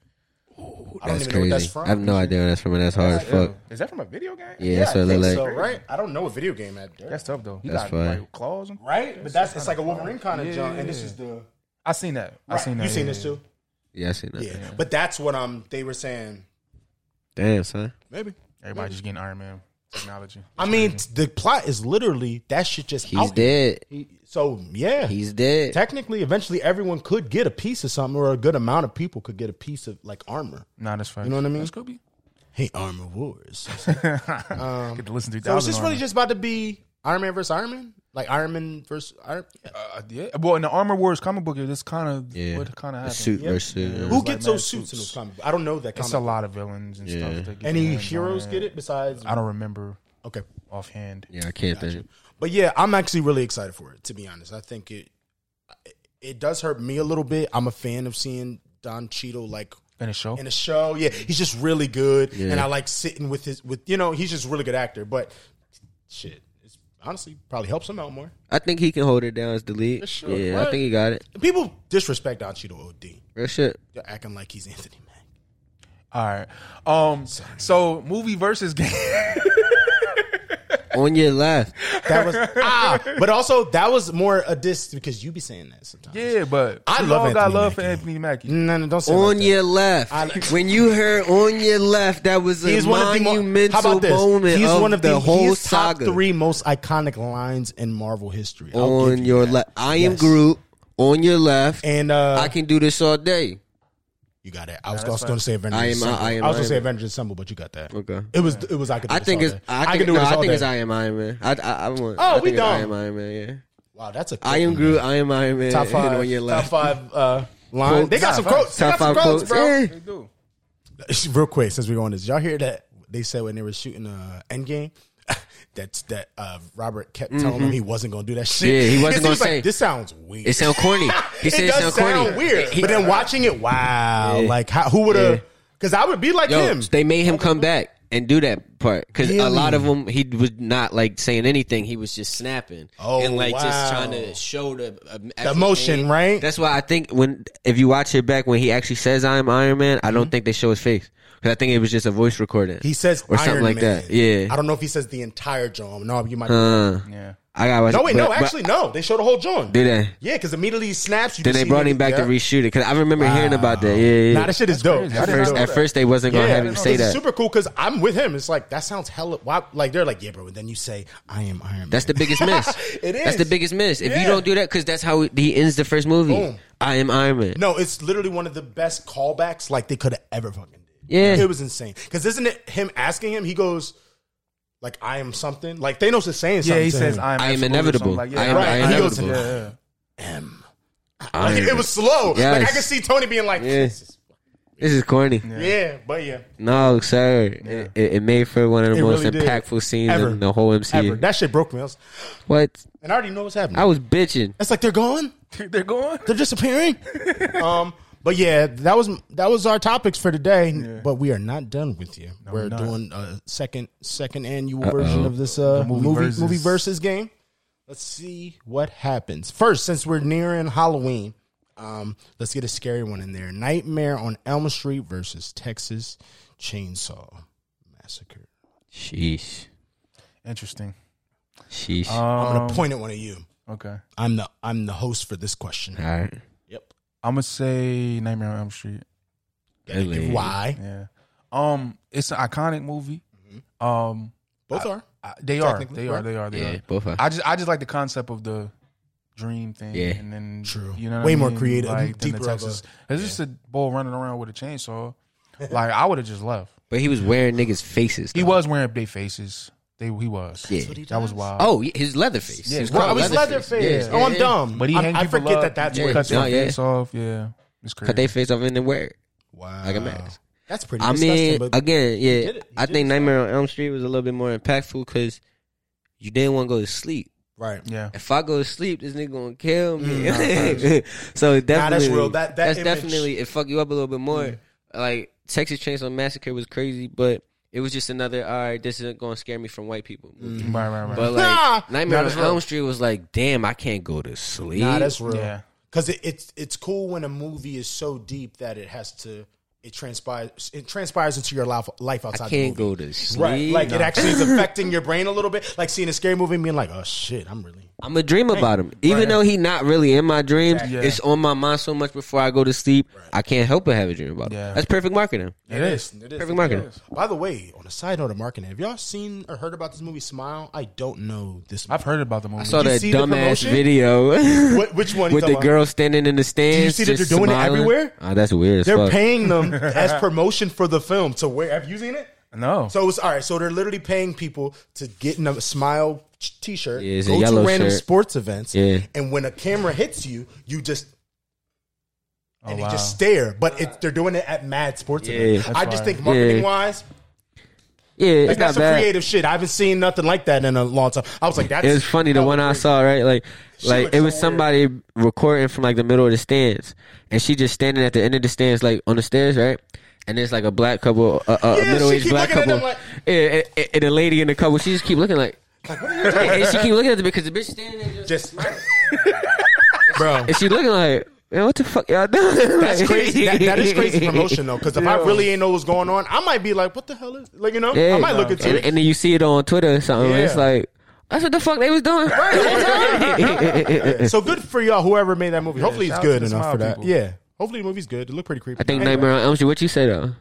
[SPEAKER 4] I don't
[SPEAKER 5] That's
[SPEAKER 4] even know what that's
[SPEAKER 5] crazy.
[SPEAKER 4] from.
[SPEAKER 5] I have no idea where that's from. and That's hard as fuck.
[SPEAKER 3] Ew. Is that from a video game?
[SPEAKER 5] Yeah, that's what it
[SPEAKER 4] think
[SPEAKER 5] look like.
[SPEAKER 4] so, right? I don't know a video game at
[SPEAKER 3] That's tough though. He
[SPEAKER 5] That's
[SPEAKER 3] got
[SPEAKER 5] fine.
[SPEAKER 3] like claws and
[SPEAKER 4] right, but that's it's like a Wolverine kind of jump, and this is the
[SPEAKER 3] I seen that. I seen that.
[SPEAKER 4] You seen
[SPEAKER 3] yeah.
[SPEAKER 4] this too?
[SPEAKER 5] Yeah, I seen that.
[SPEAKER 4] Yeah. but that's what um they were saying.
[SPEAKER 5] Damn, son.
[SPEAKER 4] Maybe.
[SPEAKER 3] Everybody just getting Iron Man technology.
[SPEAKER 4] I mean, t- the plot is literally that shit just
[SPEAKER 5] He's
[SPEAKER 4] out.
[SPEAKER 5] dead.
[SPEAKER 4] So yeah,
[SPEAKER 5] He's dead.
[SPEAKER 4] technically, eventually, everyone could get a piece of something, or a good amount of people could get a piece of like armor.
[SPEAKER 3] Nah, that's fine.
[SPEAKER 4] You know what I mean?
[SPEAKER 3] That's Scooby.
[SPEAKER 4] *laughs* Hey, armor wars.
[SPEAKER 3] Get to listen to
[SPEAKER 4] Um, So it's
[SPEAKER 3] 2000
[SPEAKER 4] just
[SPEAKER 3] on
[SPEAKER 4] really
[SPEAKER 3] it.
[SPEAKER 4] just about to be Iron Man versus Iron Man. Like Iron Man versus Iron.
[SPEAKER 3] Uh, yeah. Well, in the Armor Wars comic book, it's kind of
[SPEAKER 5] Yeah.
[SPEAKER 3] what kind of
[SPEAKER 5] The
[SPEAKER 3] happened.
[SPEAKER 5] suit
[SPEAKER 4] Yeah.
[SPEAKER 5] versus. uh,
[SPEAKER 4] Who
[SPEAKER 3] like
[SPEAKER 4] gets
[SPEAKER 3] mad
[SPEAKER 4] those suits in
[SPEAKER 3] suits.
[SPEAKER 4] those comic? I don't know that
[SPEAKER 3] It's
[SPEAKER 4] comic.
[SPEAKER 3] a lot of villains and
[SPEAKER 5] Yeah.
[SPEAKER 3] stuff. That get their
[SPEAKER 4] Any
[SPEAKER 3] hands on
[SPEAKER 4] heroes get it besides?
[SPEAKER 3] I don't remember
[SPEAKER 4] Okay,
[SPEAKER 3] offhand.
[SPEAKER 5] Yeah, I can't think.
[SPEAKER 4] but yeah, I'm actually really excited for it. To be honest, I think it it does hurt me a little bit. I'm a fan of seeing Don Cheadle like
[SPEAKER 3] In a show,
[SPEAKER 4] in a show. Yeah, he's just really good, and I like sitting with his with you know he's just a really good actor. But shit, it's honestly probably helps him out more.
[SPEAKER 5] I think he can hold it down as the lead.
[SPEAKER 4] sure.
[SPEAKER 5] Yeah,
[SPEAKER 4] What?
[SPEAKER 5] I think he got it.
[SPEAKER 4] People disrespect Don Cheadle OD.
[SPEAKER 5] Real shit.
[SPEAKER 4] They're acting like he's Anthony Mack.
[SPEAKER 3] all right. Um, so movie versus game. *laughs*
[SPEAKER 5] On your left.
[SPEAKER 4] That was ah, but also that was more a diss because you be saying that sometimes.
[SPEAKER 3] yeah, but
[SPEAKER 4] I
[SPEAKER 3] we
[SPEAKER 4] love
[SPEAKER 3] all got
[SPEAKER 4] Anthony
[SPEAKER 3] love for
[SPEAKER 4] Mackie.
[SPEAKER 3] Anthony Mackie.
[SPEAKER 5] Mm.
[SPEAKER 4] No, no, don't say it like
[SPEAKER 5] On
[SPEAKER 4] that.
[SPEAKER 5] your left.
[SPEAKER 4] I-
[SPEAKER 5] when you heard on your left, that was a
[SPEAKER 4] He's one of the mo-
[SPEAKER 5] monumental
[SPEAKER 4] how about this?
[SPEAKER 5] moment
[SPEAKER 4] He's
[SPEAKER 5] of
[SPEAKER 4] one of
[SPEAKER 5] the, whole
[SPEAKER 4] he's top
[SPEAKER 5] saga.
[SPEAKER 4] three most iconic lines in Marvel history. I'll give you
[SPEAKER 5] on your
[SPEAKER 4] that.
[SPEAKER 5] left. I am
[SPEAKER 4] Yes.
[SPEAKER 5] Groot. On your left.
[SPEAKER 4] and uh,
[SPEAKER 5] I can do this all day.
[SPEAKER 4] you got it. I was also going to say Avengers.
[SPEAKER 5] I am- uh,
[SPEAKER 4] Assemble.
[SPEAKER 5] I am
[SPEAKER 4] was going
[SPEAKER 5] Iron
[SPEAKER 4] to say
[SPEAKER 5] Man.
[SPEAKER 4] Avengers Assemble, but you got that.
[SPEAKER 5] Okay.
[SPEAKER 4] It was. It was. I could. Do
[SPEAKER 5] I
[SPEAKER 4] this
[SPEAKER 5] think
[SPEAKER 4] all
[SPEAKER 5] it's.
[SPEAKER 4] day.
[SPEAKER 5] I, think,
[SPEAKER 4] can do
[SPEAKER 5] no,
[SPEAKER 4] this
[SPEAKER 5] I
[SPEAKER 4] all
[SPEAKER 5] think
[SPEAKER 4] day.
[SPEAKER 5] it's I am Iron Man. I I, I want.
[SPEAKER 4] Oh,
[SPEAKER 5] I
[SPEAKER 4] we
[SPEAKER 5] think it's I
[SPEAKER 4] done.
[SPEAKER 5] am Iron Man. Yeah.
[SPEAKER 4] Wow, that's a
[SPEAKER 5] I am Groot. I am Iron
[SPEAKER 4] *laughs*
[SPEAKER 5] Man.
[SPEAKER 4] top
[SPEAKER 5] and
[SPEAKER 4] five.
[SPEAKER 5] *laughs* on your
[SPEAKER 4] top
[SPEAKER 5] left.
[SPEAKER 4] five uh, line.
[SPEAKER 5] Quotes.
[SPEAKER 4] They got
[SPEAKER 5] Top
[SPEAKER 4] some
[SPEAKER 3] five.
[SPEAKER 4] quotes. They
[SPEAKER 5] Top
[SPEAKER 4] got some
[SPEAKER 5] five
[SPEAKER 4] quotes,
[SPEAKER 5] quotes.
[SPEAKER 4] bro.
[SPEAKER 5] Yeah.
[SPEAKER 3] They do.
[SPEAKER 4] Real quick, since we're going this, y'all hear that they said when they were shooting uh, Endgame. *laughs* That's that uh, Robert kept telling him he wasn't gonna do that shit.
[SPEAKER 5] Mm-hmm. Yeah, he wasn't
[SPEAKER 4] He was
[SPEAKER 5] gonna
[SPEAKER 4] like,
[SPEAKER 5] say-
[SPEAKER 4] This sounds weird.
[SPEAKER 5] It sound corny.
[SPEAKER 4] *laughs*
[SPEAKER 5] He said it, sound corny.
[SPEAKER 4] weird.
[SPEAKER 5] He-
[SPEAKER 4] but then watching it, wow! Like how, who would have?
[SPEAKER 5] Yeah.
[SPEAKER 4] Because I would be like
[SPEAKER 5] Yo,
[SPEAKER 4] him.
[SPEAKER 5] They made him come back and do that part because
[SPEAKER 4] Really?
[SPEAKER 5] a lot of them he was not like saying anything. He was just snapping
[SPEAKER 4] Oh,
[SPEAKER 5] and like
[SPEAKER 4] wow.
[SPEAKER 5] just trying to show the um, actual
[SPEAKER 4] emotion,
[SPEAKER 5] pain.
[SPEAKER 4] right?
[SPEAKER 5] That's why I think when if you watch it back when he actually says "I am Iron Man," I don't think they show his face because I think it was just a voice recording.
[SPEAKER 4] Mm-hmm. he says
[SPEAKER 5] or
[SPEAKER 4] Iron
[SPEAKER 5] something like
[SPEAKER 4] Man.
[SPEAKER 5] that. Yeah.
[SPEAKER 4] I don't know if he says the entire John. No, you might.
[SPEAKER 5] Uh,
[SPEAKER 3] Yeah.
[SPEAKER 5] I got
[SPEAKER 4] no, wait, no. Actually, no. They showed the whole John.
[SPEAKER 5] do that.
[SPEAKER 4] Yeah, because immediately he snaps. You
[SPEAKER 5] Then
[SPEAKER 4] just
[SPEAKER 5] they
[SPEAKER 4] see
[SPEAKER 5] brought him
[SPEAKER 4] niggas-
[SPEAKER 5] back to
[SPEAKER 4] yeah.
[SPEAKER 5] reshoot it because I remember hearing about that. Yeah, yeah.
[SPEAKER 4] Nah, this shit is dope.
[SPEAKER 3] crazy.
[SPEAKER 4] That
[SPEAKER 3] I
[SPEAKER 5] at
[SPEAKER 4] shit
[SPEAKER 3] didn't
[SPEAKER 4] is
[SPEAKER 5] first,
[SPEAKER 4] dope.
[SPEAKER 5] at first they wasn't gonna
[SPEAKER 4] Yeah,
[SPEAKER 5] have him
[SPEAKER 4] it's
[SPEAKER 5] say that.
[SPEAKER 4] super cool because I'm with him. It's like that sounds hella. Why, like they're like, yeah, bro. And then you say, I am Iron Man.
[SPEAKER 5] That's the biggest miss.
[SPEAKER 4] *laughs* It
[SPEAKER 5] That's the
[SPEAKER 4] is.
[SPEAKER 5] biggest miss. If
[SPEAKER 4] Yeah.
[SPEAKER 5] you don't do that, because that's how he ends the first movie.
[SPEAKER 4] Boom.
[SPEAKER 5] I am Iron Man.
[SPEAKER 4] No, it's literally one of the best callbacks like they could have ever fucking did.
[SPEAKER 5] Yeah.
[SPEAKER 4] It was insane. Because isn't it him asking him? He goes, like, I am something. Like, Thanos is saying
[SPEAKER 3] Yeah,
[SPEAKER 4] something.
[SPEAKER 3] he
[SPEAKER 4] to
[SPEAKER 3] says
[SPEAKER 4] him.
[SPEAKER 3] I am,
[SPEAKER 5] I am
[SPEAKER 3] absolute," or something
[SPEAKER 5] inevitable.
[SPEAKER 3] Like, yeah,
[SPEAKER 5] I am-
[SPEAKER 4] Right, I am he goes-
[SPEAKER 3] Yeah,
[SPEAKER 4] inevitable.
[SPEAKER 3] yeah.
[SPEAKER 4] am.
[SPEAKER 5] Iron
[SPEAKER 4] Like, it
[SPEAKER 5] Man.
[SPEAKER 4] was slow. Like, I
[SPEAKER 5] Yes.
[SPEAKER 4] could see Tony being like,
[SPEAKER 5] Yeah.
[SPEAKER 4] this is-
[SPEAKER 5] This is corny.
[SPEAKER 4] yeah. but yeah.
[SPEAKER 5] No, sir. It, it it made for one of the
[SPEAKER 4] It
[SPEAKER 5] most
[SPEAKER 4] really did.
[SPEAKER 5] impactful scenes
[SPEAKER 4] Ever.
[SPEAKER 5] in the whole MCU.
[SPEAKER 4] Ever. That shit broke me. I was-
[SPEAKER 5] What?
[SPEAKER 4] and I already know what's happening.
[SPEAKER 5] I was bitching.
[SPEAKER 4] That's like, they're gone?
[SPEAKER 3] *laughs* They're going.
[SPEAKER 4] They're disappearing? um, but yeah, that was that was our topics for today. But we are not done with you. we're
[SPEAKER 3] we're not.
[SPEAKER 4] doing a second second annual version of this uh,
[SPEAKER 3] The
[SPEAKER 4] movie
[SPEAKER 3] movie
[SPEAKER 4] movie versus.
[SPEAKER 3] versus.
[SPEAKER 4] game. Let's see what happens. First, since we're nearing Halloween, um, let's get a scary one in there. Nightmare on Elm Street versus Texas Chainsaw Massacre.
[SPEAKER 5] Sheesh.
[SPEAKER 3] Interesting.
[SPEAKER 5] Sheesh.
[SPEAKER 4] I'm
[SPEAKER 3] Um,
[SPEAKER 4] gonna point at one of you.
[SPEAKER 3] okay.
[SPEAKER 4] I'm the I'm the host for this question.
[SPEAKER 5] All right.
[SPEAKER 4] Yep.
[SPEAKER 3] I'm gonna say Nightmare on Elm Street.
[SPEAKER 4] Gotta give
[SPEAKER 5] Really?
[SPEAKER 4] Why?
[SPEAKER 3] Yeah. Um, it's an iconic movie. Um,
[SPEAKER 4] Both are.
[SPEAKER 3] I- they are,
[SPEAKER 4] Technically,
[SPEAKER 3] they are,
[SPEAKER 4] right?
[SPEAKER 3] they are, they
[SPEAKER 5] Mm-hmm. Yeah,
[SPEAKER 3] are.
[SPEAKER 5] both are.
[SPEAKER 3] I just, I just like the concept of the dream thing.
[SPEAKER 5] Yeah.
[SPEAKER 3] And then
[SPEAKER 4] True.
[SPEAKER 3] You know, what
[SPEAKER 4] Way
[SPEAKER 3] I
[SPEAKER 4] more
[SPEAKER 3] mean?
[SPEAKER 4] creative,
[SPEAKER 3] Like, than
[SPEAKER 4] deeper
[SPEAKER 3] the
[SPEAKER 4] of a-
[SPEAKER 3] Texas. It's just a bull running around with a
[SPEAKER 4] *laughs*
[SPEAKER 3] chainsaw. like I would have just left.
[SPEAKER 5] But he was wearing niggas' faces.
[SPEAKER 3] He
[SPEAKER 5] though.
[SPEAKER 3] was wearing their faces. They, he was.
[SPEAKER 5] Yeah. That's what
[SPEAKER 4] he
[SPEAKER 3] that was
[SPEAKER 4] does?
[SPEAKER 3] wild.
[SPEAKER 5] Oh, yeah, his leather face.
[SPEAKER 3] Yeah,
[SPEAKER 5] It's
[SPEAKER 3] bro,
[SPEAKER 5] called
[SPEAKER 4] I was Leatherface.
[SPEAKER 5] Yeah.
[SPEAKER 4] Oh, I'm
[SPEAKER 5] Yeah.
[SPEAKER 4] dumb.
[SPEAKER 3] But he
[SPEAKER 4] I'm-
[SPEAKER 3] hang
[SPEAKER 4] I
[SPEAKER 3] people
[SPEAKER 4] forget
[SPEAKER 3] up.
[SPEAKER 4] that that's
[SPEAKER 3] yeah.
[SPEAKER 4] what
[SPEAKER 5] where-
[SPEAKER 3] cut their
[SPEAKER 5] No, yeah.
[SPEAKER 3] face off. Yeah, it's crazy.
[SPEAKER 5] Cut their face off and then wear it.
[SPEAKER 4] Wow.
[SPEAKER 5] Like a mask.
[SPEAKER 4] That's pretty
[SPEAKER 5] I
[SPEAKER 4] disgusting.
[SPEAKER 5] mean,
[SPEAKER 4] but
[SPEAKER 5] again, yeah.
[SPEAKER 4] did it. He
[SPEAKER 5] I
[SPEAKER 4] did
[SPEAKER 5] think
[SPEAKER 4] his
[SPEAKER 5] Nightmare on Elm Street was a little bit more impactful because you didn't want to go to sleep.
[SPEAKER 4] right.
[SPEAKER 3] yeah,
[SPEAKER 5] If I go to sleep, this nigga gonna kill *laughs* me. so it definitely,
[SPEAKER 4] Mm, Nah, that's real. That- that
[SPEAKER 5] that's
[SPEAKER 4] image- Mm.
[SPEAKER 5] definitely it. Fuck you up a little bit more. Like Texas Chainsaw Massacre was crazy, but it was just another. All right, this isn't gonna scare me from white people.
[SPEAKER 3] right, right, right.
[SPEAKER 5] But like
[SPEAKER 4] Mm-hmm. Nah. Nah,
[SPEAKER 5] Nightmare
[SPEAKER 4] that's
[SPEAKER 5] on
[SPEAKER 4] real.
[SPEAKER 5] Elm Street was like, damn, I can't go to sleep.
[SPEAKER 4] Nah, that's real.
[SPEAKER 3] Yeah.
[SPEAKER 4] Because it, it's it's cool when a movie is so deep that it has to it transpires it transpires into your life life outside.
[SPEAKER 5] I can't
[SPEAKER 4] the movie.
[SPEAKER 5] go to sleep.
[SPEAKER 4] Right, like it actually
[SPEAKER 5] *laughs*
[SPEAKER 4] is affecting your brain a little bit. Like seeing a scary movie and being like, "Oh shit, I'm really."
[SPEAKER 5] I'm a dream about him, even though he not really in my dreams.
[SPEAKER 3] Yeah.
[SPEAKER 5] It's on my mind so much before I go to sleep. I can't help but have a dream about him.
[SPEAKER 3] Yeah.
[SPEAKER 5] That's perfect marketing.
[SPEAKER 3] it is.
[SPEAKER 4] It is.
[SPEAKER 5] Perfect marketing.
[SPEAKER 4] By the way, on a side note of marketing, have y'all seen or heard about this movie Smile? I don't know this.
[SPEAKER 3] I've heard about the movie.
[SPEAKER 5] I saw
[SPEAKER 4] you
[SPEAKER 5] that
[SPEAKER 4] see the
[SPEAKER 5] dumbass
[SPEAKER 4] promotion? *laughs*
[SPEAKER 5] video. *laughs*
[SPEAKER 4] What- which one you
[SPEAKER 5] With the
[SPEAKER 4] talking about?
[SPEAKER 5] girl standing in the stands.
[SPEAKER 4] see that
[SPEAKER 5] just
[SPEAKER 4] they're doing it
[SPEAKER 5] smiling.
[SPEAKER 4] everywhere?
[SPEAKER 5] Oh, that's weird. As *laughs*
[SPEAKER 4] They're
[SPEAKER 5] fuck.
[SPEAKER 4] paying them as promotion for the film to where. Have you seen it?
[SPEAKER 3] No.
[SPEAKER 4] So it's all right. So they're literally paying people to get in a smile ch- T-shirt,
[SPEAKER 5] Yeah, it's a
[SPEAKER 4] go to
[SPEAKER 5] yellow
[SPEAKER 4] random
[SPEAKER 5] shirt.
[SPEAKER 4] sports events,
[SPEAKER 5] Yeah.
[SPEAKER 4] and when a camera hits you, you just
[SPEAKER 3] oh,
[SPEAKER 4] and
[SPEAKER 3] wow.
[SPEAKER 4] they just stare. But it's they're doing it at mad sports
[SPEAKER 5] Yeah,
[SPEAKER 4] events.
[SPEAKER 3] that's
[SPEAKER 4] I just
[SPEAKER 3] fire.
[SPEAKER 4] think marketing
[SPEAKER 5] Yeah.
[SPEAKER 4] wise,
[SPEAKER 5] Yeah, it's
[SPEAKER 4] like that's
[SPEAKER 5] not
[SPEAKER 4] some
[SPEAKER 5] bad.
[SPEAKER 4] creative shit. I haven't seen nothing like that in a long time. I was like, that's
[SPEAKER 5] it was funny the
[SPEAKER 4] that
[SPEAKER 5] one I
[SPEAKER 4] great.
[SPEAKER 5] saw right like like
[SPEAKER 4] looked
[SPEAKER 5] it was
[SPEAKER 4] so
[SPEAKER 5] somebody recording from like the middle of the stands and she just standing at the end of the stands like on the stairs right and there's like a black couple a, a,
[SPEAKER 4] Yeah,
[SPEAKER 5] a
[SPEAKER 4] she
[SPEAKER 5] middle aged
[SPEAKER 4] keep
[SPEAKER 5] black
[SPEAKER 4] looking at
[SPEAKER 5] couple
[SPEAKER 4] them like-
[SPEAKER 5] and, and, and a lady and a couple she just keep looking like and, and she keep looking at the because the bitch standing there just,
[SPEAKER 4] Just *laughs* bro.
[SPEAKER 5] and she looking like man what the fuck y'all doing
[SPEAKER 4] That's
[SPEAKER 5] Like-
[SPEAKER 4] crazy. That, that is
[SPEAKER 5] *laughs*
[SPEAKER 4] crazy promotion though, because if I
[SPEAKER 3] Yeah.
[SPEAKER 4] really ain't know what's going on, I might be like, "What the hell is?" Like you know,
[SPEAKER 5] yeah
[SPEAKER 4] I might look at
[SPEAKER 5] and,
[SPEAKER 4] you.
[SPEAKER 5] and then you see it on Twitter or something and it's
[SPEAKER 4] Yeah.
[SPEAKER 5] like that's what the fuck they was doing
[SPEAKER 4] So good for y'all, whoever made that movie. Hopefully, it's
[SPEAKER 3] shout out to
[SPEAKER 4] good
[SPEAKER 3] the
[SPEAKER 4] enough
[SPEAKER 3] smile
[SPEAKER 4] for that.
[SPEAKER 3] people.
[SPEAKER 4] Yeah. Hopefully, the movie's good. It looked pretty creepy.
[SPEAKER 5] *laughs* I think
[SPEAKER 4] Anyway,
[SPEAKER 5] Nightmare on Elm Street what you say though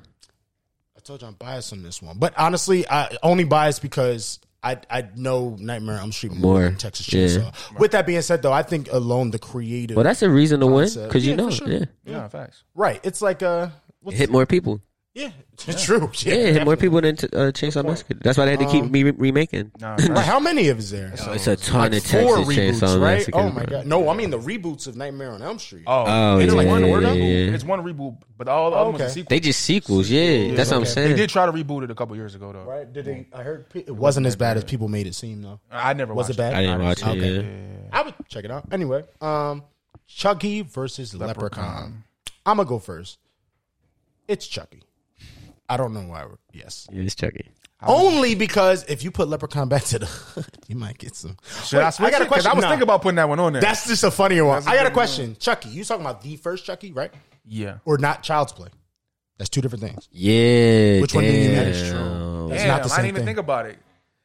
[SPEAKER 4] I told you I'm biased on this one, but honestly, I only biased because I I know Nightmare on Elm Street more
[SPEAKER 5] More.
[SPEAKER 4] than Texas
[SPEAKER 5] Yeah.
[SPEAKER 4] Chainsaw. With that being said, though, I think alone the creative
[SPEAKER 5] well that's a reason to win
[SPEAKER 4] Concept.
[SPEAKER 5] because
[SPEAKER 4] Yeah,
[SPEAKER 5] you
[SPEAKER 4] for
[SPEAKER 5] know it,
[SPEAKER 4] sure.
[SPEAKER 5] yeah.
[SPEAKER 3] yeah, facts.
[SPEAKER 4] right. It's like uh,
[SPEAKER 5] It
[SPEAKER 4] what's,
[SPEAKER 5] hit more people.
[SPEAKER 4] yeah, *laughs* it's true. Yeah,
[SPEAKER 5] Yeah, it hit
[SPEAKER 4] definitely.
[SPEAKER 5] more
[SPEAKER 4] Um,
[SPEAKER 5] people than t- uh, Chainsaw Massacre. That's why they had to keep me re- remaking.
[SPEAKER 3] Nah,
[SPEAKER 4] Right,
[SPEAKER 3] facts.
[SPEAKER 4] how many of is there?
[SPEAKER 5] Oh, It's a ton of
[SPEAKER 4] Four
[SPEAKER 5] Texas Chainsaw
[SPEAKER 4] reboots, right?
[SPEAKER 5] Massacre.
[SPEAKER 4] Oh my
[SPEAKER 5] bro.
[SPEAKER 4] god! No, I mean the reboots of Nightmare on Elm Street.
[SPEAKER 3] Oh,
[SPEAKER 5] Oh,
[SPEAKER 3] it's
[SPEAKER 5] yeah,
[SPEAKER 3] like one
[SPEAKER 5] yeah,
[SPEAKER 3] word
[SPEAKER 5] yeah,
[SPEAKER 3] reboot.
[SPEAKER 5] yeah.
[SPEAKER 3] It's one reboot, but all the other ones are
[SPEAKER 4] Oh, Okay.
[SPEAKER 3] sequels.
[SPEAKER 5] They just sequels, yeah. that's what I'm
[SPEAKER 3] They
[SPEAKER 5] saying.
[SPEAKER 3] did try to reboot it a couple years ago though.
[SPEAKER 4] Right? Did they? I heard pe- it wasn't as bad as people made it seem, though.
[SPEAKER 3] I never
[SPEAKER 4] Was
[SPEAKER 3] watched
[SPEAKER 4] it bad?
[SPEAKER 5] I didn't watch it.
[SPEAKER 4] Okay.
[SPEAKER 5] Yeah.
[SPEAKER 4] I would check it out anyway. Um, Chucky versus Leprechaun. I'm gonna go first. It's Chucky. I don't know why. we're- Yes,
[SPEAKER 5] yeah, it's Chucky.
[SPEAKER 4] only because if you put Leprechaun back to the hood, *laughs* you might get some.
[SPEAKER 3] Should I
[SPEAKER 4] Wait,
[SPEAKER 3] switch
[SPEAKER 4] got a
[SPEAKER 3] it? 'Cause
[SPEAKER 4] question.
[SPEAKER 3] I was
[SPEAKER 4] Nah,
[SPEAKER 3] thinking about putting that one on there.
[SPEAKER 4] that's just a funnier one.
[SPEAKER 3] That's a
[SPEAKER 4] I got a
[SPEAKER 3] good one.
[SPEAKER 4] question. Chucky, you talking about the first Chucky, right?
[SPEAKER 3] yeah.
[SPEAKER 4] Or not Child's Play? That's two different things.
[SPEAKER 5] Yeah.
[SPEAKER 4] Which one do you mean?
[SPEAKER 5] damn.
[SPEAKER 4] That is true. It's
[SPEAKER 3] Damn,
[SPEAKER 4] not the
[SPEAKER 3] I didn't
[SPEAKER 4] same
[SPEAKER 3] even
[SPEAKER 4] thing.
[SPEAKER 3] think about it.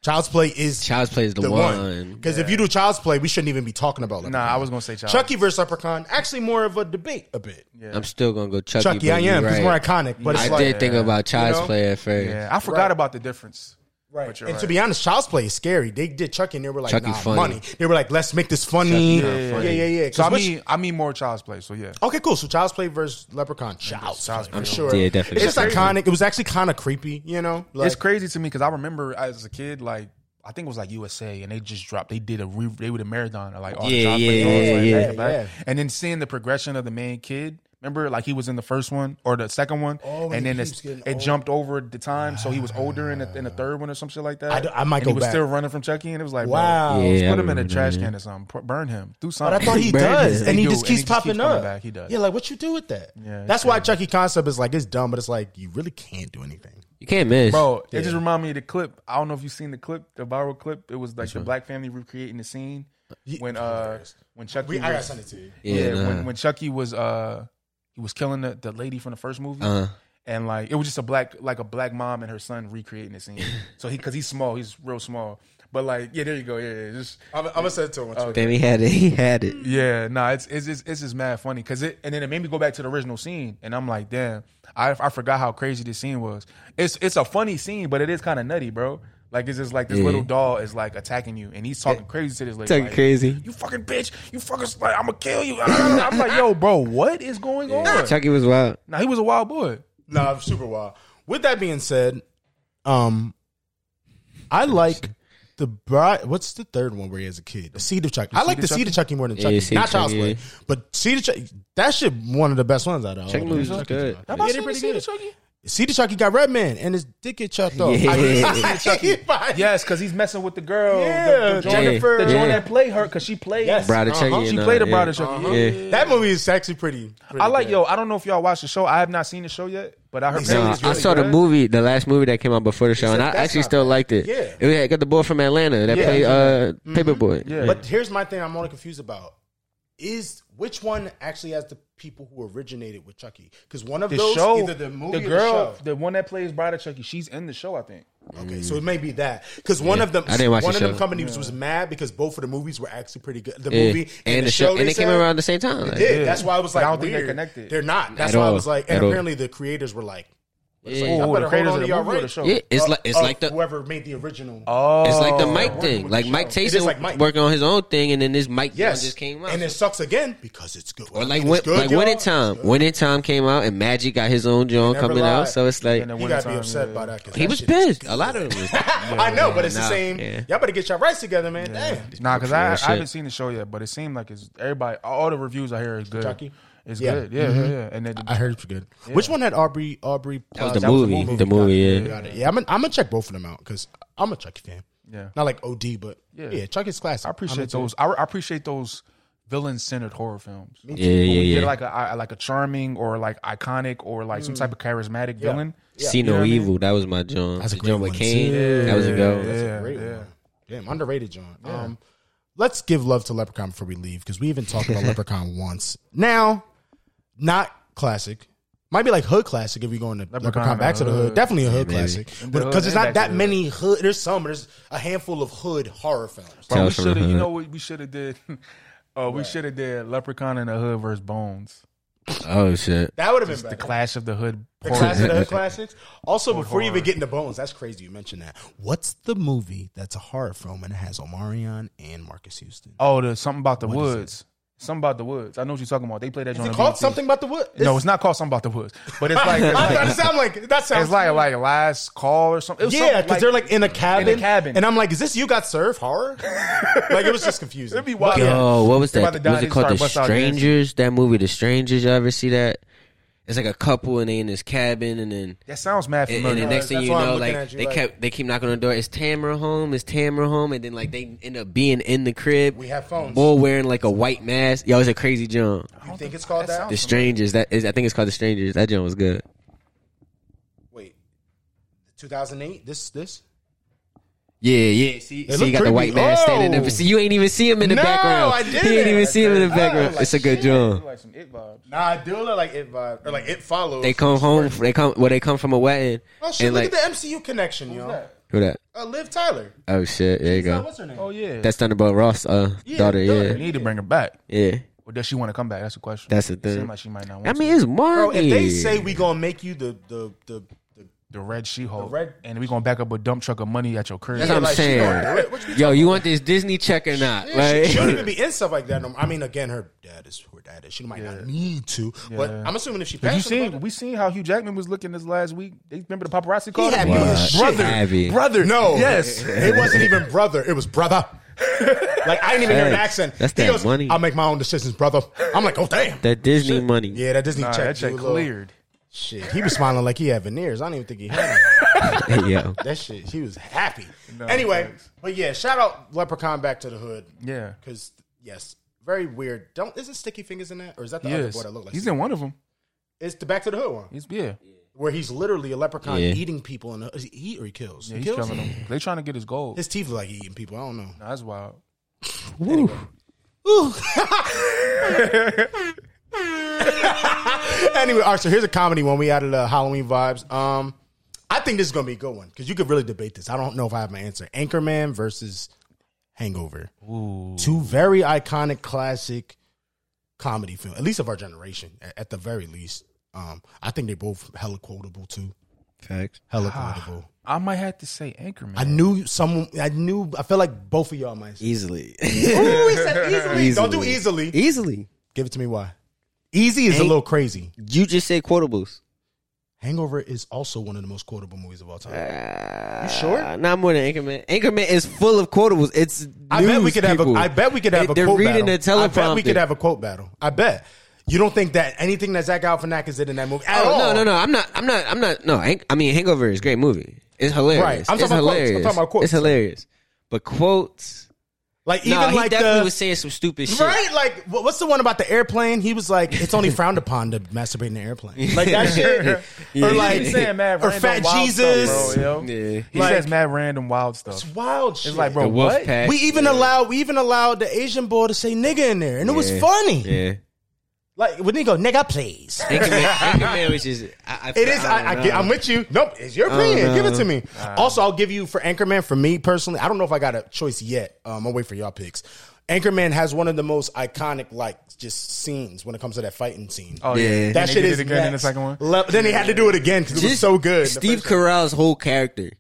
[SPEAKER 4] Child's Play is
[SPEAKER 5] Child's Play is the,
[SPEAKER 4] the
[SPEAKER 5] one.
[SPEAKER 4] one. Because if you do Child's Play, we shouldn't even be talking about
[SPEAKER 3] Nah,
[SPEAKER 4] Leprechaun.
[SPEAKER 3] I was gonna say Child.
[SPEAKER 4] Chucky versus Leprechaun, actually more of a debate a bit.
[SPEAKER 5] I'm still going to go Chucky.
[SPEAKER 4] Chucky,
[SPEAKER 5] but
[SPEAKER 4] I
[SPEAKER 5] you're
[SPEAKER 4] am. It's
[SPEAKER 5] right.
[SPEAKER 4] more iconic, but
[SPEAKER 5] I
[SPEAKER 4] it's like,
[SPEAKER 5] did think about Child's
[SPEAKER 4] You know?
[SPEAKER 5] Play at first.
[SPEAKER 3] Yeah, I forgot about the difference.
[SPEAKER 4] right.
[SPEAKER 3] but you're
[SPEAKER 4] And to
[SPEAKER 3] right.
[SPEAKER 4] be honest, Child's Play is scary. They did Chucky and they were like,
[SPEAKER 5] Chucky
[SPEAKER 4] nah,
[SPEAKER 5] funny.
[SPEAKER 4] money. They were like, let's make this funny.
[SPEAKER 5] Chucky
[SPEAKER 4] yeah,
[SPEAKER 5] funny.
[SPEAKER 4] yeah, yeah, yeah. 'Cause
[SPEAKER 3] So I
[SPEAKER 4] which-
[SPEAKER 3] mean, I mean more Child's Play. So yeah,
[SPEAKER 4] okay, cool. So Child's Play versus Leprechaun. Child's,
[SPEAKER 3] Child's
[SPEAKER 4] Play, for
[SPEAKER 3] Play.
[SPEAKER 4] sure.
[SPEAKER 5] Yeah, definitely.
[SPEAKER 4] It's just iconic. It was actually kind of creepy, you know? Like,
[SPEAKER 3] it's crazy to me because I remember as a kid, like I think it was like USA, and they just dropped. They did a re, they did a marathon, of, like all the
[SPEAKER 5] Yeah,
[SPEAKER 3] Child's Play
[SPEAKER 5] yeah,
[SPEAKER 3] songs, like,
[SPEAKER 5] yeah,
[SPEAKER 3] back to back.
[SPEAKER 4] yeah.
[SPEAKER 3] and then seeing the progression of the main kid. Remember, like he was in the first one or the second one,
[SPEAKER 4] Oh,
[SPEAKER 3] and
[SPEAKER 4] and he
[SPEAKER 3] then
[SPEAKER 4] keeps
[SPEAKER 3] it's,
[SPEAKER 4] getting
[SPEAKER 3] it
[SPEAKER 4] old. Ah.
[SPEAKER 3] jumped over the time, so he was older in the, in the third one or some shit like that.
[SPEAKER 4] I do- I might
[SPEAKER 3] and
[SPEAKER 4] go
[SPEAKER 3] He was
[SPEAKER 4] back.
[SPEAKER 3] still running from Chucky, and it was like, bro,
[SPEAKER 4] Wow.
[SPEAKER 5] Yeah.
[SPEAKER 3] just
[SPEAKER 5] I
[SPEAKER 3] put him in a
[SPEAKER 5] remember
[SPEAKER 3] trash
[SPEAKER 5] that.
[SPEAKER 3] can or something, Put- burn him, do
[SPEAKER 4] But
[SPEAKER 3] something.
[SPEAKER 4] I thought he
[SPEAKER 5] *laughs* They
[SPEAKER 4] does,
[SPEAKER 5] do,
[SPEAKER 4] and he
[SPEAKER 3] and
[SPEAKER 4] just
[SPEAKER 3] he
[SPEAKER 4] keeps
[SPEAKER 3] just
[SPEAKER 4] popping
[SPEAKER 3] keeps coming
[SPEAKER 4] up.
[SPEAKER 3] back. He does.
[SPEAKER 4] Yeah, like what you do with that?
[SPEAKER 3] Yeah,
[SPEAKER 4] That's why Chucky concept is like it's dumb, but it's like you really can't do anything.
[SPEAKER 5] You can't miss. *laughs*
[SPEAKER 3] Bro, it just reminded me of the clip. I don't know if you've seen the clip, the viral clip. It was like the black family recreating the scene
[SPEAKER 5] oh,
[SPEAKER 3] when uh when Chucky
[SPEAKER 4] We,
[SPEAKER 3] was,
[SPEAKER 4] I gotta send it to you.
[SPEAKER 5] yeah,
[SPEAKER 3] yeah,
[SPEAKER 5] nah.
[SPEAKER 3] when, when Chucky was uh he was killing the, the lady from the first movie.
[SPEAKER 5] Uh-huh.
[SPEAKER 3] And like it was just a black like a black mom and her son recreating the
[SPEAKER 5] *laughs*
[SPEAKER 3] scene. so he cause he's small, he's real small. But like, yeah, there you go. Yeah, yeah. Just
[SPEAKER 4] I'm, I'm gonna send it to him.
[SPEAKER 5] Damn, he had it. He had
[SPEAKER 4] *laughs*
[SPEAKER 5] it.
[SPEAKER 3] yeah, nah, it's it's just it's just mad funny because it and then it made me go back to the original scene and I'm like, damn, I I forgot how crazy this scene was. It's it's a funny scene, but it is kind of nutty, bro. Like it's just like this
[SPEAKER 5] Yeah.
[SPEAKER 3] little doll is like attacking you and he's talking crazy to this lady.
[SPEAKER 5] Talking
[SPEAKER 3] like,
[SPEAKER 5] crazy.
[SPEAKER 3] You fucking bitch. You fucking like I'm gonna kill you. *laughs* I'm like, yo, bro, what is going on?
[SPEAKER 5] Chucky was wild.
[SPEAKER 3] Now he was a wild boy.
[SPEAKER 4] No, I'm super wild. With that being said, um, I like the bride. What's the third one where he has a kid? The seed of Chucky. I
[SPEAKER 3] Seed
[SPEAKER 4] like the
[SPEAKER 3] of
[SPEAKER 4] seed of Chucky more than
[SPEAKER 5] Yeah,
[SPEAKER 4] Chucky.
[SPEAKER 5] Seed of
[SPEAKER 4] Not Child's
[SPEAKER 5] Chucky,
[SPEAKER 4] Play,
[SPEAKER 5] yeah.
[SPEAKER 4] but seed of Chucky. That shit one of the best ones out of all.
[SPEAKER 5] Chucky
[SPEAKER 4] of them.
[SPEAKER 5] movies was good.
[SPEAKER 3] Have
[SPEAKER 4] Yeah,
[SPEAKER 3] I
[SPEAKER 4] they
[SPEAKER 3] seen
[SPEAKER 4] pretty
[SPEAKER 3] the scene
[SPEAKER 4] good.
[SPEAKER 3] of Chucky?
[SPEAKER 4] Seed of Chucky got Redman and his dick get chopped off. *laughs*
[SPEAKER 5] Yeah.
[SPEAKER 4] I did
[SPEAKER 5] Seed
[SPEAKER 4] see Chucky.
[SPEAKER 3] Yes, because he's messing with the girl.
[SPEAKER 4] Yeah,
[SPEAKER 3] the, the joint-
[SPEAKER 4] Jennifer.
[SPEAKER 3] the joint
[SPEAKER 5] Yeah.
[SPEAKER 3] that played her because she played.
[SPEAKER 4] Yes.
[SPEAKER 5] Bride of
[SPEAKER 4] Uh-huh.
[SPEAKER 5] Chucky.
[SPEAKER 3] She
[SPEAKER 5] and, uh,
[SPEAKER 3] played a bride
[SPEAKER 5] yeah.
[SPEAKER 3] of Chucky.
[SPEAKER 5] Yeah.
[SPEAKER 4] That movie is actually pretty. pretty
[SPEAKER 3] I like
[SPEAKER 4] good.
[SPEAKER 3] yo. I don't know if y'all watched the show. I have not seen the show yet, but I heard.
[SPEAKER 4] No,
[SPEAKER 3] apparently
[SPEAKER 5] Uh,
[SPEAKER 3] it's
[SPEAKER 5] I
[SPEAKER 3] really
[SPEAKER 5] saw the
[SPEAKER 3] good.
[SPEAKER 5] movie, the last movie that came out before the show, and I
[SPEAKER 4] that's
[SPEAKER 5] actually
[SPEAKER 4] not
[SPEAKER 5] still liked it.
[SPEAKER 4] Yeah.
[SPEAKER 5] it was- it got the boy from Atlanta that
[SPEAKER 3] Yeah.
[SPEAKER 5] played uh, Paperboy.
[SPEAKER 3] Yeah.
[SPEAKER 4] But here's my thing I'm only confused about is which one actually has the people who originated with Chucky? Because one of
[SPEAKER 3] the
[SPEAKER 4] those
[SPEAKER 3] show,
[SPEAKER 4] either the movie or
[SPEAKER 3] girl,
[SPEAKER 4] the show.
[SPEAKER 3] the, one that plays Bride of Chucky, she's in the show. I think.
[SPEAKER 4] Okay, so it may be that because one of them,
[SPEAKER 5] I didn't watch
[SPEAKER 4] one
[SPEAKER 5] the
[SPEAKER 4] of them
[SPEAKER 5] show.
[SPEAKER 4] companies was mad because both of the movies were actually pretty good. The
[SPEAKER 5] Yeah.
[SPEAKER 4] movie
[SPEAKER 5] and, the show, and
[SPEAKER 4] they
[SPEAKER 5] it came
[SPEAKER 4] said,
[SPEAKER 5] around the same time.
[SPEAKER 4] It
[SPEAKER 5] like-
[SPEAKER 4] did. That's why I was
[SPEAKER 3] But
[SPEAKER 4] like,
[SPEAKER 3] I don't think they're
[SPEAKER 4] weird.
[SPEAKER 3] connected.
[SPEAKER 4] They're not. That's
[SPEAKER 5] At
[SPEAKER 4] why I
[SPEAKER 5] all.
[SPEAKER 4] was like, and
[SPEAKER 5] At all.
[SPEAKER 4] apparently the creators were like, It's like,
[SPEAKER 5] Yeah.
[SPEAKER 3] Oh,
[SPEAKER 4] I
[SPEAKER 3] the
[SPEAKER 4] better hold
[SPEAKER 3] creators
[SPEAKER 4] on
[SPEAKER 3] of
[SPEAKER 4] to
[SPEAKER 3] the
[SPEAKER 4] y'all
[SPEAKER 3] movie or the
[SPEAKER 4] rights.
[SPEAKER 3] show?
[SPEAKER 5] Yeah, it's like it's
[SPEAKER 4] of
[SPEAKER 5] like the
[SPEAKER 4] whoever made the original.
[SPEAKER 3] Oh,
[SPEAKER 5] it's like the Mike thing.
[SPEAKER 4] with
[SPEAKER 5] Like
[SPEAKER 4] the
[SPEAKER 5] Mike
[SPEAKER 4] show. It
[SPEAKER 5] Tyson
[SPEAKER 4] is like Mike.
[SPEAKER 5] working on his own thing, and then this Mike
[SPEAKER 4] yes,
[SPEAKER 5] one just came out.
[SPEAKER 4] and it sucks again because it's good.
[SPEAKER 5] or
[SPEAKER 4] I
[SPEAKER 5] like
[SPEAKER 4] mean,
[SPEAKER 5] when,
[SPEAKER 4] it's good,
[SPEAKER 5] like
[SPEAKER 4] y'all.
[SPEAKER 5] when in time, when in time came out, and Magic got his own joint
[SPEAKER 4] never
[SPEAKER 5] coming out.
[SPEAKER 4] lied.
[SPEAKER 5] So it's like
[SPEAKER 3] And then
[SPEAKER 4] You
[SPEAKER 3] one
[SPEAKER 4] gotta be
[SPEAKER 3] time,
[SPEAKER 4] upset
[SPEAKER 3] yeah.
[SPEAKER 4] by that. 'cause
[SPEAKER 5] he
[SPEAKER 4] that
[SPEAKER 5] was
[SPEAKER 4] shit is-
[SPEAKER 5] pissed. A lot of them. Was,
[SPEAKER 4] I know, but it's the
[SPEAKER 5] nah,
[SPEAKER 4] same.
[SPEAKER 5] yeah.
[SPEAKER 4] Y'all better get your rights together, man. Damn.
[SPEAKER 3] Nah, because
[SPEAKER 5] Real
[SPEAKER 3] I,
[SPEAKER 5] shit.
[SPEAKER 3] I haven't seen the show yet, but it seemed like it's everybody. All the reviews I hear is good.
[SPEAKER 4] Kentucky?
[SPEAKER 3] It's
[SPEAKER 4] Yeah. Mm-hmm.
[SPEAKER 3] good. Yeah, yeah, yeah. And then
[SPEAKER 4] I heard it's good. Which one had Aubrey Aubrey?
[SPEAKER 5] that was
[SPEAKER 4] Plaza-
[SPEAKER 5] the
[SPEAKER 4] was
[SPEAKER 5] movie. The movie. Yeah.
[SPEAKER 4] Got it. Yeah, I'm gonna, I'm gonna check both of them out because I'm a Chucky fan.
[SPEAKER 3] Yeah.
[SPEAKER 4] not like OD, but yeah, Chucky's classic.
[SPEAKER 3] I appreciate those. I, I appreciate those villain-centered horror films. Yeah,
[SPEAKER 5] Yeah, yeah, yeah.
[SPEAKER 3] like a I- like a charming or like iconic or like
[SPEAKER 4] Mm.
[SPEAKER 3] some type of charismatic villain.
[SPEAKER 5] See no evil. That was my joint.
[SPEAKER 4] That's a
[SPEAKER 5] The
[SPEAKER 4] great
[SPEAKER 5] joint with
[SPEAKER 4] one,
[SPEAKER 5] Kane.
[SPEAKER 4] too.
[SPEAKER 5] That was a go.
[SPEAKER 3] Yeah,
[SPEAKER 4] That's a great
[SPEAKER 3] yeah.
[SPEAKER 4] one. Damn, underrated, John. Um, let's give love to Leprechaun before we leave because we even
[SPEAKER 3] *laughs*
[SPEAKER 4] talked about Leprechaun once. Now, not classic. Might be like hood classic if we go into Leprechaun,
[SPEAKER 3] Leprechaun
[SPEAKER 4] back
[SPEAKER 3] and
[SPEAKER 4] to the hood.
[SPEAKER 3] Hood.
[SPEAKER 4] Definitely a hood classic
[SPEAKER 3] hood
[SPEAKER 4] because there's
[SPEAKER 3] and
[SPEAKER 4] not
[SPEAKER 3] Back
[SPEAKER 4] that
[SPEAKER 3] to the
[SPEAKER 4] many hood. There's some. There's a handful of hood horror films.
[SPEAKER 3] Bro, we
[SPEAKER 5] Tales from the
[SPEAKER 3] should have. You
[SPEAKER 5] Hood.
[SPEAKER 3] know what we should have did? *laughs* Oh, we should have did Leprechaun in the Hood versus Bones.
[SPEAKER 5] Oh shit.
[SPEAKER 4] That would have been better.
[SPEAKER 3] The Clash of the Hood.
[SPEAKER 4] The classic *laughs* of the classics. Also, before you even get into Bones, that's crazy you mentioned that. What's the movie that's a horror film and it has Omarion and Marcus Houston?
[SPEAKER 3] Oh, the something about the woods. Something about the woods. I know what you're talking about. They play that.
[SPEAKER 4] Is
[SPEAKER 3] joint
[SPEAKER 4] it
[SPEAKER 3] on
[SPEAKER 4] called
[SPEAKER 3] VT.
[SPEAKER 4] something about the wood?
[SPEAKER 3] No, it's not called something about the woods, but it's like it's
[SPEAKER 4] *laughs* I'm trying
[SPEAKER 3] like,
[SPEAKER 4] to sound like that sounds
[SPEAKER 3] it's like like last call or something. It was
[SPEAKER 4] yeah,
[SPEAKER 3] something
[SPEAKER 4] because they're like in a cabin,
[SPEAKER 3] cabin.
[SPEAKER 4] and I'm like, is this you got
[SPEAKER 3] *laughs*
[SPEAKER 4] served horror? like it was just confusing.
[SPEAKER 3] It'd be wild.
[SPEAKER 4] But,
[SPEAKER 3] Yeah.
[SPEAKER 5] Oh, what was
[SPEAKER 3] They about
[SPEAKER 5] that?
[SPEAKER 3] to die,
[SPEAKER 5] Was
[SPEAKER 3] they
[SPEAKER 5] it called
[SPEAKER 3] start
[SPEAKER 5] The
[SPEAKER 3] bust out dancing.
[SPEAKER 5] Strangers? That movie, The Strangers. You all ever see that? It's like a couple and they in this cabin and then.
[SPEAKER 3] that sounds mad
[SPEAKER 5] And,
[SPEAKER 3] familiar.
[SPEAKER 5] and the next thing
[SPEAKER 4] That's
[SPEAKER 5] you
[SPEAKER 4] why I'm
[SPEAKER 5] know,
[SPEAKER 4] looking
[SPEAKER 5] like
[SPEAKER 4] at you
[SPEAKER 5] they
[SPEAKER 4] like-
[SPEAKER 5] kept, they keep knocking on the door. It's Tamara home. It's Tamara home. And then like they end up being in the crib.
[SPEAKER 4] We have phones.
[SPEAKER 5] Bull wearing like a white mask. Yo, it's a crazy jump.
[SPEAKER 4] You think it's called
[SPEAKER 3] That
[SPEAKER 4] that?
[SPEAKER 5] The
[SPEAKER 3] sounds-
[SPEAKER 5] Strangers. That is, I think it's called The Strangers. That jump was good.
[SPEAKER 4] Wait, 2008. This this.
[SPEAKER 5] Yeah, yeah. See, see
[SPEAKER 4] look
[SPEAKER 5] you got the
[SPEAKER 4] creepy.
[SPEAKER 5] white mask standing
[SPEAKER 4] Oh.
[SPEAKER 5] there. See, you ain't even see him in the
[SPEAKER 4] No,
[SPEAKER 5] background.
[SPEAKER 4] I didn't.
[SPEAKER 5] You ain't even
[SPEAKER 4] That's
[SPEAKER 5] see him in the
[SPEAKER 4] crazy.
[SPEAKER 5] background.
[SPEAKER 4] Oh, like,
[SPEAKER 5] it's a good
[SPEAKER 4] shit.
[SPEAKER 5] jump.
[SPEAKER 3] like some it vibes.
[SPEAKER 4] Nah, I do look like it vibe or like it follows.
[SPEAKER 5] They come home. They come. Well, they come from a wedding.
[SPEAKER 4] Oh shit!
[SPEAKER 5] and
[SPEAKER 4] look
[SPEAKER 5] like,
[SPEAKER 4] at the MCU connection, yo.
[SPEAKER 5] Who that?
[SPEAKER 4] Uh, Liv Tyler.
[SPEAKER 5] Oh shit! There you
[SPEAKER 4] Uh,
[SPEAKER 5] go.
[SPEAKER 4] what's her name?
[SPEAKER 3] Oh yeah,
[SPEAKER 5] That's Thunderbolt Ross' uh, daughter.
[SPEAKER 3] we
[SPEAKER 5] Yeah,
[SPEAKER 3] need to bring her back.
[SPEAKER 5] yeah.
[SPEAKER 3] Or does she want to come back? That's the question.
[SPEAKER 5] That's the
[SPEAKER 3] It
[SPEAKER 5] thing.
[SPEAKER 3] seems like she might not want.
[SPEAKER 5] I mean, it's Marvel.
[SPEAKER 4] Bro, if they say we gonna make you the the the, the
[SPEAKER 3] to. the red She-Hulk,
[SPEAKER 4] The red-
[SPEAKER 3] and we gonna back up a dump truck of money at your crib.
[SPEAKER 5] that's what I'm
[SPEAKER 4] like, she gonna do
[SPEAKER 5] saying.
[SPEAKER 4] it. What you
[SPEAKER 5] Yo, you want this Disney check or not?
[SPEAKER 4] she, she don't
[SPEAKER 5] Right?
[SPEAKER 4] even be in stuff like that. No, more. I mean, again, her dad is her dad is. She might not need to, but I'm assuming if she
[SPEAKER 3] Have you
[SPEAKER 4] passes
[SPEAKER 3] seen? We seen how Hugh Jackman was looking this last week. They remember the paparazzi called
[SPEAKER 4] had
[SPEAKER 3] him.
[SPEAKER 4] me as shit.
[SPEAKER 3] brother,
[SPEAKER 5] Heavy.
[SPEAKER 3] brother.
[SPEAKER 4] No,
[SPEAKER 3] yes.
[SPEAKER 4] it wasn't even brother. It
[SPEAKER 3] *laughs*
[SPEAKER 4] was brother. Like I didn't even hear an
[SPEAKER 5] Thanks.
[SPEAKER 4] accent.
[SPEAKER 5] That's
[SPEAKER 4] He
[SPEAKER 5] that
[SPEAKER 4] goes,
[SPEAKER 5] money.
[SPEAKER 4] I'll make my own decisions, brother. I'm like, oh damn.
[SPEAKER 5] *laughs* that Disney money.
[SPEAKER 4] yeah, that Disney
[SPEAKER 3] Nah,
[SPEAKER 4] check.
[SPEAKER 3] that check
[SPEAKER 4] you little-
[SPEAKER 3] cleared.
[SPEAKER 4] Shit, he was smiling like he had veneers. I don't even think he had. Them.
[SPEAKER 5] Hey, *laughs* yo.
[SPEAKER 4] That shit, he was
[SPEAKER 3] *laughs*
[SPEAKER 4] happy. anyway, but yeah, shout out Leprechaun back to the hood.
[SPEAKER 3] Yeah.
[SPEAKER 4] because yes, very weird. Don't is it Sticky Fingers in that, or is that the other
[SPEAKER 3] Yes.
[SPEAKER 4] boy that looked like?
[SPEAKER 3] He's
[SPEAKER 4] Sticky-
[SPEAKER 3] in one of them.
[SPEAKER 4] It's the Back to the Hood one.
[SPEAKER 3] He's yeah.
[SPEAKER 4] where he's literally a leprechaun
[SPEAKER 5] Yeah.
[SPEAKER 4] eating people and uh, he eat or he kills.
[SPEAKER 3] Yeah,
[SPEAKER 4] he
[SPEAKER 3] he's
[SPEAKER 4] kills.
[SPEAKER 3] killing them. They trying to get his gold.
[SPEAKER 4] His teeth look like he eating people. I don't know.
[SPEAKER 3] Nah, that's wild.
[SPEAKER 4] *laughs* anyway, all right. So here's a comedy one. We added uh, Halloween vibes. Um, I think this is gonna be a good one because you could really debate this. I don't know if I have my answer. Anchorman versus Hangover. Two very iconic classic comedy film, at least of our generation, a- at the very least. Um, I think they both hella quotable too.
[SPEAKER 5] Facts.
[SPEAKER 4] Hella quotable.
[SPEAKER 3] I might have to say Anchorman. *laughs*
[SPEAKER 4] I knew someone. I knew. I feel like both of y'all might.
[SPEAKER 5] Easily.
[SPEAKER 4] *laughs* Ooh, he said easily. Don't do easily.
[SPEAKER 5] Easily. Easily.
[SPEAKER 4] Give it to me. Why? Easy is a
[SPEAKER 5] Ain't-
[SPEAKER 4] little crazy.
[SPEAKER 5] You just said quotables.
[SPEAKER 4] Hangover is also one of the most quotable movies of all time.
[SPEAKER 5] Uh,
[SPEAKER 4] You sure?
[SPEAKER 5] Not more than Anchorman. Anchorman is full of quotables. It's
[SPEAKER 4] I bet we
[SPEAKER 5] news,
[SPEAKER 4] could have. A,
[SPEAKER 5] people.
[SPEAKER 4] I bet we could have
[SPEAKER 5] They-
[SPEAKER 4] a
[SPEAKER 5] They're
[SPEAKER 4] quote
[SPEAKER 5] reading
[SPEAKER 4] battle.
[SPEAKER 5] the
[SPEAKER 4] I bet we
[SPEAKER 5] teleprompter.
[SPEAKER 4] could have a quote battle. I bet. You don't think that anything that Zach Galifianakis did in that movie at
[SPEAKER 5] Oh,
[SPEAKER 4] all?
[SPEAKER 5] no, no, no. I'm not. I'm not. I'm not. No. Hank- I mean, Hangover is a great movie. It's hilarious.
[SPEAKER 4] Right. I'm talking about
[SPEAKER 5] it's
[SPEAKER 4] quotes. I'm
[SPEAKER 5] hilarious.
[SPEAKER 4] talking about quotes.
[SPEAKER 5] It's hilarious. But quotes.
[SPEAKER 4] Like even
[SPEAKER 5] Nah, he
[SPEAKER 4] like
[SPEAKER 5] definitely
[SPEAKER 4] the
[SPEAKER 5] was saying some stupid shit.
[SPEAKER 4] right. Like what- what's the one about the airplane? He was like, it's only frowned upon to masturbate in the
[SPEAKER 5] *laughs*
[SPEAKER 4] airplane. Like *laughs* that shit.
[SPEAKER 5] Yeah.
[SPEAKER 4] Or like
[SPEAKER 3] He's saying mad
[SPEAKER 4] or
[SPEAKER 3] random
[SPEAKER 4] Fat
[SPEAKER 3] wild
[SPEAKER 4] Jesus.
[SPEAKER 3] Stuff, bro, yo.
[SPEAKER 5] Yeah.
[SPEAKER 3] He
[SPEAKER 4] Like-
[SPEAKER 3] says mad random wild stuff.
[SPEAKER 4] it's wild shit.
[SPEAKER 3] It's like, bro,
[SPEAKER 5] The Wolf
[SPEAKER 3] what?
[SPEAKER 5] Pack.
[SPEAKER 4] We even allowed we even allowed the Asian boy to say nigga in there, and it was
[SPEAKER 5] Yeah.
[SPEAKER 4] funny.
[SPEAKER 5] Yeah.
[SPEAKER 4] Like when they go, nigga, please.
[SPEAKER 5] Anchorman, Anchorman, which is I, I,
[SPEAKER 4] It is. I,
[SPEAKER 5] don't
[SPEAKER 4] I,
[SPEAKER 5] know.
[SPEAKER 4] am with you. Nope. It's your opinion. Give it to me. Also, I'll give you for Anchorman. For me personally, I don't know if I got a choice yet. Um, I'll wait for y'all picks. Anchorman has one of the most iconic, like, just scenes when it comes to that fighting scene.
[SPEAKER 3] Oh
[SPEAKER 5] Yeah.
[SPEAKER 3] yeah,
[SPEAKER 5] That
[SPEAKER 3] And
[SPEAKER 4] that
[SPEAKER 3] they
[SPEAKER 4] shit
[SPEAKER 3] did
[SPEAKER 4] is
[SPEAKER 3] it again in the
[SPEAKER 4] next.
[SPEAKER 3] second one.
[SPEAKER 4] Le- then he had to do it again because it was
[SPEAKER 5] Just
[SPEAKER 4] so good. The
[SPEAKER 5] Steve
[SPEAKER 4] first one.
[SPEAKER 5] Carell's whole character.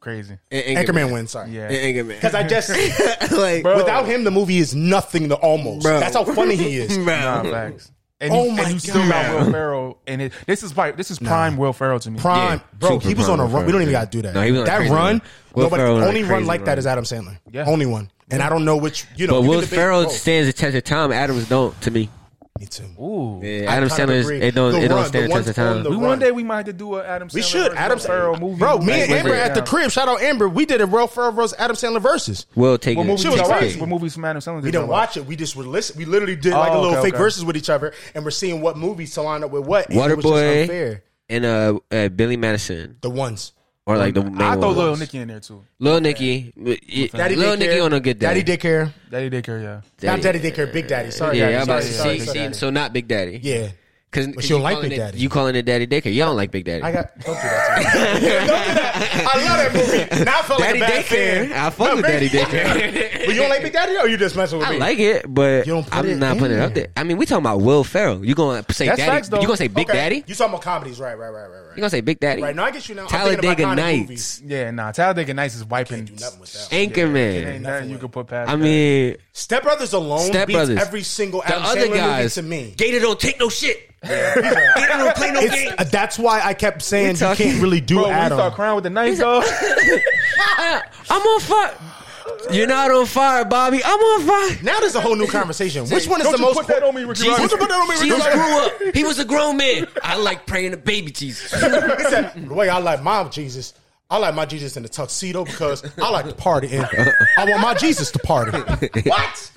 [SPEAKER 3] Crazy.
[SPEAKER 5] In
[SPEAKER 4] Anchorman wins. Sorry. *laughs*
[SPEAKER 3] Yeah.
[SPEAKER 5] In Anchorman.
[SPEAKER 4] Because I just
[SPEAKER 5] *laughs*
[SPEAKER 3] *laughs*
[SPEAKER 5] like,
[SPEAKER 3] Bro.
[SPEAKER 4] without him, the movie is nothing to almost.
[SPEAKER 5] Bro.
[SPEAKER 4] That's how funny he
[SPEAKER 5] *laughs*
[SPEAKER 4] is.
[SPEAKER 3] Nah,
[SPEAKER 5] bro.
[SPEAKER 3] facts. And
[SPEAKER 4] Oh
[SPEAKER 3] you,
[SPEAKER 4] my
[SPEAKER 3] and you still got
[SPEAKER 4] God.
[SPEAKER 3] Will Ferrell, and it, this is like this is prime Will Ferrell to me.
[SPEAKER 4] Prime,
[SPEAKER 5] Yeah,
[SPEAKER 4] bro.
[SPEAKER 5] super
[SPEAKER 4] He was on
[SPEAKER 5] prime
[SPEAKER 4] a
[SPEAKER 5] Will
[SPEAKER 4] run. We
[SPEAKER 5] Ferrell,
[SPEAKER 4] don't even
[SPEAKER 5] yeah.
[SPEAKER 4] got to do that.
[SPEAKER 5] No, he was on a
[SPEAKER 4] that
[SPEAKER 5] crazy
[SPEAKER 4] run.
[SPEAKER 5] run. Will
[SPEAKER 4] nobody,
[SPEAKER 5] Ferrell was on a
[SPEAKER 4] only run
[SPEAKER 5] crazy
[SPEAKER 4] like that
[SPEAKER 5] run.
[SPEAKER 4] is Adam Sandler.
[SPEAKER 3] Yeah.
[SPEAKER 4] Only one. And I don't know which you know.
[SPEAKER 5] But
[SPEAKER 4] you can
[SPEAKER 5] Will
[SPEAKER 4] debate
[SPEAKER 5] Ferrell
[SPEAKER 4] both.
[SPEAKER 5] stands the test of time. Adam don't to me.
[SPEAKER 4] Me too.
[SPEAKER 3] Ooh.
[SPEAKER 5] Yeah,
[SPEAKER 4] I
[SPEAKER 5] Adam
[SPEAKER 4] kind of
[SPEAKER 5] Sandler,
[SPEAKER 4] agree.
[SPEAKER 5] it don't,
[SPEAKER 4] The
[SPEAKER 5] it don't
[SPEAKER 4] run, the
[SPEAKER 5] stand the test of
[SPEAKER 4] ones on
[SPEAKER 5] time.
[SPEAKER 4] the
[SPEAKER 3] We
[SPEAKER 4] run.
[SPEAKER 3] one day we might have to do a Adam. Sandler
[SPEAKER 4] We should
[SPEAKER 3] versus
[SPEAKER 4] Adam
[SPEAKER 3] Will Ferrell
[SPEAKER 4] Sandler.
[SPEAKER 3] movie.
[SPEAKER 4] Bro, me and
[SPEAKER 5] Like,
[SPEAKER 4] Amber
[SPEAKER 5] break it
[SPEAKER 4] at the
[SPEAKER 3] down.
[SPEAKER 4] crib. Shout out Amber. We did a Will Ferrell versus Adam Sandler versus.
[SPEAKER 5] Will take
[SPEAKER 3] What
[SPEAKER 5] it.
[SPEAKER 3] movies
[SPEAKER 4] She
[SPEAKER 3] did
[SPEAKER 4] was
[SPEAKER 3] y'all
[SPEAKER 4] crazy.
[SPEAKER 3] watch? What movies from Adam Sandler?
[SPEAKER 4] We
[SPEAKER 3] did y'all
[SPEAKER 4] didn't watch it. We just were listening. We literally did like a
[SPEAKER 3] Oh,
[SPEAKER 4] little
[SPEAKER 3] okay,
[SPEAKER 4] fake
[SPEAKER 3] okay.
[SPEAKER 4] verses with each other, and we're seeing what movies to line up with what. and it was just
[SPEAKER 5] Waterboy.
[SPEAKER 4] unfair.
[SPEAKER 5] And uh, uh, Billy Madison.
[SPEAKER 4] The ones.
[SPEAKER 5] Or like the main
[SPEAKER 3] I throw
[SPEAKER 5] one.
[SPEAKER 3] Little Nicky in there too.
[SPEAKER 5] Lil Nicky.
[SPEAKER 4] Daddy
[SPEAKER 5] Lil
[SPEAKER 4] daycare.
[SPEAKER 5] Nicky on a good day.
[SPEAKER 4] Daddy daycare.
[SPEAKER 3] Daddy Dicker, yeah.
[SPEAKER 4] Not Daddy daycare. Big Daddy. Sorry,
[SPEAKER 5] Yeah,
[SPEAKER 4] Daddy.
[SPEAKER 5] I'm about to
[SPEAKER 4] Sorry,
[SPEAKER 5] say,
[SPEAKER 4] sorry,
[SPEAKER 5] see,
[SPEAKER 4] sorry, Daddy.
[SPEAKER 5] so not Big Daddy.
[SPEAKER 4] Yeah.
[SPEAKER 5] Cause,
[SPEAKER 4] But you
[SPEAKER 5] 'cause
[SPEAKER 4] don't like
[SPEAKER 5] calling
[SPEAKER 4] Big
[SPEAKER 5] it-
[SPEAKER 4] Daddy.
[SPEAKER 5] You calling it Daddy Daycare? Y'all don't like Big Daddy.
[SPEAKER 4] I got. Don't do that. To me. don't do
[SPEAKER 5] *laughs*
[SPEAKER 4] that. I love that movie. Now I feel
[SPEAKER 5] Daddy
[SPEAKER 4] like a bad
[SPEAKER 5] Daycare.
[SPEAKER 4] fan.
[SPEAKER 5] I fuck
[SPEAKER 4] No,
[SPEAKER 5] with
[SPEAKER 4] Big-
[SPEAKER 5] Daddy Daycare.
[SPEAKER 4] *laughs* but you don't like Big Daddy, or you just messing with
[SPEAKER 5] I
[SPEAKER 4] me?
[SPEAKER 5] like it, but
[SPEAKER 4] You don't put
[SPEAKER 5] I'm
[SPEAKER 4] it
[SPEAKER 5] not
[SPEAKER 4] in
[SPEAKER 5] putting it up
[SPEAKER 4] there.
[SPEAKER 5] there. I mean, we talking about Will Ferrell. You gonna say
[SPEAKER 3] That's
[SPEAKER 5] Daddy?
[SPEAKER 3] facts, though.
[SPEAKER 5] you gonna say Big
[SPEAKER 4] Okay.
[SPEAKER 5] Daddy?
[SPEAKER 4] You talking about comedies? Right, right, right, right,
[SPEAKER 5] You
[SPEAKER 4] right.
[SPEAKER 5] gonna say Big Daddy?
[SPEAKER 4] Right now, I get you now. I'm thinking about
[SPEAKER 5] Talladega
[SPEAKER 4] iconic
[SPEAKER 5] Nights,
[SPEAKER 4] movies.
[SPEAKER 3] Yeah, nah. Talladega Nights is wiping.
[SPEAKER 4] Do nothing with that. one.
[SPEAKER 5] Anchorman.
[SPEAKER 3] Ain't nothing you could put past.
[SPEAKER 5] I
[SPEAKER 3] that.
[SPEAKER 5] mean,
[SPEAKER 4] Step Brothers alone
[SPEAKER 5] Step
[SPEAKER 4] beats
[SPEAKER 5] Brothers.
[SPEAKER 4] every single
[SPEAKER 5] the
[SPEAKER 4] Adam
[SPEAKER 5] other
[SPEAKER 4] Sandler
[SPEAKER 5] guys
[SPEAKER 4] movie to me.
[SPEAKER 5] Gator don't take no shit. Gator don't play no games.
[SPEAKER 4] It's, uh, that's why I kept saying you
[SPEAKER 5] talking-
[SPEAKER 4] can't really do
[SPEAKER 3] bro, when you
[SPEAKER 4] Adam.
[SPEAKER 3] start crying with the knife, though.
[SPEAKER 5] I- Uh, I'm on fire. You're not on fire, Bobby. I'm on fire.
[SPEAKER 4] now there's a whole new conversation. Which one is
[SPEAKER 3] Don't
[SPEAKER 4] the
[SPEAKER 3] you
[SPEAKER 4] most?
[SPEAKER 3] put that on me, Ricky
[SPEAKER 5] Jesus,
[SPEAKER 3] Rock.
[SPEAKER 4] Put that on me,
[SPEAKER 5] Jesus
[SPEAKER 4] Ricky.
[SPEAKER 5] grew up. He was a grown man. I like praying to baby Jesus.
[SPEAKER 4] He said, the way I like my Jesus, I like my Jesus in the tuxedo because I like to party. And I want my Jesus to
[SPEAKER 5] *laughs*
[SPEAKER 4] party. What?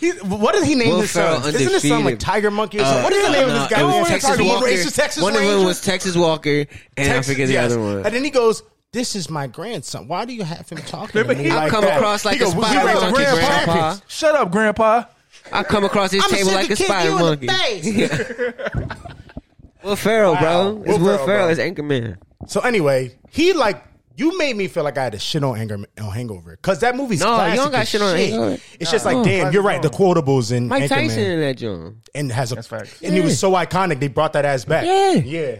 [SPEAKER 4] He, what did he name
[SPEAKER 5] Will
[SPEAKER 4] his son?
[SPEAKER 5] Ferrell
[SPEAKER 4] Isn't his son like
[SPEAKER 5] undefeated. Uh,
[SPEAKER 4] Tiger Monkey or something? what is the name of this guy?
[SPEAKER 5] it
[SPEAKER 4] Who
[SPEAKER 5] was
[SPEAKER 4] is
[SPEAKER 5] Texas
[SPEAKER 4] Tiger
[SPEAKER 5] Walker.
[SPEAKER 4] Monkey? Racist Texas
[SPEAKER 5] one of
[SPEAKER 4] Ranger?
[SPEAKER 5] them was Texas Walker, and I forget the
[SPEAKER 4] yes.
[SPEAKER 5] other one.
[SPEAKER 4] And then he goes, "This is my grandson. Why do you have him talking to me
[SPEAKER 5] I
[SPEAKER 4] like
[SPEAKER 5] come
[SPEAKER 4] that?"
[SPEAKER 5] across like
[SPEAKER 4] He
[SPEAKER 5] a
[SPEAKER 4] goes, "We
[SPEAKER 5] spider
[SPEAKER 4] raised
[SPEAKER 5] monkey,
[SPEAKER 4] grandpa.
[SPEAKER 5] grandpa.
[SPEAKER 3] Shut up, Grandpa.
[SPEAKER 5] I come across this
[SPEAKER 4] I'ma
[SPEAKER 5] table
[SPEAKER 4] send
[SPEAKER 5] like
[SPEAKER 4] the
[SPEAKER 5] a
[SPEAKER 4] kid
[SPEAKER 5] spider
[SPEAKER 4] you in the
[SPEAKER 5] monkey. *laughs*
[SPEAKER 4] *laughs*
[SPEAKER 5] Will Ferrell, bro.
[SPEAKER 4] Wow.
[SPEAKER 5] It's
[SPEAKER 4] Will
[SPEAKER 5] Will
[SPEAKER 4] Ferrell,
[SPEAKER 5] Ferrell.
[SPEAKER 4] bro.
[SPEAKER 5] It's Anchorman.
[SPEAKER 4] So anyway, he like you made me feel like I had a shit on anger on Hangover because that movie's
[SPEAKER 5] No, you
[SPEAKER 4] classic
[SPEAKER 5] don't got
[SPEAKER 4] as
[SPEAKER 5] shit on Hangover.
[SPEAKER 4] It's just like damn, you're right. The quotables in
[SPEAKER 5] Mike
[SPEAKER 4] Anchorman
[SPEAKER 5] Tyson in that joint.
[SPEAKER 4] and has a
[SPEAKER 3] facts.
[SPEAKER 4] and he was so iconic they brought that ass back.
[SPEAKER 5] Yeah.
[SPEAKER 4] yeah.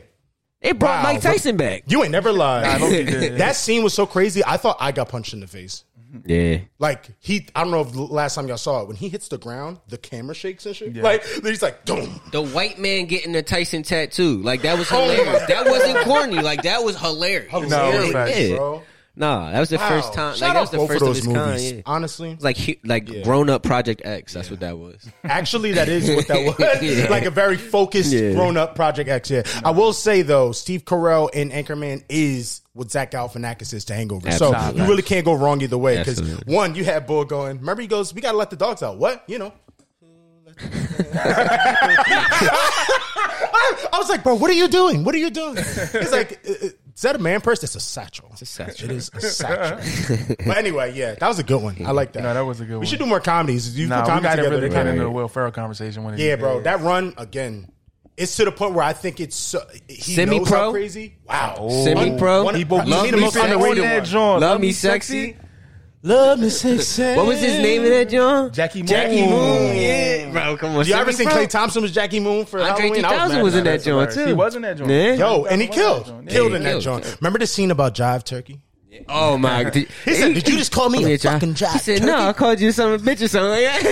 [SPEAKER 5] It brought
[SPEAKER 4] Wow.
[SPEAKER 5] Mike Tyson back.
[SPEAKER 4] You ain't never lied.
[SPEAKER 3] Nah,
[SPEAKER 4] *laughs*
[SPEAKER 3] low-key did, yeah.
[SPEAKER 4] That scene was so crazy. I thought I got punched in the face.
[SPEAKER 5] Yeah.
[SPEAKER 4] Like he, I don't know if the last time y'all saw it when he hits the ground, the camera shakes and shit. Like he's like, "Doom."
[SPEAKER 5] The white man getting the Tyson tattoo. Like, that was
[SPEAKER 4] Oh,
[SPEAKER 5] hilarious.
[SPEAKER 4] my-
[SPEAKER 5] that wasn't corny. Like, that was hilarious.
[SPEAKER 3] No,
[SPEAKER 4] Hilarious,
[SPEAKER 3] facts,
[SPEAKER 5] Yeah.
[SPEAKER 4] bro.
[SPEAKER 5] Nah, that was the
[SPEAKER 4] Wow.
[SPEAKER 5] first time.
[SPEAKER 4] Shout
[SPEAKER 5] like, that
[SPEAKER 4] out
[SPEAKER 5] was the
[SPEAKER 4] both
[SPEAKER 5] first
[SPEAKER 4] of
[SPEAKER 5] of,
[SPEAKER 4] those
[SPEAKER 5] its kind.
[SPEAKER 4] movies.
[SPEAKER 5] Yeah.
[SPEAKER 4] Honestly,
[SPEAKER 5] Like, he, like grown up Project X. That's what that was.
[SPEAKER 4] Actually, that is what
[SPEAKER 5] *laughs*
[SPEAKER 4] that was.
[SPEAKER 5] Yeah.
[SPEAKER 4] Like a very focused,
[SPEAKER 5] Yeah.
[SPEAKER 4] grown up Project X. Yeah. I will say though, Steve Carell in Anchorman is what Zach Galifianakis is to Hangover. So
[SPEAKER 5] Absolutely.
[SPEAKER 4] you really can't go wrong either way. Because
[SPEAKER 5] Absolutely.
[SPEAKER 4] one, you had Bull going. Remember, he goes, "We gotta let the dogs out." What you
[SPEAKER 5] *laughs*
[SPEAKER 4] know? I, I was like, bro, what are you doing? What are you doing? He's like, "Uh, uh, is that a man purse? It's a satchel. It's a
[SPEAKER 5] satchel.
[SPEAKER 4] It is a
[SPEAKER 5] *laughs*
[SPEAKER 4] satchel. but anyway, yeah, that was a good one. I like that.
[SPEAKER 3] No, that was a good
[SPEAKER 4] we
[SPEAKER 3] one.
[SPEAKER 4] should do more comedies. You
[SPEAKER 3] Nah,
[SPEAKER 4] put
[SPEAKER 3] we
[SPEAKER 4] comedy
[SPEAKER 3] gotta
[SPEAKER 4] together.
[SPEAKER 3] really
[SPEAKER 4] they
[SPEAKER 3] get
[SPEAKER 4] kinda
[SPEAKER 3] into the Will Ferrell conversation when it
[SPEAKER 4] yeah, bro, that run again. It's to the point where I think it's so, he
[SPEAKER 5] Semi-pro?
[SPEAKER 4] knows how crazy. Wow,
[SPEAKER 5] Semi-pro?
[SPEAKER 4] One,
[SPEAKER 5] He
[SPEAKER 4] one,
[SPEAKER 5] both-
[SPEAKER 4] he's
[SPEAKER 5] Love
[SPEAKER 4] the
[SPEAKER 5] Me
[SPEAKER 4] most
[SPEAKER 5] Sexy.
[SPEAKER 4] underrated
[SPEAKER 5] That
[SPEAKER 4] one.
[SPEAKER 3] John,
[SPEAKER 5] Love Me Sexy.
[SPEAKER 4] Love me sexy.
[SPEAKER 5] What was his name in that joint?
[SPEAKER 3] Jackie Moon.
[SPEAKER 5] Jackie Moon. Yeah. Bro, come on.
[SPEAKER 4] You ever
[SPEAKER 5] Semi-pro?
[SPEAKER 4] seen Clay Thompson was Jackie Moon for
[SPEAKER 5] Andre
[SPEAKER 4] Halloween? I
[SPEAKER 5] 3000
[SPEAKER 4] mad
[SPEAKER 5] was in
[SPEAKER 4] about
[SPEAKER 5] that joint, too.
[SPEAKER 3] He was in that joint.
[SPEAKER 5] Yeah.
[SPEAKER 4] Yo, and he killed,
[SPEAKER 3] Yeah, he
[SPEAKER 4] killed in that
[SPEAKER 5] killed.
[SPEAKER 4] joint. Remember the scene about Jive Turkey?
[SPEAKER 5] Oh my! Did,
[SPEAKER 4] He said, "Did you just call me a
[SPEAKER 5] Yeah,
[SPEAKER 4] fucking
[SPEAKER 5] He
[SPEAKER 4] jive
[SPEAKER 5] said,
[SPEAKER 4] turkey?"
[SPEAKER 5] "No, I called you some bitch or something." *laughs* Yeah.
[SPEAKER 4] *laughs*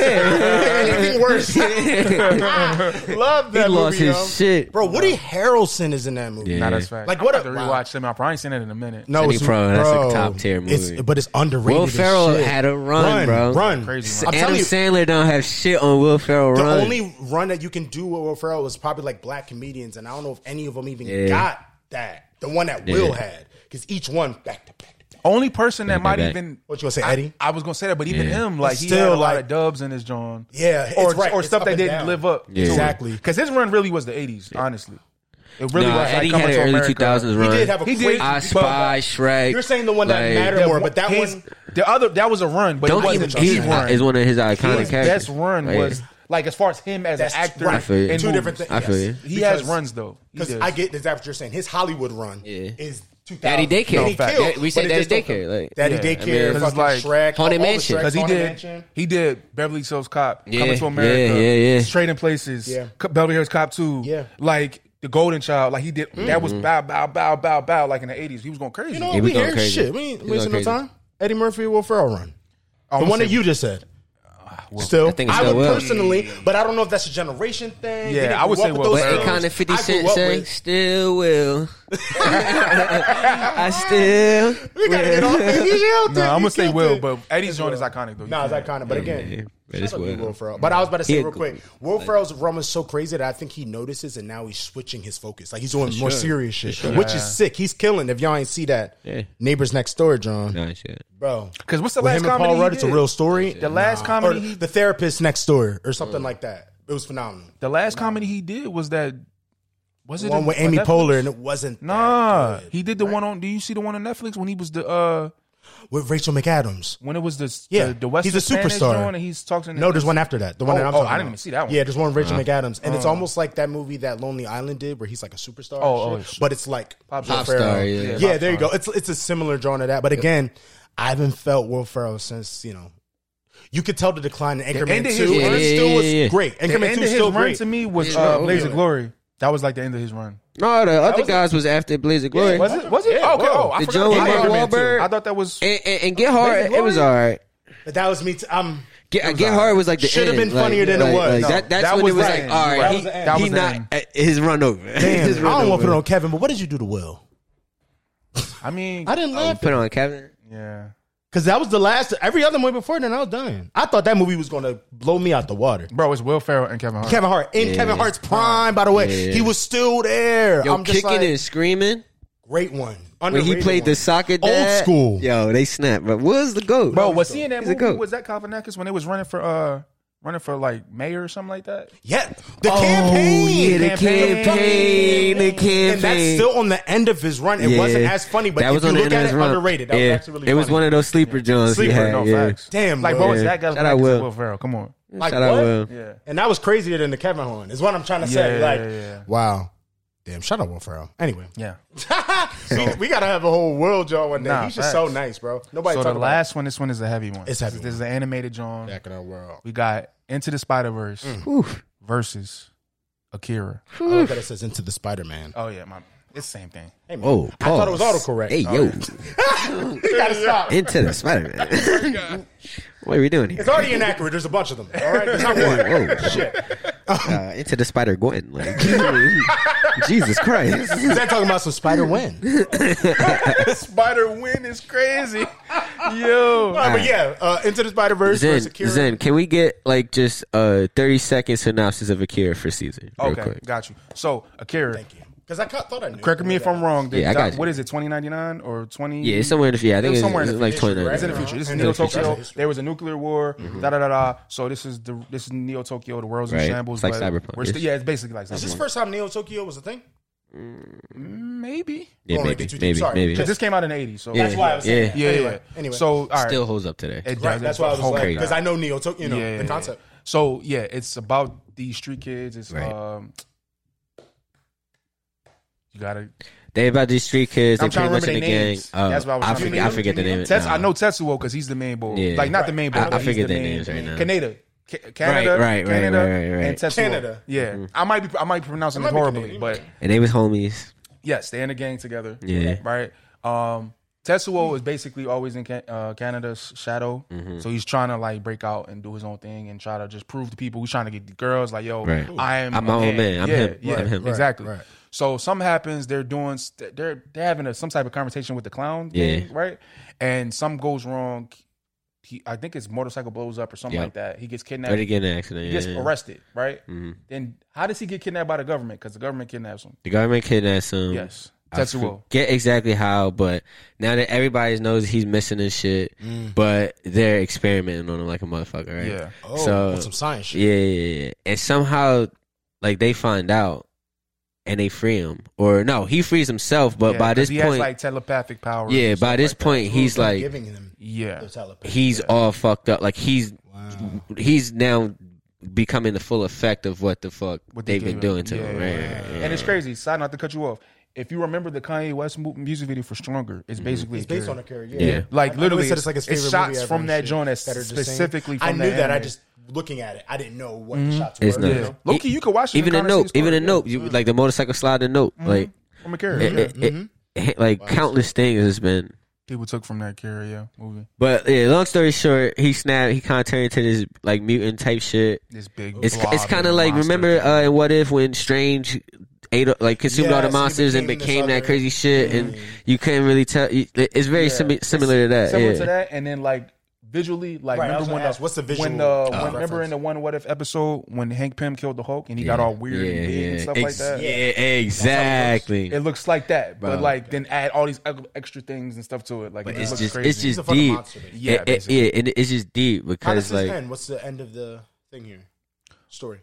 [SPEAKER 4] Anything worse? *laughs*
[SPEAKER 5] *laughs*
[SPEAKER 4] Love that
[SPEAKER 5] lost
[SPEAKER 4] movie,
[SPEAKER 5] his
[SPEAKER 4] yo.
[SPEAKER 5] shit.
[SPEAKER 4] bro. Woody Harrelson is in that movie.
[SPEAKER 5] Yeah.
[SPEAKER 3] Nah, that's fact.
[SPEAKER 4] Like,
[SPEAKER 3] I'm
[SPEAKER 4] what
[SPEAKER 3] about
[SPEAKER 4] a-
[SPEAKER 3] to
[SPEAKER 4] wow.
[SPEAKER 3] rewatch Semi Pro. I ain't seen it in a minute.
[SPEAKER 4] No,
[SPEAKER 5] Any
[SPEAKER 4] it's
[SPEAKER 5] pro, that's a
[SPEAKER 4] bro,
[SPEAKER 5] top-tier
[SPEAKER 4] it's-
[SPEAKER 5] movie.
[SPEAKER 4] but it's underrated.
[SPEAKER 5] Will
[SPEAKER 4] as
[SPEAKER 5] Ferrell
[SPEAKER 4] shit.
[SPEAKER 5] had a run,
[SPEAKER 4] run
[SPEAKER 5] bro.
[SPEAKER 4] Run,
[SPEAKER 3] Crazy run.
[SPEAKER 4] I'm telling
[SPEAKER 5] Adam
[SPEAKER 4] you,
[SPEAKER 5] Sandler don't have shit on Will Ferrell
[SPEAKER 4] The
[SPEAKER 5] run.
[SPEAKER 4] only run that you can do with Will Ferrell was probably like black comedians, and I don't know if any of them even
[SPEAKER 5] Yeah.
[SPEAKER 4] got that. The one that Will
[SPEAKER 5] Yeah.
[SPEAKER 4] had, because each one back to back. to back.
[SPEAKER 3] Only person that might
[SPEAKER 5] back.
[SPEAKER 3] even.
[SPEAKER 4] What you gonna say,
[SPEAKER 3] I-
[SPEAKER 4] Eddie?
[SPEAKER 3] I, was gonna say that, but even
[SPEAKER 5] Yeah.
[SPEAKER 3] him, like
[SPEAKER 4] It's
[SPEAKER 3] he
[SPEAKER 4] still
[SPEAKER 3] had a
[SPEAKER 4] like-
[SPEAKER 3] lot of dubs in his John.
[SPEAKER 4] Yeah, it's
[SPEAKER 3] or
[SPEAKER 4] right.
[SPEAKER 3] or
[SPEAKER 4] It's
[SPEAKER 3] stuff
[SPEAKER 4] up
[SPEAKER 3] that
[SPEAKER 4] and
[SPEAKER 3] didn't
[SPEAKER 4] down.
[SPEAKER 3] live up.
[SPEAKER 5] Yeah.
[SPEAKER 4] Exactly.
[SPEAKER 3] Because his run really was the '80s, honestly. It really
[SPEAKER 5] nah,
[SPEAKER 3] was. like,
[SPEAKER 5] Eddie
[SPEAKER 3] coming
[SPEAKER 5] had
[SPEAKER 3] to
[SPEAKER 5] an early
[SPEAKER 3] America.
[SPEAKER 5] two thousands
[SPEAKER 4] He
[SPEAKER 5] run.
[SPEAKER 4] did have a
[SPEAKER 3] He did.
[SPEAKER 4] crazy.
[SPEAKER 5] I Spy Shrek.
[SPEAKER 4] You're saying the one that
[SPEAKER 5] like,
[SPEAKER 4] mattered more, but that
[SPEAKER 3] his-
[SPEAKER 4] one
[SPEAKER 3] The other that was a run, but it
[SPEAKER 5] Don't
[SPEAKER 3] wasn't
[SPEAKER 5] even.
[SPEAKER 3] his
[SPEAKER 5] He's
[SPEAKER 3] run.
[SPEAKER 5] is one of his iconic
[SPEAKER 3] his
[SPEAKER 5] characters.
[SPEAKER 3] best run
[SPEAKER 5] Like,
[SPEAKER 3] was Like as far as him as
[SPEAKER 4] That's
[SPEAKER 3] an actor,
[SPEAKER 4] right. I
[SPEAKER 5] feel you.
[SPEAKER 3] in
[SPEAKER 5] Two
[SPEAKER 3] movies.
[SPEAKER 4] different things.
[SPEAKER 5] I feel
[SPEAKER 4] yes.
[SPEAKER 5] you.
[SPEAKER 3] He has
[SPEAKER 4] Because-
[SPEAKER 3] runs though. He
[SPEAKER 4] Because
[SPEAKER 3] does.
[SPEAKER 4] I get exactly what you're saying. His Hollywood run
[SPEAKER 5] Yeah.
[SPEAKER 4] is 2000.
[SPEAKER 5] Daddy Daycare.
[SPEAKER 4] He
[SPEAKER 3] That-
[SPEAKER 4] killed,
[SPEAKER 5] we said
[SPEAKER 4] but it
[SPEAKER 5] Daddy
[SPEAKER 4] just don't
[SPEAKER 5] Daycare,
[SPEAKER 4] come-
[SPEAKER 5] like-
[SPEAKER 4] Daddy
[SPEAKER 3] Yeah.
[SPEAKER 4] Daycare,
[SPEAKER 5] I mean, 'cause
[SPEAKER 3] it's
[SPEAKER 4] fucking
[SPEAKER 3] like-
[SPEAKER 4] Shrek,
[SPEAKER 5] Haunted
[SPEAKER 4] all the
[SPEAKER 5] Mansion.
[SPEAKER 4] Shrek,
[SPEAKER 3] Because he
[SPEAKER 4] Haunted
[SPEAKER 3] did,
[SPEAKER 4] Mansion.
[SPEAKER 3] he did Beverly Hills Cop,
[SPEAKER 5] Yeah,
[SPEAKER 3] Coming to America,
[SPEAKER 5] yeah, yeah, yeah.
[SPEAKER 3] Trading Places,
[SPEAKER 4] Yeah.
[SPEAKER 3] Co- Beverly Hills Cop Two,
[SPEAKER 4] Yeah.
[SPEAKER 3] like The Golden Child, like he did.
[SPEAKER 4] Mm-hmm.
[SPEAKER 3] That was bow, bow, bow, bow, bow, like in the eighties. He was going crazy.
[SPEAKER 4] You know
[SPEAKER 5] He
[SPEAKER 4] what?
[SPEAKER 5] was
[SPEAKER 4] We
[SPEAKER 5] going
[SPEAKER 4] here.
[SPEAKER 5] crazy.
[SPEAKER 4] Shit, we ain't
[SPEAKER 5] He was
[SPEAKER 4] wasting no
[SPEAKER 5] going crazy.
[SPEAKER 4] time. Eddie Murphy, Will Ferrell run.
[SPEAKER 3] I
[SPEAKER 4] The
[SPEAKER 3] wanna
[SPEAKER 4] one that
[SPEAKER 3] say-
[SPEAKER 4] you just said. still, I,
[SPEAKER 5] I think it's
[SPEAKER 4] would
[SPEAKER 5] still Will.
[SPEAKER 4] personally, but I don't know if that's a generation thing.
[SPEAKER 3] Yeah,
[SPEAKER 4] We didn't
[SPEAKER 3] I would
[SPEAKER 4] grow
[SPEAKER 3] say
[SPEAKER 4] up with
[SPEAKER 3] Will
[SPEAKER 4] those
[SPEAKER 3] Ferrell.
[SPEAKER 5] But it
[SPEAKER 4] films.
[SPEAKER 5] kind of 50
[SPEAKER 4] I grew
[SPEAKER 5] Cent
[SPEAKER 4] up
[SPEAKER 5] sang,
[SPEAKER 4] with-
[SPEAKER 5] still will. I still
[SPEAKER 4] *laughs* We gotta get off. this. You killed
[SPEAKER 3] No,
[SPEAKER 4] it.
[SPEAKER 3] I'm
[SPEAKER 4] You
[SPEAKER 3] gonna say
[SPEAKER 4] killed
[SPEAKER 3] Will,
[SPEAKER 4] it.
[SPEAKER 3] but Eddie's joint is
[SPEAKER 4] Will.
[SPEAKER 3] iconic though. You
[SPEAKER 4] Nah, it's
[SPEAKER 3] can't-
[SPEAKER 4] iconic. But
[SPEAKER 5] yeah.
[SPEAKER 4] again,
[SPEAKER 5] It
[SPEAKER 4] shout
[SPEAKER 5] is
[SPEAKER 4] out to
[SPEAKER 5] Will.
[SPEAKER 4] Will Ferrell. But I was about to
[SPEAKER 5] He
[SPEAKER 4] say
[SPEAKER 5] a
[SPEAKER 4] real
[SPEAKER 5] good-
[SPEAKER 4] quick, Will Ferrell's run is so crazy that I think he notices and now he's switching his focus. Like he's doing more serious shit, which
[SPEAKER 3] Yeah.
[SPEAKER 4] is sick. He's killing. If y'all ain't see that,
[SPEAKER 5] Yeah.
[SPEAKER 4] neighbors next door, John,
[SPEAKER 5] Nah, shit.
[SPEAKER 4] bro.
[SPEAKER 3] 'Cause what's the
[SPEAKER 4] With
[SPEAKER 3] last
[SPEAKER 4] him and
[SPEAKER 3] comedy
[SPEAKER 4] Paul
[SPEAKER 3] he
[SPEAKER 4] Rudd? It's a
[SPEAKER 3] did?
[SPEAKER 4] real story.
[SPEAKER 3] The last
[SPEAKER 4] Or
[SPEAKER 3] comedy, he,
[SPEAKER 4] the therapist next door, or something like that. It was phenomenal.
[SPEAKER 3] the last comedy he did was that. Was it
[SPEAKER 4] One
[SPEAKER 3] a-
[SPEAKER 4] with
[SPEAKER 3] a
[SPEAKER 4] Amy
[SPEAKER 3] Netflix?
[SPEAKER 4] Poehler, and it wasn't. that
[SPEAKER 3] Nah,
[SPEAKER 4] good.
[SPEAKER 3] he did the one on. Do you see the one on Netflix when he was the uh
[SPEAKER 4] with Rachel McAdams.
[SPEAKER 3] when it was the
[SPEAKER 4] Yeah,
[SPEAKER 3] the, the West
[SPEAKER 4] he's a superstar.
[SPEAKER 3] and he's talking.
[SPEAKER 4] No, there's one after that. The one
[SPEAKER 3] Oh,
[SPEAKER 4] that I'm
[SPEAKER 3] oh,
[SPEAKER 4] talking
[SPEAKER 3] I didn't
[SPEAKER 4] about.
[SPEAKER 3] even see that one. Uh-huh.
[SPEAKER 4] Yeah, there's one with Rachel
[SPEAKER 5] Uh-huh.
[SPEAKER 4] McAdams, and it's almost like that movie that Lonely Island did, where he's like a superstar.
[SPEAKER 3] Oh,
[SPEAKER 4] and
[SPEAKER 3] oh,
[SPEAKER 4] shit,
[SPEAKER 3] it's-
[SPEAKER 4] but it's like
[SPEAKER 3] Pop
[SPEAKER 4] Will
[SPEAKER 5] Pop
[SPEAKER 4] Ferrell.
[SPEAKER 5] star, yeah.
[SPEAKER 4] Yeah,
[SPEAKER 5] Yeah,
[SPEAKER 3] pop
[SPEAKER 4] there you
[SPEAKER 3] star.
[SPEAKER 4] go. It's it's a similar genre to that, but again, I haven't felt Will Ferrell since you know. You could tell the decline in Anchorman
[SPEAKER 3] end of his
[SPEAKER 4] Two.
[SPEAKER 3] run-
[SPEAKER 4] and it
[SPEAKER 3] Yeah,
[SPEAKER 5] yeah,
[SPEAKER 4] still was
[SPEAKER 5] yeah, yeah.
[SPEAKER 4] great.
[SPEAKER 3] The
[SPEAKER 4] Anchorman
[SPEAKER 3] end
[SPEAKER 4] Two
[SPEAKER 3] of
[SPEAKER 4] is
[SPEAKER 3] his
[SPEAKER 4] still
[SPEAKER 3] run
[SPEAKER 4] great.
[SPEAKER 3] to me was
[SPEAKER 5] His
[SPEAKER 3] uh,
[SPEAKER 5] run,
[SPEAKER 3] Blaze of
[SPEAKER 5] yeah.
[SPEAKER 3] Glory. That was like the end of his run.
[SPEAKER 5] No, the other
[SPEAKER 4] was a-
[SPEAKER 5] guys was after Blaze of Glory.
[SPEAKER 3] Was it? Was it?
[SPEAKER 4] Yeah,
[SPEAKER 3] okay.
[SPEAKER 4] bro.
[SPEAKER 3] Oh, I
[SPEAKER 5] The
[SPEAKER 3] forgot.
[SPEAKER 5] Joe
[SPEAKER 3] about
[SPEAKER 5] and
[SPEAKER 3] Iron
[SPEAKER 5] Mark
[SPEAKER 3] Man
[SPEAKER 5] Wahlberg.
[SPEAKER 3] too. I thought that was.
[SPEAKER 5] and, and, and Get Hard,
[SPEAKER 3] Blaze of
[SPEAKER 5] it was all
[SPEAKER 3] Glory?
[SPEAKER 5] right.
[SPEAKER 4] But that was me. T-
[SPEAKER 5] *laughs*
[SPEAKER 4] um,
[SPEAKER 5] Get, Get Hard was like the
[SPEAKER 4] Should've been
[SPEAKER 5] end.
[SPEAKER 4] funnier
[SPEAKER 5] like,
[SPEAKER 4] than it
[SPEAKER 5] like-
[SPEAKER 4] was.
[SPEAKER 5] like
[SPEAKER 4] No,
[SPEAKER 5] that, that's
[SPEAKER 3] that
[SPEAKER 5] when
[SPEAKER 3] was
[SPEAKER 5] it was
[SPEAKER 3] the
[SPEAKER 5] like,
[SPEAKER 3] end.
[SPEAKER 5] all
[SPEAKER 3] That
[SPEAKER 5] right,
[SPEAKER 4] was
[SPEAKER 5] he,
[SPEAKER 4] the end.
[SPEAKER 3] That
[SPEAKER 5] he
[SPEAKER 3] was the
[SPEAKER 5] not
[SPEAKER 3] end.
[SPEAKER 5] uh, his run over.
[SPEAKER 4] damn,
[SPEAKER 5] *laughs* his
[SPEAKER 4] I
[SPEAKER 5] run
[SPEAKER 4] don't want to put
[SPEAKER 5] over.
[SPEAKER 4] on Kevin, but what did you do to Will?
[SPEAKER 3] I mean,
[SPEAKER 4] I didn't laugh.
[SPEAKER 5] Um, Put on Kevin.
[SPEAKER 3] yeah,
[SPEAKER 4] Because that was the last. Every other movie before then, I was done. I thought that movie was going to blow me out the water.
[SPEAKER 3] bro, it's Will Ferrell and Kevin Hart.
[SPEAKER 4] Kevin Hart in Kevin Hart's prime, by the way,
[SPEAKER 5] Yeah.
[SPEAKER 4] he was still there.
[SPEAKER 5] Yo,
[SPEAKER 4] I'm just
[SPEAKER 5] kicking
[SPEAKER 4] like,
[SPEAKER 5] and screaming
[SPEAKER 4] great one.
[SPEAKER 5] when he
[SPEAKER 4] Underrated
[SPEAKER 5] played
[SPEAKER 4] one.
[SPEAKER 5] the soccer
[SPEAKER 4] Old
[SPEAKER 5] dad.
[SPEAKER 4] school.
[SPEAKER 5] Yo, they snapped. But Will's the goat.
[SPEAKER 3] bro, was he in that
[SPEAKER 5] He's a
[SPEAKER 3] movie?
[SPEAKER 5] goat.
[SPEAKER 3] Was that Kalvanakis when they was running for uh running for like mayor or something like that?
[SPEAKER 4] yeah, the campaign.
[SPEAKER 5] Oh, yeah, the
[SPEAKER 3] Campaign.
[SPEAKER 5] campaign, the campaign.
[SPEAKER 4] And that's still on the end of his run. It
[SPEAKER 5] Yeah.
[SPEAKER 4] wasn't as funny, but
[SPEAKER 5] that
[SPEAKER 4] if
[SPEAKER 5] was
[SPEAKER 4] you
[SPEAKER 5] on
[SPEAKER 4] look
[SPEAKER 5] the
[SPEAKER 4] at it,
[SPEAKER 5] end run.
[SPEAKER 4] underrated. That
[SPEAKER 5] yeah.
[SPEAKER 4] was actually really
[SPEAKER 5] It was
[SPEAKER 4] funny.
[SPEAKER 5] one of those sleeper Johns.
[SPEAKER 4] Sleeper,
[SPEAKER 5] he had,
[SPEAKER 3] no
[SPEAKER 5] yeah.
[SPEAKER 3] facts.
[SPEAKER 4] Damn,
[SPEAKER 3] like
[SPEAKER 4] bro.
[SPEAKER 3] bro, it's
[SPEAKER 5] Yeah.
[SPEAKER 3] that guy's
[SPEAKER 5] Shout out
[SPEAKER 3] Will.
[SPEAKER 5] Will.
[SPEAKER 3] Will Ferrell. Come on,
[SPEAKER 4] Like,
[SPEAKER 5] Shout out
[SPEAKER 4] what?
[SPEAKER 5] Will.
[SPEAKER 3] yeah,
[SPEAKER 4] and that was crazier than the Kevin Horn. Is what I'm trying to
[SPEAKER 3] yeah,
[SPEAKER 4] say.
[SPEAKER 3] yeah,
[SPEAKER 4] like,
[SPEAKER 3] yeah, yeah.
[SPEAKER 4] wow, damn, shut up, Will Ferrell. Anyway, *laughs*
[SPEAKER 3] yeah.
[SPEAKER 5] *laughs*
[SPEAKER 4] we, we gotta have a whole world, y'all, one day.
[SPEAKER 3] Nah,
[SPEAKER 4] He's just so
[SPEAKER 3] facts.
[SPEAKER 4] nice, bro. Nobody.
[SPEAKER 3] So
[SPEAKER 4] talk
[SPEAKER 3] the
[SPEAKER 4] about
[SPEAKER 3] last one, this one is a heavy one.
[SPEAKER 4] It's a heavy
[SPEAKER 3] This is an animated John.
[SPEAKER 4] back in our world.
[SPEAKER 3] We got Into the Spider Verse
[SPEAKER 5] Oof.
[SPEAKER 3] versus Akira.
[SPEAKER 4] I love that it says into the Spider Man.
[SPEAKER 3] Oh yeah, my it's the same
[SPEAKER 4] *laughs*
[SPEAKER 3] thing.
[SPEAKER 4] Hey, man.
[SPEAKER 5] Whoa,
[SPEAKER 4] I thought it was
[SPEAKER 5] pause.
[SPEAKER 4] autocorrect.
[SPEAKER 5] Hey, yo,
[SPEAKER 4] You gotta stop.
[SPEAKER 5] into the Spider
[SPEAKER 4] *laughs*
[SPEAKER 5] Man. what are we doing here?
[SPEAKER 4] Oh It's already inaccurate. There's a bunch of them. All right, there's not *laughs* one.
[SPEAKER 5] Whoa, shit. Uh, into the Spider Gwen. Like, *laughs*
[SPEAKER 4] *laughs*
[SPEAKER 5] Jesus Christ.
[SPEAKER 4] Is that talking about some Spider *laughs* Win?
[SPEAKER 3] Spider Win is crazy, *laughs* yo.
[SPEAKER 4] but yeah, uh, Into the Spider Verse versus
[SPEAKER 5] Zen,
[SPEAKER 4] Akira.
[SPEAKER 5] Zen, can we get like just a thirty second synopsis of Akira for Caesar? Real
[SPEAKER 3] Okay,
[SPEAKER 5] quick.
[SPEAKER 3] got you. So Akira,
[SPEAKER 4] Thank you. Because I ca- thought I knew.
[SPEAKER 3] correct me if I'm wrong. The,
[SPEAKER 5] Yeah, I got
[SPEAKER 3] the-
[SPEAKER 5] you.
[SPEAKER 3] what is it? Twenty ninety nine or twenty?
[SPEAKER 5] Yeah, it's somewhere in the future. I think
[SPEAKER 3] It was
[SPEAKER 5] it's,
[SPEAKER 3] somewhere in
[SPEAKER 5] it's
[SPEAKER 3] the
[SPEAKER 5] like
[SPEAKER 3] future,
[SPEAKER 5] twenty
[SPEAKER 4] right?
[SPEAKER 3] It's in
[SPEAKER 5] nine.
[SPEAKER 3] the future. This is
[SPEAKER 4] In
[SPEAKER 3] Neo
[SPEAKER 4] the future.
[SPEAKER 3] Tokyo.
[SPEAKER 4] That's
[SPEAKER 3] There was a nuclear war. Da da da da. So this is the this is Neo Tokyo. The world's in
[SPEAKER 5] Right.
[SPEAKER 3] shambles.
[SPEAKER 5] It's like
[SPEAKER 3] but
[SPEAKER 5] Cyberpunk.
[SPEAKER 3] We're still, yeah, it's basically like
[SPEAKER 4] Is this
[SPEAKER 3] cyberpunk. Mm,
[SPEAKER 4] first time Neo Tokyo was a thing?
[SPEAKER 3] Maybe
[SPEAKER 5] Yeah,
[SPEAKER 4] Don't
[SPEAKER 5] maybe,
[SPEAKER 4] get too deep.
[SPEAKER 5] maybe,
[SPEAKER 4] Sorry.
[SPEAKER 5] maybe.
[SPEAKER 3] because this came out in the eighties. So
[SPEAKER 4] That's why I was
[SPEAKER 5] Yeah,
[SPEAKER 4] saying.
[SPEAKER 5] yeah.
[SPEAKER 4] that.
[SPEAKER 3] yeah,
[SPEAKER 4] Anyway,
[SPEAKER 3] yeah.
[SPEAKER 4] anyway.
[SPEAKER 3] So all right.
[SPEAKER 5] Still holds up today.
[SPEAKER 3] It
[SPEAKER 4] right,
[SPEAKER 3] does,
[SPEAKER 4] that's
[SPEAKER 3] it's
[SPEAKER 4] why I was
[SPEAKER 3] whole
[SPEAKER 4] like,
[SPEAKER 3] crazy.
[SPEAKER 4] because I know Neo Tokyo, you know,
[SPEAKER 3] Yeah,
[SPEAKER 4] the concept.
[SPEAKER 3] So yeah, it's about these street kids. It's
[SPEAKER 5] Right.
[SPEAKER 3] um, you gotta.
[SPEAKER 5] They about these street kids. They
[SPEAKER 3] I'm trying
[SPEAKER 5] pretty
[SPEAKER 3] to
[SPEAKER 5] much in
[SPEAKER 3] remember
[SPEAKER 5] the
[SPEAKER 3] their
[SPEAKER 5] gang.
[SPEAKER 3] names.
[SPEAKER 5] Uh,
[SPEAKER 3] That's what I was
[SPEAKER 5] I
[SPEAKER 3] trying to
[SPEAKER 5] forget. I
[SPEAKER 3] remember.
[SPEAKER 5] forget the name.
[SPEAKER 3] Tets, I
[SPEAKER 5] now.
[SPEAKER 3] know Tetsuo because he's the main boy.
[SPEAKER 5] Yeah.
[SPEAKER 3] Like not the
[SPEAKER 4] Right.
[SPEAKER 3] main boy.
[SPEAKER 5] I- I
[SPEAKER 3] but he's
[SPEAKER 5] forget
[SPEAKER 3] the
[SPEAKER 5] their
[SPEAKER 3] main-
[SPEAKER 5] names right now.
[SPEAKER 3] Canada, Ca- Canada,
[SPEAKER 5] right, right,
[SPEAKER 3] Canada,
[SPEAKER 5] right, right, right.
[SPEAKER 3] and Tetsuo.
[SPEAKER 4] Canada.
[SPEAKER 3] Yeah, I might be I might be pronouncing
[SPEAKER 4] might
[SPEAKER 3] it
[SPEAKER 4] be
[SPEAKER 3] horribly,
[SPEAKER 4] Canadian.
[SPEAKER 3] but
[SPEAKER 5] And they was homies.
[SPEAKER 3] yes, they're in the gang together.
[SPEAKER 5] Yeah.
[SPEAKER 3] right. Um, Tetsuo is basically always in Can- uh, Canada's shadow,
[SPEAKER 5] Mm-hmm.
[SPEAKER 3] so he's trying to like break out and do his own thing and try to just prove to people. He's trying to get the girls like, yo,
[SPEAKER 5] Right.
[SPEAKER 3] I am,
[SPEAKER 5] I'm
[SPEAKER 3] a
[SPEAKER 5] my own man. I'm
[SPEAKER 3] yeah,
[SPEAKER 5] him.
[SPEAKER 3] yeah,
[SPEAKER 5] I'm him. Right,
[SPEAKER 3] exactly.
[SPEAKER 4] right.
[SPEAKER 3] So something happens. They're doing. st- They're they're having a, some type of conversation with the clown.
[SPEAKER 5] Yeah.
[SPEAKER 3] thing, right. And some goes wrong. He, I think his motorcycle blows up or something
[SPEAKER 5] Yeah.
[SPEAKER 3] like that. He gets
[SPEAKER 5] Or they
[SPEAKER 3] kidnapped.
[SPEAKER 5] get in an accident.
[SPEAKER 3] He
[SPEAKER 5] Yeah. Mm-hmm.
[SPEAKER 3] gets arrested, right? Then how does he get kidnapped by the government? Because the government kidnaps him.
[SPEAKER 5] The government kidnaps him.
[SPEAKER 3] Yes,
[SPEAKER 5] I
[SPEAKER 3] Tetsuo.
[SPEAKER 5] forget exactly how, but now that everybody knows he's missing and shit,
[SPEAKER 3] Mm-hmm. Mm.
[SPEAKER 5] but they're experimenting on him like a motherfucker, right?
[SPEAKER 3] Yeah.
[SPEAKER 4] Oh,
[SPEAKER 5] So-
[SPEAKER 4] on some science shit.
[SPEAKER 5] Yeah, yeah, yeah. And somehow, like they find out, and they free him, or no, he frees himself. But
[SPEAKER 3] Yeah,
[SPEAKER 5] by
[SPEAKER 3] 'cause
[SPEAKER 5] this
[SPEAKER 3] he
[SPEAKER 5] point,
[SPEAKER 3] has like telepathic powers.
[SPEAKER 5] yeah,
[SPEAKER 3] and
[SPEAKER 5] by
[SPEAKER 3] stuff
[SPEAKER 5] this
[SPEAKER 3] like that.
[SPEAKER 5] point, he's
[SPEAKER 4] Who's
[SPEAKER 5] like
[SPEAKER 4] giving him
[SPEAKER 3] yeah,
[SPEAKER 4] the telepathy.
[SPEAKER 5] he's all fucked up. Like he's he's now becoming the full effect of what the fuck
[SPEAKER 3] What they
[SPEAKER 5] they've been
[SPEAKER 3] gave
[SPEAKER 5] doing
[SPEAKER 3] him.
[SPEAKER 5] to
[SPEAKER 3] Yeah,
[SPEAKER 5] him.
[SPEAKER 3] yeah,
[SPEAKER 5] Right,
[SPEAKER 3] yeah.
[SPEAKER 5] right,
[SPEAKER 3] And it's
[SPEAKER 5] right.
[SPEAKER 3] crazy. Side not to cut you off. If you remember the Kanye West mu- music video for Stronger,
[SPEAKER 5] Mm-hmm.
[SPEAKER 3] it's basically
[SPEAKER 4] It's based
[SPEAKER 3] Carrie.
[SPEAKER 4] on a character.
[SPEAKER 5] Yeah.
[SPEAKER 4] Yeah.
[SPEAKER 3] Like,
[SPEAKER 4] I- I
[SPEAKER 3] literally,
[SPEAKER 4] always said it's like his
[SPEAKER 3] it's
[SPEAKER 4] favorite
[SPEAKER 3] shots
[SPEAKER 4] movie ever
[SPEAKER 3] from
[SPEAKER 4] and
[SPEAKER 3] that
[SPEAKER 4] shit
[SPEAKER 3] joint that's
[SPEAKER 4] that are just
[SPEAKER 3] specifically
[SPEAKER 4] saying- I
[SPEAKER 3] from
[SPEAKER 4] knew
[SPEAKER 3] that
[SPEAKER 4] that. Mm-hmm. I
[SPEAKER 3] anime.
[SPEAKER 4] just looking at it, I didn't know what the shots were.
[SPEAKER 5] It's
[SPEAKER 4] you
[SPEAKER 5] not.
[SPEAKER 4] know?
[SPEAKER 3] Yeah. Low key, you could watch it
[SPEAKER 5] even a
[SPEAKER 3] and kinda see the
[SPEAKER 5] note, even
[SPEAKER 3] story,
[SPEAKER 5] a
[SPEAKER 3] yeah.
[SPEAKER 5] note, Eh, you like the motorcycle slide a note,
[SPEAKER 3] Mm-hmm.
[SPEAKER 5] like
[SPEAKER 3] from a Carrie.
[SPEAKER 5] it, it, it-
[SPEAKER 3] Mm-hmm.
[SPEAKER 5] it- like countless things has been.
[SPEAKER 3] People took from that Carrie yeah, movie.
[SPEAKER 5] But yeah, long story short, he snapped. He kind of turned into this like mutant type shit.
[SPEAKER 3] This big.
[SPEAKER 5] It's
[SPEAKER 3] blob
[SPEAKER 5] it's kind
[SPEAKER 3] and
[SPEAKER 5] of like
[SPEAKER 3] monster.
[SPEAKER 5] remember uh, in What If when Strange ate like consumed all
[SPEAKER 4] Yes,
[SPEAKER 5] the
[SPEAKER 4] he
[SPEAKER 5] monsters and
[SPEAKER 4] became this
[SPEAKER 5] became that
[SPEAKER 4] other-
[SPEAKER 5] crazy shit, and you couldn't really tell. you- It's very simi- similar to that.
[SPEAKER 3] similar
[SPEAKER 5] uh, yeah.
[SPEAKER 3] to that, and then like visually, like
[SPEAKER 4] Right, I
[SPEAKER 3] remember
[SPEAKER 4] was gonna
[SPEAKER 3] when the,
[SPEAKER 4] ask, what's the
[SPEAKER 3] when
[SPEAKER 4] visual,
[SPEAKER 3] the
[SPEAKER 4] uh,
[SPEAKER 3] when- remember
[SPEAKER 4] reference?
[SPEAKER 3] in the one What If episode when Hank Pym killed the Hulk and he got all weird and big and stuff
[SPEAKER 5] Ex-
[SPEAKER 3] like that.
[SPEAKER 5] Yeah, exactly.
[SPEAKER 3] It looks like that, but
[SPEAKER 5] Bro.
[SPEAKER 3] like then add all these ex- extra things and stuff to it. Like it
[SPEAKER 5] it's
[SPEAKER 3] looks
[SPEAKER 5] just
[SPEAKER 3] crazy.
[SPEAKER 5] it's
[SPEAKER 4] He's a
[SPEAKER 5] just
[SPEAKER 4] fucking
[SPEAKER 5] deep.
[SPEAKER 4] monster, basically.
[SPEAKER 3] yeah,
[SPEAKER 5] Yeah, it,
[SPEAKER 3] basically.
[SPEAKER 5] yeah, and it- it's just deep
[SPEAKER 4] How does
[SPEAKER 5] because
[SPEAKER 4] this
[SPEAKER 5] like
[SPEAKER 4] end? What's the end of the thing here? Story.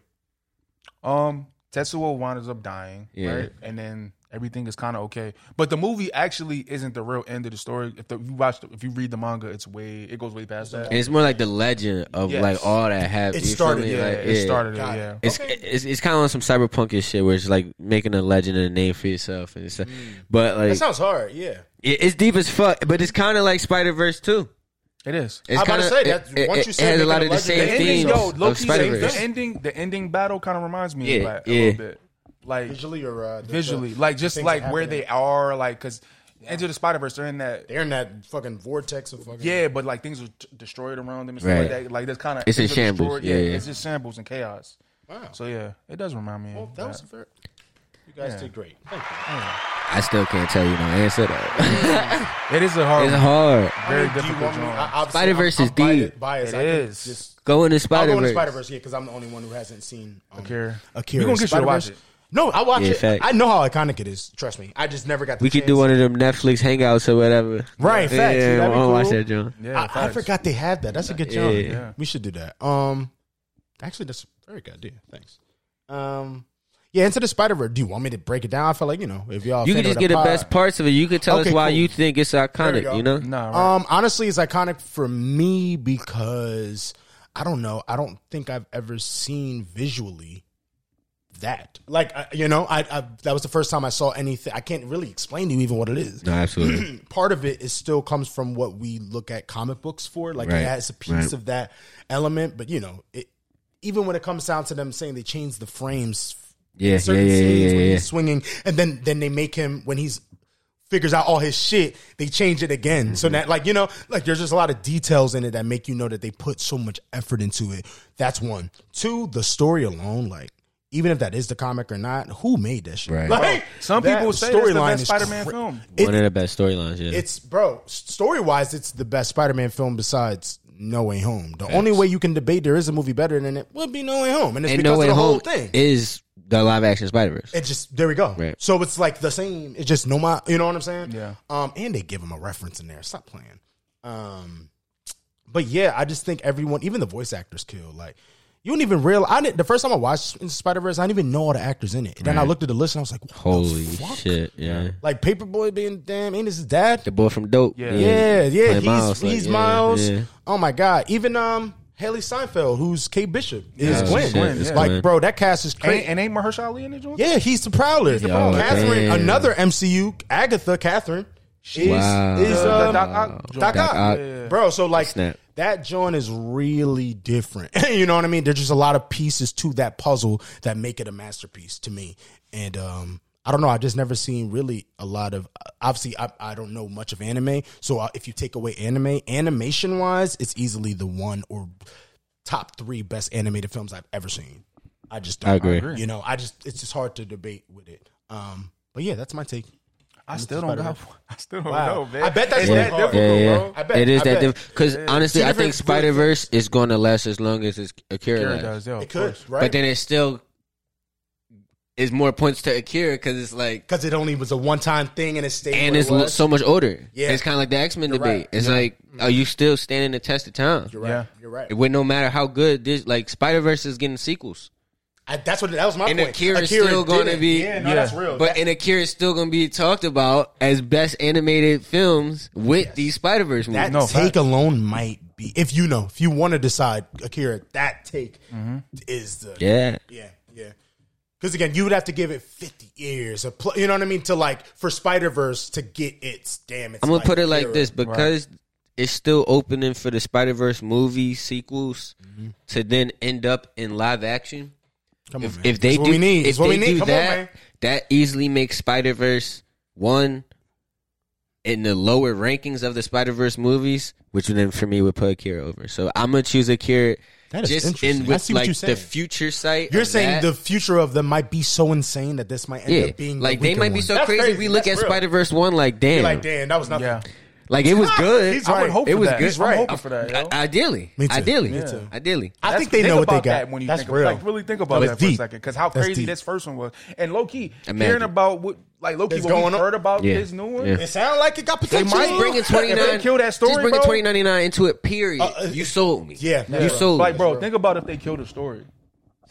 [SPEAKER 3] Um, Tetsuo winds up dying,
[SPEAKER 5] Yeah.
[SPEAKER 3] right? And then everything is kind of okay. But the movie actually isn't the real end of the story. If, the, you watch, the, if you read the manga, it's way it goes way past that.
[SPEAKER 5] and it's more like the legend of
[SPEAKER 3] Yes.
[SPEAKER 5] like all that happened.
[SPEAKER 4] It
[SPEAKER 5] you feel
[SPEAKER 4] started,
[SPEAKER 5] me?
[SPEAKER 3] yeah,
[SPEAKER 5] Like,
[SPEAKER 3] it started.
[SPEAKER 4] Got it.
[SPEAKER 3] yeah,
[SPEAKER 5] It's,
[SPEAKER 4] Okay.
[SPEAKER 5] it's it's kind of on some cyberpunkish shit where it's like making a legend and a name for yourself and stuff.
[SPEAKER 4] Mm.
[SPEAKER 5] But
[SPEAKER 4] That
[SPEAKER 5] like
[SPEAKER 4] sounds hard. Yeah.
[SPEAKER 5] it, it's deep as fuck. But it's kind of like Spider Verse too.
[SPEAKER 3] it is.
[SPEAKER 5] It's
[SPEAKER 4] I'm about
[SPEAKER 5] kind
[SPEAKER 4] to
[SPEAKER 5] of
[SPEAKER 4] say that
[SPEAKER 5] It,
[SPEAKER 4] once
[SPEAKER 5] it,
[SPEAKER 4] you
[SPEAKER 5] it
[SPEAKER 4] said
[SPEAKER 5] has a
[SPEAKER 4] making
[SPEAKER 5] lot
[SPEAKER 4] a
[SPEAKER 5] of the
[SPEAKER 4] legend,
[SPEAKER 5] same
[SPEAKER 3] the ending,
[SPEAKER 5] themes
[SPEAKER 3] yo,
[SPEAKER 5] of
[SPEAKER 3] low-key,
[SPEAKER 5] Spider
[SPEAKER 3] the,
[SPEAKER 5] Verse.
[SPEAKER 3] the ending, the ending battle kind of reminds me of
[SPEAKER 5] Yeah,
[SPEAKER 3] like, a
[SPEAKER 5] yeah.
[SPEAKER 3] little bit, like
[SPEAKER 4] Visually or uh, the- the-
[SPEAKER 3] visually, like just
[SPEAKER 4] things
[SPEAKER 3] like
[SPEAKER 4] that
[SPEAKER 3] where
[SPEAKER 4] happen.
[SPEAKER 3] they are, like because Into the Spider Verse, they're in that.
[SPEAKER 4] They're in that fucking vortex of fucking.
[SPEAKER 3] Yeah, but like things are t- destroyed around them and stuff like
[SPEAKER 5] Right.
[SPEAKER 3] that. Like that's kind of
[SPEAKER 5] It's in shambles, yeah, yeah.
[SPEAKER 3] it's just shambles and chaos.
[SPEAKER 4] Wow.
[SPEAKER 3] So yeah, it does remind me.
[SPEAKER 4] Well,
[SPEAKER 3] of
[SPEAKER 4] Oh, that was a
[SPEAKER 3] that.
[SPEAKER 4] fair. You guys did great. Thank you.
[SPEAKER 5] I still can't tell you no
[SPEAKER 4] *laughs*
[SPEAKER 5] answer though. *laughs*
[SPEAKER 3] It is a hard.
[SPEAKER 5] it's
[SPEAKER 3] one.
[SPEAKER 5] hard.
[SPEAKER 3] Very
[SPEAKER 4] Do you
[SPEAKER 3] difficult
[SPEAKER 4] want me-
[SPEAKER 3] genre.
[SPEAKER 4] I- obviously,
[SPEAKER 5] Spider-Verse
[SPEAKER 4] I'm-
[SPEAKER 5] is
[SPEAKER 4] I'm bi-
[SPEAKER 5] deep.
[SPEAKER 4] Biased.
[SPEAKER 3] It
[SPEAKER 4] I can
[SPEAKER 3] is.
[SPEAKER 4] Just,
[SPEAKER 5] Go into
[SPEAKER 4] I'll
[SPEAKER 5] Spider
[SPEAKER 4] go into
[SPEAKER 5] Verse.
[SPEAKER 4] Spider Verse, yeah, because I'm the only one who hasn't seen um,
[SPEAKER 3] Akira.
[SPEAKER 4] Akira.
[SPEAKER 3] We gonna get you to watch
[SPEAKER 4] Spider-Verse.
[SPEAKER 3] it.
[SPEAKER 4] No, I watch
[SPEAKER 5] Yeah,
[SPEAKER 4] it.
[SPEAKER 5] fact.
[SPEAKER 4] I know how iconic it is. Trust me. I just never got. The
[SPEAKER 5] We could do
[SPEAKER 4] chance.
[SPEAKER 5] one of them Netflix hangouts or whatever.
[SPEAKER 4] Right, facts.
[SPEAKER 5] Yeah, oh,
[SPEAKER 4] That'd be
[SPEAKER 5] I wanna
[SPEAKER 4] cool. Oh,
[SPEAKER 5] watch that, John.
[SPEAKER 3] Yeah,
[SPEAKER 4] I, I
[SPEAKER 3] facts.
[SPEAKER 4] forgot they had that. That's a good job.
[SPEAKER 5] yeah.
[SPEAKER 4] We should do that. Um, actually, that's a very good idea. Thanks. Um, yeah, into the Spider Verse. Do you want me to break it down? I feel like you know, if y'all
[SPEAKER 5] You
[SPEAKER 4] fan of
[SPEAKER 5] can just
[SPEAKER 4] the
[SPEAKER 5] get the
[SPEAKER 4] pod-
[SPEAKER 5] best parts of it. You can tell
[SPEAKER 4] Okay,
[SPEAKER 5] us why
[SPEAKER 4] cool.
[SPEAKER 5] you think it's iconic.
[SPEAKER 4] go.
[SPEAKER 5] You, know,
[SPEAKER 3] Nah, right.
[SPEAKER 4] Um, honestly, it's iconic for me because I don't know. I don't think I've ever seen visually that. Like, I, you know, I, I that was the first time I saw anything. I can't really explain to you even what it is.
[SPEAKER 5] no, absolutely.
[SPEAKER 4] *clears throat* Part of it is still comes from what we look at comic books for. Like,
[SPEAKER 5] Right,
[SPEAKER 4] it has a piece
[SPEAKER 5] right.
[SPEAKER 4] of that element. But you know, it, even when it comes down to them saying they changed the frames
[SPEAKER 5] yeah, yeah, yeah,
[SPEAKER 4] certain
[SPEAKER 5] yeah,
[SPEAKER 4] scenes when
[SPEAKER 5] yeah, yeah.
[SPEAKER 4] he's swinging, and then then they make him when he's figures out all his shit, they change it again.
[SPEAKER 5] Mm-hmm.
[SPEAKER 4] So that like you know, like there's just a lot of details in it that make you know that they put so much effort into it. That's one. Two, the story alone, like even if that is the comic or not, who made that shit?
[SPEAKER 5] Right.
[SPEAKER 4] Like,
[SPEAKER 3] Some
[SPEAKER 4] that
[SPEAKER 3] people say that's the
[SPEAKER 4] storyline
[SPEAKER 3] best
[SPEAKER 4] is
[SPEAKER 3] Spider-Man
[SPEAKER 4] cra-
[SPEAKER 3] film.
[SPEAKER 5] One of the best storylines. Yeah,
[SPEAKER 4] It's bro, story wise, it's the best Spider-Man film besides No Way Home. The only way you can debate there is a movie better than it would be No Way Home, and it's
[SPEAKER 5] and
[SPEAKER 4] because
[SPEAKER 5] No Way
[SPEAKER 4] of the whole
[SPEAKER 5] Home
[SPEAKER 4] thing.
[SPEAKER 5] is the live action Spider Verse.
[SPEAKER 4] It just there we go.
[SPEAKER 5] Right.
[SPEAKER 4] So it's like the same. It's just no my. You know what I'm saying?
[SPEAKER 3] Yeah.
[SPEAKER 4] Um, and they give him a reference in there. Stop playing. Um, but yeah, I just think everyone, even the voice actors, killed. Like you don't even realize. I didn't, the first time I watched Spider Verse, I didn't even know all the actors in it. And Then I looked at the list and I was like, what the
[SPEAKER 5] Holy
[SPEAKER 4] fuck?
[SPEAKER 5] shit! Yeah,
[SPEAKER 4] Like Paperboy being damn, ain't this his dad?
[SPEAKER 5] the boy from Dope.
[SPEAKER 3] Yeah.
[SPEAKER 4] Yeah, yeah,
[SPEAKER 5] Playing
[SPEAKER 4] he's
[SPEAKER 5] Miles, like,
[SPEAKER 4] he's
[SPEAKER 5] yeah,
[SPEAKER 4] Miles.
[SPEAKER 5] yeah.
[SPEAKER 4] Oh my god, even um Haley Seinfeld, who's Kate Bishop, is
[SPEAKER 5] Oh,
[SPEAKER 4] Gwen.
[SPEAKER 5] shit, it's
[SPEAKER 4] Like,
[SPEAKER 5] Gwen.
[SPEAKER 4] bro, that cast is crazy.
[SPEAKER 3] Ain't- and ain't Mahershala Ali in the joint?
[SPEAKER 4] Yeah, he's the Prowler.
[SPEAKER 5] the Prowler.
[SPEAKER 4] Catherine,
[SPEAKER 5] Damn.
[SPEAKER 4] another MCU, Agatha, Catherine. She's
[SPEAKER 5] Wow.
[SPEAKER 4] is
[SPEAKER 3] The- the
[SPEAKER 4] um,
[SPEAKER 3] Doc Ock joint.
[SPEAKER 4] Doc
[SPEAKER 5] Doc
[SPEAKER 4] Ock.
[SPEAKER 5] Ock.
[SPEAKER 4] bro. So like
[SPEAKER 5] Snap.
[SPEAKER 4] that joint is really different. *laughs* you know what I mean? There's just a lot of pieces to that puzzle that make it a masterpiece to me. And um, I don't know. I just never seen really a lot of. Obviously, I, I don't know much of anime. So uh, if you take away anime, animation wise, it's easily the one or top three best animated films I've ever seen. I just don't.
[SPEAKER 5] I agree. I agree.
[SPEAKER 4] You know, I just it's just hard to debate with it. Um, but yeah, that's my take.
[SPEAKER 3] I still don't know. *laughs* I still don't
[SPEAKER 4] Wow.
[SPEAKER 3] know, man.
[SPEAKER 4] I bet that's
[SPEAKER 3] It's
[SPEAKER 4] really
[SPEAKER 3] that
[SPEAKER 4] hard.
[SPEAKER 3] difficult,
[SPEAKER 5] Yeah, yeah.
[SPEAKER 3] bro.
[SPEAKER 4] I bet,
[SPEAKER 5] it is
[SPEAKER 4] I
[SPEAKER 5] that
[SPEAKER 4] bet.
[SPEAKER 5] different. Because honestly, I think
[SPEAKER 4] different-
[SPEAKER 5] Spider Verse is going to last as long as it's Akira,
[SPEAKER 3] Akira
[SPEAKER 5] lasts.
[SPEAKER 3] does, yo,
[SPEAKER 4] It
[SPEAKER 3] Oh, of
[SPEAKER 4] could,
[SPEAKER 3] course.
[SPEAKER 4] right?
[SPEAKER 5] But then it still is more points to Akira because it's like
[SPEAKER 4] because it only was a one time thing and it stayed.
[SPEAKER 5] and
[SPEAKER 4] where
[SPEAKER 5] it's
[SPEAKER 4] it was.
[SPEAKER 5] so much older.
[SPEAKER 4] Yeah.
[SPEAKER 5] it's kind of like the X Men
[SPEAKER 4] You're
[SPEAKER 5] debate.
[SPEAKER 4] right. Mm-hmm.
[SPEAKER 5] It's like, are you still standing the test of time?
[SPEAKER 4] You're right.
[SPEAKER 3] Yeah.
[SPEAKER 4] You're right.
[SPEAKER 5] It would no matter how good this, like Spider Verse is getting sequels,
[SPEAKER 4] I, that's what that was my
[SPEAKER 5] And
[SPEAKER 4] point.
[SPEAKER 5] Akira's still gonna
[SPEAKER 4] didn't.
[SPEAKER 5] be-
[SPEAKER 4] Yeah, no,
[SPEAKER 3] Yeah.
[SPEAKER 4] that's real.
[SPEAKER 5] but and Akira is still going to be talked about as best animated films with these Spider Verse movies.
[SPEAKER 4] that
[SPEAKER 3] No,
[SPEAKER 4] take
[SPEAKER 3] facts.
[SPEAKER 4] alone might be if you know if you want to decide Akira that take
[SPEAKER 3] Mm-hmm.
[SPEAKER 4] is the
[SPEAKER 5] Yeah.
[SPEAKER 4] yeah yeah because again you would have to give it fifty years of pl- you know what I mean to like for Spider Verse to get its damn it's
[SPEAKER 5] I'm gonna
[SPEAKER 4] like
[SPEAKER 5] put it like
[SPEAKER 4] era.
[SPEAKER 5] this because it's still opening for the Spider Verse movie sequels
[SPEAKER 4] Mm-hmm.
[SPEAKER 5] to then end up in live action.
[SPEAKER 4] Come on,
[SPEAKER 5] If,
[SPEAKER 4] man.
[SPEAKER 5] if they
[SPEAKER 4] It's
[SPEAKER 5] do,
[SPEAKER 4] what we need
[SPEAKER 5] if
[SPEAKER 4] It's what
[SPEAKER 5] they
[SPEAKER 4] we need
[SPEAKER 5] do
[SPEAKER 4] come
[SPEAKER 5] that,
[SPEAKER 4] on man
[SPEAKER 5] that easily makes Spider Verse one in the lower rankings of the Spider Verse movies, which then for me would put Akira over. So I'm gonna choose Akira
[SPEAKER 4] That is
[SPEAKER 5] just
[SPEAKER 4] interesting.
[SPEAKER 5] in
[SPEAKER 4] I
[SPEAKER 5] with
[SPEAKER 4] see what
[SPEAKER 5] like
[SPEAKER 4] you're saying.
[SPEAKER 5] the future sight.
[SPEAKER 4] you're
[SPEAKER 5] of
[SPEAKER 4] saying
[SPEAKER 5] that.
[SPEAKER 4] the future of them might be so insane that this might end
[SPEAKER 5] yeah,
[SPEAKER 4] up being the
[SPEAKER 5] like they
[SPEAKER 4] weaker
[SPEAKER 5] might be
[SPEAKER 4] one.
[SPEAKER 5] so
[SPEAKER 4] That's
[SPEAKER 5] crazy. We look
[SPEAKER 4] That's
[SPEAKER 5] at
[SPEAKER 4] real.
[SPEAKER 5] Spider Verse one like damn,
[SPEAKER 4] like
[SPEAKER 5] like,
[SPEAKER 4] damn that was nothing
[SPEAKER 3] Yeah.
[SPEAKER 5] it was good.
[SPEAKER 4] He's
[SPEAKER 3] I
[SPEAKER 4] right.
[SPEAKER 3] would hope
[SPEAKER 5] It
[SPEAKER 3] for
[SPEAKER 5] was
[SPEAKER 3] that.
[SPEAKER 5] good.
[SPEAKER 3] I'm
[SPEAKER 5] Right.
[SPEAKER 3] hoping for that. yo.
[SPEAKER 5] I- ideally,
[SPEAKER 4] Me too.
[SPEAKER 5] ideally,
[SPEAKER 4] Me too.
[SPEAKER 5] ideally.
[SPEAKER 4] I
[SPEAKER 3] That's-
[SPEAKER 4] think they know what they
[SPEAKER 3] about
[SPEAKER 4] got.
[SPEAKER 3] that when you
[SPEAKER 4] That's
[SPEAKER 3] think
[SPEAKER 4] real.
[SPEAKER 3] Like, really think about
[SPEAKER 4] That's
[SPEAKER 3] that for a
[SPEAKER 4] deep.
[SPEAKER 3] second, because how
[SPEAKER 4] That's
[SPEAKER 3] crazy
[SPEAKER 4] deep.
[SPEAKER 3] this first one was, and low key hearing
[SPEAKER 5] Imagine.
[SPEAKER 3] about what like low key
[SPEAKER 4] That's
[SPEAKER 3] what we
[SPEAKER 4] going on.
[SPEAKER 3] heard about
[SPEAKER 5] Yeah.
[SPEAKER 3] this new one.
[SPEAKER 5] Yeah.
[SPEAKER 4] It sounds like it got potential.
[SPEAKER 3] might
[SPEAKER 5] Just bringing
[SPEAKER 3] If they
[SPEAKER 5] twenty nine.
[SPEAKER 3] kill that story,
[SPEAKER 5] just bringing
[SPEAKER 3] bro.
[SPEAKER 5] twenty ninety nine into it. Period.
[SPEAKER 4] Uh, uh,
[SPEAKER 5] you sold me.
[SPEAKER 4] yeah,
[SPEAKER 5] you
[SPEAKER 4] yeah.
[SPEAKER 5] sold
[SPEAKER 3] Like,
[SPEAKER 5] me.
[SPEAKER 3] bro, think about if they killed the story.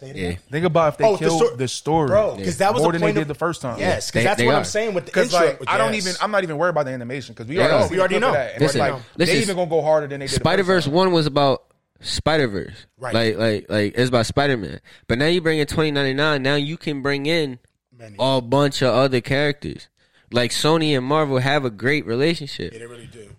[SPEAKER 5] Yeah.
[SPEAKER 3] Think about if they
[SPEAKER 4] Oh, the
[SPEAKER 3] killed the,
[SPEAKER 4] sto-
[SPEAKER 3] story,
[SPEAKER 4] Bro, 'cause that was
[SPEAKER 3] more
[SPEAKER 4] a
[SPEAKER 3] than
[SPEAKER 4] point
[SPEAKER 3] they
[SPEAKER 4] of-
[SPEAKER 3] did the first time.
[SPEAKER 4] Yes,
[SPEAKER 5] They-
[SPEAKER 4] because that's
[SPEAKER 5] they
[SPEAKER 4] what
[SPEAKER 5] are.
[SPEAKER 4] I'm saying with the
[SPEAKER 3] Because
[SPEAKER 4] intro.
[SPEAKER 3] like I don't
[SPEAKER 4] yes.
[SPEAKER 3] even I'm not even worried about the animation because we
[SPEAKER 5] Yeah.
[SPEAKER 3] already
[SPEAKER 5] No,
[SPEAKER 3] see
[SPEAKER 4] we
[SPEAKER 3] the
[SPEAKER 4] already
[SPEAKER 3] clip of
[SPEAKER 4] know.
[SPEAKER 3] that, and
[SPEAKER 5] Listen,
[SPEAKER 3] it's like
[SPEAKER 5] this
[SPEAKER 3] they
[SPEAKER 5] is-
[SPEAKER 3] even gonna go harder than they did the first
[SPEAKER 5] Spider Verse
[SPEAKER 3] time.
[SPEAKER 5] one was about Spider Verse,
[SPEAKER 4] Right.
[SPEAKER 5] Like, like, like it's about Spider Man. But now you bring in twenty ninety nine. Now you can bring in
[SPEAKER 4] Many.
[SPEAKER 5] a bunch of other characters. Like Sony and Marvel have a great relationship.
[SPEAKER 4] Yeah, they really do.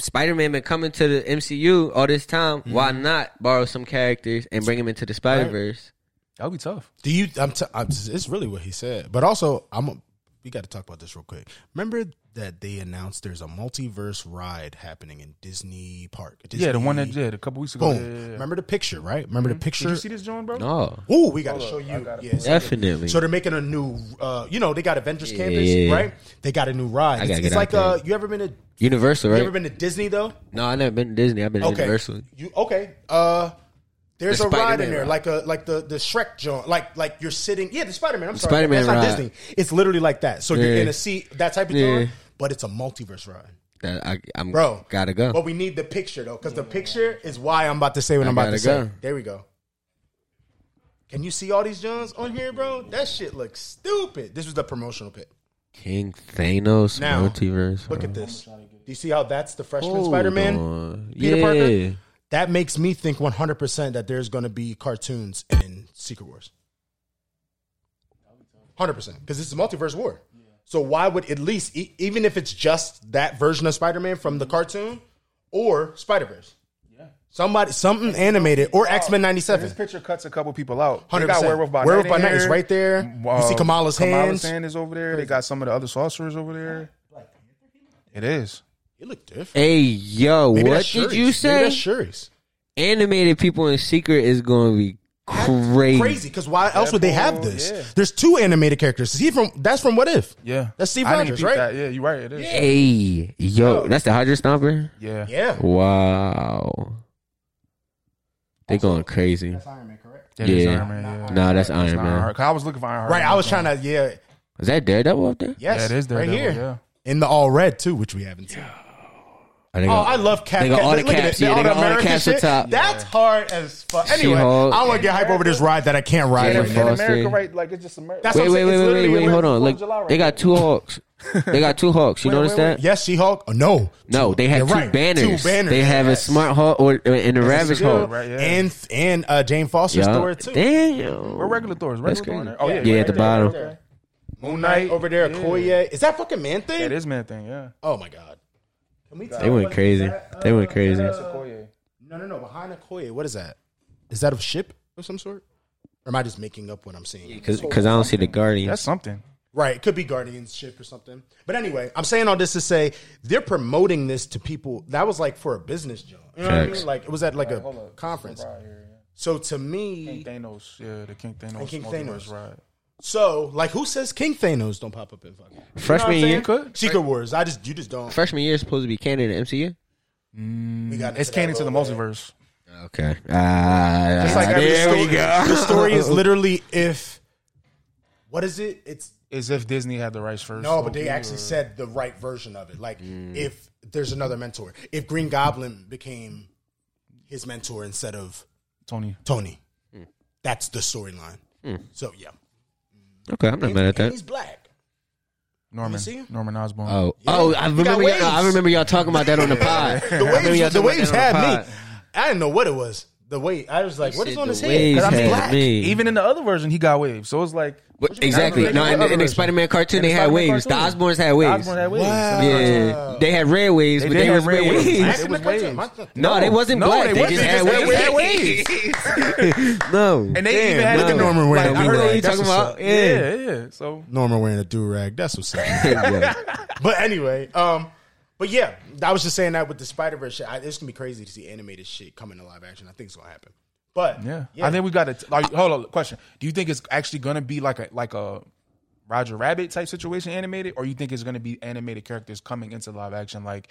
[SPEAKER 5] Spider Man been coming to the MCU all this time.
[SPEAKER 4] Mm-hmm.
[SPEAKER 5] Why not borrow some characters and bring them into the Spider Verse?
[SPEAKER 3] That would be tough.
[SPEAKER 4] Do you? I'm. T- I'm it's really what he said. But also, I'm. A, we got to talk about this real quick. Remember that they announced there's a multiverse ride happening in Disney Park. Disney,
[SPEAKER 3] Yeah, the one that did a couple weeks ago.
[SPEAKER 4] Boom.
[SPEAKER 3] Yeah, yeah, yeah.
[SPEAKER 4] Remember the picture, right? Remember the picture.
[SPEAKER 3] Did you see this, John, bro?
[SPEAKER 5] No,
[SPEAKER 4] Oh, we got to show you. Yes.
[SPEAKER 5] definitely.
[SPEAKER 4] So they're making a new, uh, you know, they got Avengers Campus,
[SPEAKER 5] Yeah.
[SPEAKER 4] right? They got a new ride. It's,
[SPEAKER 5] gotta get
[SPEAKER 4] it's
[SPEAKER 5] out
[SPEAKER 4] like,
[SPEAKER 5] there.
[SPEAKER 4] uh, you ever been to, you
[SPEAKER 5] Universal, right?
[SPEAKER 4] ever been to Disney though?
[SPEAKER 5] no, I never been to Disney. I've been to Universal.
[SPEAKER 4] You okay? Uh, there's
[SPEAKER 5] The
[SPEAKER 4] a ride in
[SPEAKER 5] Spider-Man
[SPEAKER 4] there,
[SPEAKER 5] ride.
[SPEAKER 4] like a like the the Shrek joint, like like you're sitting. Yeah, the Spider Man. I'm sorry,
[SPEAKER 5] Spider-Man
[SPEAKER 4] that's not
[SPEAKER 5] ride.
[SPEAKER 4] Disney. It's literally like that. So you're
[SPEAKER 5] Yeah.
[SPEAKER 4] in a seat, that type of
[SPEAKER 5] Yeah.
[SPEAKER 4] thing. But it's a multiverse ride,
[SPEAKER 5] That I, I'm
[SPEAKER 4] bro.
[SPEAKER 5] Gotta go.
[SPEAKER 4] But we need the picture though, because the picture is why I'm about to say what I'm about
[SPEAKER 5] gotta
[SPEAKER 4] to say.
[SPEAKER 5] go.
[SPEAKER 4] There we go. Can you see all these Johns on here, bro? That shit looks stupid. This was the promotional pic.
[SPEAKER 5] King Thanos
[SPEAKER 4] Now,
[SPEAKER 5] multiverse.
[SPEAKER 4] Look
[SPEAKER 5] bro.
[SPEAKER 4] at this. Do you see how that's the freshman
[SPEAKER 5] Hold
[SPEAKER 4] Spider Man?
[SPEAKER 5] on.
[SPEAKER 4] Peter
[SPEAKER 5] yeah.
[SPEAKER 4] Parker? That makes me think 100% that there's going to be cartoons in Secret Wars. 100%. Because it's a multiverse war. So why would at least, e- even if it's just that version of Spider Man from the cartoon or Spider Verse? Somebody, something animated or X Men
[SPEAKER 3] This
[SPEAKER 4] '97.
[SPEAKER 3] picture cuts a couple people out. They
[SPEAKER 4] 100%.
[SPEAKER 3] got Werewolf by
[SPEAKER 4] Werewolf
[SPEAKER 3] Night.
[SPEAKER 4] by
[SPEAKER 3] in
[SPEAKER 4] Night is
[SPEAKER 3] here.
[SPEAKER 4] right there. You see Kamala's hands.
[SPEAKER 3] hand is over there. They got some of the other sorcerers over there. It is.
[SPEAKER 4] It looked different.
[SPEAKER 5] Hey yo,
[SPEAKER 4] Maybe
[SPEAKER 5] what
[SPEAKER 4] that's
[SPEAKER 5] did
[SPEAKER 4] Shuri's.
[SPEAKER 5] you
[SPEAKER 4] Maybe
[SPEAKER 5] say?
[SPEAKER 4] that's Shuri's.
[SPEAKER 5] Animated people in secret is going to be crazy.
[SPEAKER 4] crazy because why else would they have
[SPEAKER 3] Deadpool,
[SPEAKER 4] this?
[SPEAKER 3] yeah.
[SPEAKER 4] There's two animated characters. See from that's from What If?
[SPEAKER 3] Yeah,
[SPEAKER 4] That's Steve
[SPEAKER 3] I didn't
[SPEAKER 4] Rogers,
[SPEAKER 3] peep
[SPEAKER 4] right?
[SPEAKER 3] that. Yeah, you're right. It is. Yeah.
[SPEAKER 5] Hey yo, that's the Hydra Stomper.
[SPEAKER 3] Yeah.
[SPEAKER 4] Yeah,
[SPEAKER 5] Wow, they going crazy.
[SPEAKER 4] Iron Man, correct?
[SPEAKER 3] That is
[SPEAKER 5] Yeah.
[SPEAKER 3] Iron Man, yeah.
[SPEAKER 5] Nah, that's
[SPEAKER 3] It's
[SPEAKER 5] Iron
[SPEAKER 3] not
[SPEAKER 5] Man.
[SPEAKER 3] Iron- 'cause I was looking for Iron
[SPEAKER 4] Right. I was trying to yeah,
[SPEAKER 5] Is that Daredevil up there?
[SPEAKER 3] Yeah,
[SPEAKER 4] yes,
[SPEAKER 3] it is there.
[SPEAKER 4] right here
[SPEAKER 3] Yeah.
[SPEAKER 4] in the all red too, which we haven't seen.
[SPEAKER 5] I think
[SPEAKER 4] Oh,
[SPEAKER 5] I-
[SPEAKER 4] I love Cap.
[SPEAKER 5] They got
[SPEAKER 4] Cap-
[SPEAKER 5] all the
[SPEAKER 4] look at
[SPEAKER 5] caps,
[SPEAKER 4] it,
[SPEAKER 5] yeah, they got all the
[SPEAKER 4] American
[SPEAKER 5] caps at
[SPEAKER 4] shit.
[SPEAKER 5] top.
[SPEAKER 4] That's hard as fuck. Anyway, I
[SPEAKER 5] She-Hulk.
[SPEAKER 4] don't want to get hype over this ride that I can't ride
[SPEAKER 5] Yeah,
[SPEAKER 4] right
[SPEAKER 3] In
[SPEAKER 4] now.
[SPEAKER 5] fuck.
[SPEAKER 3] America,
[SPEAKER 5] Frosty.
[SPEAKER 3] right? Like it's just America.
[SPEAKER 4] That's
[SPEAKER 3] That's
[SPEAKER 5] wait,
[SPEAKER 4] what I'm
[SPEAKER 5] wait,
[SPEAKER 4] saying.
[SPEAKER 5] wait,
[SPEAKER 4] It's
[SPEAKER 5] wait,
[SPEAKER 4] literally
[SPEAKER 5] wait,
[SPEAKER 4] where
[SPEAKER 5] Hold
[SPEAKER 4] the
[SPEAKER 5] on.
[SPEAKER 4] Fourth
[SPEAKER 5] Look,
[SPEAKER 3] of July right
[SPEAKER 5] they got two hawks. they got two hawks. You notice that?
[SPEAKER 4] Yes, She Hulk. no,
[SPEAKER 5] No, they have
[SPEAKER 4] You're
[SPEAKER 5] two,
[SPEAKER 4] right.
[SPEAKER 5] banners.
[SPEAKER 4] Two banners,
[SPEAKER 5] They have
[SPEAKER 4] yes.
[SPEAKER 5] a smart hawk or and a ravish
[SPEAKER 3] good,
[SPEAKER 5] hawk.
[SPEAKER 3] right? Yeah.
[SPEAKER 4] and and uh, Jane Foster's
[SPEAKER 5] Yeah.
[SPEAKER 4] Thor too.
[SPEAKER 5] Damn.
[SPEAKER 3] We're regular Thor's.
[SPEAKER 5] That's
[SPEAKER 3] Regular Thor. in there?
[SPEAKER 5] crazy.
[SPEAKER 3] Oh yeah.
[SPEAKER 5] Yeah,
[SPEAKER 3] right
[SPEAKER 5] at the
[SPEAKER 3] there,
[SPEAKER 5] bottom.
[SPEAKER 3] right there.
[SPEAKER 4] Moon Knight over there,
[SPEAKER 3] Yeah.
[SPEAKER 4] Okoye. Is that fucking Man Thing?
[SPEAKER 3] That is man thing. Yeah.
[SPEAKER 4] Oh my god. Can we
[SPEAKER 5] They went crazy.
[SPEAKER 3] uh,
[SPEAKER 5] They went crazy.
[SPEAKER 3] Okoye.
[SPEAKER 4] uh, No, no, no. Behind Okoye, what is that? Is that a ship of some sort? Or am I just making up what I'm seeing?
[SPEAKER 5] Because I don't see the
[SPEAKER 3] That's
[SPEAKER 5] Guardians.
[SPEAKER 3] something.
[SPEAKER 4] Right, it could be Guardians ship or something. But anyway, I'm saying all this to say they're promoting this to people. That was like for a business job. You know what I
[SPEAKER 5] Facts.
[SPEAKER 4] mean? Like it was at like a conference. So to me,
[SPEAKER 3] King Thanos. Yeah, the King Thanos.
[SPEAKER 4] King
[SPEAKER 3] multiverse
[SPEAKER 4] Thanos.
[SPEAKER 3] ride.
[SPEAKER 4] so like who says King Thanos don't pop up in fucking
[SPEAKER 5] Freshman year.
[SPEAKER 3] Could.
[SPEAKER 4] Secret Wars? I just you just don't.
[SPEAKER 5] Freshman year is supposed to be canon in MCU.
[SPEAKER 4] We got
[SPEAKER 3] It's
[SPEAKER 4] that
[SPEAKER 3] canon to the
[SPEAKER 4] little bit.
[SPEAKER 3] multiverse.
[SPEAKER 5] Okay. Ah,
[SPEAKER 4] It's like every
[SPEAKER 5] there
[SPEAKER 4] story,
[SPEAKER 5] we go.
[SPEAKER 4] The story is literally if what is it? It's
[SPEAKER 3] Is if Disney had the rights first.
[SPEAKER 4] no, but they
[SPEAKER 3] Loki,
[SPEAKER 4] actually
[SPEAKER 3] or-
[SPEAKER 4] said the right version of it. Like if there's another mentor, if Green Goblin became his mentor instead of
[SPEAKER 3] Tony.
[SPEAKER 4] Tony,
[SPEAKER 5] Hmm.
[SPEAKER 4] that's the storyline. So yeah,
[SPEAKER 5] Okay, I'm not mad at
[SPEAKER 4] And
[SPEAKER 5] that.
[SPEAKER 4] he's black.
[SPEAKER 3] Norman.
[SPEAKER 4] see him?
[SPEAKER 3] Norman Osborn.
[SPEAKER 5] Oh, oh, I remember. Y'all,
[SPEAKER 3] *laughs*
[SPEAKER 4] waves.
[SPEAKER 5] I remember y'all talking about that on the pod.
[SPEAKER 4] The waves, the waves had me. I didn't know what it was. The weight. I was like, what is
[SPEAKER 5] said
[SPEAKER 4] on
[SPEAKER 5] the
[SPEAKER 4] his head?
[SPEAKER 2] waves
[SPEAKER 4] 'Cause I'm
[SPEAKER 2] had
[SPEAKER 4] black.
[SPEAKER 2] me.
[SPEAKER 3] Even in the other version, he got waves. So it's like
[SPEAKER 5] But- exactly.
[SPEAKER 3] mean?
[SPEAKER 5] No, in,
[SPEAKER 3] Other
[SPEAKER 5] in the
[SPEAKER 3] version.
[SPEAKER 5] Spider-Man cartoon,
[SPEAKER 3] In the
[SPEAKER 5] they had
[SPEAKER 3] Spider-Man
[SPEAKER 5] waves. The
[SPEAKER 3] cartoon.
[SPEAKER 5] Osborns had waves.
[SPEAKER 3] Osborn had waves.
[SPEAKER 4] Wow.
[SPEAKER 5] Yeah, they had red waves,
[SPEAKER 3] They
[SPEAKER 5] but
[SPEAKER 3] did
[SPEAKER 5] they
[SPEAKER 3] have
[SPEAKER 5] was
[SPEAKER 3] red
[SPEAKER 5] red
[SPEAKER 3] waves.
[SPEAKER 5] waves.
[SPEAKER 3] It
[SPEAKER 4] Black
[SPEAKER 3] was
[SPEAKER 4] in the cartoon.
[SPEAKER 3] waves.
[SPEAKER 4] My-
[SPEAKER 5] No, they wasn't
[SPEAKER 3] No,
[SPEAKER 5] black. They,
[SPEAKER 3] they
[SPEAKER 5] just
[SPEAKER 3] wasn't.
[SPEAKER 5] had
[SPEAKER 3] They just
[SPEAKER 5] waves.
[SPEAKER 3] had
[SPEAKER 4] *laughs*
[SPEAKER 5] *laughs* no,
[SPEAKER 3] And they even had
[SPEAKER 5] no.
[SPEAKER 3] the
[SPEAKER 4] Norman
[SPEAKER 3] like,
[SPEAKER 4] Reedus
[SPEAKER 3] I
[SPEAKER 5] You know
[SPEAKER 3] heard
[SPEAKER 4] do-rag.
[SPEAKER 5] what
[SPEAKER 3] they-
[SPEAKER 5] you
[SPEAKER 4] That's what's
[SPEAKER 5] talking about?
[SPEAKER 4] up.
[SPEAKER 3] yeah,
[SPEAKER 5] Yeah.
[SPEAKER 3] yeah. So
[SPEAKER 4] Norman wearing a do rag. That's what's up.
[SPEAKER 5] *laughs*
[SPEAKER 3] *laughs*
[SPEAKER 5] Yeah.
[SPEAKER 4] But anyway, um, but yeah, I was just saying that with the Spider Verse shit, I, it's gonna be crazy to see animated shit coming to live action. I think it's gonna happen. But
[SPEAKER 3] yeah. I think we got to like hold on. Question: Do you think it's actually gonna be like a like a Roger Rabbit type situation animated, or you think it's gonna be animated characters coming into live action like?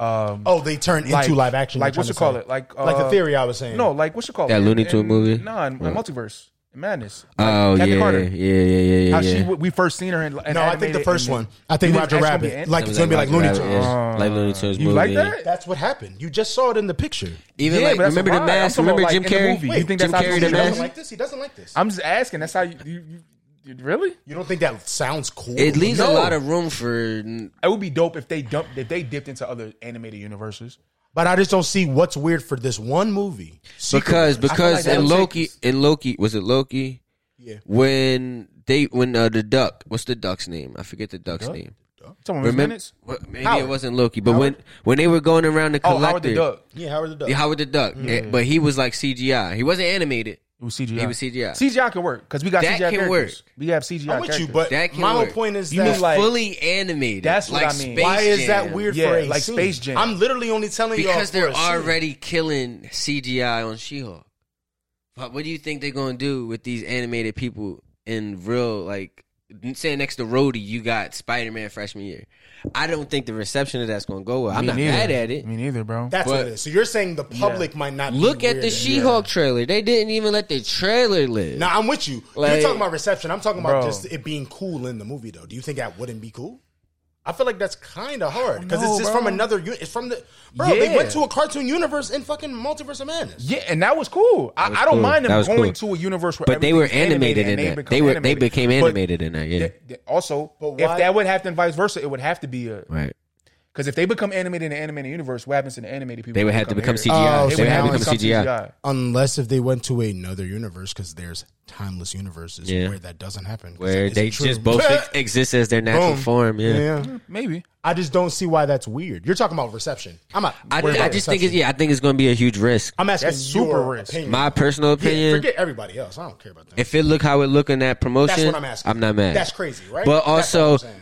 [SPEAKER 3] Um,
[SPEAKER 4] oh, they turn into
[SPEAKER 3] like-
[SPEAKER 4] live action.
[SPEAKER 3] Like
[SPEAKER 4] you're
[SPEAKER 3] what you
[SPEAKER 4] trying
[SPEAKER 3] call
[SPEAKER 4] to
[SPEAKER 3] it? Like
[SPEAKER 4] say. like the
[SPEAKER 3] uh,
[SPEAKER 4] theory I was saying.
[SPEAKER 3] No, like what you call
[SPEAKER 5] That
[SPEAKER 3] it?
[SPEAKER 5] Looney Tune
[SPEAKER 3] In-
[SPEAKER 5] movie?
[SPEAKER 3] No, in, in multiverse, in madness.
[SPEAKER 5] Oh
[SPEAKER 3] Like,
[SPEAKER 5] yeah,
[SPEAKER 3] Captain
[SPEAKER 5] yeah,
[SPEAKER 3] Carter.
[SPEAKER 5] yeah, yeah,
[SPEAKER 3] How she
[SPEAKER 5] yeah.
[SPEAKER 3] we first seen her in, in
[SPEAKER 4] no, I think the first one. I think Roger Rabbit. like it's gonna be like Looney Tunes.
[SPEAKER 5] Yeah. like Looney Tunes
[SPEAKER 3] You
[SPEAKER 5] movie.
[SPEAKER 3] like that?
[SPEAKER 4] That's what happened. You just saw it in the picture.
[SPEAKER 5] Even
[SPEAKER 3] Yeah,
[SPEAKER 5] like
[SPEAKER 3] but that's
[SPEAKER 5] remember
[SPEAKER 3] a
[SPEAKER 5] the
[SPEAKER 3] lie.
[SPEAKER 5] mask?
[SPEAKER 3] I'm talking
[SPEAKER 5] Remember
[SPEAKER 3] about,
[SPEAKER 5] Jim
[SPEAKER 3] like, in the
[SPEAKER 5] Carey?
[SPEAKER 3] movie. You think
[SPEAKER 5] Jim
[SPEAKER 3] that's how
[SPEAKER 5] Carey
[SPEAKER 3] it's
[SPEAKER 5] the
[SPEAKER 4] He doesn't
[SPEAKER 5] mask?
[SPEAKER 4] like this. He doesn't like this.
[SPEAKER 3] I'm just asking. That's how you, you, you, you really?
[SPEAKER 4] you don't think that sounds cool?
[SPEAKER 5] It leaves a
[SPEAKER 3] No.
[SPEAKER 5] lot of room for.
[SPEAKER 3] It would be dope if they dumped if they dipped into other animated universes.
[SPEAKER 4] but I just don't see what's weird for this one movie.
[SPEAKER 5] Because because
[SPEAKER 3] that'll
[SPEAKER 5] in Loki
[SPEAKER 3] take-
[SPEAKER 5] in Loki was it Loki?
[SPEAKER 4] Yeah.
[SPEAKER 5] When they when uh, the duck what's the duck's name? I forget the duck's name.
[SPEAKER 3] Someone
[SPEAKER 5] Remember?
[SPEAKER 3] minutes.
[SPEAKER 5] Well, maybe
[SPEAKER 3] Howard.
[SPEAKER 5] it wasn't Loki, but when when they were going around the
[SPEAKER 3] Oh,
[SPEAKER 5] collector,
[SPEAKER 3] Howard the Duck.
[SPEAKER 4] Yeah, Howard the Duck.
[SPEAKER 5] Yeah, Howard the Duck, eh, but he was like CGI. He wasn't animated.
[SPEAKER 3] It was CGI.
[SPEAKER 5] It was CGI.
[SPEAKER 3] CGI can work because we got
[SPEAKER 5] That
[SPEAKER 3] CGI
[SPEAKER 5] can
[SPEAKER 3] characters.
[SPEAKER 5] work.
[SPEAKER 3] We have CGI.
[SPEAKER 4] I'm with you,
[SPEAKER 3] characters.
[SPEAKER 4] but
[SPEAKER 5] That can
[SPEAKER 4] my whole
[SPEAKER 5] work.
[SPEAKER 4] point is
[SPEAKER 3] You
[SPEAKER 4] that
[SPEAKER 3] mean like-
[SPEAKER 5] fully animated.
[SPEAKER 3] That's what
[SPEAKER 5] like
[SPEAKER 3] I mean.
[SPEAKER 5] Space
[SPEAKER 4] Why is that
[SPEAKER 5] Jam.
[SPEAKER 4] weird
[SPEAKER 3] Yeah,
[SPEAKER 4] for a
[SPEAKER 3] like
[SPEAKER 4] scene?
[SPEAKER 3] Space Jam.
[SPEAKER 4] I'm literally only telling you
[SPEAKER 5] Because they're already killing CGI on She-Hulk. But what do you think they're gonna do with these animated people in real like? Saying next to Rhodey, you got Spider-Man freshman year. I don't think the reception of that's gonna go well. I'm
[SPEAKER 3] Me
[SPEAKER 5] not
[SPEAKER 3] neither.
[SPEAKER 5] mad at it.
[SPEAKER 3] Me neither, bro.
[SPEAKER 4] That's
[SPEAKER 5] But-
[SPEAKER 4] what it is. So you're saying the public might not be
[SPEAKER 5] Look at
[SPEAKER 4] weird
[SPEAKER 5] the
[SPEAKER 4] at it.
[SPEAKER 5] She-Hulk trailer. They didn't even let the trailer live.
[SPEAKER 4] Now I'm with you.
[SPEAKER 5] Like-
[SPEAKER 4] you're talking about reception. I'm talking about
[SPEAKER 3] Bro.
[SPEAKER 4] just it being cool in the movie, though. Do you think that wouldn't be cool? I feel like that's kind of hard because
[SPEAKER 3] know,
[SPEAKER 4] it's just
[SPEAKER 3] bro.
[SPEAKER 4] from another. u- It's from the bro. They
[SPEAKER 3] Yeah.
[SPEAKER 4] went to a cartoon universe in fucking Multiverse of Madness.
[SPEAKER 3] yeah, and that was cool. I,
[SPEAKER 5] was
[SPEAKER 3] I don't
[SPEAKER 5] cool.
[SPEAKER 3] mind
[SPEAKER 5] That
[SPEAKER 3] them
[SPEAKER 5] was
[SPEAKER 3] going
[SPEAKER 5] cool.
[SPEAKER 3] to a universe where,
[SPEAKER 5] But they were
[SPEAKER 3] everything's
[SPEAKER 5] animated,
[SPEAKER 3] and
[SPEAKER 5] in that.
[SPEAKER 3] become
[SPEAKER 5] They were
[SPEAKER 3] animated.
[SPEAKER 5] they became
[SPEAKER 3] But
[SPEAKER 5] animated in that. Yeah,
[SPEAKER 3] th- th- also,
[SPEAKER 4] But
[SPEAKER 3] if
[SPEAKER 4] why-
[SPEAKER 3] that would happen, vice versa, it would have to be a
[SPEAKER 5] right.
[SPEAKER 3] because if they become animated in the animated universe, what happens to the animated people?
[SPEAKER 5] They would have to become
[SPEAKER 3] animated?
[SPEAKER 5] CGI.
[SPEAKER 4] Oh,
[SPEAKER 5] they
[SPEAKER 4] so
[SPEAKER 5] would
[SPEAKER 4] now
[SPEAKER 5] have to
[SPEAKER 4] it's
[SPEAKER 5] become CGI.
[SPEAKER 4] Unless if they went to another universe, because there's timeless universes
[SPEAKER 5] Yeah.
[SPEAKER 4] where that doesn't happen. 'Cause
[SPEAKER 5] Where
[SPEAKER 4] it's
[SPEAKER 5] they
[SPEAKER 4] true.
[SPEAKER 5] just both
[SPEAKER 4] *laughs*
[SPEAKER 5] ex- exist as their natural
[SPEAKER 4] Boom.
[SPEAKER 5] form. Yeah.
[SPEAKER 4] yeah.
[SPEAKER 3] Maybe.
[SPEAKER 4] I just don't see why that's weird. You're talking about reception. I'm not.
[SPEAKER 5] I,
[SPEAKER 4] worried
[SPEAKER 5] I
[SPEAKER 4] about
[SPEAKER 5] just
[SPEAKER 4] reception.
[SPEAKER 5] think it's yeah. I think it's going to be a huge risk.
[SPEAKER 4] I'm asking
[SPEAKER 3] That's super
[SPEAKER 4] your
[SPEAKER 3] risk.
[SPEAKER 4] opinion.
[SPEAKER 5] My personal
[SPEAKER 4] Yeah,
[SPEAKER 5] opinion.
[SPEAKER 4] forget everybody else. I don't care about that.
[SPEAKER 5] if it look how it look in that promotion,
[SPEAKER 4] That's what I'm asking.
[SPEAKER 5] not mad.
[SPEAKER 4] That's crazy, right?
[SPEAKER 5] But
[SPEAKER 4] That's what
[SPEAKER 5] also,
[SPEAKER 4] I'm saying.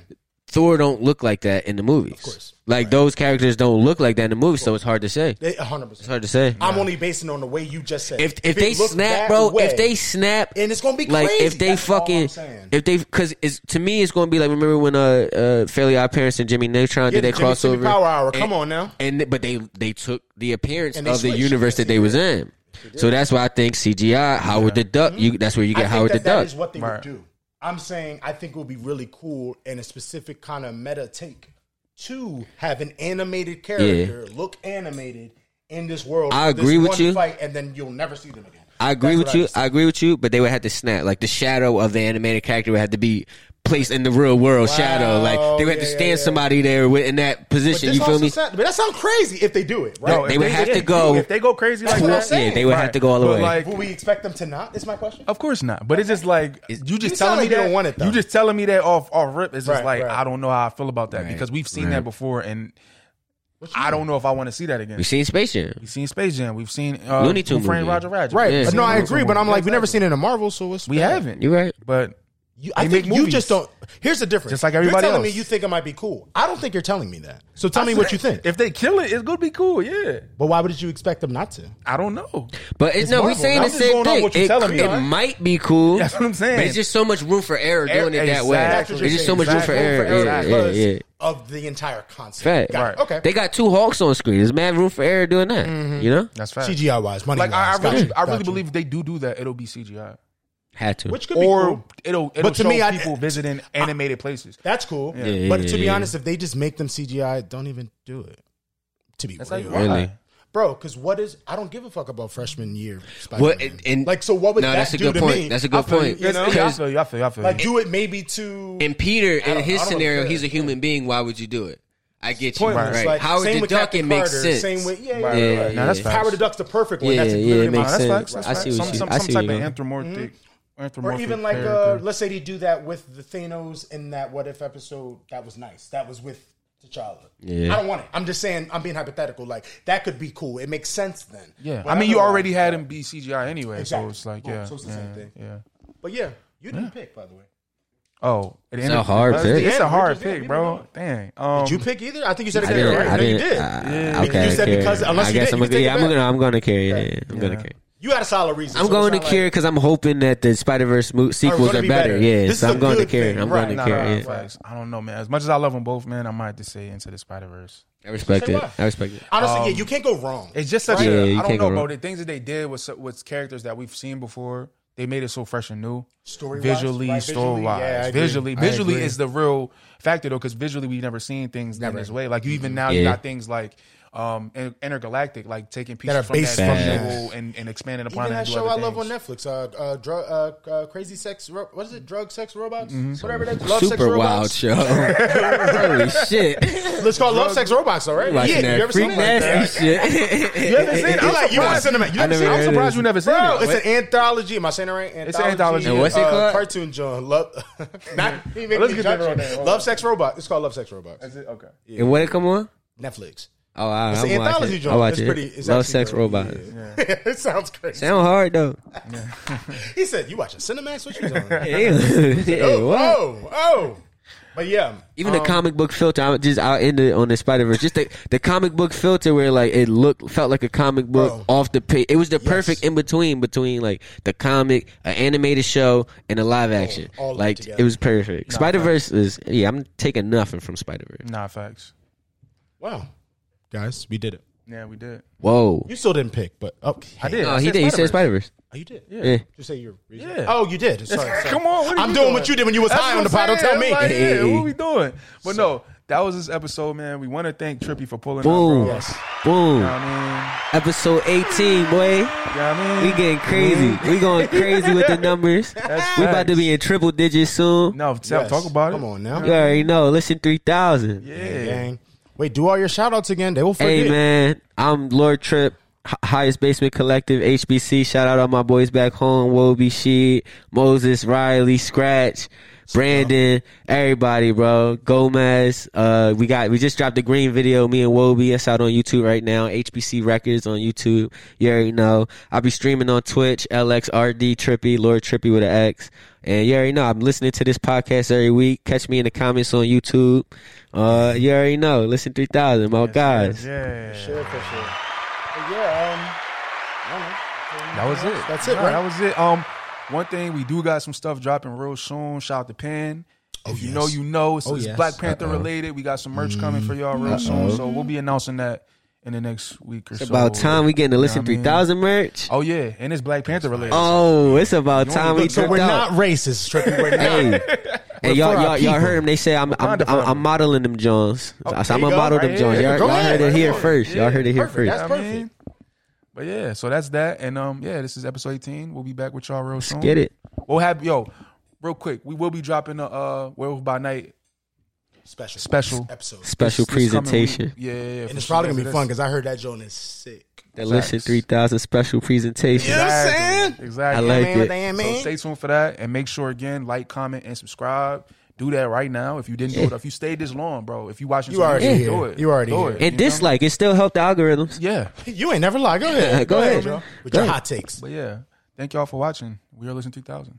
[SPEAKER 5] Thor don't look like that in the movies. Of
[SPEAKER 4] course.
[SPEAKER 5] like those characters don't look like that in the movies, so it's hard to say.
[SPEAKER 4] They- 100%.
[SPEAKER 5] It's hard to say.
[SPEAKER 4] I'm only basing on the way you just said.
[SPEAKER 5] if
[SPEAKER 4] it.
[SPEAKER 5] if
[SPEAKER 4] it
[SPEAKER 5] they
[SPEAKER 4] looked
[SPEAKER 5] snap,
[SPEAKER 4] that
[SPEAKER 5] bro,
[SPEAKER 4] way-
[SPEAKER 5] if they snap,
[SPEAKER 4] And it's gonna be
[SPEAKER 5] like
[SPEAKER 4] crazy.
[SPEAKER 5] if they
[SPEAKER 4] That's all I'm
[SPEAKER 5] fucking
[SPEAKER 4] saying.
[SPEAKER 5] if they because it's to me it's gonna be like remember when uh uh Fairly Odd Parents and Jimmy Neutron
[SPEAKER 4] Yeah,
[SPEAKER 5] did that
[SPEAKER 4] the Jimmy
[SPEAKER 5] crossover
[SPEAKER 4] Timmy Power Hour,
[SPEAKER 5] And-
[SPEAKER 4] come on now.
[SPEAKER 5] and but they they took the appearance
[SPEAKER 4] And
[SPEAKER 5] of
[SPEAKER 4] they
[SPEAKER 5] the
[SPEAKER 4] switched.
[SPEAKER 5] universe that they was in. So that's why I think CGI Howard the Duck. You that's where you
[SPEAKER 4] Mm-hmm. I
[SPEAKER 5] get
[SPEAKER 4] think
[SPEAKER 5] Howard
[SPEAKER 4] that
[SPEAKER 5] the Duck.
[SPEAKER 4] That is what they
[SPEAKER 3] Right.
[SPEAKER 4] would do. I'm saying I think it would be really cool and a specific kind of meta take to have an animated character look animated in this world.
[SPEAKER 5] I
[SPEAKER 4] for this
[SPEAKER 5] agree with
[SPEAKER 4] one
[SPEAKER 5] you.
[SPEAKER 4] Fight, and then you'll never see them again.
[SPEAKER 5] I agree
[SPEAKER 4] That's
[SPEAKER 5] with
[SPEAKER 4] what
[SPEAKER 5] you.
[SPEAKER 4] just said.
[SPEAKER 5] I, agree with you, but they would have to snap. Like the shadow of the animated character would have to be placed in the real world shadow. Like they would have to
[SPEAKER 4] yeah,
[SPEAKER 5] stand
[SPEAKER 4] yeah,
[SPEAKER 5] somebody there with- in that
[SPEAKER 4] But
[SPEAKER 5] position.
[SPEAKER 4] this
[SPEAKER 5] You feel
[SPEAKER 4] also
[SPEAKER 5] me?
[SPEAKER 4] sound- but that sounds crazy if they do it, right?
[SPEAKER 3] No,
[SPEAKER 5] They
[SPEAKER 3] if
[SPEAKER 5] would have to
[SPEAKER 3] if
[SPEAKER 5] go-
[SPEAKER 3] if they go crazy like
[SPEAKER 4] That's what I'm
[SPEAKER 3] that.
[SPEAKER 4] saying.
[SPEAKER 5] yeah, they would have to go all the
[SPEAKER 3] but
[SPEAKER 5] way.
[SPEAKER 3] Like,
[SPEAKER 4] Would we expect them to not? Is my question.
[SPEAKER 3] of course not. But it's just like you just
[SPEAKER 4] sound
[SPEAKER 3] telling me
[SPEAKER 4] like you
[SPEAKER 3] that
[SPEAKER 4] don't want it, though.
[SPEAKER 3] you just telling me that off off rip. It's just
[SPEAKER 4] Right,
[SPEAKER 3] like
[SPEAKER 4] right.
[SPEAKER 3] I don't know how I feel about that because we've seen that before, and I don't know if I want to see that again.
[SPEAKER 5] We've seen Space Jam.
[SPEAKER 3] We've seen Space Jam. We've seen uh,
[SPEAKER 5] Looney Tunes
[SPEAKER 3] Who Framed
[SPEAKER 5] movie.
[SPEAKER 3] Roger Rabbit.
[SPEAKER 4] Right.
[SPEAKER 5] Yeah.
[SPEAKER 4] But no, I agree. But I'm like, we never
[SPEAKER 3] Exactly.
[SPEAKER 4] seen it in Marvel, so it's
[SPEAKER 3] We haven't.
[SPEAKER 5] You right?
[SPEAKER 3] But
[SPEAKER 4] You, I
[SPEAKER 3] They
[SPEAKER 4] think
[SPEAKER 3] make
[SPEAKER 4] you
[SPEAKER 3] movies.
[SPEAKER 4] just don't. Here's the difference.
[SPEAKER 3] Just like everybody
[SPEAKER 4] you're telling
[SPEAKER 3] else.
[SPEAKER 4] me you think it might be cool. I don't think you're telling me that. So tell me what you think.
[SPEAKER 3] if they kill it, it's gonna be cool. Yeah.
[SPEAKER 4] but why would you expect them not to?
[SPEAKER 3] I don't know.
[SPEAKER 5] But it's, no, we're
[SPEAKER 4] Marvel.
[SPEAKER 5] saying
[SPEAKER 4] I'm
[SPEAKER 5] the
[SPEAKER 4] just
[SPEAKER 5] same
[SPEAKER 3] going on
[SPEAKER 5] thing.
[SPEAKER 3] what you're
[SPEAKER 5] It,
[SPEAKER 3] telling me,
[SPEAKER 5] it
[SPEAKER 3] right?
[SPEAKER 5] might be
[SPEAKER 3] *laughs*
[SPEAKER 5] cool.
[SPEAKER 3] That's what I'm saying.
[SPEAKER 5] But it's just so much room for error doing it that
[SPEAKER 3] Exactly.
[SPEAKER 5] way. There's just so much room for
[SPEAKER 3] Exactly.
[SPEAKER 5] error.
[SPEAKER 3] Room for
[SPEAKER 5] Yeah,
[SPEAKER 3] error.
[SPEAKER 5] yeah,
[SPEAKER 4] Because
[SPEAKER 5] yeah.
[SPEAKER 4] of the entire concept.
[SPEAKER 5] Fact.
[SPEAKER 4] Got it.
[SPEAKER 3] Right.
[SPEAKER 4] Okay.
[SPEAKER 5] They got two Hawks on screen. There's mad room for error doing that. You know,
[SPEAKER 3] That's fact.
[SPEAKER 4] CGI wise, money
[SPEAKER 3] Like I, I
[SPEAKER 4] wise, got
[SPEAKER 3] really,
[SPEAKER 4] you,
[SPEAKER 3] I
[SPEAKER 4] got
[SPEAKER 3] really
[SPEAKER 4] you.
[SPEAKER 3] believe if they do do that, it'll be CGI.
[SPEAKER 5] had to.
[SPEAKER 4] which could be
[SPEAKER 3] Or
[SPEAKER 4] cool.
[SPEAKER 3] it'll it'll
[SPEAKER 4] But to
[SPEAKER 3] show
[SPEAKER 4] me, I-
[SPEAKER 3] people visiting animated places.
[SPEAKER 4] That's cool.
[SPEAKER 5] Yeah,
[SPEAKER 4] but
[SPEAKER 5] yeah,
[SPEAKER 4] to be
[SPEAKER 5] yeah.
[SPEAKER 4] honest, if they just make them CGI, don't even do it. To be
[SPEAKER 3] That's like
[SPEAKER 4] real.
[SPEAKER 3] why?
[SPEAKER 5] Really?
[SPEAKER 4] Bro, because what is? I don't give a fuck about freshman year.
[SPEAKER 5] Well,
[SPEAKER 4] Spider-Man.
[SPEAKER 5] and, and-
[SPEAKER 4] like, so what would
[SPEAKER 5] no,
[SPEAKER 4] that
[SPEAKER 5] that's a
[SPEAKER 4] do
[SPEAKER 5] good
[SPEAKER 4] to
[SPEAKER 5] point.
[SPEAKER 4] me?
[SPEAKER 5] That's a
[SPEAKER 4] I
[SPEAKER 5] good
[SPEAKER 4] feel you,
[SPEAKER 5] point.
[SPEAKER 4] You know,
[SPEAKER 3] Yeah, I feel you. I feel you. I feel you.
[SPEAKER 4] like do it maybe to
[SPEAKER 5] And Peter, in
[SPEAKER 4] don't- I
[SPEAKER 5] his
[SPEAKER 4] don't
[SPEAKER 5] scenario,
[SPEAKER 4] care.
[SPEAKER 5] he's a human being. Why would you do it? I get you.
[SPEAKER 4] Pointless.
[SPEAKER 5] Right.
[SPEAKER 4] Like,
[SPEAKER 5] Howard
[SPEAKER 4] same
[SPEAKER 5] the
[SPEAKER 4] with
[SPEAKER 5] Duck,
[SPEAKER 4] Captain
[SPEAKER 5] it makes
[SPEAKER 4] Carter,
[SPEAKER 5] sense.
[SPEAKER 4] Same with yeah, yeah,
[SPEAKER 3] Right,
[SPEAKER 4] yeah.
[SPEAKER 3] right, right. Now, that's
[SPEAKER 5] yeah.
[SPEAKER 3] facts.
[SPEAKER 4] Howard the Duck's the perfect one.
[SPEAKER 5] Yeah,
[SPEAKER 4] that's
[SPEAKER 5] yeah,
[SPEAKER 4] included
[SPEAKER 5] it
[SPEAKER 4] in my
[SPEAKER 5] makes
[SPEAKER 3] Nah, that's facts. That's
[SPEAKER 5] sense. I
[SPEAKER 3] facts.
[SPEAKER 5] see what
[SPEAKER 3] some
[SPEAKER 5] you-
[SPEAKER 3] some,
[SPEAKER 5] I
[SPEAKER 3] some
[SPEAKER 5] see
[SPEAKER 3] type
[SPEAKER 5] what
[SPEAKER 3] of
[SPEAKER 5] you-
[SPEAKER 3] anthropomorphic,
[SPEAKER 4] Or
[SPEAKER 3] anthropomorphic
[SPEAKER 4] even like, uh,
[SPEAKER 3] character.
[SPEAKER 4] let's say they do that with the Thanos in that What If episode. That was nice. That was with T'Challa.
[SPEAKER 5] Yeah.
[SPEAKER 4] I don't want it. I'm just saying. I'm being hypothetical. Like that could be cool. It makes sense then.
[SPEAKER 3] yeah.
[SPEAKER 4] But
[SPEAKER 3] I mean, you
[SPEAKER 4] otherwise-
[SPEAKER 3] already had him be CGI anyway, so
[SPEAKER 4] Exactly.
[SPEAKER 3] it's like
[SPEAKER 4] Boom.
[SPEAKER 3] yeah,
[SPEAKER 4] So it's the
[SPEAKER 3] yeah,
[SPEAKER 4] same thing.
[SPEAKER 3] yeah.
[SPEAKER 4] But yeah, you didn't pick, by the way.
[SPEAKER 3] Oh, at the end
[SPEAKER 5] a
[SPEAKER 3] of-
[SPEAKER 5] hard
[SPEAKER 3] it's-
[SPEAKER 5] pick.
[SPEAKER 3] It's
[SPEAKER 4] Yeah,
[SPEAKER 3] a hard
[SPEAKER 4] we just- yeah,
[SPEAKER 3] pick,
[SPEAKER 4] we
[SPEAKER 3] bro.
[SPEAKER 4] don't
[SPEAKER 3] Dang. Um,
[SPEAKER 4] Did you pick either? I think you said it.
[SPEAKER 5] I didn't.
[SPEAKER 4] right.
[SPEAKER 5] I
[SPEAKER 4] No, you
[SPEAKER 5] didn't. uh,
[SPEAKER 4] did.
[SPEAKER 5] I-
[SPEAKER 3] Yeah.
[SPEAKER 5] okay.
[SPEAKER 4] You said
[SPEAKER 5] carry
[SPEAKER 4] because-
[SPEAKER 5] it.
[SPEAKER 4] unless
[SPEAKER 5] I
[SPEAKER 4] you
[SPEAKER 5] guess
[SPEAKER 4] did,
[SPEAKER 5] I'm
[SPEAKER 4] you
[SPEAKER 5] gonna.
[SPEAKER 4] take
[SPEAKER 5] Yeah,
[SPEAKER 4] it
[SPEAKER 5] I'm
[SPEAKER 4] back.
[SPEAKER 5] gonna. I'm gonna carry it. Yeah, I'm
[SPEAKER 3] Yeah.
[SPEAKER 5] gonna carry. it.
[SPEAKER 4] You had a solid reason.
[SPEAKER 5] I'm
[SPEAKER 4] so
[SPEAKER 5] going
[SPEAKER 4] it's
[SPEAKER 5] to
[SPEAKER 4] not like-
[SPEAKER 5] care because I'm hoping that the Spider Verse mo- sequels
[SPEAKER 4] gonna
[SPEAKER 5] are
[SPEAKER 4] be
[SPEAKER 5] better.
[SPEAKER 4] better.
[SPEAKER 5] Yeah,
[SPEAKER 4] This
[SPEAKER 5] so
[SPEAKER 4] is
[SPEAKER 5] I'm
[SPEAKER 4] a
[SPEAKER 5] going to
[SPEAKER 4] good
[SPEAKER 5] care.
[SPEAKER 4] thing.
[SPEAKER 5] I'm
[SPEAKER 4] Right,
[SPEAKER 5] going to
[SPEAKER 4] nah,
[SPEAKER 5] care.
[SPEAKER 4] nah,
[SPEAKER 5] yeah.
[SPEAKER 4] right.
[SPEAKER 3] facts. I don't know, man. As much as I love them both, man, I might just say into the Spider Verse.
[SPEAKER 5] I respect
[SPEAKER 4] Say
[SPEAKER 5] it.
[SPEAKER 4] why?
[SPEAKER 5] I respect it.
[SPEAKER 4] Honestly,
[SPEAKER 3] Um,
[SPEAKER 4] yeah, you can't go wrong.
[SPEAKER 3] It's just such
[SPEAKER 5] Right. Yeah,
[SPEAKER 3] a.
[SPEAKER 5] you
[SPEAKER 3] I don't
[SPEAKER 5] can't go
[SPEAKER 3] know, bro.
[SPEAKER 5] wrong.
[SPEAKER 3] The things that they did with so- with characters that we've seen before, they made it so fresh and new.
[SPEAKER 4] Story-wise,
[SPEAKER 3] visually,
[SPEAKER 4] right, visually,
[SPEAKER 3] story wise,
[SPEAKER 4] yeah, I agree.
[SPEAKER 3] visually,
[SPEAKER 4] I
[SPEAKER 3] visually
[SPEAKER 4] agree.
[SPEAKER 3] is the real factor though, because visually we've never seen things in this way. Like you
[SPEAKER 4] Mm-hmm.
[SPEAKER 3] even now you
[SPEAKER 5] Yeah.
[SPEAKER 3] got things like um in- intergalactic, like taking pieces
[SPEAKER 4] are
[SPEAKER 3] from that
[SPEAKER 4] based
[SPEAKER 3] from
[SPEAKER 5] on
[SPEAKER 3] the
[SPEAKER 5] that.
[SPEAKER 3] whole and, and expanding upon
[SPEAKER 4] Even
[SPEAKER 3] it. and
[SPEAKER 4] that
[SPEAKER 3] do
[SPEAKER 4] show
[SPEAKER 3] other
[SPEAKER 4] I love on
[SPEAKER 3] things.
[SPEAKER 4] Netflix, uh, uh, drug, uh, uh, crazy sex, ro- what is it? Drug sex robots,
[SPEAKER 3] Mm-hmm.
[SPEAKER 4] whatever that. Love sex
[SPEAKER 5] Super wild
[SPEAKER 4] robots.
[SPEAKER 5] show. Holy shit!
[SPEAKER 4] Let's call it love sex robots, all right?
[SPEAKER 5] Watching
[SPEAKER 4] yeah,
[SPEAKER 5] that
[SPEAKER 4] you ever
[SPEAKER 5] freak
[SPEAKER 4] seen that?
[SPEAKER 5] nasty shit.
[SPEAKER 4] You haven't seen it? I'm like, you want cinematic? You never
[SPEAKER 5] I never
[SPEAKER 4] seen
[SPEAKER 3] I'm
[SPEAKER 5] heard it.
[SPEAKER 4] it?
[SPEAKER 3] surprised you never seen
[SPEAKER 4] Bro,
[SPEAKER 3] it.
[SPEAKER 4] it's an anthology. Am I saying it right? Anthology,
[SPEAKER 3] an anthology. And
[SPEAKER 5] what's it
[SPEAKER 4] uh,
[SPEAKER 5] called?
[SPEAKER 4] Cartoon John. Love, *laughs* not. he make
[SPEAKER 3] Let's
[SPEAKER 4] me
[SPEAKER 3] get
[SPEAKER 4] judge
[SPEAKER 3] that on
[SPEAKER 4] you.
[SPEAKER 3] there. Hold
[SPEAKER 4] Love
[SPEAKER 3] on.
[SPEAKER 4] sex robot. It's called love sex robots.
[SPEAKER 3] Is it? Okay.
[SPEAKER 5] And what it come on?
[SPEAKER 4] Netflix.
[SPEAKER 5] Oh, I,
[SPEAKER 4] It's
[SPEAKER 5] I'm
[SPEAKER 4] an anthology
[SPEAKER 5] watching. it.
[SPEAKER 4] joint.
[SPEAKER 5] I watch
[SPEAKER 4] It's
[SPEAKER 5] it.
[SPEAKER 4] pretty- it's
[SPEAKER 5] Love
[SPEAKER 4] actually
[SPEAKER 5] sex
[SPEAKER 4] good.
[SPEAKER 5] robot.
[SPEAKER 4] *laughs* it sounds crazy.
[SPEAKER 5] Sound hard though.
[SPEAKER 4] He said, "You watching Cinemax? What you
[SPEAKER 5] *laughs*
[SPEAKER 4] doing?"
[SPEAKER 5] hey, what?
[SPEAKER 4] Oh, oh. But yeah,
[SPEAKER 5] Even the comic book filter, I just I'll end it on the Spider Verse. Just the, the comic book filter where like it looked felt like a comic book
[SPEAKER 4] Bro.
[SPEAKER 5] off the page. It was the perfect in between between like the comic, an animated show, and a live action.
[SPEAKER 4] all that
[SPEAKER 5] like
[SPEAKER 4] together.
[SPEAKER 5] it was perfect. Spider Verse is yeah. I'm taking nothing from Spider Verse.
[SPEAKER 3] Nah, facts.
[SPEAKER 4] wow, guys, we did it.
[SPEAKER 3] Yeah, we did.
[SPEAKER 5] Whoa.
[SPEAKER 4] You still didn't pick, but okay,
[SPEAKER 3] I did.
[SPEAKER 5] No,
[SPEAKER 3] I
[SPEAKER 5] he did. He said Spider Verse.
[SPEAKER 4] Oh, you did.
[SPEAKER 5] Yeah.
[SPEAKER 4] Just say your reason.
[SPEAKER 3] Yeah.
[SPEAKER 4] Oh, you
[SPEAKER 3] *laughs*
[SPEAKER 4] did. Sorry, sorry.
[SPEAKER 3] Come on, what are
[SPEAKER 4] I'm
[SPEAKER 3] you
[SPEAKER 4] doing, what you did when you was
[SPEAKER 3] That's
[SPEAKER 4] high
[SPEAKER 3] what
[SPEAKER 4] on the pot.
[SPEAKER 3] I'm
[SPEAKER 4] Don't tell me.
[SPEAKER 3] saying. Like, yeah,
[SPEAKER 5] *laughs* Hey.
[SPEAKER 3] what we doing? But no, that was this episode, man. We want to thank Trippy for pulling
[SPEAKER 5] Boom.
[SPEAKER 3] up, bro.
[SPEAKER 5] Boom.
[SPEAKER 3] You know what I
[SPEAKER 5] Episode 18, boy.
[SPEAKER 3] mean, you know what I
[SPEAKER 5] We
[SPEAKER 3] mean,
[SPEAKER 5] getting crazy. We going crazy with the numbers.
[SPEAKER 3] That's
[SPEAKER 5] We about to
[SPEAKER 3] facts.
[SPEAKER 5] be in triple digits soon.
[SPEAKER 3] No, tell,
[SPEAKER 4] Yes.
[SPEAKER 3] talk about it.
[SPEAKER 4] Come on now.
[SPEAKER 5] You already know. Listen, 3,000.
[SPEAKER 3] Yeah.
[SPEAKER 4] Gang. Wait, do all your shout outs again. They will forget.
[SPEAKER 5] Hey man, I'm Lord Trip, H- Highest Basement Collective, HBC. Shout out all my boys back home, Woby Sheed, Moses, Riley, Scratch, Brandon, everybody, bro. Gomez. Uh we got we just dropped the green video, me and Woby. That's out on YouTube right now. HBC Records on YouTube. You already know. I'll be streaming on Twitch, LXRD Trippy, Lord Trippy with an X. And you already know I'm listening to this podcast every week. Catch me in the comments on YouTube. Uh, you already know. Listen three thousand, my guys.
[SPEAKER 3] Yeah.
[SPEAKER 4] Sure, for sure. But yeah, um, I don't know.
[SPEAKER 3] That was it.
[SPEAKER 4] That's it,
[SPEAKER 3] Nah,
[SPEAKER 4] right?
[SPEAKER 3] That was it. Um, one thing we do got some stuff dropping real soon. Shout out to Pen. If you
[SPEAKER 4] yes.
[SPEAKER 3] know, you know. It's,
[SPEAKER 4] Oh,
[SPEAKER 3] it's
[SPEAKER 4] yes.
[SPEAKER 3] Black Panther related. We got some merch coming for y'all real soon. So we'll be announcing that in the next week or so.
[SPEAKER 5] About time we getting to listen
[SPEAKER 3] what I
[SPEAKER 5] three
[SPEAKER 3] mean?
[SPEAKER 5] thousand merch.
[SPEAKER 3] Oh yeah, and it's Black Panther related.
[SPEAKER 5] Oh, it's about time we
[SPEAKER 4] Look, so
[SPEAKER 5] tripped
[SPEAKER 4] we're
[SPEAKER 5] out.
[SPEAKER 4] not racist, Trippy. We're not.
[SPEAKER 5] Hey, and y'all,
[SPEAKER 4] for our
[SPEAKER 5] y'all, y'all
[SPEAKER 4] people.
[SPEAKER 5] heard him. They say I'm, I'm,
[SPEAKER 3] fond of
[SPEAKER 5] I'm,
[SPEAKER 3] them.
[SPEAKER 5] I'm modeling them Johns. so I'm
[SPEAKER 4] there you
[SPEAKER 5] gonna
[SPEAKER 4] go.
[SPEAKER 5] model them
[SPEAKER 3] Right
[SPEAKER 5] Johns.
[SPEAKER 3] here.
[SPEAKER 5] Y'all,
[SPEAKER 4] Go
[SPEAKER 5] y'all
[SPEAKER 4] ahead,
[SPEAKER 5] heard it
[SPEAKER 4] right
[SPEAKER 5] here
[SPEAKER 4] here.
[SPEAKER 5] first. Y'all heard it here
[SPEAKER 4] Perfect.
[SPEAKER 5] first.
[SPEAKER 4] That's
[SPEAKER 3] I
[SPEAKER 4] perfect.
[SPEAKER 3] mean, but yeah, so that's that. And um, yeah, this is episode 18. We'll be back with y'all real soon.
[SPEAKER 5] Get it.
[SPEAKER 3] We'll have yo, real quick. We will be dropping a uh, werewolf by night
[SPEAKER 4] Special.
[SPEAKER 3] Special.
[SPEAKER 4] Episode.
[SPEAKER 5] Special
[SPEAKER 3] this- this coming week.
[SPEAKER 5] presentation.
[SPEAKER 3] Yeah, yeah, yeah.
[SPEAKER 4] And it's probably going to be fun because I heard that joint is sick.
[SPEAKER 5] The listen three thousand special presentation.
[SPEAKER 4] Yeah.
[SPEAKER 3] Exactly.
[SPEAKER 4] I'm
[SPEAKER 5] I
[SPEAKER 3] exactly.
[SPEAKER 5] like
[SPEAKER 4] Man,
[SPEAKER 5] it.
[SPEAKER 4] damn,
[SPEAKER 3] So
[SPEAKER 4] man.
[SPEAKER 3] stay tuned for that, and make sure again, like, comment, and subscribe. Do that right now. If you didn't do it, if you stayed this long, bro, if you watching,
[SPEAKER 4] You
[SPEAKER 3] some
[SPEAKER 4] already
[SPEAKER 3] YouTube,
[SPEAKER 4] here.
[SPEAKER 3] do it.
[SPEAKER 4] You already
[SPEAKER 3] do
[SPEAKER 4] here.
[SPEAKER 3] it.
[SPEAKER 5] And dislike it still helped the algorithms.
[SPEAKER 3] yeah,
[SPEAKER 4] You ain't never lied. Go ahead.
[SPEAKER 5] *laughs* Go ahead.
[SPEAKER 4] Joe, With
[SPEAKER 5] Go
[SPEAKER 4] your
[SPEAKER 5] ahead.
[SPEAKER 4] hot takes.
[SPEAKER 3] but yeah. Thank y'all for watching. We are listening 2000.